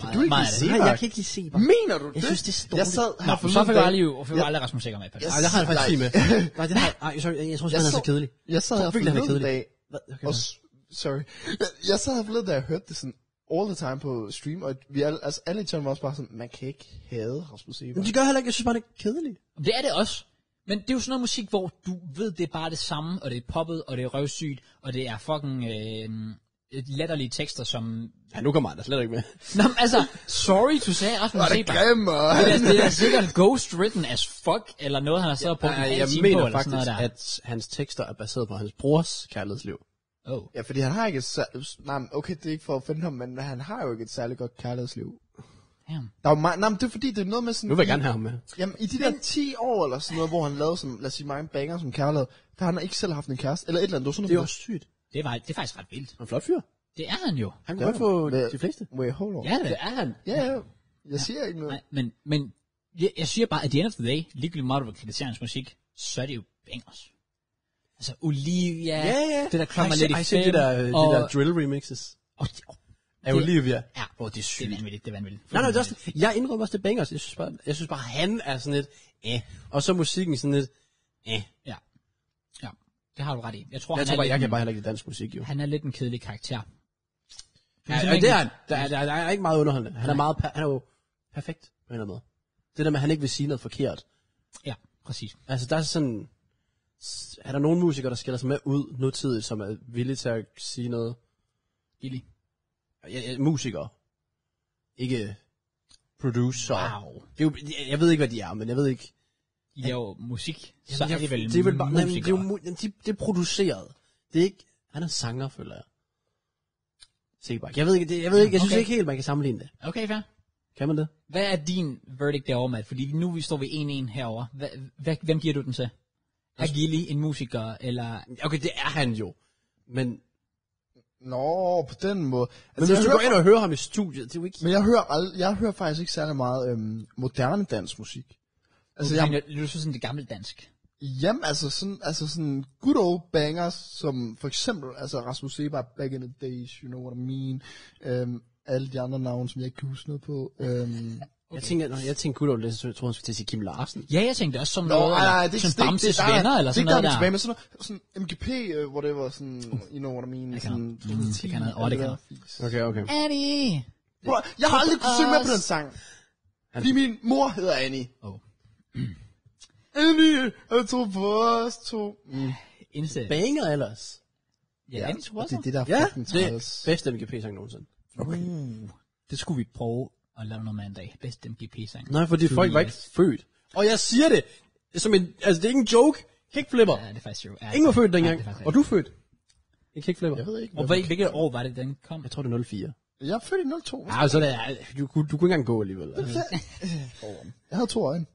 Kan
du ikke lide Sebak?
Nej, jeg kan ikke lige se bakken.
Mener du det?
Jeg synes, det er stort.
Jeg sad her
Nå,
forleden
så fik jeg
dag-
aldrig, og fik aldrig Rasmus Sikker med på det.
Jeg
Nej, det har jeg faktisk ikke med. [laughs] Nej, det har jeg. Ej, sorry, jeg tror simpelthen,
Jeg
han er
så-
så kedelig.
Jeg sad
Tror
her
virkelig, han er
forleden
kedelig.
dag,
Hvad? Okay,
og, s- sorry. [laughs] Jeg- Jeg sad her forleden, da jeg hørte det sådan all the time på stream, og vi alle, altså alle i chatten var også bare sådan, man kan ikke hade Rasmus Sebak.
Men
[laughs]
de gør heller ikke, jeg synes bare, det er kedeligt.
Det er det også. Men det er jo sådan noget musik, hvor du ved, det er bare det samme, og det er poppet, og det er røvsygt, og det er fucking øh, latterlige tekster, som...
Ja, nu kommer han da slet ikke med.
Nå, men altså, sorry to say, Rasmus
Var det
Sebak.
grim,
Det er, det er sikkert ghost written as fuck, eller noget, han har siddet på en
Nej,
halv
jeg
time på,
mener
eller sådan noget
faktisk,
der.
at hans tekster er baseret på hans brors kærlighedsliv.
Oh.
[laughs] Ja, fordi han har ikke et særligt... Nej, men okay, det er ikke for at finde ham, men han har jo ikke et særligt godt kærlighedsliv.
Damn.
Der er jo meget... Nej, men det er fordi, det er noget med sådan...
Nu vil jeg gerne have ham med.
Jamen, i de der 10 år eller sådan noget, hvor han lavede sådan, lad os sige, mange banger som kærlighed, der har han ikke selv haft en kæreste, eller et eller andet. Det var sådan
Det er
noget,
også sygt.
Det, var, det er faktisk ret vildt.
Han er en flot fyr.
Det er han jo.
Han kan
Ja,
godt få øh,
men-
de fleste.
Wait, hold on.
Ja, det er han.
ja, ja. Jeg siger ikke noget.
Nej, men, men jeg, jeg siger bare, at the end of the day, ligegyldigt meget, du vil kritisere hans musik, så er det jo bangers. Altså Olivia, det der Club
Ej,
My
se-
Lady
ej, se
Femme,
de der,
og,
de der drill remixes
og, og,
af Olivia.
Ja, hvor det er sygt. Det er vanvittigt, det er vanvittigt.
Nej, nej, det er også, jeg indrømmer også, det er bangers. Jeg synes bare, jeg synes bare han er sådan lidt, eh. Og så musikken sådan lidt, eh.
Ja. ja, det har du ret i. Jeg tror,
Jeg
han,
tror
er
bare,
lidt
jeg kan
en,
bare heller ikke lide dansk musik, jo.
han er lidt en kedelig karakter.
Ja, ja, det er, han. der, er, der, er, der er ikke meget underholdende. Han er, meget per, han er jo perfekt på en eller anden måde. Det der med, at han ikke vil sige noget forkert.
Ja, præcis.
Altså, der er sådan... s- Er der nogen musikere, der skiller sig med ud nutidigt, som er villige til at sige noget?
Gilly.
Ja, ja, musikere. Ikke producer.
Wow.
Det er jo, jeg- jeg ved ikke, hvad de er, men jeg ved ikke...
I laver musik, så
jeg,
er det vel
det er vel bare, nej, men det er jo,
musikere.
mu- jamen, de, det er produceret. Det er ikke... Han er sanger, føler jeg. Sebak. Jeg ved ikke, det, jeg ved ikke, jeg synes
Okay.
ikke helt, man kan sammenligne det.
Okay, fair.
Kan man det?
Hvad er din verdict derovre, Matt? Fordi nu vi står ved 1-1 herovre. Hva, hva, hvem giver du den til? Er Gilly en musiker, eller...
Okay, det er han jo. Men
Nå, på den måde.
Men
Altså,
hvis du
jeg
går
hører,
ind og Altså, hører ham i studiet, det er jo ikke...
men jeg hører, ald- jeg hører faktisk ikke særlig meget øhm, moderne dansk musik.
Altså,
Altså, jeg,
jeg... Du synes, det er gammeldansk.
jamen, altså sådan, altså sådan good old bangers, som for eksempel altså Rasmus Sebak, Back in the Days, you know what I mean. Øhm, alle de andre navne, som jeg ikke kan huske noget på. Øhm,
Okay. Jeg tænkte, når jeg tænkte Gudolf, så jeg tror, han skulle til at sige Kim Larsen.
Ja, jeg tænkte også som
Nå,
noget,
nej,
eller
nej, det er ikke
som
det, er ikke-
Bamses
det, er-
venner, eller
det er
sådan
ikke der,
noget
vi er
der. Uh,
tilbage med sådan noget, sådan MGP, øh, hvor det var sådan, you know what I mean,
kan
sådan
noget. Mm, det kan noget. Åh, det kan
Okay.
Okay, okay.
Annie!
Bro, jeg har aldrig kunnet synge med på
Os.
den sang. Fordi min mor hedder Annie.
Oh.
[clears throat] Annie, jeg tror på os to. Mm.
Indse.
Banger ellers.
Ja, Annie tror
og
også.
det er det, der er
Ja,
fucking
det er
træls.
bedste MGP-sang nogensinde.
Okay. Uh, det skulle vi prøve at lave noget med en dag. Bedst MGP-sang.
Nej, fordi folk var ikke født. Og jeg siger det, som en, altså det er ikke en joke. Kickflipper.
Ja, det er faktisk jo. Ja,
Ingen var født dengang.
Ja, det er faktisk
Og du er født. En kickflipper.
Jeg ved ikke,
Og
hvad
hvad, hvilket år var det, den kom?
Jeg tror, det er 04.
Jeg er født i 02.
Ja, så det er, du, kunne- du kunne ikke engang gå alligevel. altså.
Jeg havde to [laughs] øjne.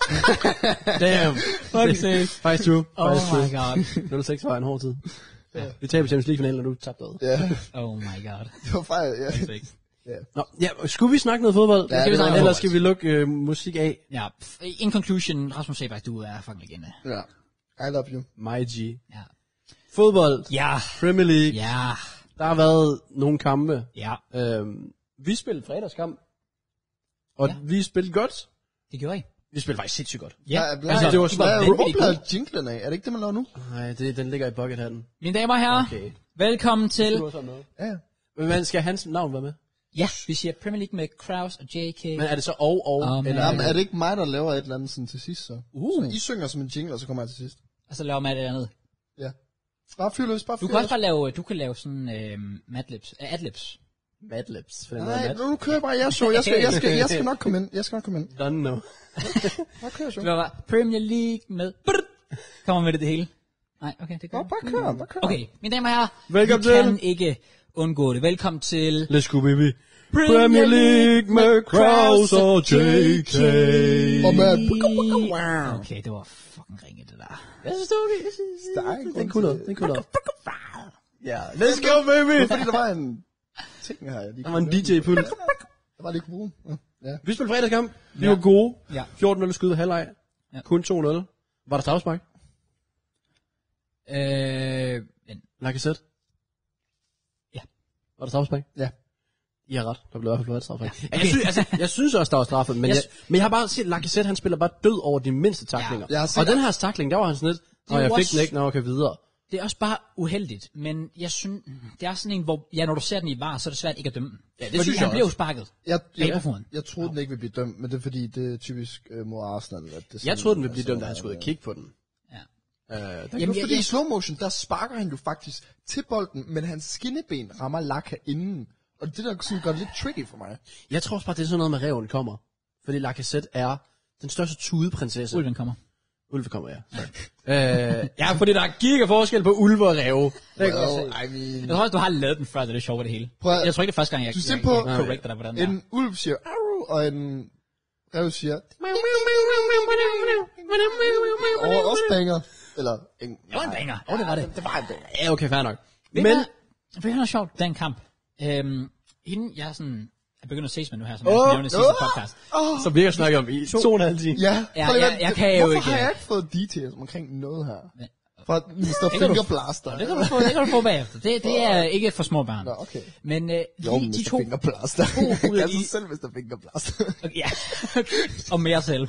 [laughs]
Damn.
Fuck sake.
Faktisk true.
Oh
Faktisk
my
true.
god.
06 var en hård tid. Vi taber Champions League-finalen, og du tabte ud.
Ja,
Oh my god.
det var fejl. Ja.
Nå, ja, skulle vi snakke noget fodbold?
Ja, Skal vi det snakke var- noget
Eller
fodbold?
skal vi lukke øh, musik af?
Ja, pff, in conclusion, Rasmus Sebak, du er fucking legende.
ja. I love you.
My G.
Ja.
Fodbold.
Ja.
Premier League.
Ja.
Der har været nogle kampe.
Ja.
Øhm, vi spillede fredagskamp. Og ja. vi spillede godt.
Det gjorde I.
Vi spillede faktisk sindssygt godt.
Ja.
Ja,
Altså,
det var
I
sådan, jeg
vanvittigt
råbladet
gode.
jinglen af. Er det ikke det, man laver nu?
Nej, det, den ligger i bucketheaden.
Mine damer og herrer,
Okay.
velkommen til...
Ja.
Men man, skal hans navn være med?
Ja, vi siger Premier League med Kraus og JK.
Men er det så og og?
Amen.
eller,
Jamen, er det ikke mig, der laver et eller andet sådan til sidst, så?
Uh.
I synger som en jingle, og så kommer jeg til sidst.
Og så laver man det andet.
Ja. Bare fyr løs, bare
Du
fyr
kan også
løs.
bare lave, du kan lave sådan øh, madlibs, øh, adlibs.
Mad Libs. For den hedder
Nej,
Mad.
nu kører jeg bare jeg show. Jeg skal, jeg, skal, jeg skal nok komme ind. Jeg skal nok komme ind.
Done now.
Bare kør show.
Det var bare Premier League med... Brrr, kommer med det, det hele. Nej, okay, det gør
Bare,
jeg.
bare kør, bare kør.
Okay, mine damer og herrer,
Velkommen
vi kan
til.
ikke undgå det. Velkommen til...
Let's go, baby. Premier League med Kraus og JK.
Og med...
Okay, det var fucking ringe, det der.
Jeg synes, det er okay. Jeg synes-
Der er en grund
Den kunne
til-
noget. Den kunne noget.
Ja,
Let's go, baby.
det var fordi, der var en ting her. Jeg lige
Der var en DJ-pult.
Jeg var lige kunne bruge. den. Ja.
Vi spillede fredagskamp. Vi var gode.
Ja.
14-0 skyde halvleg.
Ja.
Kun 2-0. Var der tavsmark?
Øh, men,
Lacazette?
Ja.
Var der straffespark?
Ja.
I har ret, der blev i hvert fald flot straffespark. Ja,
okay.
jeg, synes, altså, jeg synes også, der var straffet, men
Jeg
jeg,
sy-
men jeg har bare set, Lacazette han spiller bare død over de mindste taklinger.
Ja, jeg har set-
og den her takling, der var han sådan lidt,
er
og jeg
jo
fik
også-
den ikke, når jeg kan videre.
det er også bare uheldigt, men jeg synes, det er sådan en, hvor, ja, når du ser den i var, så er det svært ikke at dømme den. Ja, det Fordi
synes jeg
han
også.
blev jo sparket.
Jeg,
Bag på foden.
jeg, jeg troede, den ikke ville blive dømt, men det er fordi, det er typisk øh, mod Arsenal. At det er sådan,
Jeg troede, den ville blive
altså,
dømt, da han skulle ud og kigge på den.
Ja.
Øh, der,
Det er
Jamen,
jo
jeg-
fordi
jeg-
i slow motion, der sparker han jo faktisk til bolden, men hans skinneben rammer Laka inden. Og det der sådan gør det lidt tricky for mig.
jeg tror også bare, det er sådan noget med, reven kommer. Fordi Lacazette er den største tudeprinsesse.
Ulven kommer.
Ulve kommer, ja. øh, ja, fordi der er giga forskel på ulve og ræve. Det kan også-
I mean...
Jeg tror også, du har lavet den før, det er det sjove ved det hele.
Prøv at-
jeg tror ikke, det er første gang, jeg,
Du
jeg,
ser
jeg,
på-
jeg correcter dig på den der.
En ulv siger, Arrow, og en rev siger, og også banger. Eller en...
Det var en banger. Åh, oh, det var det.
Det var en banger.
Ja, okay, fair nok.
Men,
Men,
det er noget sjovt, den kamp. Øhm, hende, jeg er sådan, jeg begynder at ses med nu her, som
Åh,
jeg nævnte i sidste
åh,
podcast.
så vi har snakket om i to og en halv time.
Ja,
Ja,
prøv lige
jeg-
at-
jeg kan jo
Hvorfor
ikke-
har jeg ikke fået details omkring noget her?
Men-
Fra Mr.
kan du-
Fingerblaster.
Det kan du få, det kan du få bagefter. Det, det er ikke for små børn.
Nå, okay.
Men øh, de,
Jo, men
de
Mr.
to...
Fingerblaster. [laughs]
To ud af
Altså
de-
selv Mr. Fingerblaster.
Okay, ja, [laughs] og mere selv.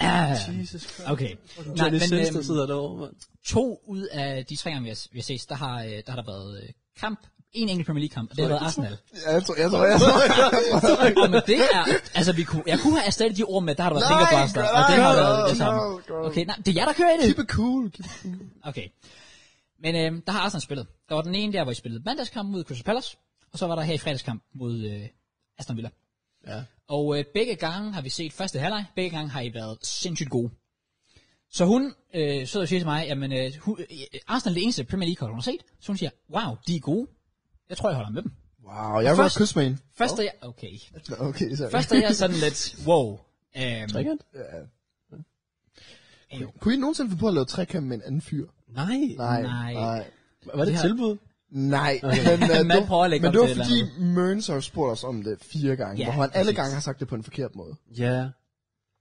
Ah,
Jesus Christ.
okay. Nej,
Johnny
men
Sins, der
øhm,
sidder derovre, mand.
to ud af de tre gange, vi har, vi har ses, der har, øh, der har der været øh, kamp. En enkelt Premier League-kamp, og det har været Arsenal.
Ja, jeg tror, jeg tror,
[laughs]
jeg tror.
Og men det er, altså vi kunne, jeg kunne have erstattet de ord med, der har der været fingerblaster, og det har
nej,
været det
no,
samme.
no, no.
Okay, nej, det er jer, der kører i det.
Keep it cool. Keep it cool.
Okay. Men øh, der har Arsenal spillet. Der var den ene der, hvor I spillede mandagskamp mod Crystal Palace, og så var der her i fredagskamp mod øh, Aston Villa.
Ja.
Og øh, begge gange har vi set første halvleg, begge gange har I været sindssygt gode. Så hun øh, sidder og siger til mig, jamen øh, hun, øh, Arsenal er det eneste Premier League-hold, hun har set. Så hun siger, wow, de er gode. Jeg tror, jeg holder med dem.
Wow, jeg vil
Først-
også kysse med en.
Først er jeg, okay.
Nå, Okay, sorry.
Først er jeg sådan lidt, wow. Øhm,
Drikker
Ja.
Jo.
Kunne I nogensinde få på at lave trekant med en anden fyr?
Nej.
Nej.
Nej.
Nej.
Var det
Vi
et
har-
tilbud?
Nej. Men, øh,
[laughs] Man
det var-
prøver at lægge
men
op
det var
til et
fordi
eller
Mørns har jo spurgt os om det fire gange,
Ja,
hvor han alle
præcis.
gange har sagt det på en forkert måde.
Ja.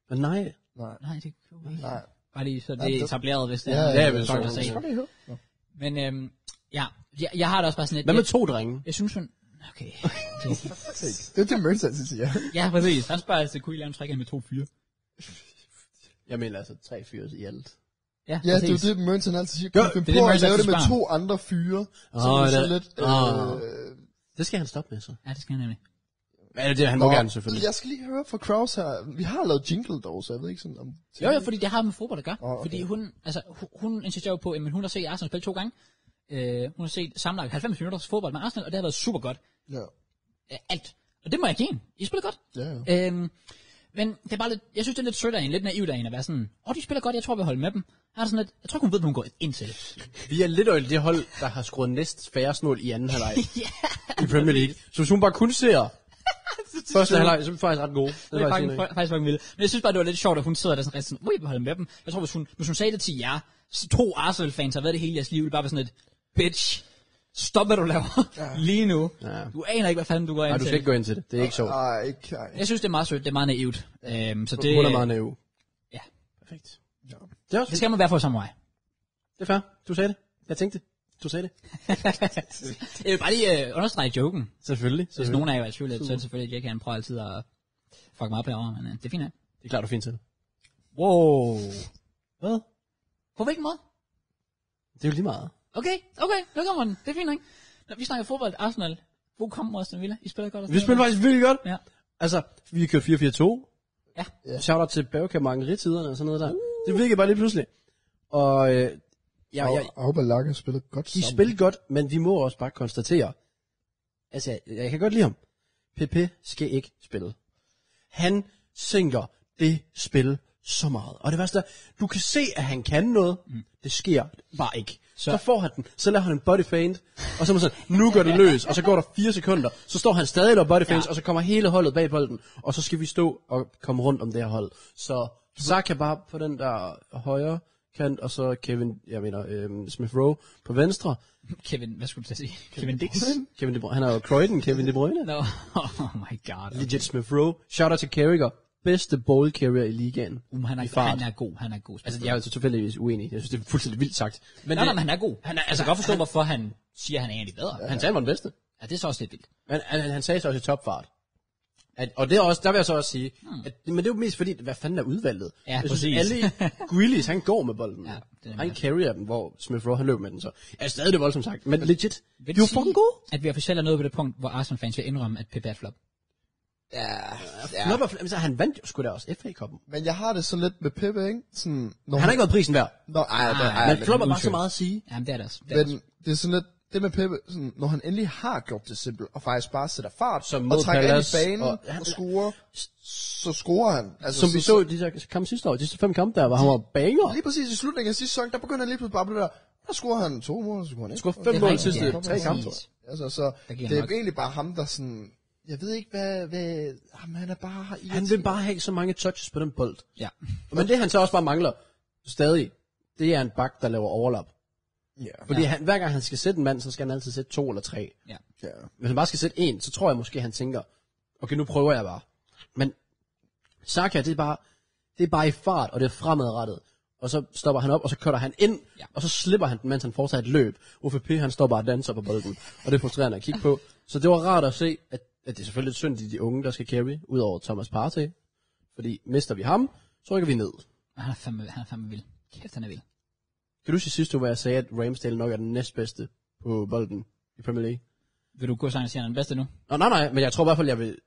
Men nej.
Nej.
Nej, det kunne ikke.
Nej.
Bare lige, så
Ja,
det er
det-
etableret, hvis det
Ja,
er.
ja,
hvis
folk,
det
der
er
sagde.
sådan.
Skal vi høre? Nå.
Men øhm, ja, jeg, jeg har det også bare sådan lidt...
Hvad med to drenge?
Jeg synes hun... Okay.
Det er det, Mørns altid
[laughs]
siger.
ja, præcis. Han spørger altså, kunne I lave en trækker med to fyre?
Jeg mener altså tre fyre i alt.
Ja,
Ja, det er
præcis.
jo det, Mørns han altid siger.
Jo,
Kan du
det
finde
er det,
på at
Mørns
lave det
altid
med to
spørger.
andre fyre? Så
Åh,
er det så
det-
lidt...
Åh.
øh,
Det skal han stoppe med så.
Ja, det skal han nemlig.
Ja, det, han må
nå,
gerne selvfølgelig.
Jeg skal lige høre fra Kraus her. Vi har lavet jingle dog, så jeg ved ikke sådan om...
Jo, jo, fordi det har med fodbold at gøre.
Åh, okay.
okay. Fordi hun, altså, hun, hun insisterer jo på, at hun har set Arsenal spille to gange. Øh, hun har set samlet 90 minutters fodbold med Arsenal, og det har været super godt.
Ja.
Øh, alt. Og det må jeg give hende. I spiller godt.
Ja, ja.
Øhm, men det er bare lidt, jeg synes, det er lidt sødt af hende, lidt naivt af hende at være sådan, åh, oh, de spiller godt, jeg tror, vi holder med dem. Her er det sådan lidt, jeg tror, ikke, hun ved, hvad hun går ind til.
Vi er lidt øjelig det hold, der har skruet næst færre snål i anden [laughs] halvleg. I Premier League. [laughs] Så hvis hun bare kun ser første halvleg, så er vi faktisk ret gode. Det
Det er
er
faktisk,
faktisk
faktisk fucking vildt. Men jeg synes bare, det var lidt sjovt, at hun sidder der sådan rigtig sådan, ui, holde med dem. Jeg tror, hvis hun, hvis hun sagde det til jer, så to Arsenal-fans har været det hele jeres liv, ville bare være sådan et, bitch, stop hvad du laver ja. [laughs] lige nu. Ja.
Ja.
Du aner ikke, hvad fanden du går ind
Nej, du
til.
skal ikke gå ind til det. Det er ikke sjovt.
Ej, ikke, ej.
Jeg synes, det er meget sødt, det er meget naivt. Øhm, så det,
Hun er meget næve.
Ja.
Perfekt.
Ja.
Det er også
det skal man være for samurai.
Det er fair. Du sagde det. Jeg tænkte det. Du sagde det.
[laughs] Jeg vil bare lige øh, understrege joken.
Selvfølgelig.
Hvis
selvfølgelig.
nogen af jer er i tvivl, så er det selvfølgelig Jack, han prøver altid at fuck mig op herovre, men øh, det er fint. Ja.
Det er klart, du er fint til det.
Wow.
Hvad?
På hvilken måde?
Det er jo lige meget.
Okay, okay, nu kommer den. Det er fint, ikke? Når vi snakker fodbold, Arsenal, god kamp mod Aston Villa. I spiller godt. og
Vi
sådan
spiller
noget.
faktisk virkelig godt.
Ja.
Altså, vi har kørt 4-4-2.
Ja.
Ja.
Shout out til Bavka Markeritiderne og sådan noget der. Det virkede bare lige pludselig. Og øh, ja,
Jeg,
ja,
jeg, jeg håber, Laka spiller godt
de
sammen.
spillede godt, men vi må også bare konstatere, altså, jeg, jeg kan godt lide ham. Pepe skal ikke spille. Han sænker det spil så meget. Og det værste er, du kan se, at han kan noget. Mm. Det sker bare ikke. Så. så får han den, så laver han en body feint, og så er man sådan, nu går det løs, og så går der fire sekunder, så står han stadig og laver body feints, ja. og så kommer hele holdet bag bolden, og så skal vi stå og komme rundt om det her hold. Så Saka bare på den der højre kant, og så Kevin, jeg mener, øhm, Smith Rowe på venstre.
Kevin, hvad skulle du til at sige? Kevin Dix?
Kevin De Bruyne, han er jo Croydon, Kevin De Bruyne.
No. [laughs] Oh my god.
Legit Smith Rowe. Shout out til Carragher. bedste ball carrier i ligaen.
Um, han,
i
er,
fart.
han er god, han er god.
Altså, jeg er altså tilfældigvis uenig. Jeg synes, det er fuldstændig vildt sagt. Men
nej, nej,
det-
men han er god. Han er, altså, jeg kan godt forstå, hvorfor han siger, at han er egentlig bedre. Ja.
han sagde, han var den bedste.
ja, det er så også lidt vildt.
Han, han, han sagde så også i topfart. At, og det er også, der vil jeg så også sige, hmm. at, men det er jo mest fordi, hvad fanden er udvalget?
Ja,
jeg
præcis.
Synes, alle Grealish, han går med bolden.
Ja,
Ja,
det er
han
nemlig.
carrier den, hvor Smith Rowe, han løb med den så. Er stadig det voldsomt sagt, men legit.
Vil
de er jo
det sige,
fucking gode.
At vi officielt er nået på det punkt, hvor Arsenal-fans vil indrømme, at Pep er et flop.
Ja. Nå, hvorfor- men så han vandt jo sgu da også FA-koppen.
Men jeg har det så lidt med Peppe, ikke? Sådan, når
Han har ikke været prisen værd.
Nå, ej, ej, ej,
Men
men-
Klopp er Ah, bare så meget at sige.
Jamen, det er det også. Det er det også.
Men det er sådan lidt, det med Peppe, sådan, når han endelig har gjort det simpelt, og faktisk bare sætter fart,
Som
og
mod
trækker
Palace,
ind i banen,
og-
og, og scorer, så scorer han. Altså,
Som vi så i de der kampe sidste år, de sidste fem kampe der, var han var banger.
Lige præcis i slutningen af sidste sæson, der begynder han lige pludselig bare at blive der, der scorer han to mål, så scorer han ikke.
Scorer fem
Og-
mål
Ja,
sidste
ja,
tre
præcis.
kampe, tror
Altså, så
Der giver
det er
nok.
egentlig bare ham, der sådan, jeg ved ikke, hvad, hvad jamen, han er bare
Han vil bare have så mange touches på den bold.
Ja.
Men det han så også bare mangler stadig, det er en bak, der laver overlap.
Ja,
Fordi ja. han, hver gang han skal sætte en mand, så skal han altid sætte to eller tre.
ja.
ja.
Hvis han bare skal sætte en, så tror jeg måske, han tænker, okay, nu prøver jeg bare. Men Saka, det er bare, det er bare i fart, og det er fremadrettet. Og så stopper han op, og så kører han ind,
Ja.
ja. og så slipper han den, mens han fortsætter et løb. UFP, han står bare og danser på bolden, og det er frustrerende at kigge på. Så det var rart at se, at, at det er selvfølgelig lidt synd, at det er de unge, der skal carry, ud over Thomas Partey. Fordi mister vi ham, så rykker vi ned.
Og Han er fandme, han er fandme vild. Kæft, han er vild.
Kan du sige sidste uge, hvor jeg sagde, at Ramsdale nok er den næstbedste på bolden i Premier League?
Vil du gå sådan og sige, at han er den bedste nu?
Nå, nej, nej, men jeg tror i hvert fald, jeg vil...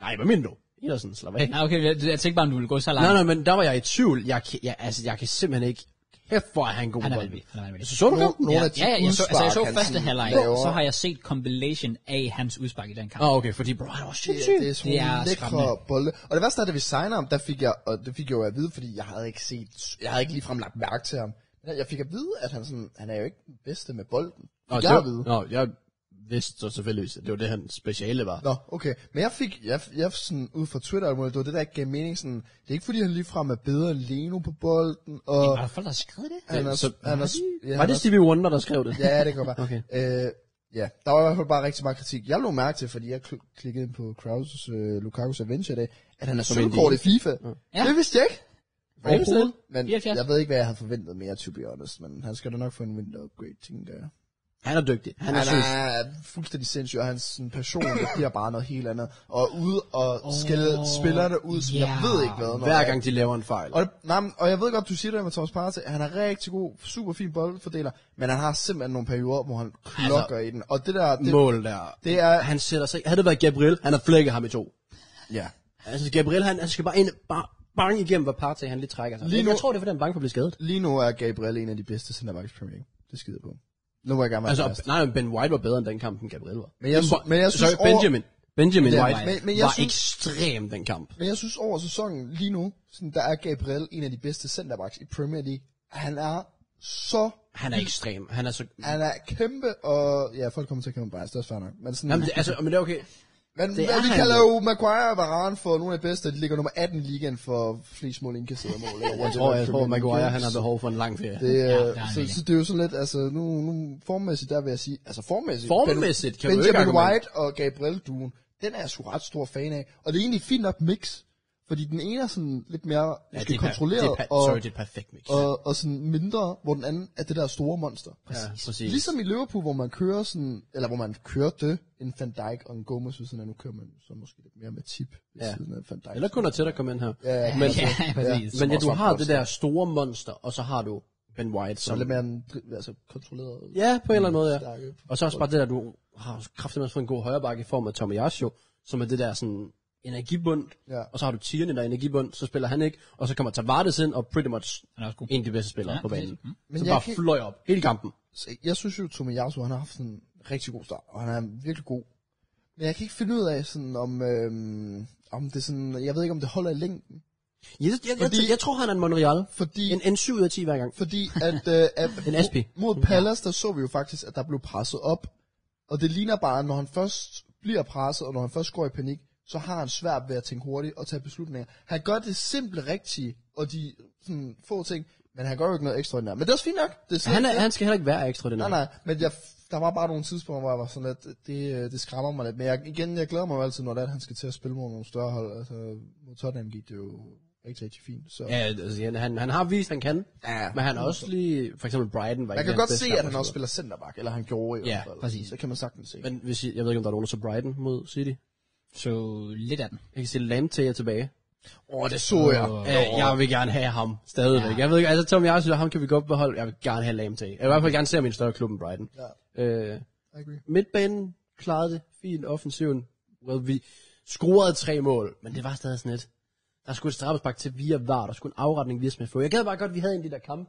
Nej, hvad mener du? Edersen, slap af.
Nej, okay, jeg, jeg tænkte bare, om du ville gå så langt.
Nej, nej, men der var jeg i tvivl. Jeg, kan- jeg, altså, jeg kan simpelthen ikke... Kæft, hvor er han god
Han er
på bolden.
vanvittig, han er vanvittig.
Så så du
Nogle-
kampen?
nogle
Ja,
af de
ja, ja, jeg så, altså, jeg så
udspark, han
første
sådan
halvleg,
laver.
så har jeg set compilation af hans udspark i den kamp.
Nå, okay, fordi bro, han var
Det, er- det er
sindssygt.
sådan
Det
det
er
er lækre
skræmmende.
bolde. Og det værste er, da vi signer ham, der fik jeg, og det fik jeg jo at vide, fordi jeg havde ikke set, jeg havde ikke ligefrem lagt mærke til ham. Men Jeg fik at vide, at han, sådan, han er jo ikke den bedste med bolden.
Nå,
Fik
det
jeg at
var-
vide.
Nå, jeg vidste så selvfølgelig, at det var det, han speciale var.
Nå, okay. Men jeg fik, jeg, jeg sådan, ud fra Twitter, det var det, der ikke gav mening, sådan, det er ikke fordi, han ligefrem er bedre end Leno på bolden, og
Var der folk, der har skrevet det?
han er,
så-
han er, ja,
var
han
det
er,
Stevie Wonder, der skrev det?
ja, det kan godt være.
[laughs] Okay.
Øh, ja, der var i hvert fald bare rigtig meget kritik. Jeg lå mærke til, fordi jeg kl- klikkede ind på Kraus' øh, Lukaku's Adventure i dag, at han er
Som en
sølvkort i FIFA.
Ja.
Ja. Det vidste jeg ikke.
Ramsdale?
Overhovedet. Men
74.
jeg ved ikke, hvad jeg havde forventet mere, to be honest. Men han skal da nok få en window upgrade, tænker jeg.
Han er dygtig. Han er
Han
sød.
er fuldstændig sindssyg, og hans sådan, passion, det bliver bare noget helt andet. Og ude og oh, skille spillerne ud, som
ja.
jeg ved ikke hvad. når
Hver
jeg-
gang de laver en fejl.
Og, nej, men- og jeg ved godt, du siger det med Thomas Partey, han er rigtig god, super fin boldfordeler, men han har simpelthen nogle perioder, hvor han klokker altså, i den. Og det der, det,
Mål der.
det er,
Han sætter sig... Havde det været Gabriel, han har flækket ham i to.
ja.
Altså, Gabriel, han, han skal bare ind bare bang igennem, hvor Partey han lige trækker sig.
Lige
Lige nu,
nu-
jeg tror, det er, fordi han er bange for at blive skadet.
Lige nu er Gabriel en af de bedste centerbacks i Premier League. Det skider jeg på. Nu må jeg gerne være
Altså,
fast.
nej, men Ben White var bedre end den kamp, end Gabriel var.
Men jeg sy- men jeg synes
Sorry,
over-
Benjamin. Benjamin
Ja,
White
men- men jeg
var
synes-
ekstrem den kamp.
Men jeg synes over sæsonen lige nu, sådan, der er Gabriel en af de bedste centerbacks i Premier League. Han er så...
Han er ekstrem. Han er så...
Han er kæmpe, og... Ja, folk kommer til at kæmpe bias, det er også fair nok. Men, sådan,
Jamen,
Jamen,
det, altså, men det er okay.
men
det
det
er
vi
han
kalder
jo.
jo Maguire og Varane for nogle af de bedste, og de ligger nummer 18 i ligaen for flest mål indkasseret mål.
[laughs] Jeg tror, jeg tror Maguire, han har behov for en lang ferie.
Det,
Ja, der
ja,
er han
så,
virkelig.
så, det er jo så lidt, altså nu, nu formæssigt, der vil jeg sige, altså formæssigt,
Formmæssigt kan du
Benjamin
ikke argumentere.
White og Gabriel Duen, den er jeg sgu ret stor fan af, og det er egentlig fint nok mix, fordi den ene er sådan lidt mere
Ja,
måske
er
ja,
per-
kontrolleret,
det er, og,
og,
sorry, det er perfekt mix.
og, og sådan mindre, hvor den anden er det der store monster.
ja, præcis.
Ligesom i Liverpool, hvor man kører sådan, eller hvor man kørte en Van Dijk og en Gomez ved siden af, nu kører man så måske lidt mere med tip ved
Ja.
ja. siden af Van Dijk.
Eller kun er til at komme ind her.
Ja, altså, ja,
ja,
men,
præcis.
men [laughs] ja,
også
du
var
har
godt.
det der store monster, og så har du Ben White.
så
Som,
lidt mere en, dri- altså kontrolleret.
ja, på en eller anden måde, ja.
Stærke.
Og så også bare det der, du har kraftigt fået en god højrebakke i form af Tomiasio, som er det der sådan energibund,
Ja.
og så har du Tierney, der er energibund, så spiller han ikke, og så kommer Tavardes ind, og pretty much
Han er også god.
en af de bedste spillere
Ja,
ja, på
præcis.
banen.
Mm.
Mm. Så
Men
bare
jeg
kan...
kan-
fløj op hele kampen.
Så jeg synes jo, Tomiyasu, han har haft en rigtig god start, og han er virkelig god. Men jeg kan ikke finde ud af, sådan, om, øhm, om det sådan, jeg ved ikke, om det holder i længden.
Jeg, jeg, jeg,
Fordi-
jeg, jeg tror, han er en Monreal.
Fordi,
En, en 7 ud af 10 hver gang.
fordi at, øh, at
[laughs] En Aspi.
mod Palace, der så vi jo faktisk, at der blev presset op. Og det ligner bare, at når han først bliver presset, og når han først går i panik, så har han svært ved at tænke hurtigt og tage beslutninger. Han gør det simple rigtige, og de sådan, få ting, Men han gør jo ikke noget ekstraordinært. Men det er også fint nok. Det er slet
Han,
ikke
er,
det.
han skal heller ikke være ekstra, den
Nej, nej, men jeg, der var bare nogle tidspunkter, hvor jeg var sådan lidt, det, øh, det skræmmer mig lidt. Men jeg, igen, jeg glæder mig jo altid, når det er, at han skal til at spille mod nogle større hold. Altså, mod Tottenham gik det jo rigtig, rigtig fint. Så.
Ja, altså, han, han, han har vist, han kan.
Ja.
Men han er også lige... For eksempel Brighton var
Man
ikke hans
kan godt
bedste
se,
kamp, altså.
at han
og
også
sådan
spiller centerback, eller han gjorde i
Ja,
hvert fald.
præcis.
Så kan man sagtens se.
noget. Men hvis I, jeg ved ikke, om der er nogen, der så Brighton mod City.
Så lidt af den.
Jeg kan se Lamptey er tilbage.
Åh, oh, det så jeg.
Øh, jeg vil gerne have ham stadigvæk. Ja. Jeg ved ikke, altså Tom, jeg synes, at ham kan vi godt beholde. Jeg vil gerne have Lamptey. Jeg vil i hvert fald gerne se ham i en større klub end Brighton. Ja. Øh,
I agree.
midtbanen klarede det fint, offensiven. Well, vi scorede tre mål, men det var stadig sådan lidt. Der skulle et straffespark til via VAR, der skulle en afretning via Smith Rowe. Jeg gad bare godt, at vi havde en af de der kamp,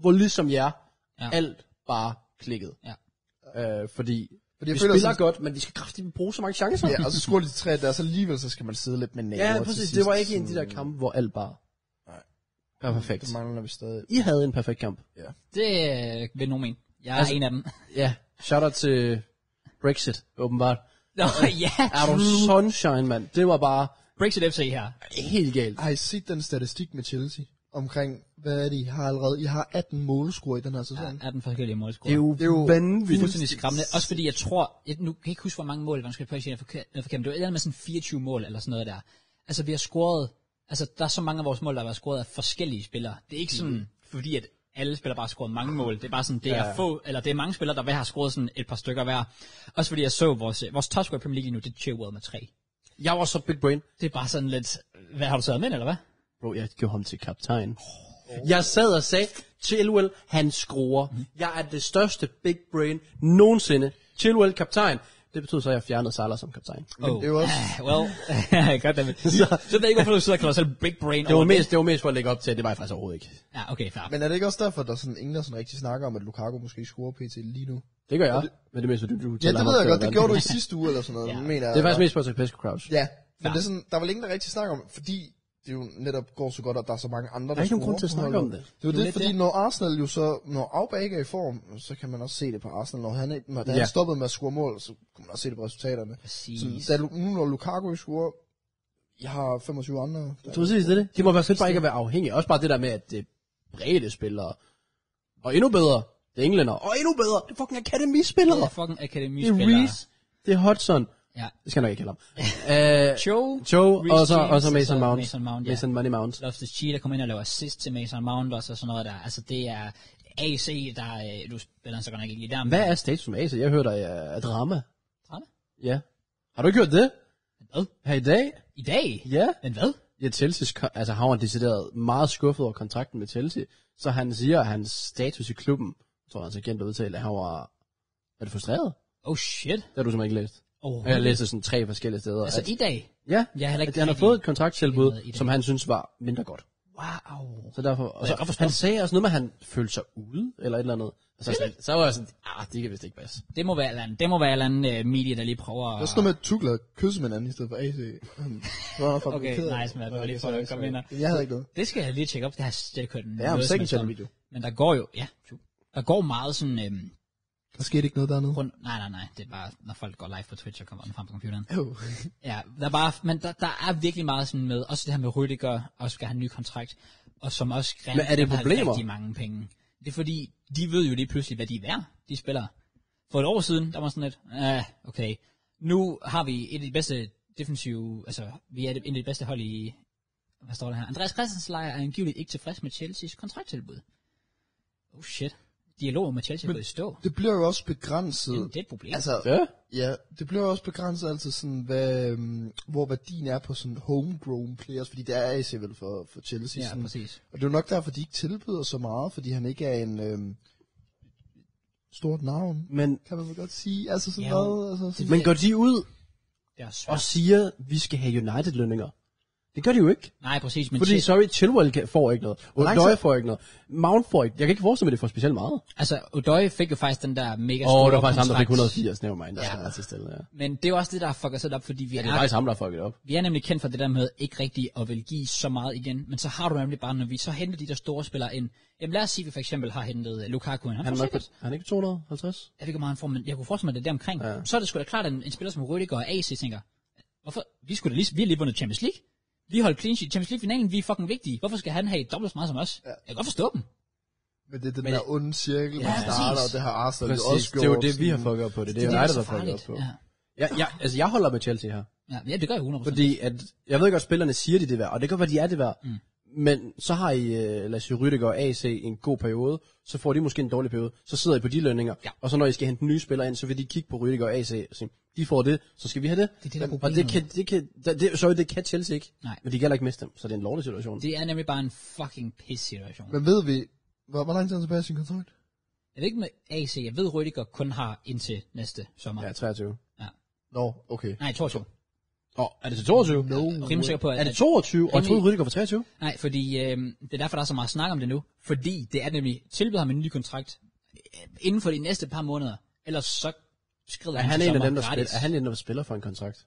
hvor ligesom jer,
Ja.
ja. alt bare klikkede.
Ja.
Øh, fordi,
Fordi jeg
vi
føler
spiller sådan...
sådan-
godt, men vi skal kraftigt bruge så mange chancer.
Ja,
[laughs]
og så scorer de tre der, så alligevel så skal man sidde lidt med naboer
ja
til
præcis.
sidst.
Det var ikke en af de der kampe, hvor alt bare
Nej.
var perfekt.
Det mangler vi stadig.
I havde en perfekt kamp.
Det øh, vil nogen mene. Jeg er
Altså-
en af dem. [laughs]
Ja, shout out til Brexit, åbenbart.
Nå, ja.
Er du sunshine, mand? Det var bare
Brexit FC her.
helt galt.
Har I set den statistik med Chelsea? Omkring, hvad er det, I har allerede? I har 18 målscorer i den her sæson.
Er den forskellige målscore.
Det er jo, det er jo vanvittigt.
fuldstændig skræmmende. Også fordi jeg tror, jeg, nu kan jeg ikke huske, hvor mange mål, man skal på i Sjælland forkert, eller forkert, men det var et eller andet med sådan 24 mål, eller sådan noget der. Altså, vi har scoret, altså, der er så mange af vores mål, der har været scoret af forskellige spillere. Det er ikke sådan, mm. fordi at alle spillere bare har scoret mange mål. Det er bare sådan, det er få, eller det er mange spillere, der hver har scoret sådan et par stykker hver. Også fordi jeg så vores, vores topscorer i Premier League lige nu, det er Chilwell med tre.
Jeg var så big brain.
Det er bare sådan lidt, hvad har du taget med, eller hvad?
Bro, jeg gjorde ham til kaptajn. Jeg sad og sagde, Chilwell, han skruer. Jeg er det største big brain nogensinde. Chilwell, kaptajn. Det betød så, at jeg fjernede Salah som kaptajn.
Men oh.
det er jo også-
Ah, well, [laughs] goddammit. så, så ved jeg ikke, hvorfor du sidder og kalder dig selv Big Brain
Det
over
var, mest, det var mest for at lægge op til, at det var jeg faktisk overhovedet ikke.
Ja, okay, fair.
Men er det ikke også derfor, der er sådan ingen, der sådan rigtig snakker om, at Lukaku måske scorer pt. lige nu?
Det gør jeg. Men det er mest, fordi du
Ja, det ved jeg godt. Det gjorde du i sidste uge eller sådan noget,
Ja.
ja. mener jeg.
Det er faktisk mest for at Pesco Crouch.
Ja, men
Ja.
ja. det er sådan, der er vel ingen, der rigtig snakker om, fordi det jo netop går så godt, at der er så mange andre, der
ikke nogen
scorer
grund til at
på
snakke
holdet.
om det.
Det er jo
Det er
det,
lidt
fordi
det.
når Arsenal jo så, når Auba ikke er i form, så kan man også se det på Arsenal. Når han, når da han
Ja.
stoppede med at score mål, så kunne man også se det på resultaterne.
Præcis.
Så, da, Lu- nu når Lukaku ikke scorer, jeg har 25 andre. Der,
Du præcis det er det. Det må være fedt bare ikke at være afhængig. Også bare det der med, at det er brede spillere. Og endnu bedre, det er englænder. Og endnu bedre, det er fucking
Det
akademispillere.
er fucking
Det er
akademispillere.
Reese, det er Hudson.
Ja.
Det skal jeg nok ikke kalde ham. Øh,
Joe,
Joe,
Reece
og så,
James,
og så Mason Mount.
Mason Mount, ja.
Mason Money Mount.
Loftus Cheek, der kommer ind og laver assist til Mason Mount også, og sådan noget der. Altså, det er AC, der er, øh, du spiller han så godt nok ikke lige der. men-
Hvad er status som AC? Jeg hørte, at jeg er drama.
Drama?
Ja. Har du ikke hørt det?
Hvad?
Her i dag?
I dag?
Ja.
Men hvad?
Ja, Chelsea's, kon- altså han var decideret meget skuffet over kontrakten med Chelsea. Så han siger, at hans status i klubben, tror jeg, hans agent udtalte, at han var, er det frustreret?
Oh shit.
Det har du simpelthen ikke læst.
Oh,
Jeg læste sådan tre forskellige steder.
Altså,
at,
i dag?
ja,
Jeg har heller ikke
at han har
rigtig-
fået et kontrakttilbud,
ikke med i det.
som han synes var mindre godt.
Wow.
Så derfor,
jeg
og
kan godt
så,
forstå.
han sagde også noget med, at han følte sig ude, eller et eller andet. Og så, så, så var jeg sådan, ah, det kan vist ikke passe.
Det må være et eller andet, det må være et eller andet uh, media, der lige prøver
der
at...
står med at Tukler kysse med hinanden i stedet for AC. Så var han fucking
Okay,
ked af det.
nice, man. Det var lige for
sorry,
at komme
sorry.
ind og-
Jeg havde ikke noget.
Det skal jeg lige tjekke op, det har jeg slet ikke hørt
Det er om
noget som
second
helst om.
channel video.
Men der går jo, ja, der går meget sådan, øhm,
Der skete ikke noget dernede.
rundt, nej, nej, nej, det er bare, når folk går live på Twitch og kommer frem på computeren.
Jo.
Ja, der er bare, men der, der er virkelig meget sådan med, også det her med Rüdiger, og skal have en ny kontrakt, og som også Gren,
Men er det problemer?
rigtig mange penge. Det er fordi, de ved jo lige pludselig, hvad de er værd, de spillere. For et år siden, der var sådan lidt, ah, okay, nu har vi et af de bedste defensive, altså vi er det- en af de bedste hold i, hvad står der her? Andreas Christensen er angiveligt ikke tilfreds med Chelsea's kontrakttilbud. Oh shit. Dialogen med Chelsea er gået i stå.
Det bliver jo også begrænset.
Jamen, det er et problem.
Altså,
Ja?
ja, det bliver jo også begrænset altid sådan, hvad, øhm, hvor værdien er på sådan homegrown players, fordi det er AC vel for, for Chelsea.
Ja,
sådan.
præcis.
Og det er jo nok derfor, de ikke tilbyder så meget, fordi han ikke er en øhm, stort navn,
Men,
kan man vel godt sige. Altså sådan
Ja,
noget. Altså sådan.
men går de ud
Det er
og
svært.
siger, vi skal have United-lønninger? Det gør de jo ikke.
Nej, præcis, men
Fordi,
Chelsea-
sorry, Chilwell kan- får ikke noget.
lang tid-
Odoi får ikke noget. Mount får ikke. Jeg kan ikke forestille mig, at det får specielt meget. Åh,
Altså, Odoi fik jo faktisk den der mega
oh,
store
det var faktisk ham, der fik
kontrakt.
180, never mind. Der
Ja.
skal jeg til stille, ja.
Men det er jo også det, der fucker sig op, fordi vi,
ja.
ja,
det er
er,
faktisk ham, der har fucket det op.
vi er nemlig kendt for det der med ikke rigtigt at vil give så meget igen. Men så har du nemlig bare, når vi så henter de der store spillere ind. Jamen lad os sige, at vi for eksempel har hentet øh, Lukaku. Han,
Han
han
er nok på,
sikkert,
han er ikke 250.
jeg ved ikke, hvor meget han får, men jeg kunne forestille mig det der omkring. Ja.
Ja.
Så er det sgu da klart, at en, en spiller som Rüdiger og AC tænker, hvorfor, vi skulle da lige, vi har lige vundet Champions League. Vi holdt clean sheet. Champions League-finalen, vi er fucking vigtige. Hvorfor skal han have dobbelt så meget som os? Ja. Jeg kan godt forstå dem.
Men det er den
Men-
der onde cirkel, man
Ja,
starter,
præcis.
og det har Arsenal jo
Præcis,
også
det
gjort.
er jo det, vi har fucket op på det. Det er
det
jo
er
United,
så
der har fucket op
farligt.
på.
Ja.
Ja, ja, altså jeg holder med Chelsea her.
ja, det gør jeg 100%.
Fordi at, jeg ved godt, spillerne siger de det værd, og det kan godt være, de er det værd. Mm. Men så har I, uh, lad os sige, Rüdiger og AC en god periode, så får de måske en dårlig periode, så sidder I på de lønninger,
Ja.
og så når I skal hente nye spillere ind, så vil de kigge på Rüdiger og AC og sige, de får det, så skal vi have det.
Det er det, der er
og det kan, det kan, der- det, sorry, det kan Chelsea ikke,
Nej.
men de kan heller ikke miste dem, så det er en lortesituation. situation.
det er nemlig bare en fucking piss-situation.
Men ved vi, hvor, hvor lang tid er tilbage i sin kontrakt?
Jeg ved ikke med AC, jeg ved, Rüdiger kun har indtil næste sommer.
Ja,
Ja.
23.
Nå, okay.
Nej, 22.
Åh, er det til 22?
No
Rimelig sikker på, at...
Er det 22? Og jeg
Rimelig-
troede, Rüdiger var 23?
Nej, fordi øh, det er derfor, der er så meget snak om det nu. Fordi det er nemlig tilbyder ham en ny kontrakt øh, inden for de næste par måneder. Ellers så skrider
Er
han,
han
til
en af
sommer
dem, der
gratis.
spiller, er han en, der spiller for en kontrakt?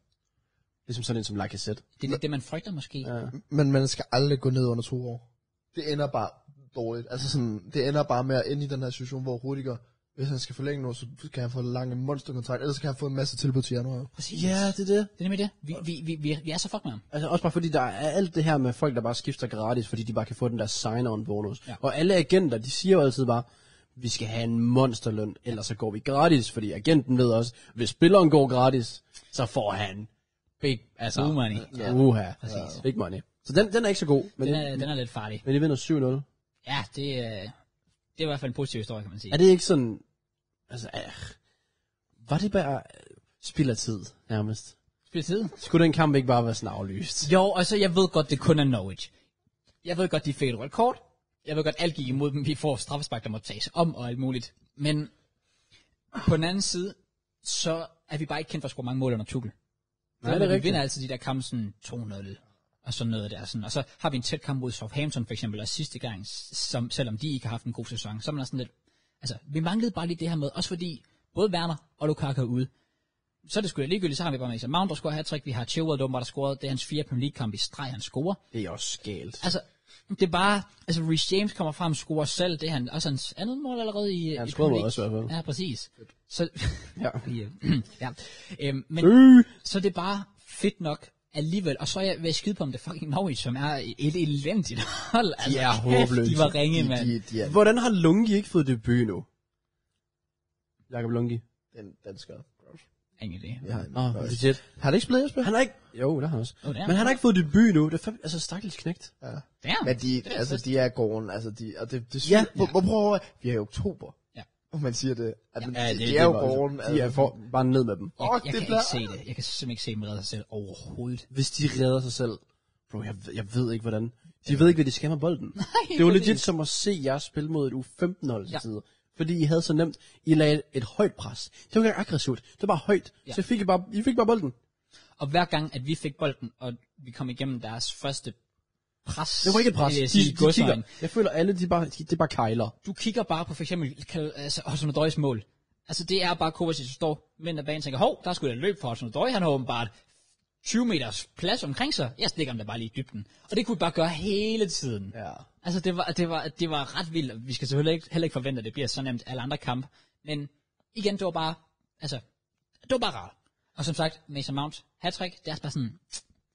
Ligesom sådan en som Lacazette.
Det er lidt det, man frygter måske. Ja.
Ja.
Men man skal aldrig gå ned under to år. Det ender bare dårligt. Altså sådan, det ender bare med at ende i den her situation, hvor Rudiger, hvis han skal forlænge noget, så kan han få lange monsterkontrakt, ellers kan han få en masse tilbud til januar.
Præcis.
ja, det er det.
Det er nemlig det. Vi, vi, vi, vi, vi er så fuck med ham.
Altså også bare fordi der er alt det her med folk, der bare skifter gratis, fordi de bare kan få den der sign-on bonus.
Ja.
Ja. Og alle agenter, de siger jo altid bare, vi skal have en monsterløn, ellers så går vi gratis, fordi agenten ved også, hvis spilleren går gratis, så får han big, altså,
Blue money.
Ja. Uha,
Præcis.
ja. big money. Så den, den er ikke så god, men,
Den er, den er lidt farlig.
men de vinder 7-0.
Ja, det, øh, det er i hvert fald en positiv historie, kan man sige.
Er det ikke sådan, altså, øh, var det bare øh, spild af tid, nærmest?
det tiden?
Skulle den kamp ikke bare være sådan aflyst?
Jo, og så jeg ved godt, det kun er Norwich. Jeg ved godt, de fik et rødt kort. Jeg ved godt, alt gik imod dem. Vi får straffespark, der må tages om og alt muligt. Men på den anden side, så er vi bare ikke kendt for at score mange mål under Tuchel. Nej, det er vi vinder altid de der kampe sådan 2-0 og sådan noget der. Sådan. Og så har vi en tæt kamp mod Southampton for eksempel, og sidste gang, som, selvom de ikke har haft en god sæson, så er man også sådan lidt, altså vi manglede bare lige det her med, også fordi både Werner og Lukaku er ude. Så er det sgu da ligegyldigt, så har vi bare Mason Mount, der scorer hat vi har Chilwell, der åbenbart har scoret, det er hans fire Premier League-kamp i streg, han scorer.
Det er også galt.
Altså, det er bare, altså Rhys James kommer frem, scorer selv, det er han, også hans andet mål allerede i, ja,
han
i
scorede
Premier League.
også i hvert fald.
Ja, præcis. Så, [laughs]
Ja.
ja. ja. Øhm, men,
Øh.
så det er bare fedt nok alligevel. Og så er jeg ved at skide på, om det er fucking Norwich, som er et elendigt hold. Altså,
er
kæft,
håbløse.
De var ringe,
De,
mand.
de, de er
Hvordan har Lungi ikke fået debut nu? Jakob Lungi.
den dansker.
Ingen idé.
Jeg har en.
Åh, oh, legit.
Har det ikke spillet, Jesper?
Han har ikke... Jo, det har han også.
Åh, det er
Men han har ikke fået debut nu. Det er fandme, altså stakkels knægt.
Ja.
Damn.
Men de, altså, de er gården, altså, de, og det, det er
Ja.
sygt. Hvor, hvor prøver vi er i oktober,
Ja.
og man siger det. At, ja, de,
det,
de er jo gården. altså.
De er for, bare ned med dem.
Jeg,
Åh,
jeg
det
kan
bliver-
ikke se det. Jeg kan simpelthen ikke se dem redde sig selv overhovedet.
Hvis de redder sig selv. Bro, jeg, ved- jeg ved ikke hvordan. De ved ikke, hvad de skal med bolden.
[laughs] Nej,
det var
præcis.
legit som at se jer spille mod et U15-hold til
Ja.
ja. tider. Fordi I havde så nemt, I lagde et højt pres. Det var ikke engang aggressivt, det var bare højt.
Ja.
Ja. Så I fik, I bare, I fik bare bolden.
Og hver gang, at vi fik bolden, og vi kom igennem deres første pres.
Det var ikke et pres.
vil
De,
jeg sige, i
de
godsøjne.
kigger. Jeg føler alle, de er bare, de, de er bare kejler.
du kigger bare på for eksempel Kal- altså, Osunodøjs mål. Altså det er bare Kovacic, der står men af banen og tænker, hov, der skulle et løb for Osunodøj, han har åbenbart 20 meters plads omkring sig, jeg stikker ham da bare lige i dybden. Og det kunne vi bare gøre hele tiden.
Ja.
Altså det var, det, var, det var ret vildt, og vi skal selvfølgelig ikke, heller ikke forvente, at det bliver så nemt alle andre kampe. Men igen, det var bare, altså, det var bare rart. Og som sagt, Mason Mount, hattrick, det er bare sådan,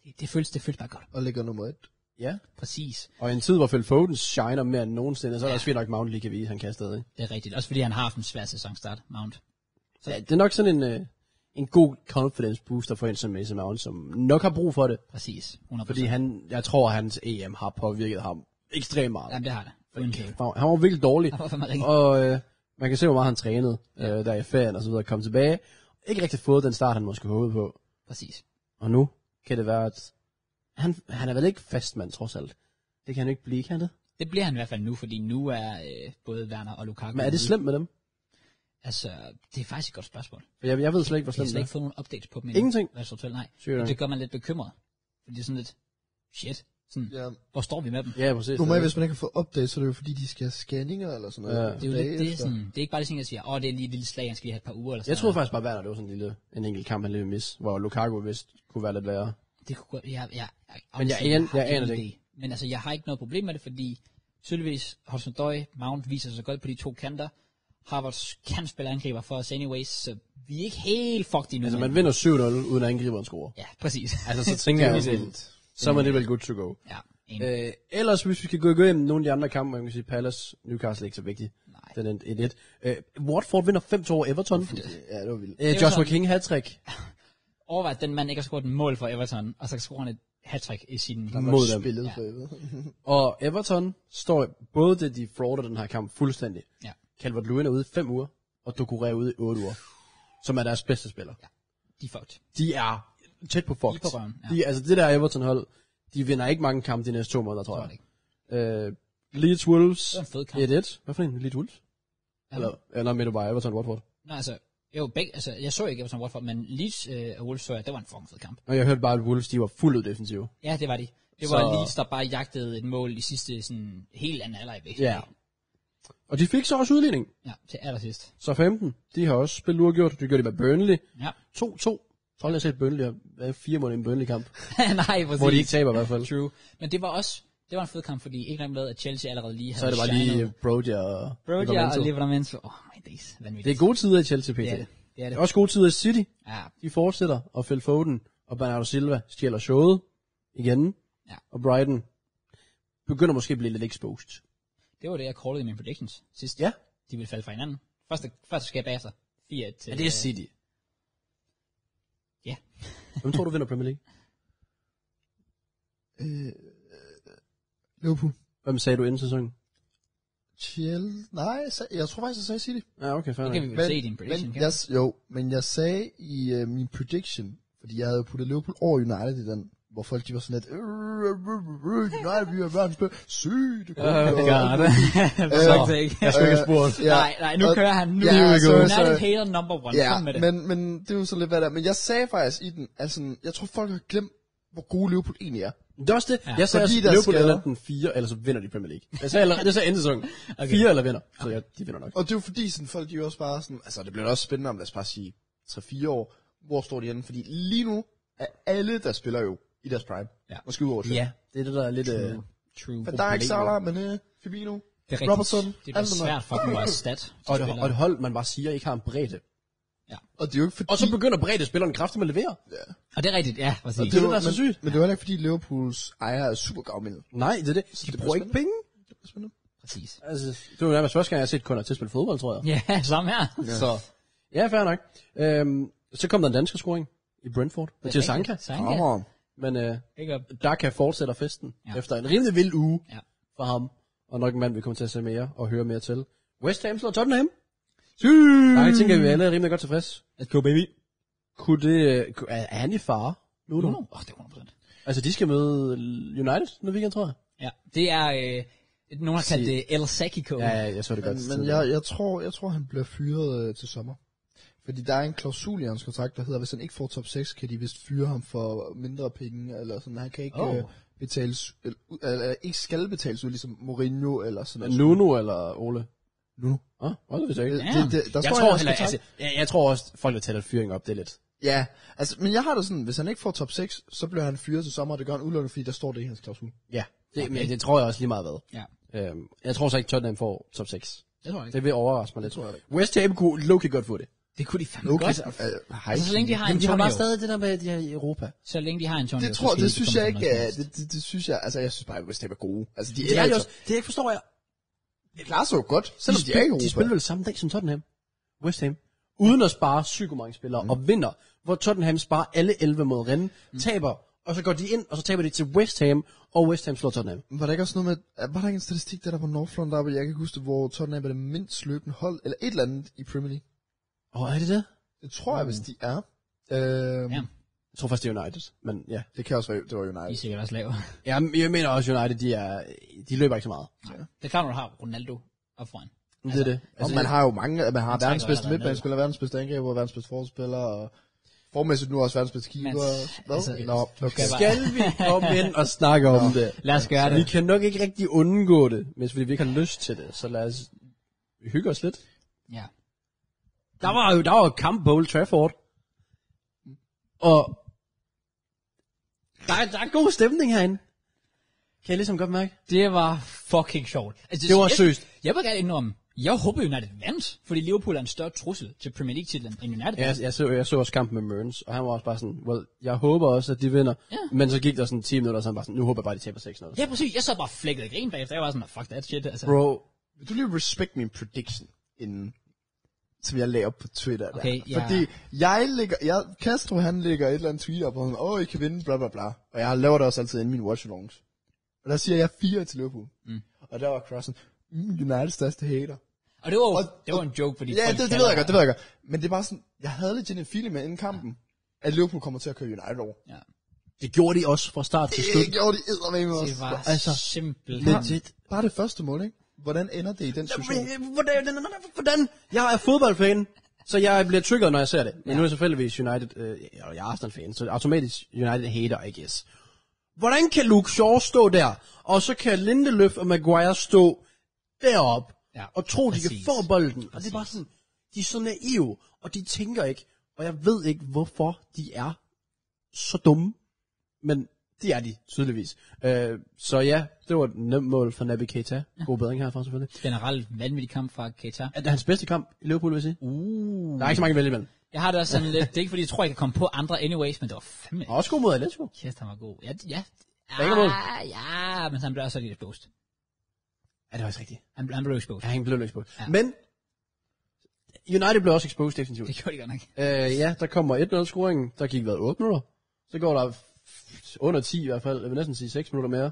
det, det, føles, det føles bare godt.
Og ligger nummer et.
Ja.
Præcis.
Og i en tid, hvor Phil Foden shiner mere end nogensinde, så er der også fedt nok, at Mount lige kan vise, at han kan stadig.
Det er rigtigt. Også fordi han har haft en svær sæsonstart, Mount.
Så ja, det er nok sådan en, øh, en god confidence booster for en som Mason Mount, som nok har brug for det.
Præcis. 100%.
Fordi han, jeg tror, hans EM har påvirket ham ekstremt meget.
Jamen, det har det. Uden tvivl.
Han var- Han var virkelig dårlig.
Han var fandme rigtig-
Og øh, man kan se, hvor meget han trænede øh, der i ferien og så videre. Kom tilbage. Ikke rigtig fået den start, han måske håbede på.
Præcis.
Og nu kan det være, at han, han er vel ikke fastmand trods alt. Det kan han jo ikke blive, kan han det?
Det bliver han i hvert fald nu, fordi nu er øh, både Werner og Lukaku...
Men er det
ude.
slemt med dem?
Altså, det er faktisk et godt spørgsmål.
For Jeg, jeg ved slet ikke, hvor
Jeg har
slemt
slet
det
ikke
er.
fået nogen updates på dem
Ingenting?
Resultat, nej.
Sygt
Men
nok.
det gør man lidt bekymret. Fordi det er sådan lidt, shit, sådan,
Ja.
hvor står vi med dem?
Ja, præcis.
Normalt, hvis man ikke kan få update, så er det jo fordi, de skal have scanninger eller sådan noget.
Ja.
Det er jo lidt, det, er
Bagefter.
sådan, det er ikke bare det ting, jeg siger, åh, oh, det er lige et lille slag, han skal lige have et par uger eller sådan
Jeg troede
noget.
faktisk bare, at det var sådan en lille en enkelt kamp, han lige ville misse, hvor Lukaku vist kunne være lidt værre.
Det kunne godt, ja, ja, jeg,
Men jeg
honestly,
an-
har
jeg aner
ingen
det ikke.
idé. Men altså, jeg har ikke noget problem med det, fordi tydeligvis Hudson Døj, Mount viser sig godt på de to kanter. Harvards kan spille angriber for os anyways, så vi er ikke helt fucked endnu.
Altså,
men-
man vinder 7-0, uden at angriberen scorer.
Ja, præcis.
[laughs] Altså, så tænker jeg,
Det er
okay, så er man alligevel good to go.
ja. Enig.
Øh, ellers, hvis vi skal gå igennem nogle af de andre kampe, man kan sige, Palace, Newcastle er ikke så vigtig.
Nej.
Den endte 1-1. Øh, Watford vinder 5-2 over Everton.
Ja, det var vildt.
Øh, Joshua
Everton.
King hat-trick
Overvej, at den mand ikke har scoret en mål for Everton, og så scorer han et hat i sin...
mod dem.
Spillet for evigt.
[laughs] Og Everton står både det, de frauder den her kamp fuldstændig.
Ja.
Calvert Lewin er ude i 5 uger, og Ducouré er ude i 8 uger, som er deres bedste spiller. Ja.
De er fucked.
De er tæt på fucked.
Lige på røven, ja.
de, altså det der Everton-hold, de vinder ikke mange kampe de næste to måneder, tror
Tror
jeg.
jeg ikke.
Øh, Leeds Wolves
Det var en fed kamp.
1-1. Hvad for en? Leeds Wolves?
Ja.
Eller, eller midt bare Everton Watford.
Nej, altså, jo, begge, altså, jeg så ikke Everton Watford, men Leeds øh, og Wolves så jeg, det var en fucking fed kamp.
Og jeg hørte bare, at Wolves, de var fuldt ud defensive.
Ja, det var de. Det var
Så-
så... Leeds, der bare jagtede et mål i sidste sådan helt anden alder i væk.
Ja. Og de fik så også udligning.
Ja, til allersidst.
Så 15, de har også spillet uafgjort. Det gjorde de med Burnley.
Ja.
2-2. Så har jeg set Burnley har været fire måneder i en Burnley-kamp.
[laughs] Nej, præcis.
Hvor de ikke taber i hvert fald.
True. Men det var også, det var en fed kamp, fordi ikke nemt med, at Chelsea allerede lige havde
Så er det bare lige øh, Brody og
Brodia
Livermore.
og Livermore. Åh, oh, my days. Vanvittigt.
Det er gode tider i Chelsea, PT.
det er
Yeah.
det. Det er
Det
det.
er også gode tider i City.
Ja,
De fortsætter, og Phil Foden og Bernardo Silva stjæler showet igen.
Ja.
Og Brighton begynder måske at blive lidt exposed.
det var det, jeg callede i mine predictions sidst.
Ja.
De ville falde fra hinanden. Første, første skab bagefter. 4 til...
Ja, det er City.
Ja.
[laughs] Hvem tror du vinder Premier League?
Øh, Liverpool.
Hvem sagde du inden sæsonen?
Chill. Nej, jeg, sag, jeg tror faktisk, jeg sagde City.
Ja, okay, fair
Det kan vi
nok.
vel se i din prediction. [laughs]
men
kan vi?
jeg, s- jo, men jeg sagde i øh, min prediction, fordi jeg havde puttet Liverpool over United i den, hvor folk de var sådan lidt, "Øh, øh, øh, øh, United, vi er verdens bedste, sygt,
[laughs]
det
Øh,
Oh
går."
God. Fuck sake.
Jeg skulle ikke have spurgt.
[laughs]
Ja.
Nej, nej, nu
Og-
kører han. Nu
Ja,
er
sorry,
United
sorry.
hater number one.
Ja,
Kom med det.
men, men det er jo sådan lidt, hvad der er. Men jeg sagde faktisk i den, altså, jeg tror folk har glemt, hvor gode Liverpool egentlig er.
Det er også det.
Ja.
Ja. Jeg sagde
Fordi
også,
der er
Liverpool
skader.
eller enten fire, eller så vinder de Premier League. Jeg sagde, eller, jeg sagde inden sæsonen. okay. Fire eller vinder. Så ja, de vinder nok.
Og det er jo fordi, sådan, folk de er jo også bare sådan, altså det bliver da også spændende om, lad os bare sige, 3-4 år, hvor står de henne? Fordi lige nu er alle, der spiller jo i deres prime.
Ja.
Måske ud over Chelsea.
Ja, det er det, der er lidt... Øh,
True. True.
Men der er ikke Salah, men øh, Fabino,
Det er rigtigt.
Robertson,
Det er da
alle dem der.
svært for dem at stat.
og, et, og et hold, man bare siger, ikke har en bredde.
Og det er jo ikke fordi...
Og så begynder bredde spilleren kraftigt med at levere.
Og det er rigtigt, ja. Præcis.
det er jo-
men,
der så sygt.
Men det var heller ikke fordi Liverpools ejer er super gavmilde.
Nej, det er det. De
det
bruger
bliver
ikke penge.
Spændende.
præcis.
Altså, det var nærmest første gang, jeg har set kunder til at spille fodbold, tror jeg.
Ja, [laughs] samme her.
Ja. Så, ja, fair nok. Øhm, så kom der en dansker scoring i Brentford. Mathias Sanka.
Sanka.
Åh,
Men øh,
Ikke op.
Daka fortsætter festen
Ja.
ja. efter en rimelig vild uge
Ja.
ja. for ham. Og nok en mand, vi kommer til at se mere og høre mere til. West Ham slår Tottenham. Nej, jeg tænker, at vi alle er rimelig godt tilfreds.
Let's go, baby.
Kunne det, øh, kunne- er er han i fare? Nu
Åh,
nu.
oh, det er 100%.
Altså, de skal møde United nu weekend, tror jeg.
Ja, det er... Øh, nogen har kaldt det El Sakiko.
Ja, ja, jeg så det godt.
Men, men jeg, jeg, tror, jeg tror, han bliver fyret øh, til sommer. Fordi der er en klausul i hans kontrakt, der hedder, at hvis han ikke får top 6, kan de vist fyre ham for mindre penge, eller sådan. Han kan ikke
Oh.
oh. øh, betales, eller, eller, eller, ikke skal betales ud, ligesom Mourinho, eller sådan noget.
Nuno eller Ole?
Nuno.
Åh, oh, det vidste jeg ikke.
Ja.
Det, det, der
Jeg
står
tror,
i hans
heller,
kontrakt-
altså, jeg, jeg tror også, folk vil tage lidt fyring op, det er lidt.
Ja, altså, men jeg har det sådan, hvis han ikke får top 6, så bliver han fyret til sommer, og det gør han udelukkende, fordi der står det i hans klausul.
Ja, det, okay. men det tror jeg også lige meget hvad.
ja.
Øhm, jeg tror så ikke, Tottenham får top 6.
Det tror jeg ikke.
Det vil overraske mig lidt.
tror jeg ikke.
West Ham kunne low godt få det.
Det kunne de fandme
Okay,
godt.
så, øh, hej.
Altså, så længe de har Antonio.
det der med de her i Europa.
Så længe de har Antonio.
det tror, det synes jeg ikke, øh, det, det, det, synes jeg, altså jeg synes bare, at West Ham er gode. Altså de
Det, er
ender
jo
jo,
også, det jeg ikke forstår jeg.
de klarer sig jo godt, selvom de,
spil-
er i Europa.
de spiller vel samme dag som Tottenham. West Ham. Uden at spare sygt mange spillere mm. og vinder. Hvor Tottenham sparer alle 11 mod Rennes, mm. taber, og så går de ind, og så taber de til West Ham, og West Ham slår Tottenham.
Var der ikke også noget med, var der ikke en statistik, der der på Northland, der jeg kan ikke huske, det, hvor Tottenham er det mindst løbende hold, eller et eller andet i Premier League?
Åh, oh, er det det?
Det tror jeg, hvis de er. Øh,
Ja.
ja.
Jeg tror faktisk, det er United, men ja.
Det kan også være, det var
De er
United.
sikkert også lave.
Ja, men jeg mener også, United, de, er, de løber ikke så meget.
[laughs] Det er klart, når du har Ronaldo op foran.
Altså, det er det.
Altså, og man har jo mange, man har
trækker
verdens bedste
allerede
midtbanespiller, verdens bedste angriber, verdens bedste forspiller, og formæssigt nu også verdens bedste keeper.
Men-
Hvad?
altså,
Nå, okay.
skal-
Skal vi komme ind og snakke om det?
Lad os gøre det.
Vi kan nok ikke rigtig undgå det, men fordi vi ikke har lyst til det, så lad os hygge os lidt.
Ja.
Der var jo der var jo kamp på Old Trafford. Og der, er- der er god stemning herinde. Kan jeg ligesom godt mærke?
Det var fucking sjovt. Altså,
Det var
jeg-
søst.
Jeg vil gerne indrømme, Jeg håber United vandt, fordi Liverpool er en større trussel til Premier League-titlen end United.
Jeg, jeg, så, jeg så også kampen med Mørns, og han var også bare sådan, well, jeg håber også, at de vinder.
Ja.
Men så gik der sådan 10 minutter, og så han bare sådan, nu håber jeg bare, de taber 6-0.
Ja, præcis. Jeg sad bare flækket i grin bagefter. Jeg var sådan, fuck that shit. Altså.
Bro,
Vil du lige respect min prediction, inden, som jeg lagde op på Twitter der?
Okay, ja.
Fordi jeg ligger, jeg, Castro han lægger et eller andet tweet op, og han åh, oh, I kan vinde, bla bla bla. Og jeg laver det også altid inden min watch alongs. Og der siger jeg fire til Liverpool. Mm. Og der var Crossen, mm, Uniteds største hater.
Og det var,
Og-
det var en joke, fordi...
Ja,
folk
det, det, ved
kalder-
jeg godt, det ved jeg godt. Men det er bare sådan, jeg havde lidt en feeling med inden kampen, at Liverpool kommer til at køre United over.
Ja.
det gjorde de også fra start til slut.
Det gjorde de eddermame også.
Det var altså,
Altså,
simpelthen...
Legit.
Bare det første mål, ikke? Hvordan ender det i den situation?
øh, Hvordan, hvordan- hvordan? Jeg er fodboldfan, så jeg bliver trigget, når jeg ser det. Men nu er jeg selvfølgelig United, øh, og jeg er Arsenal-fan, så automatisk United hater, I guess. Hvordan kan Luke Shaw stå der, og så kan Lindeløf og Maguire stå derop
Ja,
og tro, de kan
præcis.
få bolden? Og det er bare sådan, de er så naive, og de tænker ikke, og jeg ved ikke, hvorfor de er så dumme. Men det er de, tydeligvis. Øh, så ja, det var et nemt mål for Naby Keita. God bedring herfra, selvfølgelig.
Generelt vanvittig kamp fra Keita.
Er det hans bedste kamp i Liverpool, vil jeg sige?
Uh.
Der er ikke så mange at vælge imellem.
Jeg har det også sådan lidt... Det er ikke, fordi jeg tror, jeg kan komme på andre anyways, men det var fandme...
Og også god mod Atletico.
Kæft, han var god. Ja, ja.
er ikke noget.
Ah, ja, men han blev også lidt exposed.
Ja, det var også rigtigt.
Han, han blev
Ja,
exposed.
han blev exposed.
Ja.
Ja. Men United blev også exposed definitivt.
Det gjorde de godt nok.
Øh, ja, der kommer 1-0-scoringen. Der gik hvad, 8 minutter. Så går der f- under 10 i hvert fald. Jeg vil næsten sige 6 minutter mere.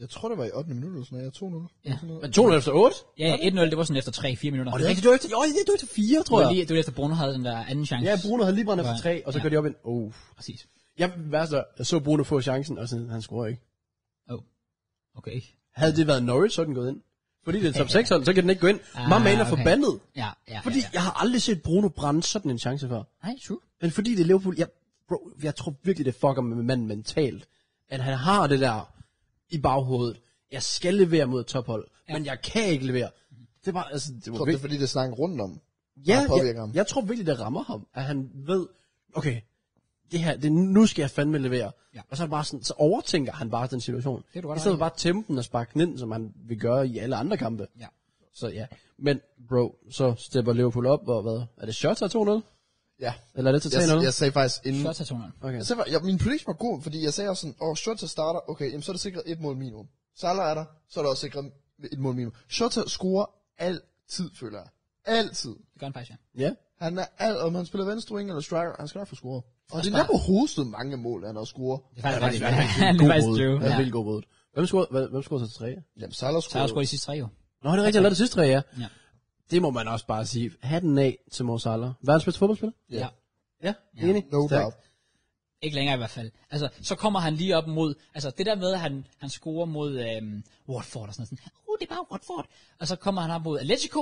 Jeg tror, det var i 8. minut, eller sådan noget. Jeg tog noget.
Ja.
Men 2-0 efter 8?
Ja, ja, 1-0, det var sådan efter 3-4 minutter.
Og det er rigtigt, det var efter, jo, det var efter 4,
Det
tror
var
jeg.
lige, det var lige efter Bruno havde den der anden chance.
Ja, Bruno havde lige brændt efter
Ja.
3, og så
Ja.
ja. gør de op en... Oh.
Præcis.
Jeg, værste, er, jeg så Bruno få chancen, og sådan, han scorer ikke.
Oh. Okay.
Havde det været Norwich, så er den gået ind. Fordi det er top 6 hold, så kan den ikke gå ind.
Ah,
Ah, Mamma er
okay.
forbandet.
Ja, ja.
Fordi
Ja, ja.
jeg har aldrig set Bruno brænde sådan en chance før.
Nej, true.
Men fordi det er Liverpool, jeg, bro, jeg tror virkelig, det fucker med manden mentalt. At han har det der i baghovedet. Jeg skal levere mod et tophold, ja. men jeg kan ikke levere. Det var, altså, det
Jeg
var
tror, det
virkelig,
er, fordi det snakker rundt om.
ja,
der påvirker
jeg,
ham.
jeg tror virkelig, det rammer ham. At han ved, okay, det her, det, nu skal jeg fandme levere.
Ja.
Ja. Og så, er det bare sådan, så overtænker han bare den situation.
er du godt
I stedet
nok.
for bare at tæmpe den og sparke den ind, som han vil gøre i alle andre kampe.
Ja.
Så ja, men bro, så stepper Liverpool op, og hvad? Er det Shota 2-0?
Ja.
Eller er det til 3-0?
Jeg, jeg sagde faktisk inden...
Shot tager 2-0.
Okay.
Jeg sagde, fa- ja, min prediction var god, fordi jeg sagde også sådan, åh, oh, Shota starter, okay, jamen, så er det sikret et mål minimum. Salah er der, så er der også sikret et mål minimum. Shota scorer altid, føler jeg. Altid.
Det gør han faktisk, ja.
Ja.
Han er alt, om han spiller venstre wing eller striker, han skal nok få scoret. Og det er
bare-
nærmere hovedet mange mål, han har scoret.
Det er faktisk
Han
rigtigt.
er faktisk
Ja, [laughs]
en
det er
god
faktisk
rode.
true.
Han er
Ja.
virkelig god rode. Hvem scorede, hvad- hvem scorede så til 3?
Jamen, Salah
Så har jeg
scorer.
også de sidste tre, jo.
Nå, det er rigtigt, han lavede det sidste 3, ja.
Øh, Ja.
Det må man også bare sige. Hatten af til Mo Salah. Verdens bedste fodboldspiller?
Ja.
ja.
Ja, enig.
No
Stærkt.
doubt.
Ikke længere i hvert fald. Altså, så kommer han lige op mod, altså det der med, at han, han scorer mod øhm, Watford og sådan noget. Sådan, Uh, det er bare Watford. Og så kommer han op mod Atletico,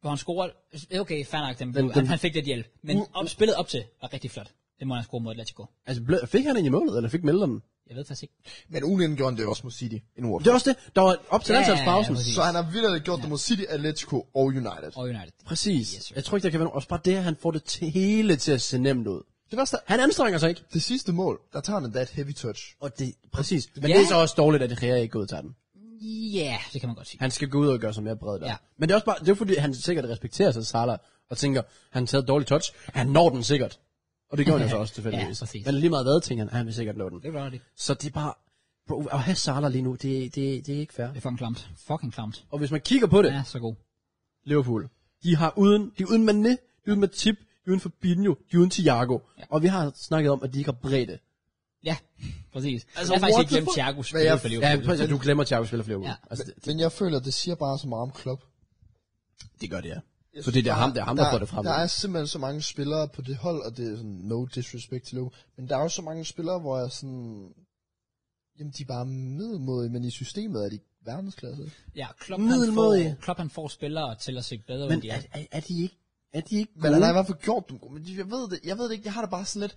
hvor han scorer, øh, okay, fair nok, den, den,
Den-
han,
den-
han fik det hjælp. Men op, spillet op til var rigtig flot. Det må han score mod Atletico.
Altså, blev- fik han egentlig målet, eller fik Mellem?
Jeg ved faktisk ikke.
Men ugen gjorde han det også mod City. En ord.
Det er også det. Der var op til
Ja,
landsholdspausen.
ja, præcis.
Så han har vildt gjort det mod City, Atletico og United.
Og United.
Præcis.
Yes, sir.
Jeg tror ikke, der kan være nogen. Også bare det, at han får det til- hele til at se nemt ud.
Det værste er,
Han anstrenger sig ikke.
det sidste mål, der tager han endda et heavy touch.
Og det, præcis. Men
Ja.
det er så også dårligt, at det her ikke går ud til den.
Ja, yeah, det kan man godt sige.
Han skal gå ud og gøre sig mere bred der.
Ja.
Ja. Men det er også bare, det er fordi, han sikkert respekterer sig, Salah, og tænker, han har taget et dårligt touch, han når den sikkert. Og det gør han jo så
[laughs]
også tilfældigvis.
Ja, præcis.
Men lige meget hvad, tænker han, han vil sikkert nå den.
Det var det.
Så det er bare, bro, at have Salah lige nu, det, det, det er ikke fair.
Det er fucking klamt. Fucking klamt.
Og hvis man kigger på det,
Ja,
ja.
så god.
Liverpool, de har uden, de er uden Mané, de er uden Matip, de er uden Fabinho, de er uden Thiago.
Ja.
Ja. Og vi har snakket om, at de ikke har bredde.
Ja, præcis. Altså,
Altså,
jeg har faktisk
what
ikke
the
glemt
fuck?
Thiago
Hvad
spille
jeg-
for Liverpool.
Ja, præcis, du glemmer, at Thiago spiller for Liverpool.
Ja.
Ja. Altså, det,
Men jeg føler, det siger bare så meget om Klopp.
det, gør det, ja. Så det er der ham, det er ham, der, får det frem.
Der er simpelthen så mange spillere på det hold, og det er sådan, no disrespect til Liverpool. Men der er jo så mange spillere, hvor jeg sådan... Jamen, de er bare middelmodige, men i systemet er de verdensklasse.
Ja, Klopp, han
Middelmådige.
får, Klopp han får spillere til at se bedre ud,
Men
end de er.
er, er, er, de ikke, er de ikke
Men han har i
gode?
hvert fald gjort dem gode. Men de- jeg ved det, jeg ved det ikke, jeg har det bare sådan lidt...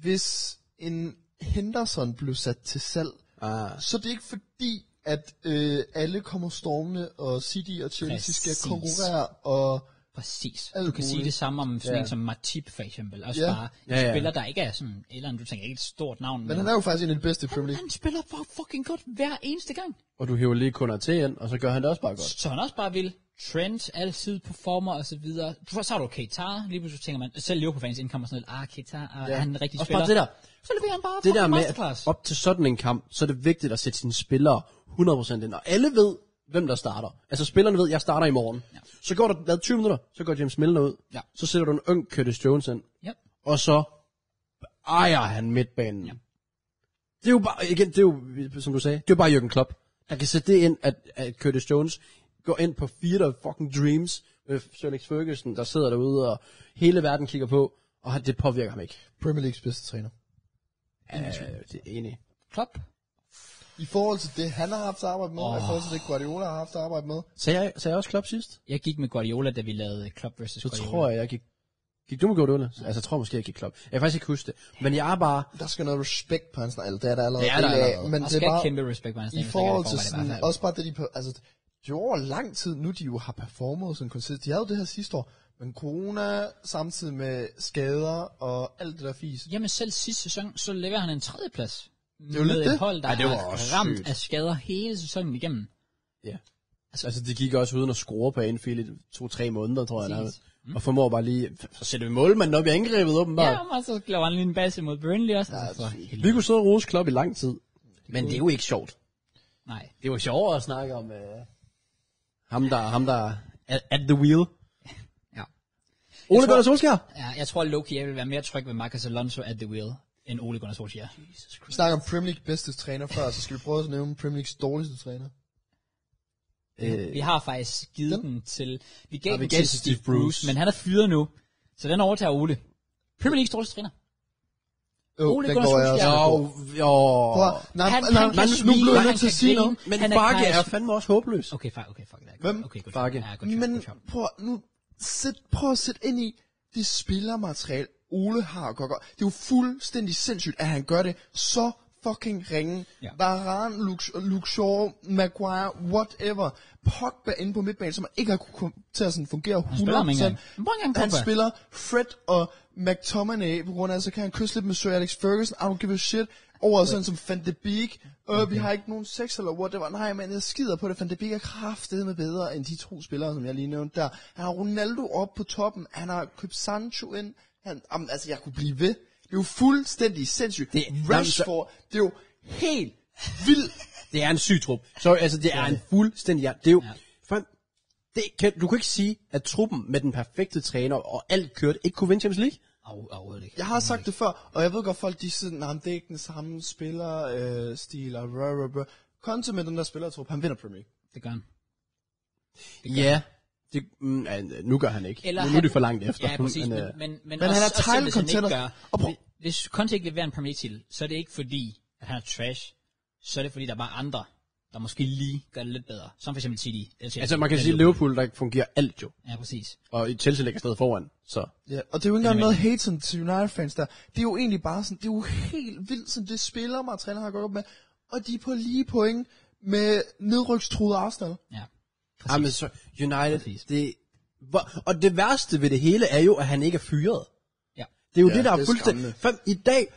Hvis en Henderson blev sat til salg,
Ah.
så det er ikke fordi, at øh, alle kommer stormende, og City og Chelsea Præcis.
Præcis.
skal konkurrere, og...
Præcis.
Alt
du kan
muligt.
sige det samme om sådan ja.
Ja.
en som Matip for eksempel. Også ja.
Ja.
bare en
Ja, ja.
spiller, der ikke er sådan, eller du tænker ikke et stort navn.
Men han er jo faktisk en af de bedste i Premier League.
han spiller for fucking godt hver eneste gang.
Og du hiver lige kunder til ind, og så gør han det også bare godt.
Så han også bare vil. trends, altid performer og så videre. Du, så har du Keita, lige pludselig tænker man, selv Liverpool-fans indkommer sådan noget, ah, Keita, ah, ja. han er en rigtig
Også
spiller.
bare det der.
Så leverer han bare
det der med,
masterclass.
at op til sådan en kamp, så er det vigtigt at sætte sine spillere 100% ind. Og alle ved, hvem der starter. Altså spillerne ved, jeg starter i morgen. Ja. Så går der hvad, 20 minutter, så går James Milner ud.
Ja.
Så sætter du en ung Curtis Jones ind.
Ja.
Og så ejer han midtbanen. Ja. Det er jo bare, igen, det er jo, som du sagde, det er jo bare Jürgen Klopp. Der kan sætte det ind, at, at Curtis Jones går ind på Theater of fucking Dreams med Sir Alex Ferguson, der sidder derude, og hele verden kigger på, og han- det påvirker ham ikke.
Premier Leagues bedste træner.
Øh, det er enig.
Klopp.
I forhold til det, han har haft at arbejde med, oh. og i forhold til det, Guardiola har haft at arbejde med.
Sagde jeg, sagde jeg også Klopp sidst?
Jeg gik med Guardiola, da vi lavede Klopp vs.
Så
Guardiola.
tror jeg, jeg gik... Gik du med Guardiola? Altså, jeg tror måske, jeg gik Klopp. Jeg kan faktisk ikke huske det. Men jeg er bare...
Der skal noget respekt på hans eller det er der allerede.
Det er der
del af,
allerede.
Men
og
det
skal
er bare,
kæmpe respekt for hans
i forhold til sådan, også bare det, de, per- altså, det var over lang tid nu, de jo har performet sådan konstant. De havde jo det her sidste år, men corona samtidig med skader og alt det der fis.
Jamen selv sidste sæson, så leverer han en tredjeplads. Det
er jo
med
lidt
et
det.
hold, der
Ej, det var også
er ramt
sygt.
af skader hele sæsonen igennem.
Ja. Altså, altså, de gik også uden at score på Anfield i to-tre måneder, tror jeg.
Præcis.
Mm. Og formår bare lige... Så sætter vi målmanden op i angrebet, åbenbart.
Ja, og så laver han lige en basse mod Burnley også. Ja, altså, for helvede.
Vi kunne sidde og rose Klopp i lang tid. Men det er jo ikke sjovt.
Nej.
Det var sjovere at snakke om... Øh, ham der... Ham der at, at the wheel.
Ja.
Ole
tror-
Gunnar Solskjaer.
ja. jeg tror, Loki jeg vil være mere tryg ved Marcus Alonso at the wheel, end Ole Gunnar Solskjaer.
Vi snakker om Premier League bedste træner før, så skal vi prøve at nævne Premier Leagues dårligste træner.
Øh,
Vi har faktisk givet den til... Vi gav
Ja, vi
den
gav
til
til
Steve
Steve
Bruce,
Bruce.
men han er fyret nu. Så den overtager Ole. Premier Leagues dårligste træner.
Jo,
Ole
den
Gunnar
går jeg
Solskjaer.
også med på.
Jo, jo.
Prøv at- Nej,
Han-
nej,
han kan
nej, nu
smile,
blev jeg
han
nødt
kan
til at sige
grine.
noget.
Men
Han er
Bakke
karisma-
er fandme også håbløs.
Okay, fuck, okay, fuck. that.
Hvem?
Okay, godt.
Bakke.
Ja, godt.
Men
Men...
prøv, at- nu, sæt, prøv at sætte ind i det spillermateriale, Ole har og godt. Det er jo fuldstændig sindssygt, at han gør det så fucking ringe.
Ja.
Ja. Varane, Lux- Luxor, Maguire, whatever. Pogba inde på midtbanen, som ikke har kunnet komme til at sådan fungere 100%.
spiller ham ikke engang. Men prøv engang,
han
Pogba.
spiller Fred og McTominay, på grund af, så kan han kysse lidt med Sir Alex Ferguson, I don't give a shit, over sådan som Van de Beek, øh, vi har ikke nogen sex eller whatever, nej, men jeg skider på det, Van de Beek er kraftedeme bedre end de to spillere, som jeg lige nævnte der. Han har Ronaldo op på toppen, han har købt Sancho ind, han, jamen, altså, jeg kunne blive ved. Det er jo fuldstændig sindssygt.
Det-
Det, Rashford, det er jo helt vildt.
Det er en syg trup. Så altså, det er en fuldstændig... ja, Det er jo...
Ja.
Ja. Det kan, du kan ikke sige, at truppen med den perfekte træner og alt kørt ikke kunne vinde Champions League.
Au, overhovedet ikke.
Jeg har sagt det før, og jeg ved godt, folk de siger, nej, det er ikke den samme spiller, øh, stil og rah, rah, rah. Conte med den der spillertrup, han vinder Premier League.
Det gør han.
Ja. Det, mm, ja, nu gør han ikke. Eller nu, nu er
han-
det for langt efter.
Ja, præcis. Men,
Men,
men,
øh,
men, men,
han
også,
er
også
title
selv, hvis han ikke
contender.
gør,
Og prøv-
hvis Conte ikke leverer en Premier League titel, så er det ikke fordi, at han er trash. Så er det fordi, der er bare andre, der måske lige gør det lidt bedre. Som for eksempel City. eller Chelsea.
altså, man kan
Eller
sige, at Liverpool, der fungerer alt jo.
Ja, præcis.
Og Chelsea ligger stadig foran. Så
Ja, og det er jo ikke engang noget hate sådan til United-fans der. Det er jo egentlig bare sådan, det er jo helt vildt, sådan det spiller mig, træner har gået op med. Og de er på lige point med nedrykstruet Arsenal.
Ja.
Ah, men så United,
Præcis.
det, hvor, og det værste ved det hele er jo, at han ikke er fyret.
Ja.
Det er jo ja,
Ja,
det, der er,
det er
fuldstændig...
skræmmende.
Fem, I dag,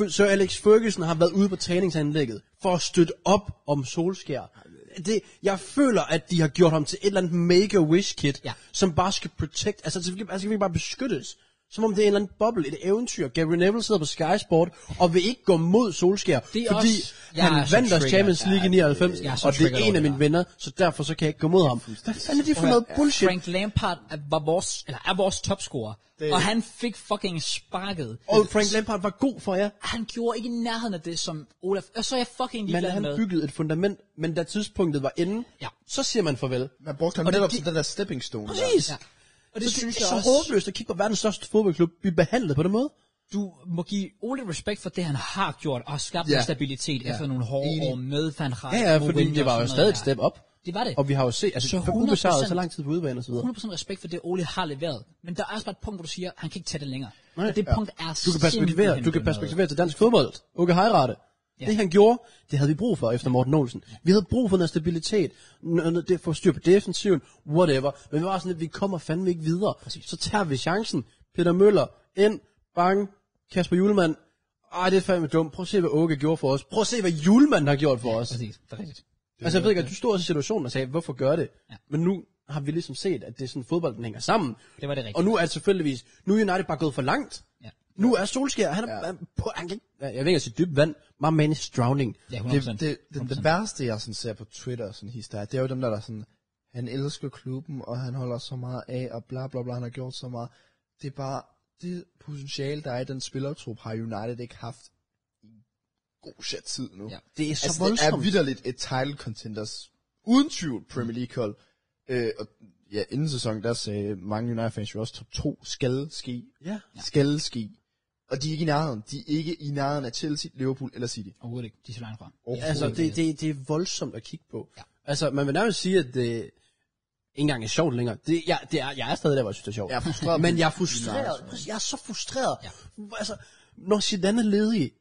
f- Sir Alex Ferguson har været ude på træningsanlægget for at støtte op om Solskjær. Det, jeg føler, at de har gjort ham til et eller andet make-a-wish-kit,
Ja. som
som bare skal protect, altså så skal, altså, skal vi bare beskyttes. Som om det er en eller anden boble, et eventyr. Gary Neville sidder på Sky Sport og vil ikke gå mod Solskjær,
Det
fordi
er også- Jeg er
han
så
vandt også
triggered.
Champions League i
Jeg er-
99,
jeg er så
og det
triggered
er
over
en
det
af mine
der.
venner, så derfor så kan jeg ikke gå mod ham. Hvad fanden er det for noget bullshit?
Frank Lampard er, var vores, eller er vores topscorer. Det... Og han fik fucking sparket.
Og Frank Lampard var god for jer,
Han gjorde ikke i nærheden af det, som Olaf... Og så er jeg fucking
men
ligeglad
han
med...
byggede et fundament, men da tidspunktet var inde,
Ja.
så siger man farvel.
Man brugte ham
Og det-
netop
de-
som den der stepping stone. der.
Præcis!
Ja.
Ja.
Og
Det,
det
så
synes
det er
jeg
så
også...
håbløst at kigge på verdens største fodboldklub blive behandlet på den måde.
du må give Ole respekt for det, han har gjort, og har skabt
Ja.
en stabilitet ja. efter nogle hårde
Enig.
år med Van Raal.
Ja, ja, fordi det var jo stadig et step op.
Det var det.
Og vi har jo set, altså
Så
så 100%, ubesejret
100%.
så lang tid på udebane og så videre.
100% respekt for det, Ole har leveret. Men der er også bare et punkt, hvor du siger, han kan ikke tage det længere.
Nej,
og det
ja.
punkt er
Du kan perspektivere,
simpelthen
du kan
blevet
perspektivere til dansk fodbold. Uke Hejrette. Ja. Det han gjorde, det havde vi brug for efter Morten Olsen. Vi havde brug for noget stabilitet, noget, noget, det for styr på defensiven, whatever. Men vi var sådan lidt, vi kommer fandme ikke videre. Præcis. Så tager vi chancen. Peter Møller, ind, bang, Kasper Julemand. Ej, det er fandme dumt. Prøv at se, hvad Åke gjorde for os. Prøv at se, hvad Julemand har gjort for os.
noget. Præcis, det er rigtigt.
Altså, jeg ved ikke, at du stod også i situationen og sagde, hvorfor gør det?
Ja.
Men nu har vi ligesom set, at det er sådan, fodbold, den hænger sammen.
Det var det rigtige.
Og nu er det selvfølgelig, nu er United bare gået for langt.
Ja.
Nu er Solskjaer, han er, ja. på, han kan ikke, jeg ved ikke at sige dybt vand, my man is drowning.
Ja, 100%.
Det, det, det, det værste, jeg sådan ser på Twitter, sådan historie, det er jo dem, der der sådan, han elsker klubben, og han holder så meget af, og bla bla bla, han har gjort så meget. Det er bare, det potentiale, der er i den spillertrup, har United ikke haft i god shit tid nu.
Ja.
Det er så
altså, det er
voldsomt.
vidderligt et title contenders, uden tvivl, Premier League hold. Øh, og ja, inden sæsonen, der sagde mange United fans jo også, top 2 skal ske.
Ja.
Skal ske. Og de er ikke i nærheden. De er ikke i nærheden af Chelsea, Liverpool eller City.
Overhovedet ikke. De er så langt fra.
Overhovedet
Altså, det, det, det er voldsomt at kigge på. Ja. Altså, man vil nærmest sige, at det ikke engang er sjovt længere. Det, jeg, det er, jeg er stadig der, hvor jeg synes, det er sjovt.
Jeg er frustreret.
Men jeg er frustreret. Præcis, Jeg er så frustreret. Ja. Altså, når Zidane er ledig,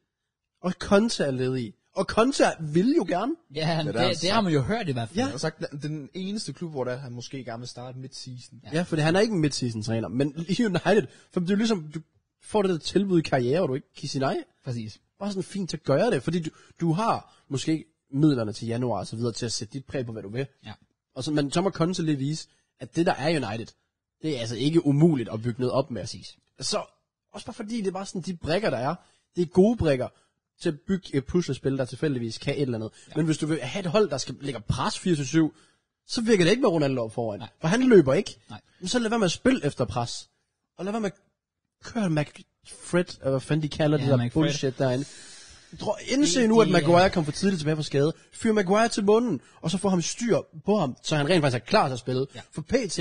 og Konta er ledig, og Konta vil jo gerne.
Ja, han, det,
der er
altså-
det, det, har man jo hørt i hvert fald.
Jeg har sagt, den- den eneste klub, hvor der, er, han måske gerne vil starte midt-season.
Ja, fordi han er ikke en midseason træner, men i United, for det er jo ligesom, du får det der tilbud i karriere, hvor du ikke kan sige nej.
Præcis.
Bare sådan fint, så gør jeg det, fordi du, du har måske ikke midlerne til januar og så videre til at sætte dit præg på, hvad du vil.
Ja.
Og så, men så må Conte lige vise, at det der er United, det er altså ikke umuligt at bygge noget op med.
Præcis.
Så også bare fordi, det er bare sådan, de brækker, der er, det er gode brækker til at bygge et puslespil, der tilfældigvis kan et eller andet. Ja. Men hvis du vil have et hold, der skal lægge pres 4-7, så virker det ikke med Ronaldo op foran. Nej. For han løber ikke.
Nej.
Men så lad være med at spille efter pres. Og lad være med at køre McFred, eller hvad fanden de kalder
Ja,
det der
McFred.
bullshit derinde. Jeg tror, indse
Det-
nu, at
det er-
Maguire kom for tidligt tilbage fra skade. Fyr Maguire til munden, og så får ham styr på ham, så han rent faktisk er klar til at spille.
Ja.
For PT,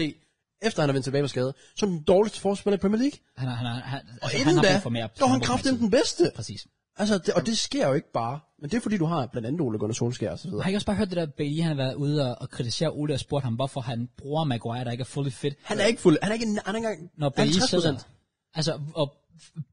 efter han er vendt tilbage fra skade, så er den dårligste forspiller i Premier League.
Han har, han har, han,
Og
altså, han
inden
har
da,
brug for mere.
der var han
brug for
kraften
mere
den bedste.
tid. Præcis.
Altså, det, og det sker jo ikke bare. Men det er fordi, du har blandt andet Ole Gunnar Solskjaer og så videre.
Har I også bare hørt det der, Bailey han har været ude og, og kritisere Ole og spurgt ham, hvorfor han bruger Maguire, der ikke er fully fit?
Han er ikke fuld. Han er ikke, han er ikke engang
når BI
50
sidder. Altså, og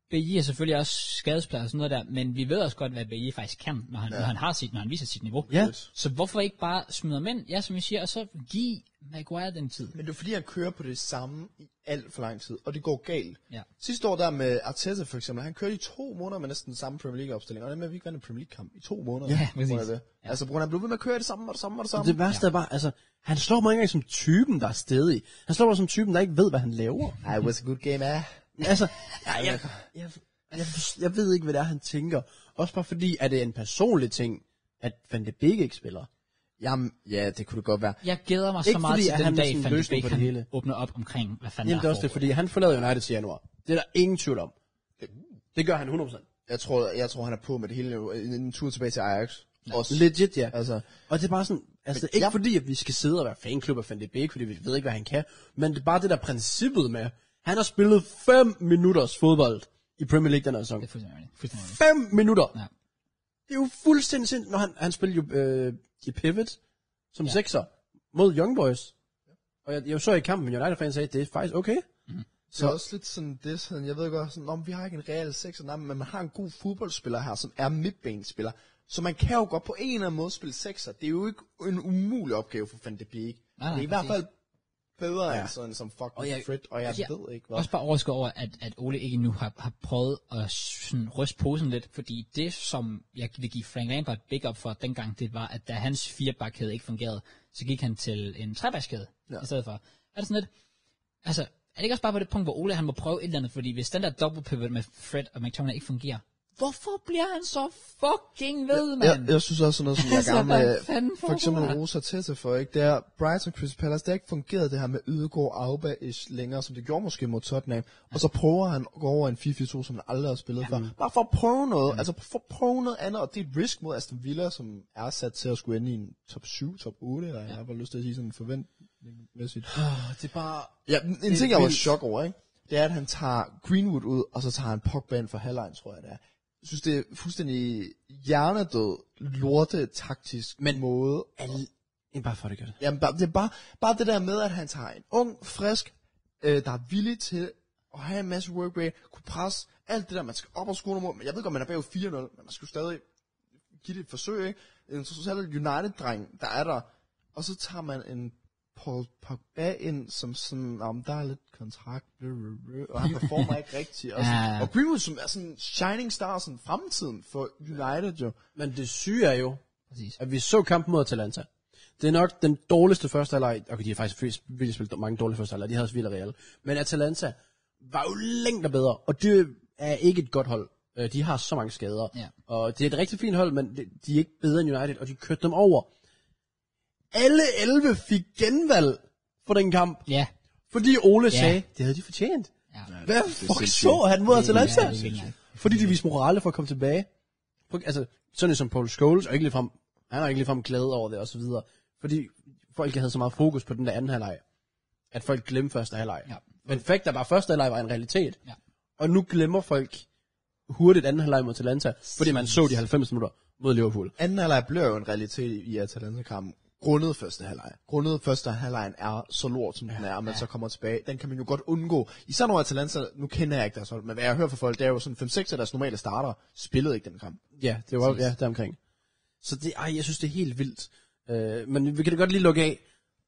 BI er selvfølgelig også skadesplads og sådan noget der, men vi ved også godt, hvad BI faktisk kan, når han, ja. når han har sit, når han viser sit niveau.
Ja.
Så hvorfor ikke bare smide ham ind, ja, som vi siger, og så give Maguire den tid.
Men det er fordi, han kører på det samme i alt for lang tid, og det går galt.
Ja.
Sidste år der med Arteta for eksempel, han kørte i to måneder med næsten den samme Premier League-opstilling, og det med, at vi ikke vandt en Premier League-kamp i to måneder.
Ja,
på grund af
præcis.
Det. Ja. Altså, på grund af, at han blev ved med at køre i det samme, og det samme, og det samme.
Det værste er bare, altså, han slår mig ikke engang som typen, der er stedig. Han slår mig som typen, der ikke ved, hvad han laver.
Ej, it was a good game, ah.
Altså, jeg, jeg, jeg, jeg, jeg ved ikke, hvad det er, han tænker. Også bare fordi, at det er en personlig ting, at Van de Beek ikke spiller.
Jamen, ja, det kunne det godt være.
Jeg glæder mig så
Ikke
meget
fordi,
til
at
den
han er
dag,
sådan
Van de
løsning
Beek
på det hele.
han åbner op omkring, hvad fanden
Jamen, det
der
er også
foregået.
det, fordi han forlader United til januar. Det er der ingen tvivl om. Det, det gør han 100%.
Jeg tror, jeg tror, han er på med det hele. nu. En, en tur tilbage til Ajax. Ja. Også.
Legit, ja.
Altså,
Og det er bare sådan, altså ikke
jeg-
fordi, at vi skal sidde og være fanklub af Van de Beek, fordi vi ved ikke, hvad han kan, men det er bare det der princippet med, han har spillet 5 minutters fodbold i Premier League den her sæson.
Det er fuldstændig rigtigt. Fuldstændig rigtigt.
5 minutter!
Ja.
Det er jo fuldstændig sindssygt, når han, han spillede jo øh, i pivot som ja. sekser mod Young Boys. Og jeg, jeg så i kampen, men United-fans sagde, det er faktisk okay.
Mm.
så også lidt sådan det, sådan, jeg ved godt, sådan, om vi har ikke en real sekser, nej, men man har en god fodboldspiller her, som er midtbanespiller. Så man kan jo godt på en eller anden måde spille sekser. Det er jo ikke en umulig opgave for Van de Beek.
Nej, nej,
det er i hvert
præcis.
fald bedre ja. end sådan som fucking
Og
og
jeg-
jeg, Fred, og jeg
Ja.
ja. ved ikke hvad.
Også bare overrasket over, at, at Ole ikke nu har, har prøvet at sådan ryste posen lidt, fordi det, som jeg vil give Frank Lampard big up for dengang, det var, at da hans firebakkæde ikke fungerede, så gik han til en trebakkæde ja. i stedet for. Er det sådan lidt, altså, er det ikke også bare på det punkt, hvor Ole han må prøve et eller andet, fordi hvis den der double pivot med Fred og McTominay ikke fungerer, hvorfor bliver han så fucking ved, mand?
Jeg, jeg synes også sådan noget,
[laughs]
som jeg
Altså,
er gammel
hvad fanden
med, for
foregår
eksempel
der?
Rosa Tessa for, ikke? Det er Brighton Crystal Palace, det har ikke fungeret det her med Ødegaard Auba ish længere, som det gjorde måske mod Tottenham. Og så prøver han at gå over i en 4-4-2, som han aldrig har spillet før. Bare for at prøve noget, altså for at prøve noget andet, og det er et risk mod Aston Villa, som er sat til at skulle ende i en top 7, top 8, eller jeg har bare lyst til at sige sådan forventningsmæssigt.
Det er bare...
Ja, en ting, jeg var i chok over, ikke? det er, at han tager Greenwood ud, og så tager han Pogba ind for halvlejen, tror jeg det er. Jeg synes, det er fuldstændig hjernedød, lorte taktisk Men måde.
Alle, Jamen, bare for at det gør det.
Jamen, bare, det er bare, bare det der med, at han tager en ung, frisk, øh, der er villig til at have en masse work rate, kunne presse, alt det der, man skal op og skrue noget mod. Men jeg ved godt, man er bagud 4-0, men man skal jo stadig give det et forsøg, ikke? En social United-dreng, der er der, og så tager man en Paul Pogba ind, som sådan, om der er lidt kontrakt, blø, blø, blø, og han performer ikke rigtigt. Og, sådan,
Ja, ja.
og Greenwood, som er sådan shining star, sådan fremtiden for United jo.
Men det syge er jo,
Præcis.
at vi så kampen mod Atalanta. Det er nok den dårligste første halvleg. Okay, de har faktisk flest- virkelig spillet mange dårlige første halvleg. De havde også Villarreal. Men Atalanta var jo længder bedre, og det er ikke et godt hold. Øh, De har så mange skader.
Ja.
Og det er et rigtig fint hold, men det- de er ikke bedre end United, og de kørte dem over. Alle 11 fik genvalg for den kamp,
Ja.
fordi
Ja.
Ole sagde, det havde de fortjent.
ja.
Hvad
er
fuck
sindssygt.
så han mod Atalanta?
det er sindssygt.
Fordi de viste morale for at komme tilbage. Prøv- Altså, sådan som Paul Scholes, og ikke ligefrem, han er ikke ligefrem glad over det og så videre. Fordi folk havde så meget fokus på den der anden halvleg, at folk glemte første halvleg.
Ja.
Men fakt der bare første halvleg var en realitet.
Ja.
Og nu glemmer folk hurtigt anden halvleg mod Atalanta, fordi man så de 90 minutter mod Liverpool.
Anden halvleg blev jo en realitet i Atalanta-kampen. Grundet første halvleg. Grundet første halvleg er så lort, som den er, og man så kommer tilbage. Den kan man jo godt undgå. Især når Atalanta, nu kender jeg ikke deres hold, men hvad jeg hører fra folk, det er jo sådan 5-6 af deres normale starter, spillede ikke den kamp.
Ja, det var ja, deromkring. Så det, ej, jeg synes, det er helt vildt. Øh, men vi kan da godt lige lukke af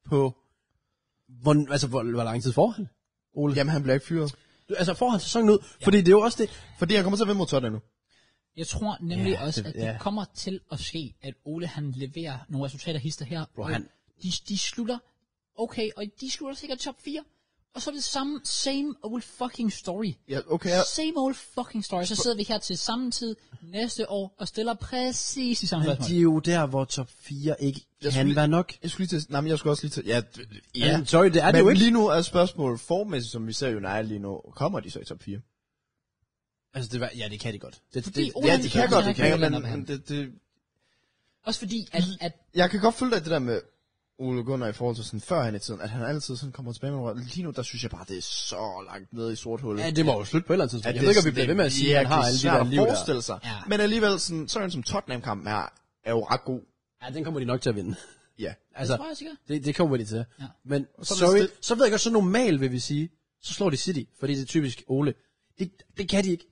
på, hvor, altså, hvor, hvor lang tid får han? Ole?
Jamen, han bliver ikke fyret.
Altså får han sæsonen ud, ja. fordi det er jo også det.
Fordi han kommer til at vinde mod Tottenham nu.
Jeg tror nemlig
Ja,
også,
det-
at det
ja.
kommer til at ske, at Ole han leverer nogle resultater hister her. Bro,
han-
De, de slutter, okay, og de slutter sikkert top 4. Og så er det samme, same old fucking story.
Ja, okay. Jeg,
Same old fucking story. Så sidder vi her til samme tid næste år og stiller præcis de samme spørgsmål.
De er jo der, hvor top 4 ikke
Jeg
kan
skulle-
være nok.
jeg skulle lige til... Nej, men jeg skulle også lige til... Ja, d- ja.
Men sorry, det er det
men
jo ikke.
lige nu er spørgsmålet formæssigt, som vi ser United lige nu. Kommer de så i top 4?
Altså, det var, ja, det kan de godt. Det,
Fordi
det,
Ole-
Oh, Ja,
han
de
skal også
kan godt, de
have
kan,
Haaland
men,
om ham.
men det, det,
Også fordi, at, at
jeg kan godt følge dig i det der med Ole Gunnar i forhold til sådan før han i tiden, at han altid sådan kommer tilbage med noget. Lige nu, der synes jeg bare, det er så langt nede i sort hul.
ja, det må jo slutte på et eller andet tidspunkt.
At
Ja, jeg
det
ved ikke,
er
om vi bliver ved med at sige, at han
virkelig
har alle de
svært
der
at
liv der.
forestille sig.
Ja.
Men alligevel, sådan, sådan som Tottenham-kampen her, er jo ret god.
Ja, den kommer de nok til at vinde.
Ja.
Altså,
tror jeg sikkert.
det, det kommer de til.
Ja.
Men
så
så
er
sorry,
det
så ved jeg godt, så normalt vil vi sige, så slår de City, fordi det er typisk Ole. Det, det kan de ikke.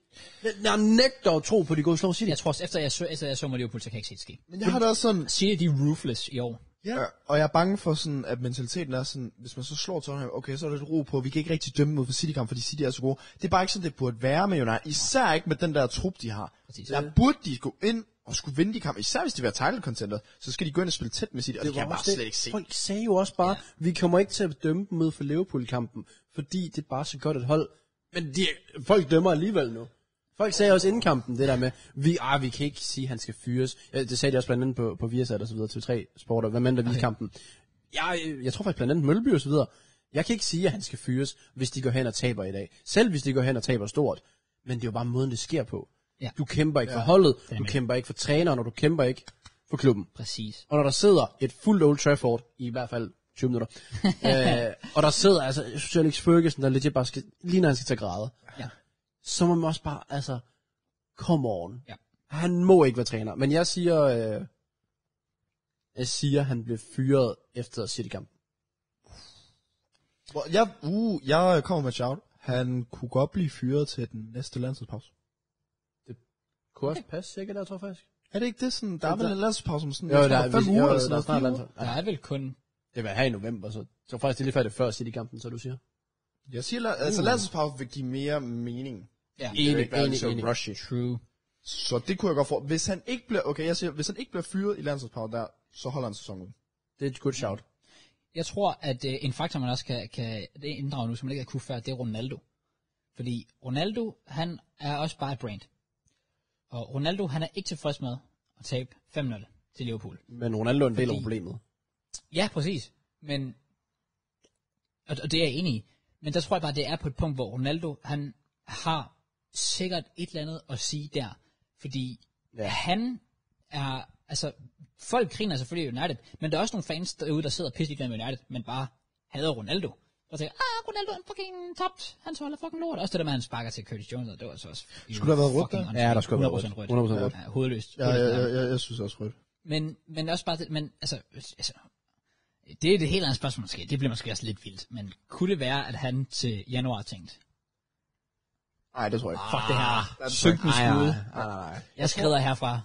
Jeg, jeg nægter at tro på, at de går og slår City.
jeg tror også, efter jeg så, efter jeg så mig Liverpool, så kan jeg ikke se det ske.
Men jeg har det også sådan,
Siger de er ruthless i år.
ja. Øh, og jeg er bange for sådan, at mentaliteten er sådan, hvis man så slår Tottenham, okay, så er der lidt ro på, vi kan ikke rigtig dømme mod for City-kamp, fordi City er så gode. Det er bare ikke sådan, det burde være med United, især ikke med den der trup, de har.
Præcis.
Der burde de gå ind og skulle vinde de kampe, især hvis de vil have title contender, så skal de gå ind og spille tæt med City, og det, det kan jeg
var
bare
også
slet ikke se.
Folk sagde jo også bare, ja. vi kommer ikke til at dømme dem ud for Liverpool-kampen, fordi det er bare så godt et hold. Men de, folk dømmer alligevel nu. Folk sagde også inden kampen det der med, vi, ah, vi kan ikke sige, at han skal fyres. Øh, Det sagde de også blandt andet på, på Viasat og så videre, TV3 Sport og hvad man der viste kampen. Jeg, øh, jeg tror faktisk blandt andet Mølleby og så videre. Jeg kan ikke sige, at han skal fyres, hvis de går hen og taber i dag. Selv hvis de går hen og taber stort. Men det er jo bare måden, det sker på.
Ja.
Du kæmper ikke ja. for holdet, du kæmper ikke for træneren, og du kæmper ikke for klubben.
Præcis.
Og når der sidder et fuldt Old Trafford, i hvert fald 20 minutter,
[laughs]
øh, og der sidder altså, jeg synes, Alex Ferguson, der legit bare skal, lige når han skal tage grader,
Ja.
så må man også bare, altså, come on.
Ja.
Han må ikke være træner, men jeg siger, øh, jeg siger, han blev fyret efter City-kampen.
Hvor- Jeg, uh, jeg kommer med et shout. Han kunne godt blive fyret til den næste landsholdspause.
Kunne også passe sikkert, jeg tror faktisk.
Er det ikke det sådan, der er vel en landsholdspause om sådan,
Jo,
jeg tror,
der,
fem
vi-
uger
jo,
eller
der er
sådan
snart
noget? fire uger?
landshold.
Der
Ja,
er vel kun...
det var her i november, så, så faktisk det er lige før det er før City-kampen, så du siger.
Jeg siger, la- altså
Uh.
landsholdspause vil give mere mening.
Ja.
Det vil
Enig,
ikke være
enig,
så
enig.
rushy.
True.
Så det kunne jeg godt få. Hvis han ikke bliver, okay, jeg siger, hvis han ikke bliver fyret i landsholdspause der, så holder han sæsonen ud.
Det er et good shout.
Jeg tror, at øh, en faktor, man også kan, kan det inddrage nu, som man ikke har kunne før, det er Ronaldo. Fordi Ronaldo, han er også bare et brand. Og Ronaldo, han er ikke tilfreds med at tabe 5-0 til Liverpool.
Men Ronaldo er en del af
Fordi-
problemet.
Ja, præcis. Men, og, og det er jeg enig i. Men der tror jeg bare, det er på et punkt, hvor Ronaldo, han har sikkert et eller andet at sige der. Fordi ja. han er, altså, folk griner selvfølgelig af United, men der er også nogle fans derude, der sidder pisselig med United, men bare hader Ronaldo. Og tænker, ah, Ronaldo er en fucking tabt, han holder fucking lort. Også det der med, at han sparker til Curtis Jones, og det var så også...
Skulle der have været rødt
fucking
der?
åndssvagt.
Ja, der skulle have været
100%
rødt.
rødt.
100% rødt.
Ja, hovedløst.
Ja,
Hovedløst
jeg,
nærmest.
jeg, jeg, jeg synes også rødt.
Men, men også bare det, men altså, altså, det er et helt andet spørgsmål måske. Det bliver måske også lidt vildt. Men kunne det være, at han til januar tænkte,
Nej, det tror jeg ikke. Ah,
fuck det her,
that's
synk den
Ej,
skud.
nej, nej, nej.
Jeg skrider herfra.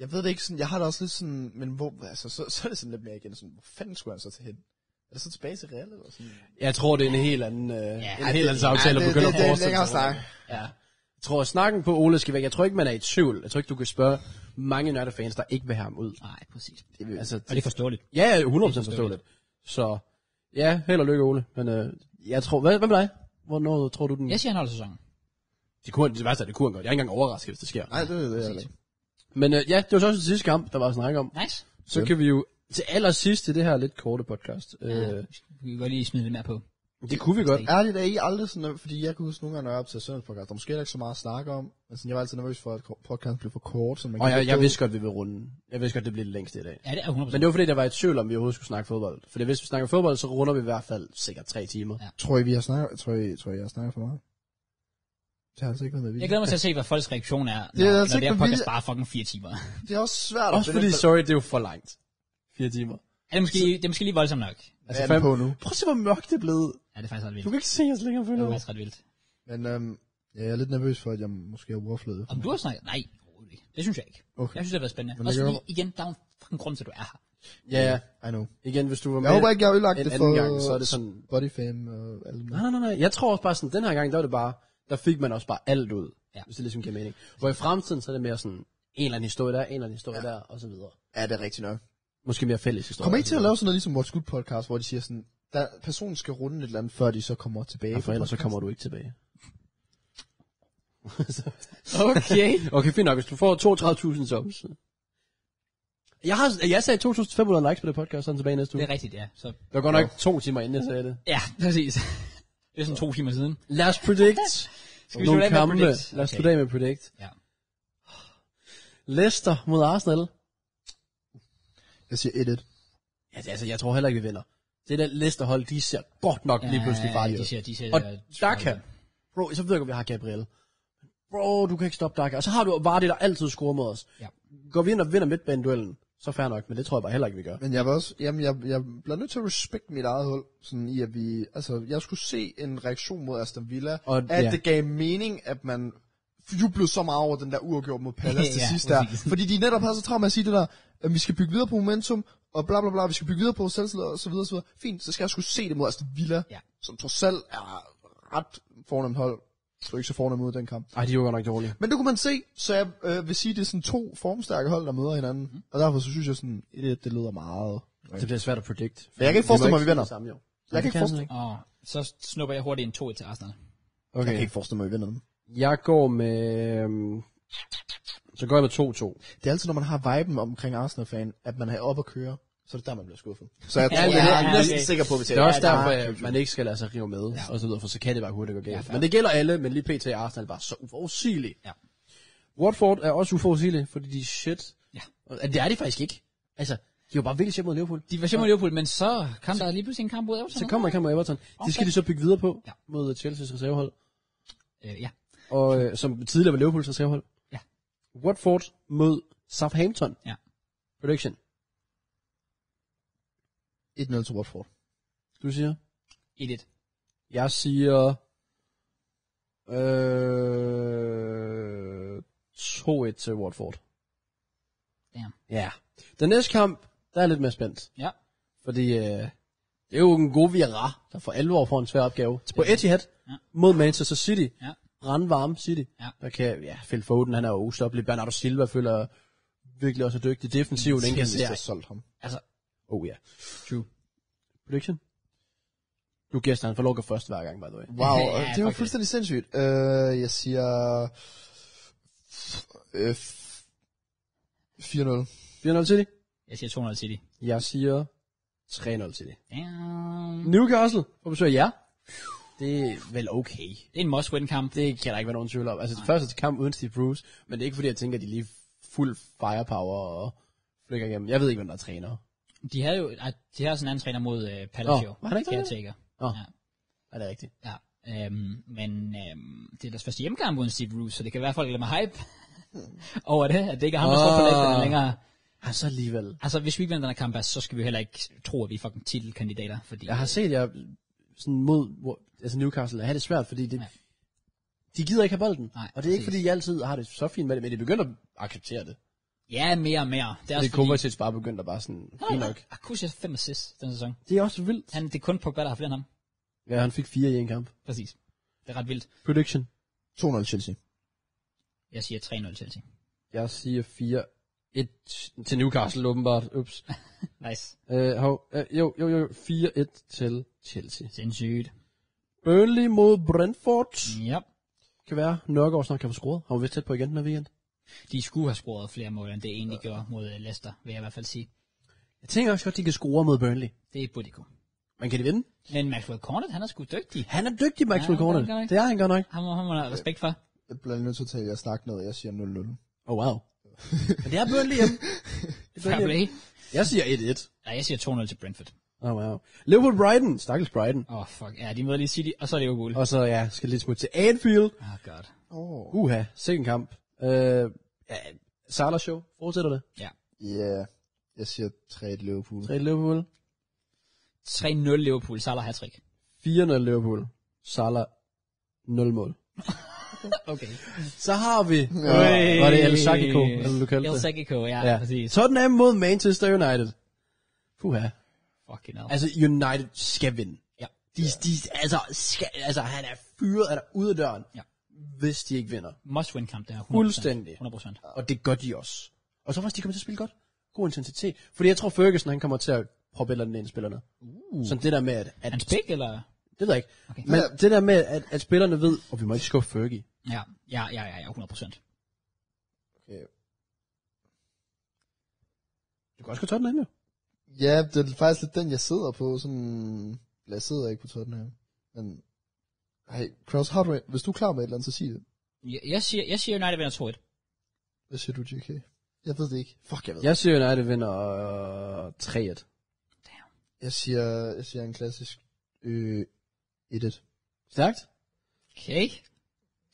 Jeg ved det ikke sådan, jeg har det også lidt sådan, men hvor, altså, så, så er det sådan lidt mere igen, sådan, hvor fanden skulle han så til hen? Er det så tilbage til Real eller sådan?
Jeg tror, det er en helt anden, øh, ja, en
det-
helt anden aftale,
ja,
at
det-
begynde at
det- det er en
forestille
længere
sig.
snak.
Ja. Jeg tror, snakken på Ole skal væk. Jeg tror ikke, man er i tvivl. Jeg tror ikke, du kan spørge mange nørdefans, der ikke vil have ham ud.
Nej, præcis.
Altså,
Og det er forståeligt.
ja, ja, 100% forståeligt. Så ja, held og lykke, Ole. Men øh, jeg tror, hvad, hvad med dig? Hvornår tror du den?
Jeg siger, han holder sæsonen.
Det, kunne, det værste er, det kunne han godt. Jeg er ikke engang overrasket, hvis det sker.
Nej, det er det.
Præcis.
Eller.
Men øh, ja, det var så også den sidste kamp, der var at snakke om.
Nice.
Så kan vi jo til allersidst i det her lidt korte podcast. Øh,
Vi kan godt lige smide lidt mere på.
det kunne vi godt.
Ærligt er I aldrig sådan, øh, fordi jeg kan huske nogle gange, når jeg er op til Sønders podcast, der er måske heller ikke så meget at snakke om, men sådan, jeg var altid nervøs for, at ko- podcasten blev for kort, så man
Og jeg,
ikke
jeg
gå-
vidste godt, vi ville runde. Jeg vidste godt, det blev det længste i dag.
Ja, det er 100%.
Men det var fordi, der var i tvivl om, vi overhovedet skulle snakke fodbold. For hvis vi snakker fodbold, så runder vi i hvert fald sikkert tre timer.
Ja.
Ja.
Tror I, vi har snakket, tror I, tror I, jeg har snakket for meget? Det har altså ikke været med
Jeg
vilje.
glæder mig til at se, hvad folks reaktion er, når,
Det er
det er
altså
når det
ikke
her
med
podcast
vilje.
bare fucking fire timer.
Det er også svært
Også fordi, sorry, det er jo for langt. Fire timer.
Er det, måske, det er måske lige voldsomt nok.
Altså, fem... på nu.
Prøv at se, hvor mørkt det er blevet.
Ja, det er faktisk ret
Du
vildt.
kan ikke se os længere,
Det
føler
er
jeg.
faktisk ret vildt.
Men øhm, ja, jeg er lidt nervøs for, at jeg måske har overflødet.
Om du har snakket? Nej, overhovedet ikke. Det synes jeg ikke.
Okay.
Jeg synes, det har været spændende.
Men det
Også
gør
fordi, igen, der er jo en fucking grund til, at du er her.
Ja, ja.
I know.
Igen, hvis du var med
Jeg håber ikke, jeg har ødelagt
en
det for
anden gang, så er det sådan...
Bodyfam og alle mulige.
Nej, nej, nej. Jeg tror også bare sådan, den her gang, der var det bare... Der fik man også bare alt ud.
Ja.
Ja. Hvis det ligesom giver mening. Hvor i fremtiden, så er det mere sådan... En eller anden historie der, en eller anden historie ja. der, og så videre.
Ja, det er rigtigt nok.
Måske mere fælles historie.
Kommer I til at
at
lave sådan noget ligesom What's Good podcast, hvor de siger sådan, der, personen skal runde et eller andet, før de så kommer tilbage.
Ja, for
på
ellers så
podcasten?
kommer du ikke tilbage.
Okay.
Okay, fint nok. Hvis du får 32.000 subs. Jeg, har, jeg sagde 2.500 likes på det podcast, sådan tilbage næste
det
uge.
er rigtigt, ja. Så,
Det var godt nok to timer inden, jeg sagde det.
ja, [laughs] præcis. det er sådan to timer siden.
Lad os predict.
[laughs] Skal vi slutte af med at predict?
Lad os
Okay.
slutte af med predict.
Ja.
Leicester mod Arsenal.
Jeg siger 1-1.
Ja, det, altså, jeg tror heller ikke, vi vinder. Det der Leicester hold, de ser godt nok lige pludselig farlige
de
ud.
ser, de ser,
Og
farlige
Daka,
ud.
bro, så ved jeg godt, vi har Gabriel. Bro, du kan ikke stoppe Daka. Og så har du Vardy, der altid scorer mod os.
Ja.
Går vi ind og vinder midtbaneduellen, så fair nok, men det tror jeg bare heller ikke, vi gør.
Men jeg var også, jamen jeg, jeg bliver nødt til at respekte mit eget hul, sådan i at vi, altså jeg skulle se en reaktion mod Aston Villa,
Og-
og, at
ja.
ja. det gav mening, at man jublede så meget over den der uafgjort mod Palace til
[laughs] Ja,
sidst der.
præcis.
Fordi de netop havde så travlt med at sige det der, at vi skal bygge videre på momentum, og bla bla bla, vi skal bygge videre på selvtillid og så videre og så videre. Fint, så skal jeg skulle se det mod Aston Villa,
Ja.
som trods alt er ret fornemt hold. Så ikke så fornemt ud i den kamp.
Ej, de er jo godt nok dårlige.
Men det kunne man se, så jeg øh, vil sige, det er sådan to formstærke hold, der møder hinanden.
Mhm.
Mm. Og derfor så synes jeg sådan, det, det lyder meget.
Det bliver svært at predict.
Men jeg kan ikke forestille mig, vi vinder.
Samme, jo.
Jeg kan ikke forestille
Og så snupper jeg hurtigt en 2 til Arsenal.
Jeg kan
Okay.
ikke forestille mig, at vi vinder den.
Jeg går med... øhm, Så går jeg med 2-2.
Det er altid, når man har viben omkring Arsenal-fan, at man er oppe at køre, så er det der, man bliver skuffet. Så jeg tror,
Ja,
jeg
ja,
er
ja,
næsten
okay.
sikker på, at vi
Det er også
der er
derfor, at man ikke skal lade sig rive med, ja. og så videre, for så kan det bare hurtigt gå galt.
fair.
Ja, men det gælder alle, men lige pt. er Arsenal var så uforudsigelig.
Ja.
Watford er også uforudsigelig, fordi de er shit.
Ja.
Og det er de faktisk ikke. Altså, de var bare virkelig shit mod Liverpool.
De var simpelthen Liverpool, men så kom der lige pludselig en kamp mod Everton.
Så kommer man kamp mod Everton. Det skal de så bygge videre på
Ja.
ja. mod Chelsea's reservehold,
Øh, ja.
og, øh, som tidligere var Liverpools reservehold.
Ja.
Watford mod Southampton.
Ja.
Prediction.
1-0 til Watford.
Du siger?
1-1.
Jeg siger... Øh, 2-1 til Watford.
Damn.
Ja. Den næste kamp, der er jeg lidt mere spændt.
Ja.
Fordi øh, det er jo en god Vieira, der for alvor får en svær opgave. På Etihad
Ja.
ja. mod Manchester City.
Ja.
Brandvarme City.
Ja.
Der kan, ja, Phil Foden, han er jo ustoppelig. Bernardo Silva føler virkelig også er dygtig. Defensivt, den kan
Hvis jeg
se.
har solgt
[laughs]
ham.
Altså,
Oh ja. Yeah. True. Prediction? Du gæster, han får lov at gå først hver gang, by the way.
Wow,
Ja,
det var
fuck
fuldstændig sindssygt. Øh, jeg siger... Øh, 4-0.
4-0 City?
jeg siger 200 City.
Jeg siger 3-0 City.
Damn.
Newcastle, [laughs] hvor besøger jer? Det er vel okay.
Det er en must-win-kamp.
Det kan der ikke være nogen tvivl om. Altså, det første kamp uden Steve Bruce, men det er ikke fordi, jeg tænker, at de er lige fuld firepower og flækker igennem. Jeg ved ikke, hvem der er træner.
De havde jo ej, de havde sådan en anden træner mod øh, Palace,
Åh,
jo.
var han ikke der?
Caretaker.
Nå,
Ja.
ja. er det rigtigt?
Ja. Øhm, men øhm, det er deres første hjemmekamp uden Steve Bruce, så det kan i hvert fald lidt med hype [laughs] over det, at det ikke er ham, der står på
Åh.
lægterne længere.
Ja, Ah, så alligevel.
Altså, hvis vi ikke vinder den her kamp, altså, så skal vi jo heller ikke tro, at vi er fucking titelkandidater, fordi...
Jeg har set jer sådan mod hvor, altså Newcastle, have det svært, fordi det, de gider ikke have bolden.
Nej,
og det er ikke,
præcis.
fordi jeg altid har det så fint med det, men de begynder at acceptere det.
Ja, mere og mere. Det er
Det
også
er
fordi...
Kovacic bare begyndt at bare sådan, fint nok.
Ah, Kusic har fem assists den sæson.
Det er også vildt.
Han, det er kun Pogba, der har flere end ham.
Ja, han fik fire i en kamp.
Præcis. Det er ret vildt.
Prediction.
2-0 Chelsea.
Jeg siger 3-0 Chelsea.
Jeg siger 4-1 til Newcastle, åbenbart. [laughs] Ups.
Nice.
Øh, hov, øh, jo, jo, jo, 4-1 til Chelsea.
Sindssygt.
Burnley mod Brentford.
Ja.
Kan være, Nørgaard snart kan få scoret. Har vi vist tæt på igen den her weekend?
De skulle have scoret flere mål, end det egentlig gjorde mod øh, Leicester, vil jeg i hvert fald sige.
Jeg tænker også godt, de kan score mod Burnley.
Det burde de kunne.
Men kan de vinde?
Men Maxwell Cornet, han er sgu dygtig.
Han er dygtig, Maxwell
Ja,
ja,
det er han
Cornell.
godt
Det er han godt nok.
Han må han må have respekt for.
Jeg bliver nødt til at tale, jeg snakker noget, jeg siger 0-0.
Oh, wow. Men det er Burnley
[laughs]
hjemme. Det er
Fair
Burnley
play.
hjemme. Jeg siger 1-1.
Nej, jeg siger 2-0 til Brentford.
Oh, wow. Liverpool Brighton. Stakkels Brighton.
Åh, oh, fuck. Ja, de møder lige City, og så er det jo gul.
Og så, ja, skal lige smutte til Anfield.
Åh, oh, god.
Åh. Oh.
Uha, sikke en kamp. Øh, ja, Salah show. Fortsætter det.
Ja.
Ja, yeah. jeg siger 3-1 Liverpool.
3 Liverpool.
3-0 Liverpool, Salah hattrick.
4-0 Liverpool. Salah 0 mål.
Okay.
Så har vi...
Øj.
Var det El Sakiko, eller du kaldte
El
det?
Sakiko, ja, ja.
Ja.
præcis.
Tottenham mod Manchester United. Puha.
Fucking hell.
Altså, United skal vinde.
Ja.
De, de, altså, skal, altså, han er fyret, han er ude af døren,
Ja.
hvis de ikke vinder.
Must win kamp, det her. 100%.
Fuldstændig.
100%.
Og det gør de også. Og så faktisk, de kommer til at spille godt. God intensitet. Fordi jeg tror, Ferguson, han kommer til at proppe et eller andet ind i spillerne. Uh. Sådan det der med, at...
Er
at
han spæk, eller?
det ved jeg ikke. Okay. Men det der med, at, at spillerne ved, og vi må ikke skuffe Fergie.
Ja, ja, ja, ja, ja 100%.
Okay.
Du kan også gå Tottenham, jo.
Ja, det er faktisk lidt den, jeg sidder på. Sådan, eller jeg sidder ikke på Tottenham. Men, hey, Cross, har du, hvis du er klar med et eller andet, så sig det.
Jeg, jeg, siger, jeg siger United vinder 2-1.
Hvad siger du, JK? Jeg ved det ikke. Fuck, jeg ved det.
Jeg siger United vinder øh, 3-1.
Jeg siger, jeg siger en klassisk øh, 1-1.
Stærkt.
Okay.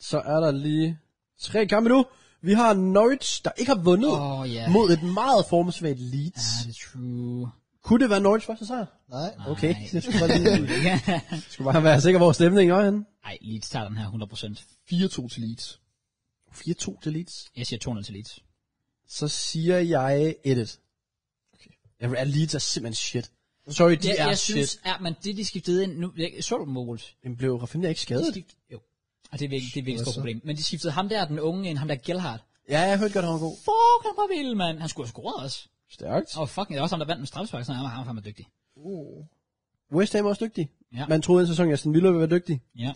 Så er der lige tre kampe nu. Vi har Norwich, der ikke har vundet
Åh, ja.
mod et meget formsvagt Leeds.
Ja, det er true. [laughs]
Kunne det være Norwich første sejr?
Nej.
Okay,
Nej.
jeg skulle bare, lige,
Ja.
jeg skulle bare være sikker, hvor stemningen er henne.
Ej, Leeds tager den her 100%.
4-2 til Leeds.
4-2 til Leeds.
Jeg siger 2-0 til Leeds.
Så siger jeg 1-1. Okay. Ja, Leeds er simpelthen shit. Sorry, de
jeg,
er
jeg
shit.
synes, at man, det de skiftede ind nu, jeg, så du dem mod Wolves?
Den blev Rafinha ikke
De
skadet?
skift- Jo. Og det er virkelig, det er virkelig et
Hvad
stort
så?
problem. Men de skiftede ham der, den unge, en ham der Gelhardt.
Ja, jeg hørte godt, han var god.
Fuck, han var vild, mand. Han skulle have scoret også.
Stærkt.
Og fucking, det er også ham, der vandt med straffespark, så han var ham, han var dygtig.
Uh.
West Ham er også dygtig.
Ja.
Man troede en sæson, at Aston Villa ville være dygtig.
Ja.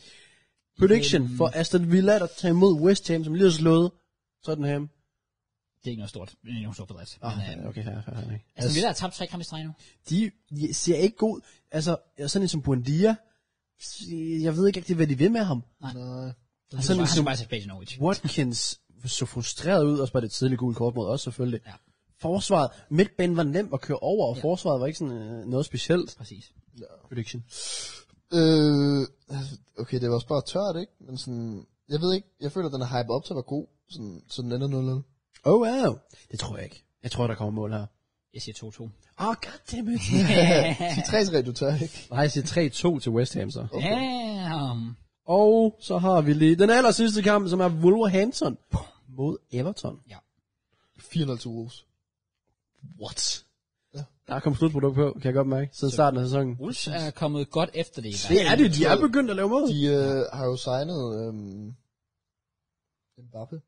Prediction for Aston Villa, der tager imod West Ham, som lige har slået Tottenham.
Det er ikke noget stort. Det er ikke noget stort bedrift.
Ah,
Men, øh,
okay, fair, fair, fair.
altså, vi
Altså,
der har tabt tre kampe i streg nu.
de, de ser ikke god. Altså, sådan en som Buendia, jeg ved ikke rigtig, hvad de vil med ham.
Nej.
Han
sådan
skulle
en
han
som
skulle bare tage tilbage Norwich.
Watkins så frustreret ud, også bare det tidlige gule kort mod os selvfølgelig.
Ja.
Forsvaret, midtbanen var nem at køre over, og ja. forsvaret var ikke sådan øh, noget specielt.
Præcis.
Prediction.
Øh, altså, okay, det var også bare tørt, ikke? Men sådan, jeg ved ikke, jeg føler, at den er hype op til at være god. Sådan, så den ender 0-0.
Oh wow. Det tror jeg ikke. Jeg tror, der kommer mål her.
Jeg siger 2-2.
Åh, oh, goddammit.
[laughs] Sig 3-3, du tør ikke.
Nej, jeg siger 3-2 til West Ham så.
Damn.
Og så har vi lige den aller sidste kamp, som er Wolverhampton mod Everton.
4-0 til Wolves.
What?
Ja.
Der kom slutprodukt på, kan jeg godt mærke, siden starten af sæsonen.
Wolves er kommet godt efter det i hvert
Det
fald.
er det, de er begyndt at lave mål.
De øh, har jo signet øhm, Mbappe.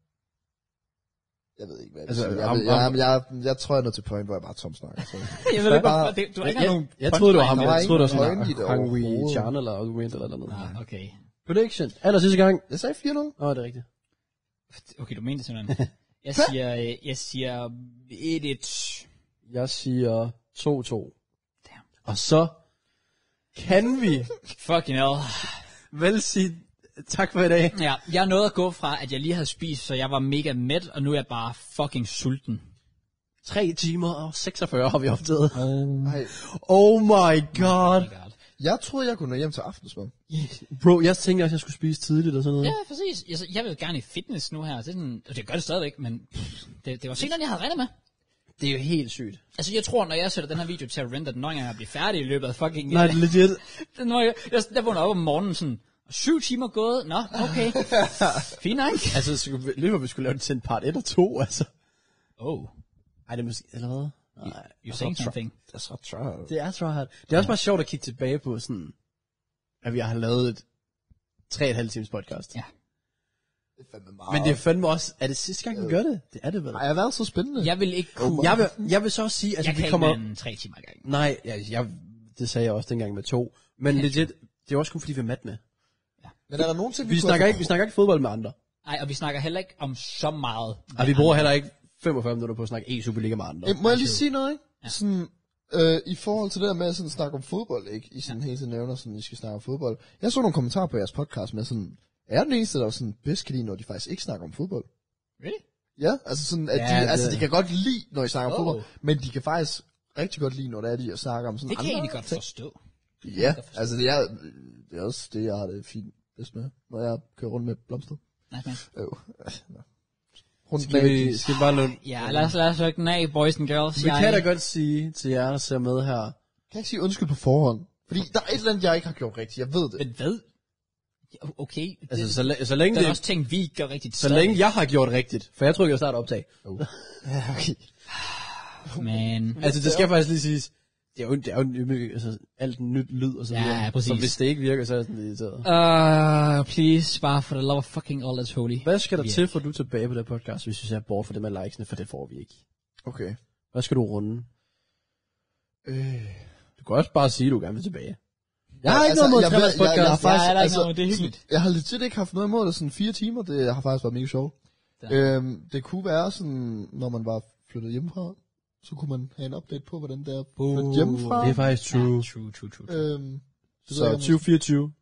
Jeg ved ikke, hvad det
Altså,
altså, jeg,
ham-
ved, jeg,
ham-
jeg, jeg, jeg, tror, jeg når til point, hvor jeg bare tom snakker. Så.
Jeg ved det
Bare-
godt. det- Du har ikke engang nogen...
Jeg troede, det var ham.
Der var
Jeg
ikke
troede, det var sådan
nogen point i det
der Hang Wei
overhovedet.
Chan eller Wind eller noget.
Ah, okay.
Prediction. Aller sidste gang.
jeg sagde 4-0.
Åh, oh, det er rigtigt.
Okay, du mente det [laughs] simpelthen. Jeg siger, øh, jeg siger 1-1.
Jeg siger 2-2.
Damn.
Og så kan vi
Fucking hell.
vel sige tak for i dag.
Ja, jeg nåede at gå fra, at jeg lige havde spist, så jeg var mega mæt, og nu er jeg bare fucking sulten.
3 timer og 46 har vi opdaget.
Ej,
Oh my god.
Oh God.
jeg troede, jeg kunne nå hjem til aftensmad.
Bro, jeg tænker også, jeg skulle spise tidligt og sådan noget.
Ja, præcis. Jeg, jeg vil gerne i fitness nu her. Det, er sådan, og det gør det stadigvæk, men pff, det, det var senere, end jeg havde regnet med.
Det er jo helt sygt.
Altså, jeg tror, når jeg sætter den her video til at render, den når jeg bliver færdig i løbet af fucking...
Nej, legit.
[laughs] Den når jeg, jeg, jeg vågner op om morgenen sådan, syv timer gået, nå,
[laughs]
okay. Fint nok.
altså, så skulle vi- lige hvor vi skulle lave det til en part 1 og 2, altså.
Oh,
Ej, det er måske, eller hvad? Nej, altså,
you saying something.
Det er så tørt.
Det er tryhard. Det er også bare sjovt at kigge tilbage på sådan, at vi har lavet et 3,5 times podcast.
Ja.
Det er fandme meget.
Men det er fandme også, er det sidste gang, vi gør det? Det er det vel?
Ej, jeg har været så spændende.
Jeg vil ikke kunne...
Jeg vil, jeg vil så også sige, altså
jeg kan
Oh, vi
kommer...
kommer...
ikke mere end tre timer i gang.
Nej, jeg, jeg, det sagde jeg også dengang med to. Men legit, det er også kun fordi, vi er mat med.
Men er der nogen ting,
Vi
kunne
snakker,
have-
ikke, vi snakker ikke fodbold med andre.
Nej, og vi snakker heller ikke om så meget.
Og vi bruger heller ikke 45 minutter på at snakke e-superliga med andre.
Øh, må jeg lige sige noget, ikke? Ja. Sådan, øh, I forhold til det der med at sådan snakke om fodbold, ikke? I sådan ja. hele tiden nævner, sådan, I skal snakke om fodbold. Jeg så nogle kommentarer på jeres podcast med sådan, er jeg den eneste, der sådan bedst kan lide, når de faktisk ikke snakker om fodbold?
Really?
Ja, altså sådan, at
Ja,
ja, de, altså,
det-
de kan godt lide, når I snakker
Oh.
om fodbold, men de kan faktisk rigtig godt lide, når det er, de snakker om sådan
Det kan jeg
andre
egentlig godt
ting.
forstå.
Ja, altså det er, det er også det, jeg har det fint bedst med, når jeg kører rundt med blomster.
Nej, nej.
Øh, nå. rundt
Skal vi, skal vi bare lukke?
Ja, lad os, lad os lukke den af, boys and girls.
Vi kan da godt sige til jer, der ser med her,
Kan jeg ikke sige undskyld på forhånd? Fordi der er et eller andet, jeg ikke har gjort rigtigt, jeg ved det.
Men hvad? Ja, Okay, altså,
altså
det,
så, la- så længe
der er
det,
også ting, vi ikke gør rigtigt.
så længe jeg har gjort rigtigt, for jeg tror, jeg starter optag.
Ja, okay.
Men...
Altså det skal faktisk lige siges, det er jo, det er jo en ydmyg- altså, alt nyt lyd og så
Ja,
videre.
præcis.
Så hvis det ikke virker, så er jeg sådan lidt irriteret.
Uh, please, bare for the love of fucking all that's holy.
Hvad skal der
Ja.
til, for at du er tilbage på det her podcast, hvis vi ser bort fra det med likesene, for det får vi ikke.
Okay.
Hvad skal du runde?
Øh.
Du kan også bare sige, at du gerne vil tilbage. Jeg
Ja,
har ikke
altså,
noget mod
jeg
Tremmers
ved- jeg- jeg
podcast.
har
Ja,
faktisk-
er der ikke
altså,
noget, det er hyggeligt.
Jeg har legit ikke haft noget imod det sådan fire timer. Det har faktisk været mega sjovt.
Ja.
Øhm, det kunne være sådan, når man var flyttet hjemmefra, så kunne man have en update på, hvordan det er at flytte
Uh,
hjemmefra.
Det er faktisk true.
Ja, true, true, true. true.
Øhm, det
Så
ved jeg ikke, om-
2024.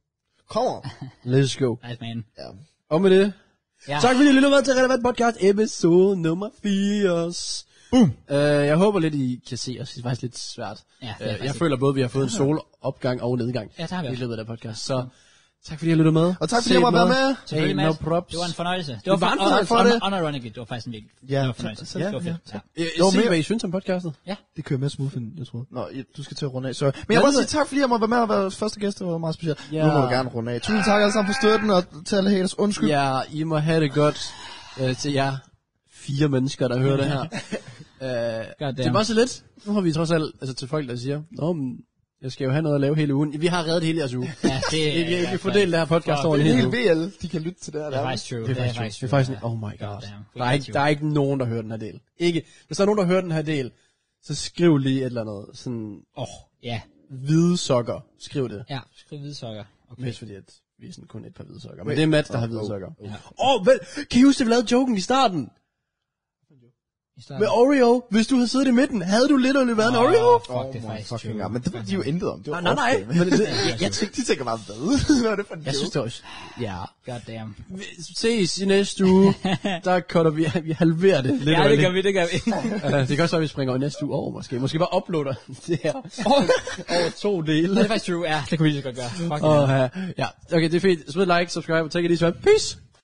Kommer.
Let's go.
Nice, man.
ja.
Og med det.
Ja.
Tak fordi I lyttede med til Relevant Podcast episode nummer 80. Boom. Uh, jeg håber lidt, I kan se os. Det er faktisk lidt svært.
Ja, det er
uh, jeg
faktisk-
føler både, at vi har fået en solopgang og nedgang
Ja, det har vi
i
også. Mm.
løbet af det her podcast. Så tak fordi I lyttede med.
Og tak fordi
Se
jeg måtte være
noget.
med.
Selvfølgelig,
Hey, no
Mads.
props.
Det var en fornøjelse. Det
var
og-
en fornøjelse.
og-
Tak for det.
og- Unironically, det var faktisk en virkelig
Ja,
det var en fornøjelse.
tak-
Det var
tak.
fedt. Ja.
Øh,
Det var
Se,
mere-
hvad I synes om podcastet.
Det kører mere smooth end jeg troede. Nå, I- du skal til at runde af, sorry. Men jeg
Hvad
vil også
med-
sige tak, fordi jeg måtte være med og være første gæst. Det var meget specielt.
Ja.
Nu må du gerne runde af. Tusind tak alle sammen for støtten og til alle haters. Undskyld.
Ja, I må have det godt øh, til jer fire mennesker, der hører det
[laughs]
her.
Goddamn.
Det er bare så lidt. Nu har vi trods alt, altså til folk, der siger, Nå, men, jeg skal jo have noget at lave hele ugen. Vi har reddet hele jeres uge.
Ja, det
Vi, vi, vi
er
fordelte det her podcast
Fuck,
over en
Det er
hel
helt
uge.
VL, de kan lytte til det her.
Det er faktisk true.
Det er faktisk, det er faktisk, oh my god.
Goddamn.
Der er, ikke, der er ikke nogen, der hører den her del. Ikke. Hvis der er nogen, der hører den her del, så skriv lige et eller andet. Sådan
Åh, ja.
hvide sokker. Skriv det.
Ja, skriv hvide sokker. Okay.
Mest fordi, at vi er sådan kun et par hvide sokker. Men det er Mads, der har hvide
oh,
sokker. Åh, oh, vel, kan I huske, at vi lavede joken i starten?
I starten.
Med Oreo, hvis du havde siddet i midten, havde du lidt eller været en
Åh,
Oreo?
Ah,
Oh
Fuck, det er faktisk
fucking
true.
god. Men det ved de jo intet om. Det var
Ah, Nej, nej, nej.
opdage.
Men det-
[laughs]
jeg, jeg tænkte, de tænker bare, hvad? [laughs] hvad er det for en
Jeg synes
joke?
det også. Ja.
God damn.
Vi ses i næste
[laughs]
uge. Der cutter vi, vi halverer det lidt.
Ja, det
årligt.
gør vi, det gør vi.
Øh, det kan også være, at vi springer i næste uge over, måske. Måske bare uploader [laughs] det her
Åh,
over to
det
dele.
er faktisk true. Ja, det kunne vi lige så godt gøre. Fuck,
øh, Og, uh, ja, okay, det er fint. Smid like, subscribe, og take it easy. man. Peace!